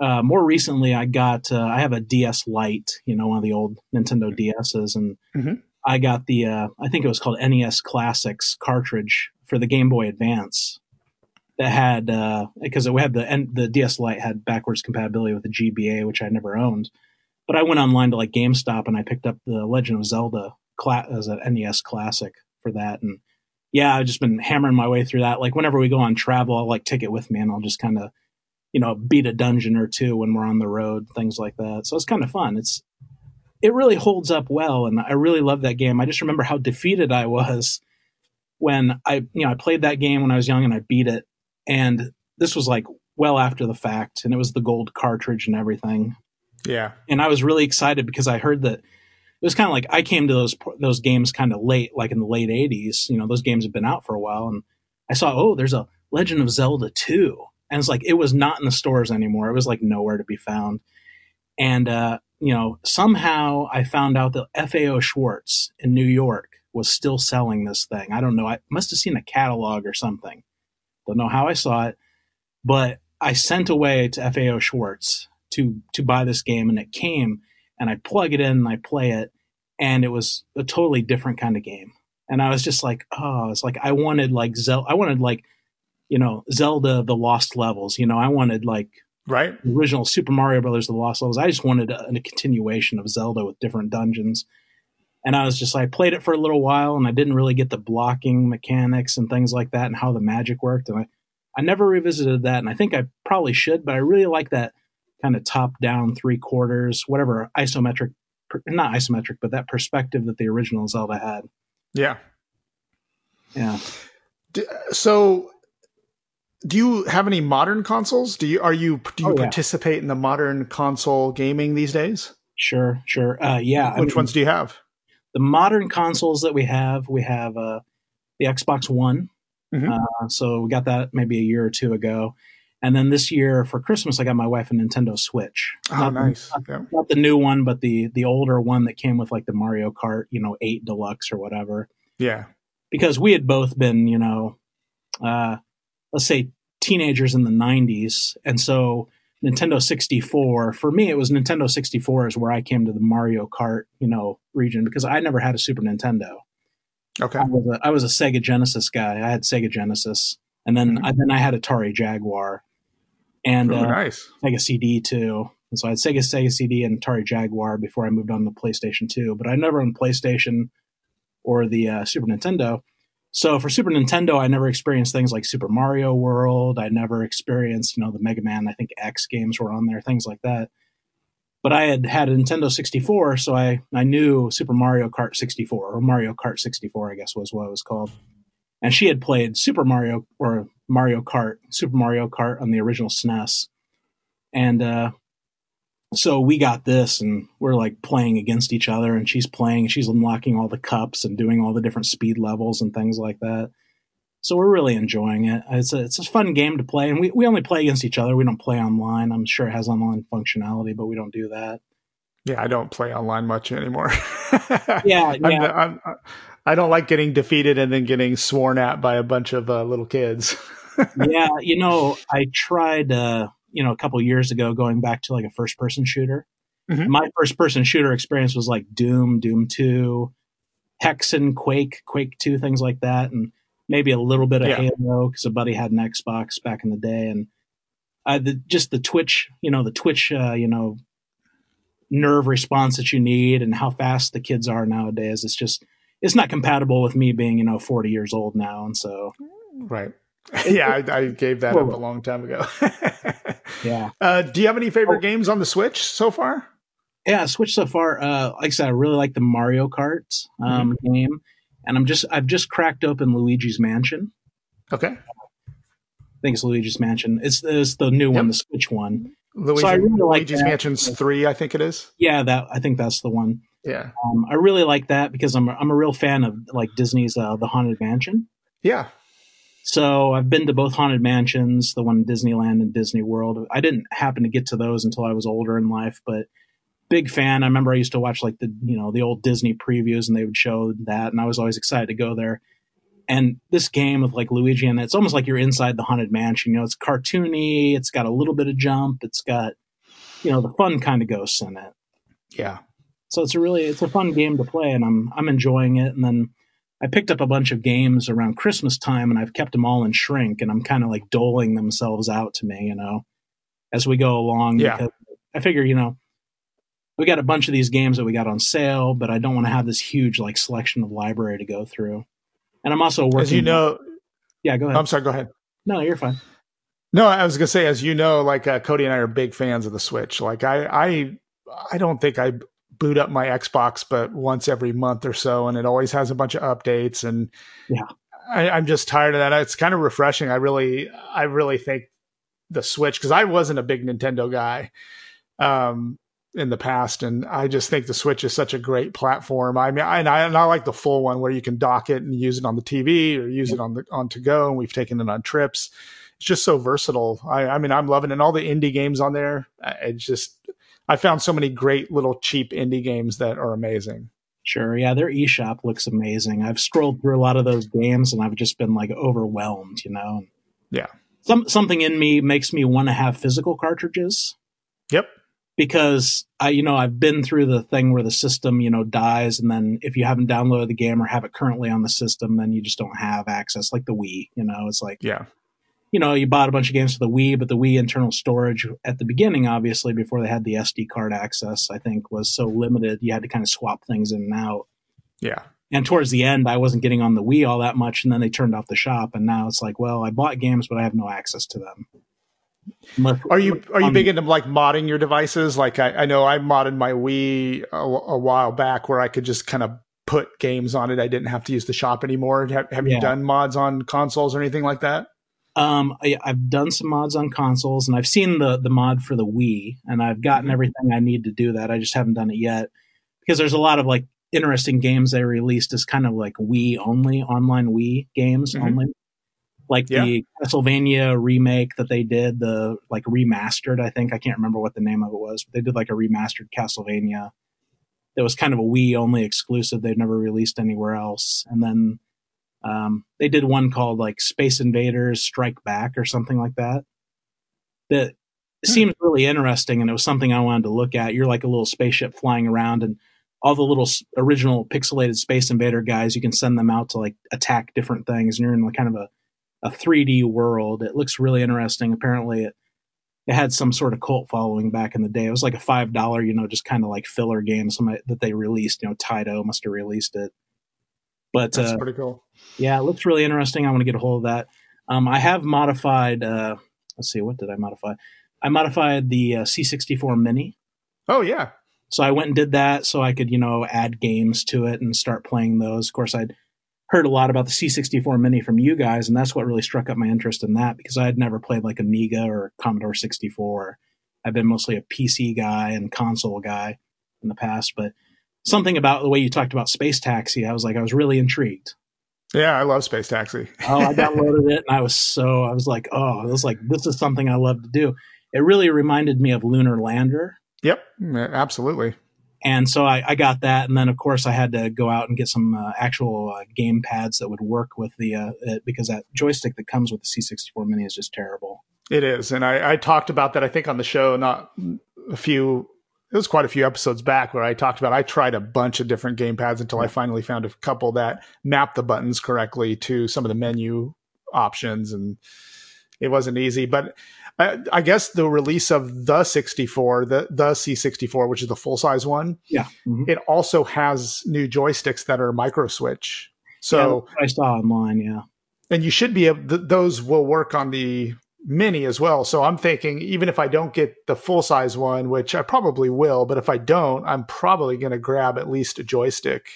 [SPEAKER 10] uh, more recently, I got uh, I have a DS Lite, you know, one of the old Nintendo DSs, and
[SPEAKER 5] Mhm.
[SPEAKER 10] I got the uh, I think it was called NES Classics cartridge for the Game Boy Advance that had uh because it had the and the DS Lite had backwards compatibility with the GBA, which I never owned. But I went online to like GameStop and I picked up the Legend of Zelda cla- as an NES classic for that, and yeah, I've just been hammering my way through that. Like whenever we go on travel, I'll like take it with me and I'll just kind of you know beat a dungeon or two when we're on the road, things like that. So it's kind of fun. It's it really holds up well, and I really love that game. I just remember how defeated I was when I you know I played that game when I was young and I beat it, and this was like well after the fact, and it was the gold cartridge and everything,
[SPEAKER 5] Yeah.
[SPEAKER 10] and I was really excited because I heard that it was kind of like I came to those those games kind of late, like in the late '80s. You know, those games had been out for a while, and I saw, oh, there's a Legend of Zelda 2. And it's like, it was not in the stores anymore. It was like nowhere to be found. And, uh, you know, somehow I found out that FAO Schwartz in New York was still selling this thing. I don't know. I must have seen a catalog or something. Don't know how I saw it, but I sent away to FAO Schwartz to, to buy this game and it came and I plug it in and I play it and it was a totally different kind of game. And I was just like, oh, it's like I wanted like Zel- I wanted like you know, Zelda the Lost Levels. You know, I wanted like
[SPEAKER 5] Right.
[SPEAKER 10] the original Super Mario Brothers the Lost Levels. I just wanted a, a continuation of Zelda with different dungeons. And I was just like, I played it for a little while and I didn't really get the blocking mechanics and things like that and how the magic worked. And I, I never revisited that. And I think I probably should, but I really like that kind of top down three quarters, whatever isometric, per- not isometric, but that perspective that the original Zelda had.
[SPEAKER 5] Yeah.
[SPEAKER 10] Yeah.
[SPEAKER 5] D- so do you have any modern consoles do you are you do you
[SPEAKER 10] Oh, yeah.
[SPEAKER 5] participate in the modern console gaming these days
[SPEAKER 10] Sure. Sure. Uh, yeah. I
[SPEAKER 5] which
[SPEAKER 10] mean-
[SPEAKER 5] ones do you have
[SPEAKER 10] the modern consoles that we have, we have uh, the Xbox One.
[SPEAKER 5] Mhm.
[SPEAKER 10] Uh, so we got that maybe a year or two ago. And then this year for Christmas, I got my wife a Nintendo Switch.
[SPEAKER 5] oh
[SPEAKER 10] Not-
[SPEAKER 5] nice yeah.
[SPEAKER 10] not the new one, but the the older one that came with like the Mario Kart, you know, eight deluxe or whatever.
[SPEAKER 5] yeah
[SPEAKER 10] Because we had both been, you know, uh, let's say teenagers in the '90s, and so Nintendo 64 for me, it was Nintendo 64 is where I came to the Mario Kart, you know, region because I never had a Super Nintendo.
[SPEAKER 5] okay
[SPEAKER 10] I was a, I was a Sega Genesis guy. I had Sega Genesis, and then I, then I had Atari Jaguar, and
[SPEAKER 5] Ooh,
[SPEAKER 10] uh,
[SPEAKER 5] nice
[SPEAKER 10] Sega CD too. And so I had Sega Sega CD and Atari Jaguar before I moved on to PlayStation Two. But I never owned PlayStation or the uh, Super Nintendo. So for Super Nintendo, I never experienced things like Super Mario World. I never experienced you know the Mega Man. I think X games were on there, things like that. But I had had a Nintendo 64, so I, I knew Super Mario Kart 64 or Mario Kart 64, I guess was what it was called. And she had played Super Mario or Mario Kart, Super Mario Kart on the original E SNES and uh so we got this and we're like playing against each other and she's playing she's unlocking all the cups and doing all the different speed levels and things like that so we're really enjoying it it's a, it's a fun game to play and we, we only play against each other we don't play online i'm sure it has online functionality but we don't do that
[SPEAKER 5] yeah i don't play online much anymore
[SPEAKER 10] Yeah,
[SPEAKER 5] I'm
[SPEAKER 10] yeah.
[SPEAKER 5] the- I'm- i i don't like getting defeated and then getting sworn at by a bunch of uh, little kids
[SPEAKER 10] yeah you know i tried uh you know a couple years ago going back to like a first person shooter
[SPEAKER 5] Mhm.
[SPEAKER 10] my first person shooter experience was like doom doom 2 hexen quake quake 2 things like that and maybe a little bit of
[SPEAKER 5] Yeah.
[SPEAKER 10] halo because a buddy had an xbox back in the day and i the, just the twitch you know the twitch uh, you know nerve response that you need and how fast the kids are nowadays it's just it's not compatible with me being you know 40 years old now and so
[SPEAKER 5] right yeah I, I gave that up a
[SPEAKER 10] Well-
[SPEAKER 5] long time ago
[SPEAKER 10] yeah
[SPEAKER 5] uh, do you have any
[SPEAKER 10] Oh.
[SPEAKER 5] favorite games on the switch so far
[SPEAKER 10] yeah switch so far uh like i said i really like the mario kart um
[SPEAKER 5] Mm-hmm.
[SPEAKER 10] game and i'm just i've just cracked open luigi's mansion
[SPEAKER 5] okay
[SPEAKER 10] i think it's luigi's mansion it's, it's the new one
[SPEAKER 5] Yep.
[SPEAKER 10] the switch one
[SPEAKER 5] Luigi,
[SPEAKER 10] I really like
[SPEAKER 5] Luigi's
[SPEAKER 10] that.
[SPEAKER 5] Mansion's three, I think it is.
[SPEAKER 10] yeah that i think that's the one
[SPEAKER 5] Yeah,
[SPEAKER 10] um, i really like that because i'm a, i'm a real fan of like disney's uh, the haunted mansion
[SPEAKER 5] yeah.
[SPEAKER 10] so i've been to both haunted mansions the one in disneyland and disney world i didn't happen to get to those until i was older in life but big fan. I remember I used to watch like the you know the old Disney previews, and they would show that, and I was always excited to go there. And this game with like Luigi in it, it's almost like you're inside the haunted mansion. You know, it's cartoony. It's got a little bit of jump. It's got you know the fun kind of ghosts in it.
[SPEAKER 5] Yeah.
[SPEAKER 10] So it's a really it's a fun game to play, and I'm I'm enjoying it. And then I picked up a bunch of games around Christmas time, and I've kept them all in shrink, and I'm kind of like doling themselves out to me, you know, as we go along.
[SPEAKER 5] Yeah.
[SPEAKER 10] because I figure, you know, we got a bunch of these games that we got on sale, but I don't want to have this huge like selection of library to go through. And I'm also working.
[SPEAKER 5] As you know,
[SPEAKER 10] yeah, go ahead.
[SPEAKER 5] I'm sorry, go ahead.
[SPEAKER 10] no, you're fine.
[SPEAKER 5] No, I was gonna say, as you know, like uh, Cody and I are big fans of the Switch. Like I, I, I don't think I boot up my Xbox, but once every month or so, and it always has a bunch of updates. And
[SPEAKER 10] Yeah.
[SPEAKER 5] I, I'm just tired of that. It's kind of refreshing. I really, I really think the Switch because I wasn't a big Nintendo guy um, in the past, and I just think the Switch is such a great platform. I mean, I, and I and I like the full one where you can dock it and use it on the TV or use it on the on to go, and we've taken it on trips. It's just so versatile. I, I mean, I'm loving it. And all the indie games on there. I- It's just I found so many great little cheap indie games that are amazing.
[SPEAKER 10] Sure. Yeah, their eShop looks amazing. I've scrolled through a lot of those games and I've just been like overwhelmed, you know.
[SPEAKER 5] Yeah.
[SPEAKER 10] Some something in me makes me want to have physical cartridges
[SPEAKER 5] Yep.
[SPEAKER 10] because I you know, I've been through the thing where the system, you know, dies and then if you haven't downloaded the game or have it currently on the system, then you just don't have access like the Wii, you know. It's like
[SPEAKER 5] Yeah.
[SPEAKER 10] you know, you bought a bunch of games for the Wii, but the Wii internal storage at the beginning, obviously, before they had the SD card access, I think was so limited, you had to kind of swap things in and out
[SPEAKER 5] Yeah.
[SPEAKER 10] and towards the end i wasn't getting on the wii all that much and then they turned off the shop and now it's like well i bought games but i have no access to them Unless-
[SPEAKER 5] Are you are you
[SPEAKER 10] um,
[SPEAKER 5] big into like modding your devices? Like I, I know I modded my Wii a, a while back where I could just kind of put games on it. I didn't have to use the shop anymore. Have, have
[SPEAKER 10] Yeah.
[SPEAKER 5] you done mods on consoles or anything like that?
[SPEAKER 10] um I, i've done some mods on consoles and i've seen the the mod for the wii and i've gotten everything i need to do that i just haven't done it yet because there's a lot of like interesting games they released as kind of like wii only online wii games
[SPEAKER 5] Mhm.
[SPEAKER 10] only like
[SPEAKER 5] Yeah.
[SPEAKER 10] the Castlevania remake that they did, the like remastered, I think. I can't remember what the name of it was, but they did like a remastered Castlevania that was kind of a Wii only exclusive. They've never released anywhere else. And then um, they did one called like Space Invaders Strike Back or something like that. That seems really interesting, and it was something I wanted to look at. You're like a little spaceship flying around, and all the little s- original pixelated Space Invader guys, you can send them out to like attack different things, and you're in like kind of a a 3D world. It looks really interesting. Apparently, it it had some sort of cult following back in the day. It was like a five dollar, you know, just kind of like filler game. Some that they released, you know, Taito must have released it. But
[SPEAKER 5] That's
[SPEAKER 10] uh,
[SPEAKER 5] pretty cool.
[SPEAKER 10] yeah, it looks really interesting. I want to get a hold of that. Um, I have modified. Uh, let's see, what did I modify? I modified the uh, C64 Mini,
[SPEAKER 5] Oh yeah.
[SPEAKER 10] so I went and did that so I could, you know, add games to it and start playing those. Of course, I'd heard a lot about the C64 Mini from you guys, and that's what really struck up my interest in that because I had never played like Amiga or Commodore 64. I've been mostly a PC guy and console guy in the past, but something about the way you talked about Space Taxi, I was like, I was really intrigued.
[SPEAKER 5] Yeah, I love Space Taxi.
[SPEAKER 10] oh, I downloaded it and I was so I was like, oh, I was like, this is something I love to do. It really reminded me of Lunar Lander.
[SPEAKER 5] Yep, yeah, absolutely.
[SPEAKER 10] And so I, I got that, and then of course I had to go out and get some uh, actual uh, game pads that would work with the uh, it, because that joystick that comes with the C64 Mini is just terrible.
[SPEAKER 5] It is, and I, I talked about that. I think on the show, not a few. It was quite a few episodes back where I talked about I tried a bunch of different game pads until I finally found a couple that mapped the buttons correctly to some of the menu options, and it wasn't easy. But I, I guess the release of the 64, the the C64, which is the full size one,
[SPEAKER 10] Yeah, Mhm.
[SPEAKER 5] it also has new joysticks that are micro switch. So.
[SPEAKER 10] Yeah, that's what I saw online. Yeah,
[SPEAKER 5] and you should be able th- those will work on the mini as well so i'm thinking even if i don't get the full size one which i probably will but if i don't i'm probably going to grab at least a joystick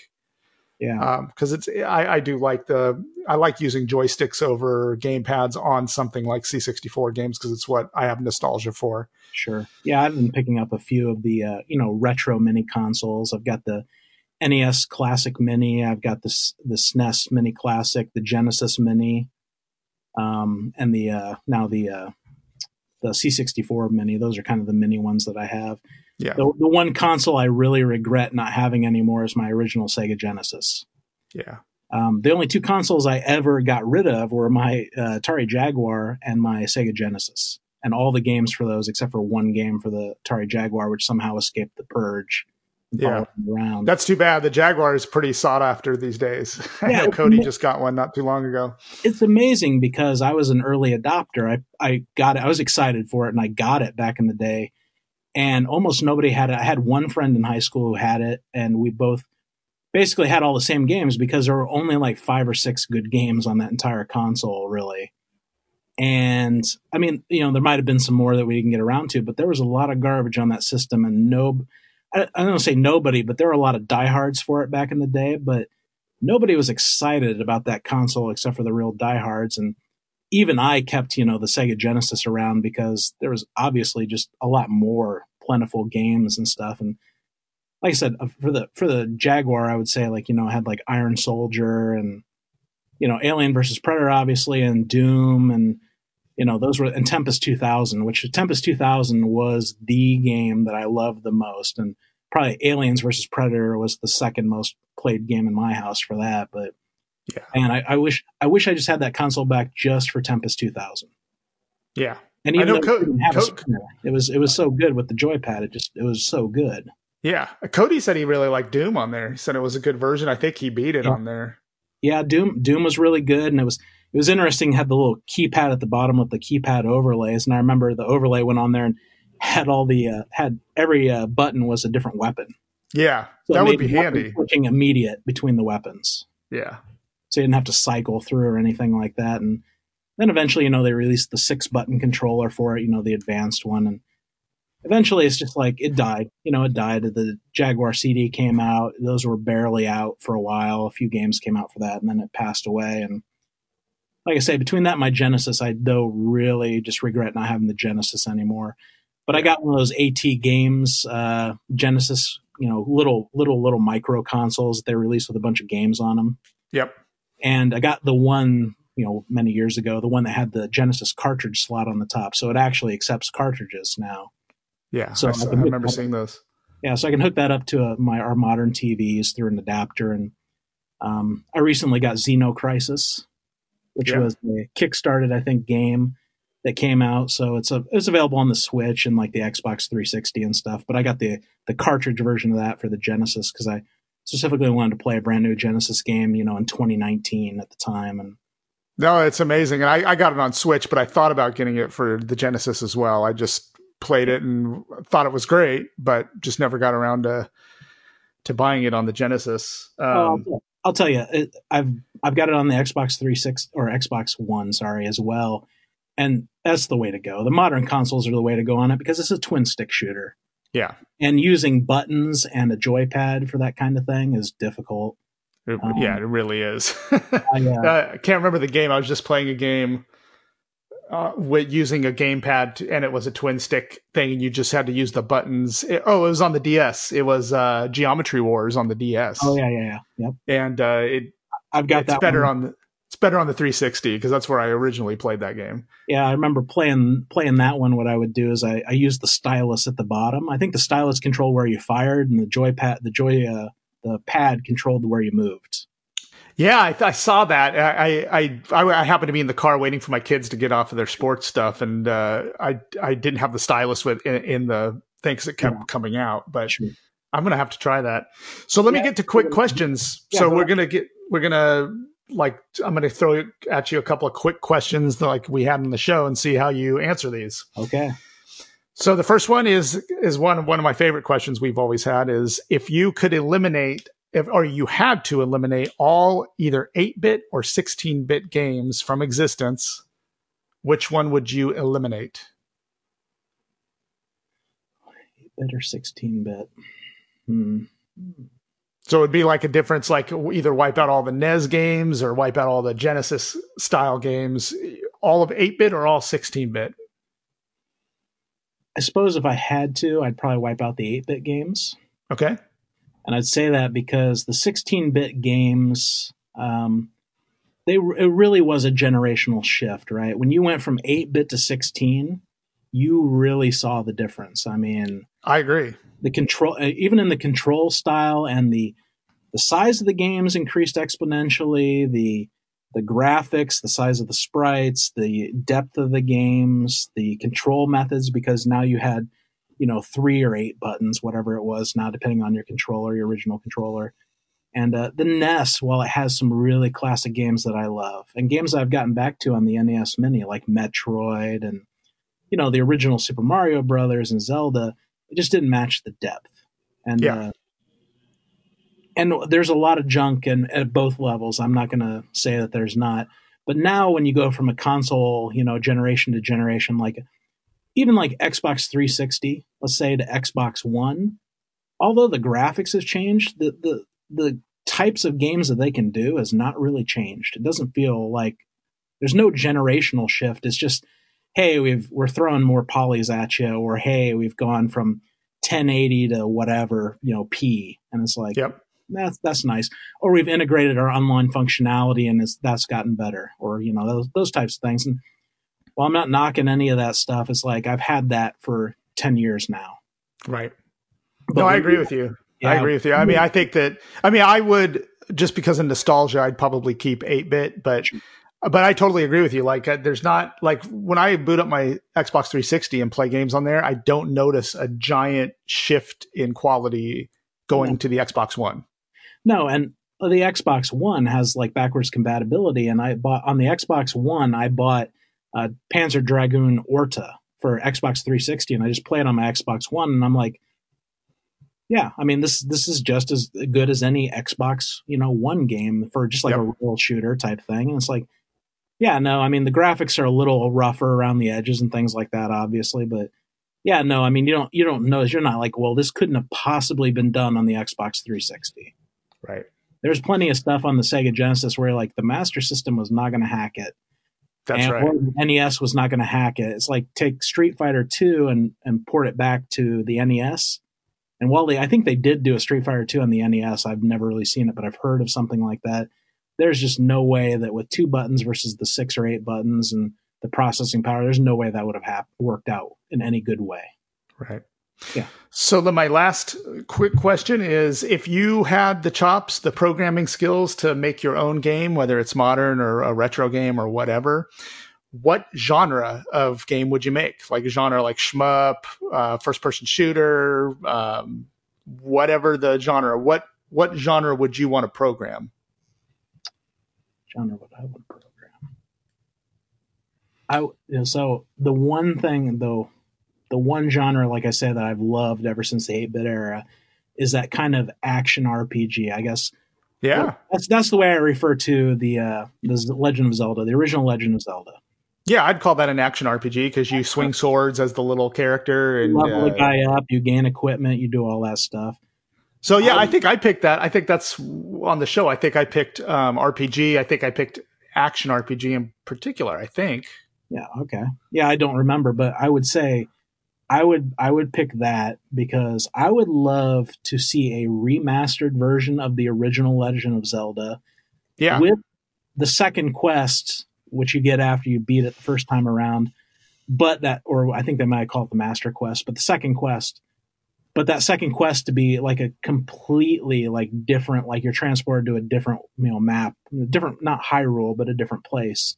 [SPEAKER 10] yeah,
[SPEAKER 5] because it's I, I do like the i like using joysticks over game pads on something like c64 games because it's what i have nostalgia for
[SPEAKER 10] sure. Yeah, I've been picking up a few of the uh, you know retro mini consoles. I've got the NES Classic Mini. I've got the S- the SNES Mini Classic, the Genesis Mini, um, and the uh, now the uh, the C64 Mini. Those are kind of the mini ones that I have.
[SPEAKER 5] Yeah.
[SPEAKER 10] The, the one console I really regret not having anymore is my original Sega Genesis.
[SPEAKER 5] Yeah.
[SPEAKER 10] Um, the only two consoles I ever got rid of were my uh, Atari Jaguar and my Sega Genesis, and all the games for those except for one game for the Atari Jaguar, which somehow escaped the purge. and
[SPEAKER 5] Yeah.
[SPEAKER 10] followed me around.
[SPEAKER 5] Um, That's too bad. The Jaguar is pretty sought after these days. I
[SPEAKER 10] Yeah,
[SPEAKER 5] know Cody
[SPEAKER 10] it-
[SPEAKER 5] just got one not too long ago.
[SPEAKER 10] it's amazing because I was an early adopter. I, I got it. I was excited for it and I got it back in the day. And almost nobody had it. I had one friend in high school who had it, and we both basically had all the same games because there were only like five or six good games on that entire console, really. And I mean, you know, there might have been some more that we didn't get around to, but there was a lot of garbage on that system, and no, I, I don't want to say nobody, but there were a lot of diehards for it back in the day. But nobody was excited about that console except for the real diehards and even i kept you know the sega genesis around because there was obviously just a lot more plentiful games and stuff and like i said uh, for the for the jaguar i would say like you know I had like iron soldier and you know alien versus predator obviously and doom and you know those were and tempest 2000 which tempest 2000 was the game that i loved the most and probably Aliens versus Predator was the second most played game in my house for that. But
[SPEAKER 5] Yeah.
[SPEAKER 10] and I, I wish I wish I just had that console back just for Tempest 2000.
[SPEAKER 5] Yeah.
[SPEAKER 10] And
[SPEAKER 5] I
[SPEAKER 10] even
[SPEAKER 5] know
[SPEAKER 10] though it
[SPEAKER 5] Co-
[SPEAKER 10] didn't have a
[SPEAKER 5] Co-
[SPEAKER 10] spinner, it was it was so good with the joypad. It just it was so good.
[SPEAKER 5] Yeah. Cody said he really liked Doom on there. He said it was a good version. I think he beat it
[SPEAKER 10] Yeah.
[SPEAKER 5] on there.
[SPEAKER 10] Yeah, Doom Doom was really good, and it was it was interesting. It had the little keypad at the bottom with the keypad overlays, and I remember the overlay went on there and had all the uh, had every uh, button was a different weapon.
[SPEAKER 5] Yeah.
[SPEAKER 10] So it
[SPEAKER 5] that would
[SPEAKER 10] made
[SPEAKER 5] be
[SPEAKER 10] weapon
[SPEAKER 5] handy.
[SPEAKER 10] Switching immediate between the weapons.
[SPEAKER 5] Yeah.
[SPEAKER 10] so you didn't have to cycle through or anything like that. And then eventually, you know, they released the six button controller for it, you know, the advanced one. And eventually, it's just like it died. You know, it died. The Jaguar CD came out; those were barely out for a while. A few games came out for that, and then it passed away. And like I say, between that and my Genesis, I though really just regret not having the Genesis anymore. But I got one of those AT games, uh, Genesis, you know, little little little micro consoles that they released with a bunch of games on them
[SPEAKER 5] Yep.
[SPEAKER 10] and I got the one you know many years ago, the one that had the Genesis cartridge slot on the top, so it actually accepts cartridges now.
[SPEAKER 5] Yeah.
[SPEAKER 10] So
[SPEAKER 5] I,
[SPEAKER 10] I
[SPEAKER 5] s- I
[SPEAKER 10] can-
[SPEAKER 5] remember seeing those.
[SPEAKER 10] Yeah, so I can hook that up to uh my our modern TVs through an adapter, and um, I recently got Xeno Crisis, which
[SPEAKER 5] Yeah.
[SPEAKER 10] was a kickstarted I think game that came out. So it's a it's available on the Switch and like the Xbox 360 and stuff. But I got the the cartridge version of that for the Genesis because I specifically wanted to play a brand new Genesis game, you know, in 2019 at the time, and
[SPEAKER 5] No, it's amazing. And I, I got it on Switch, but I thought about getting it for the Genesis as well. I just played it and thought it was great, but just never got around to to buying it on the Genesis. Um,
[SPEAKER 10] Well, I'll tell you, it, I've I've got it on the Xbox 360 or Xbox One, sorry, as well, and that's the way to go. The modern consoles are the way to go on it because it's a twin stick shooter,
[SPEAKER 5] yeah.
[SPEAKER 10] and using buttons and a joypad for that kind of thing is difficult.
[SPEAKER 5] It-
[SPEAKER 10] Um,
[SPEAKER 5] yeah, it really is.
[SPEAKER 10] I, uh,
[SPEAKER 5] Uh, I can't remember the game. I was just playing a game uh, with using a gamepad, to- and it was a twin stick thing, and you just had to use the buttons. It- oh, it was on the DS. It was uh, Geometry Wars on the DS.
[SPEAKER 10] oh yeah, yeah, yeah, yep.
[SPEAKER 5] and uh, it
[SPEAKER 10] I've got
[SPEAKER 5] it's
[SPEAKER 10] that.
[SPEAKER 5] better
[SPEAKER 10] one.
[SPEAKER 5] on the it's better on the 360 because that's where I originally played that game.
[SPEAKER 10] Yeah, I remember playing playing that one. What I would do is I, I used the stylus at the bottom. I think the stylus controlled where you fired, and the joypad, the joy, uh, the pad controlled where you moved.
[SPEAKER 5] Yeah, I, I saw that. I, I I I happened to be in the car waiting for my kids to get off of their sports stuff, and uh, I I didn't have the stylus with in, in the thing 'cause it kept coming out. But
[SPEAKER 10] Sure.
[SPEAKER 5] I'm gonna have to try that. So let me
[SPEAKER 10] Yeah.
[SPEAKER 5] get to quick questions.
[SPEAKER 10] Yeah,
[SPEAKER 5] so
[SPEAKER 10] go
[SPEAKER 5] we're
[SPEAKER 10] ahead.
[SPEAKER 5] gonna get we're gonna like I'm gonna throw at you a couple of quick questions that, like we had on the show and see how you answer these.
[SPEAKER 10] Okay.
[SPEAKER 5] So the first one is is one one of my favorite questions we've always had is if you could eliminate if or you had to eliminate all either 8-bit or 16-bit games from existence, which one would you eliminate?
[SPEAKER 10] bit or 16 bit. Hmm.
[SPEAKER 5] So it would be like a difference like either wipe out all the NES games or wipe out all the Genesis style games, all of 8-bit or all 16-bit.
[SPEAKER 10] I suppose if I had to, I'd probably wipe out the 8 bit games.
[SPEAKER 5] Okay?
[SPEAKER 10] And I'd say that because the 16 bit games, um, they, it really was a generational shift, right? When you went from 8 bit to 16, you really saw the difference. I mean,
[SPEAKER 5] I agree.
[SPEAKER 10] the control uh, even in the control style and the the size of the games increased exponentially the the graphics the size of the sprites the depth of the games the control methods because now you had you know three or eight buttons whatever it was now depending on your controller your original controller and uh, the nes while it has some really classic games that i love and games i've gotten back to on the nes mini like metroid and you know the original super mario brothers and zelda it just didn't match the depth and
[SPEAKER 5] Yeah.
[SPEAKER 10] uh, and there's a lot of junk in, at both levels i'm not going to say that there's not but now when you go from a console you know generation to generation like even like xbox 360 let's say to xbox one although the graphics have changed the the, the types of games that they can do has not really changed it doesn't feel like there's no generational shift it's just hey we've we're throwing more polys at you or hey we've gone from 1080 to whatever you know p and it's like
[SPEAKER 5] Yep.
[SPEAKER 10] that's that's nice or we've integrated our online functionality and it's that's gotten better or you know those, those types of things and while i'm not knocking any of that stuff it's like i've had that for 10 years now
[SPEAKER 5] Right.
[SPEAKER 10] But
[SPEAKER 5] No, I
[SPEAKER 10] when-
[SPEAKER 5] agree with you. I
[SPEAKER 10] Yeah.
[SPEAKER 5] agree with you. I mean, I think that I mean, I would just because of nostalgia, I'd probably keep 8-bit, but but I totally agree with you. Like uh, there's not like when I boot up my Xbox 360 and play games on there, I don't notice a giant shift in quality going to the Xbox 1.
[SPEAKER 10] No, and the Xbox One has like backwards compatibility, and I bought on the Xbox One I bought uh, Panzer Dragoon Orta for Xbox 360, and I just play it on my Xbox One, and I'm like, yeah, I mean this this is just as good as any Xbox you know One game for just like a real shooter type thing, and it's like. Yeah, no, I mean the graphics are a little rougher around the edges and things like that, obviously, but yeah, no, I mean you don't you don't notice you're not like, well, this couldn't have possibly been done on the Xbox 360
[SPEAKER 5] Right.
[SPEAKER 10] there's plenty of stuff on the Sega Genesis where like the Master System was not going to hack it,
[SPEAKER 5] That's
[SPEAKER 10] and,
[SPEAKER 5] right.
[SPEAKER 10] or the NES was not going to hack it. It's like take Street Fighter Two and and port it back to the NES. And while they, I think they did do a Street Fighter Two on the NES, I've never really seen it, but I've heard of something like that. There's just no way that with two buttons versus the six or eight buttons and the processing power, there's no way that would have hap- worked out in any good way.
[SPEAKER 5] Right.
[SPEAKER 10] Yeah.
[SPEAKER 5] So then my last quick question is if you had the chops, the programming skills to make your own game, whether it's modern or a retro game or whatever, what genre of game would you make? Like a genre like shmup, uh, first person shooter, um, whatever the genre. What what genre would you want to program?
[SPEAKER 10] genre would I would program? I w- you know, so the one thing though, the one genre, like I said, that I've loved ever since the eight bit era, is that kind of action RPG. I guess
[SPEAKER 5] Yeah.
[SPEAKER 10] that's that's the way I refer to the uh, the Z- Legend of Zelda, the original Legend of Zelda.
[SPEAKER 5] Yeah, I'd call that an action RPG because you swing swords as the little character and
[SPEAKER 10] You level
[SPEAKER 5] uh,
[SPEAKER 10] the guy up, you gain equipment, you do all that stuff.
[SPEAKER 5] So yeah, I think I picked that. I think that's on the show. I think I picked um, RPG. I think I picked action RPG in particular. I think.
[SPEAKER 10] Yeah, okay. Yeah, I don't remember, but I would say I would I would pick that because I would love to see a remastered version of the original Legend of Zelda
[SPEAKER 5] Yeah.
[SPEAKER 10] with the second quest, which you get after you beat it the first time around. But that or I think they might call it the master quest, but the second quest. But that second quest to be like a completely like different, like you're transported to a different, you know, map, different, not Hyrule, but a different place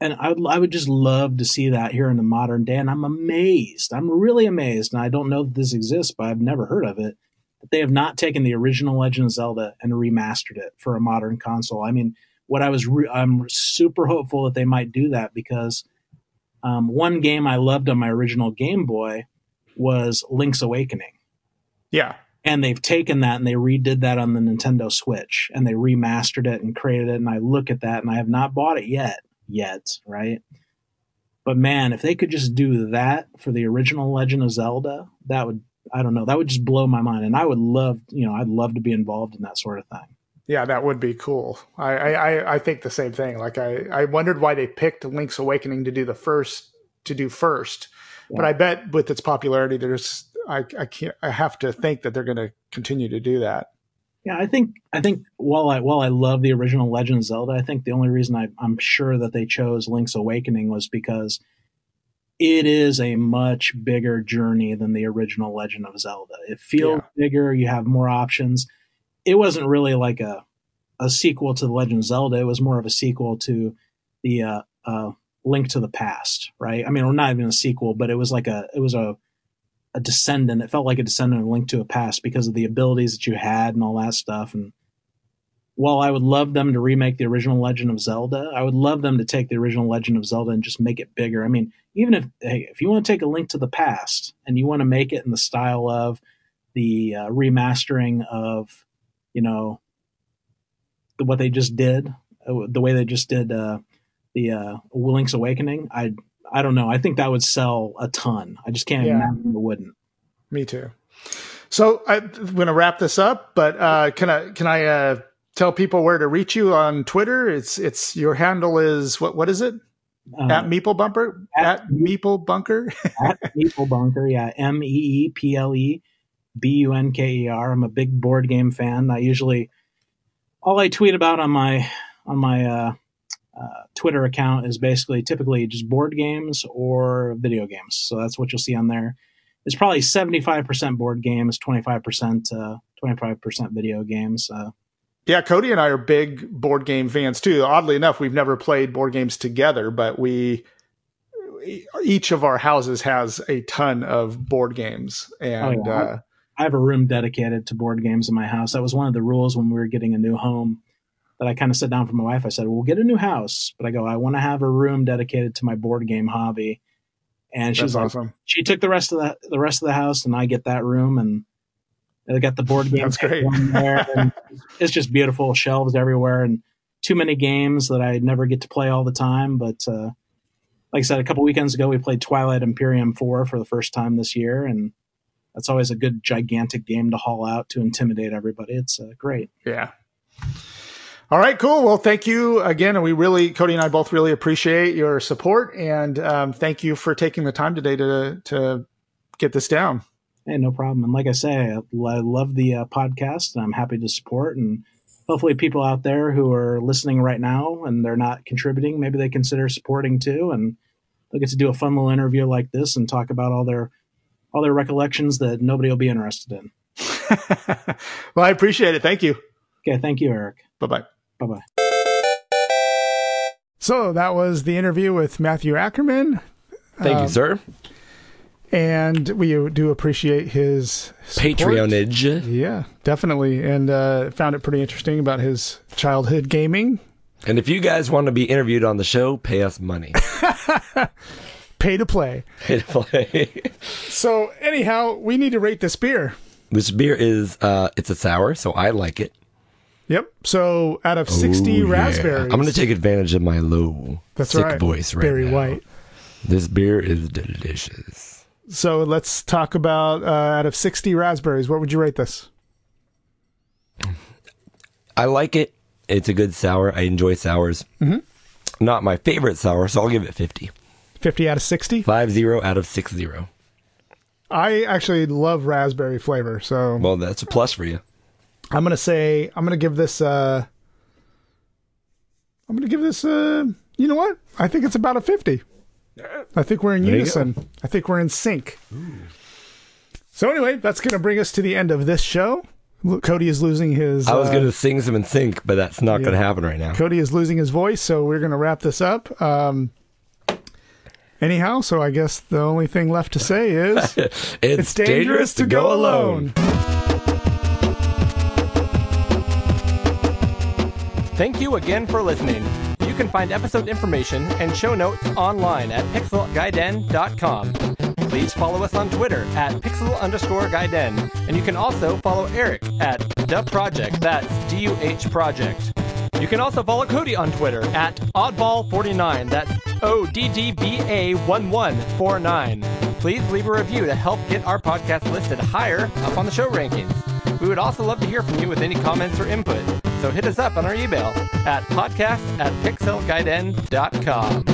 [SPEAKER 10] and I would, I would just love to see that here in the modern day. And I'm amazed. I'm really amazed. And I don't know if this exists, but I've never heard of it. But they have not taken the original Legend of Zelda and remastered it for a modern console. I mean, what I was, re- I'm super hopeful that they might do that because um, one game I loved on my original Game Boy was Link's Awakening
[SPEAKER 5] yeah.
[SPEAKER 10] and they've taken that and they redid that on the Nintendo Switch and they remastered it and created it and I look at that and I have not bought it yet yet right but man if they could just do that for the original Legend of Zelda that would I don't know that would just blow my mind and I would love you know I'd love to be involved in that sort of thing
[SPEAKER 5] Yeah, that would be cool. I, I, I- I think the same thing. Like I, I wondered why they picked Link's Awakening to do the first to do first, but I bet with its popularity, there's I, I can't I have to think that they're going to continue to do that.
[SPEAKER 10] yeah I think I think while I while I love the original Legend of Zelda I think the only reason I, I'm sure that they chose Link's Awakening was because it is a much bigger journey than the original Legend of Zelda. It feels bigger. You have more options. It wasn't really like a a sequel to the Legend of Zelda. It was more of a sequel to the uh, uh, Link to the Past, right? I mean, or not even a sequel, but it was like a it was a a descendant. It felt like a descendant of Link to a Past because of the abilities that you had and all that stuff. And while I would love them to remake the original Legend of Zelda, I would love them to take the original Legend of Zelda and just make it bigger. I mean, even if hey, if you want to take a Link to the Past and you want to make it in the style of the uh, remastering of, you know, the, what they just did, uh, the way they just did uh, the uh, Link's Awakening, I I don't know. I think that would sell a ton. I just can't
[SPEAKER 5] Yeah.
[SPEAKER 10] imagine it wouldn't.
[SPEAKER 5] Me too. So I, I'm going to wrap this up, but uh, can I can I uh, tell people where to reach you on Twitter? It's it's your handle is what what is it?
[SPEAKER 10] Um,
[SPEAKER 5] at Meeple Bumper
[SPEAKER 10] at-
[SPEAKER 5] at, Meeple Bunker.
[SPEAKER 10] at Meeple Bunker. Yeah, M E E P L E B U N K E R. I'm a big board game fan. I usually all I tweet about on my on my uh, uh, Twitter account is basically typically just board games or video games. So that's what you'll see on there. It's probably 75% board games, 25% uh, 25% video games. Uh,
[SPEAKER 5] yeah, Cody and I are big board game fans too. Oddly enough, we've never played board games together, but we each of our houses has a ton of board games and
[SPEAKER 10] Oh, yeah.
[SPEAKER 5] uh,
[SPEAKER 10] I have a room dedicated to board games in my house. That was one of the rules when we were getting a new home that I kind of sat down for my wife. I said, "We'll get a new house, but I go, I want to have a room dedicated to my board game hobby." And
[SPEAKER 5] that's
[SPEAKER 10] she's like,
[SPEAKER 5] awesome.
[SPEAKER 10] she took the rest of the the rest of the house, and I get that room, and I got the board game.
[SPEAKER 5] That's great.
[SPEAKER 10] down there, and it's just beautiful shelves everywhere, and too many games that I never get to play all the time. But uh, like I said, a couple weekends ago, we played Twilight Imperium Four for the first time this year, and that's always a good gigantic game to haul out to intimidate everybody. It's uh, great.
[SPEAKER 5] Yeah. All right, cool. Well, thank you again. And we really, Cody and I both really appreciate your support. And um, thank you for taking the time today to, to get this down.
[SPEAKER 10] Hey, no problem. And like I say, I, I love the uh, podcast and I'm happy to support. And hopefully, people out there who are listening right now and they're not contributing, maybe they consider supporting too. And they'll get to do a fun little interview like this and talk about all their all their recollections that nobody will be interested in.
[SPEAKER 5] well, I appreciate it. Thank you.
[SPEAKER 10] Okay, thank you, Eric.
[SPEAKER 5] Bye bye.
[SPEAKER 10] Bye bye.
[SPEAKER 5] So that was the interview with Matthew Ackerman. Um,
[SPEAKER 4] Thank you, sir.
[SPEAKER 5] And we do appreciate his support.
[SPEAKER 4] Patreonage.
[SPEAKER 5] Yeah, definitely. And uh, found it pretty interesting about his childhood gaming.
[SPEAKER 4] And if you guys want to be interviewed on the show, pay us money.
[SPEAKER 5] Pay to play.
[SPEAKER 4] Pay to play.
[SPEAKER 5] So, anyhow, we need to rate this beer.
[SPEAKER 4] this beer is uh, it's a sour, so I like it.
[SPEAKER 5] Yep. So out of 60
[SPEAKER 4] Ooh, Oh, yeah.
[SPEAKER 5] raspberries.
[SPEAKER 4] I'm gonna take advantage of my low
[SPEAKER 5] That's
[SPEAKER 4] sick
[SPEAKER 5] right.
[SPEAKER 4] voice right
[SPEAKER 5] Barry
[SPEAKER 4] now.
[SPEAKER 5] White.
[SPEAKER 4] This beer is delicious.
[SPEAKER 5] So let's talk about uh, out of 60 raspberries. What would you rate this?
[SPEAKER 4] I like it. It's a good sour. I enjoy sours. Mm-hmm. Not my favorite sour, so I'll give it 50.
[SPEAKER 5] 50 out of 60.
[SPEAKER 4] Five zero out of six zero.
[SPEAKER 5] I actually love raspberry flavor. So
[SPEAKER 4] Well, that's a plus for you.
[SPEAKER 5] I'm going to say, I'm going to give this, uh, I'm going to give this, uh, you know what? I think it's about a 50. I think we're in
[SPEAKER 4] you
[SPEAKER 5] unison. I think we're in sync. So anyway, that's going to bring us to the end of this show. Lo- Cody is losing his.
[SPEAKER 4] I was
[SPEAKER 5] uh,
[SPEAKER 4] going to sing some in sync, but that's not going to happen right now.
[SPEAKER 5] Cody is losing his voice, so we're going to wrap this up. Um, anyhow, so I guess the only thing left to say is
[SPEAKER 4] It's, dangerous to go alone.
[SPEAKER 11] Thank you again for listening. You can find episode information and show notes online at pixelguiden.com. Please follow us on Twitter at pixel underscore guiden, and you can also follow Eric at the project. That's D U H project. You can also follow Cody on Twitter at oddball49. That's O D D B A 1149. Please leave a review to help get our podcast listed higher up on the show rankings. We would also love to hear from you with any comments or input, so hit us up on our email at podcast at pixelguiden.com.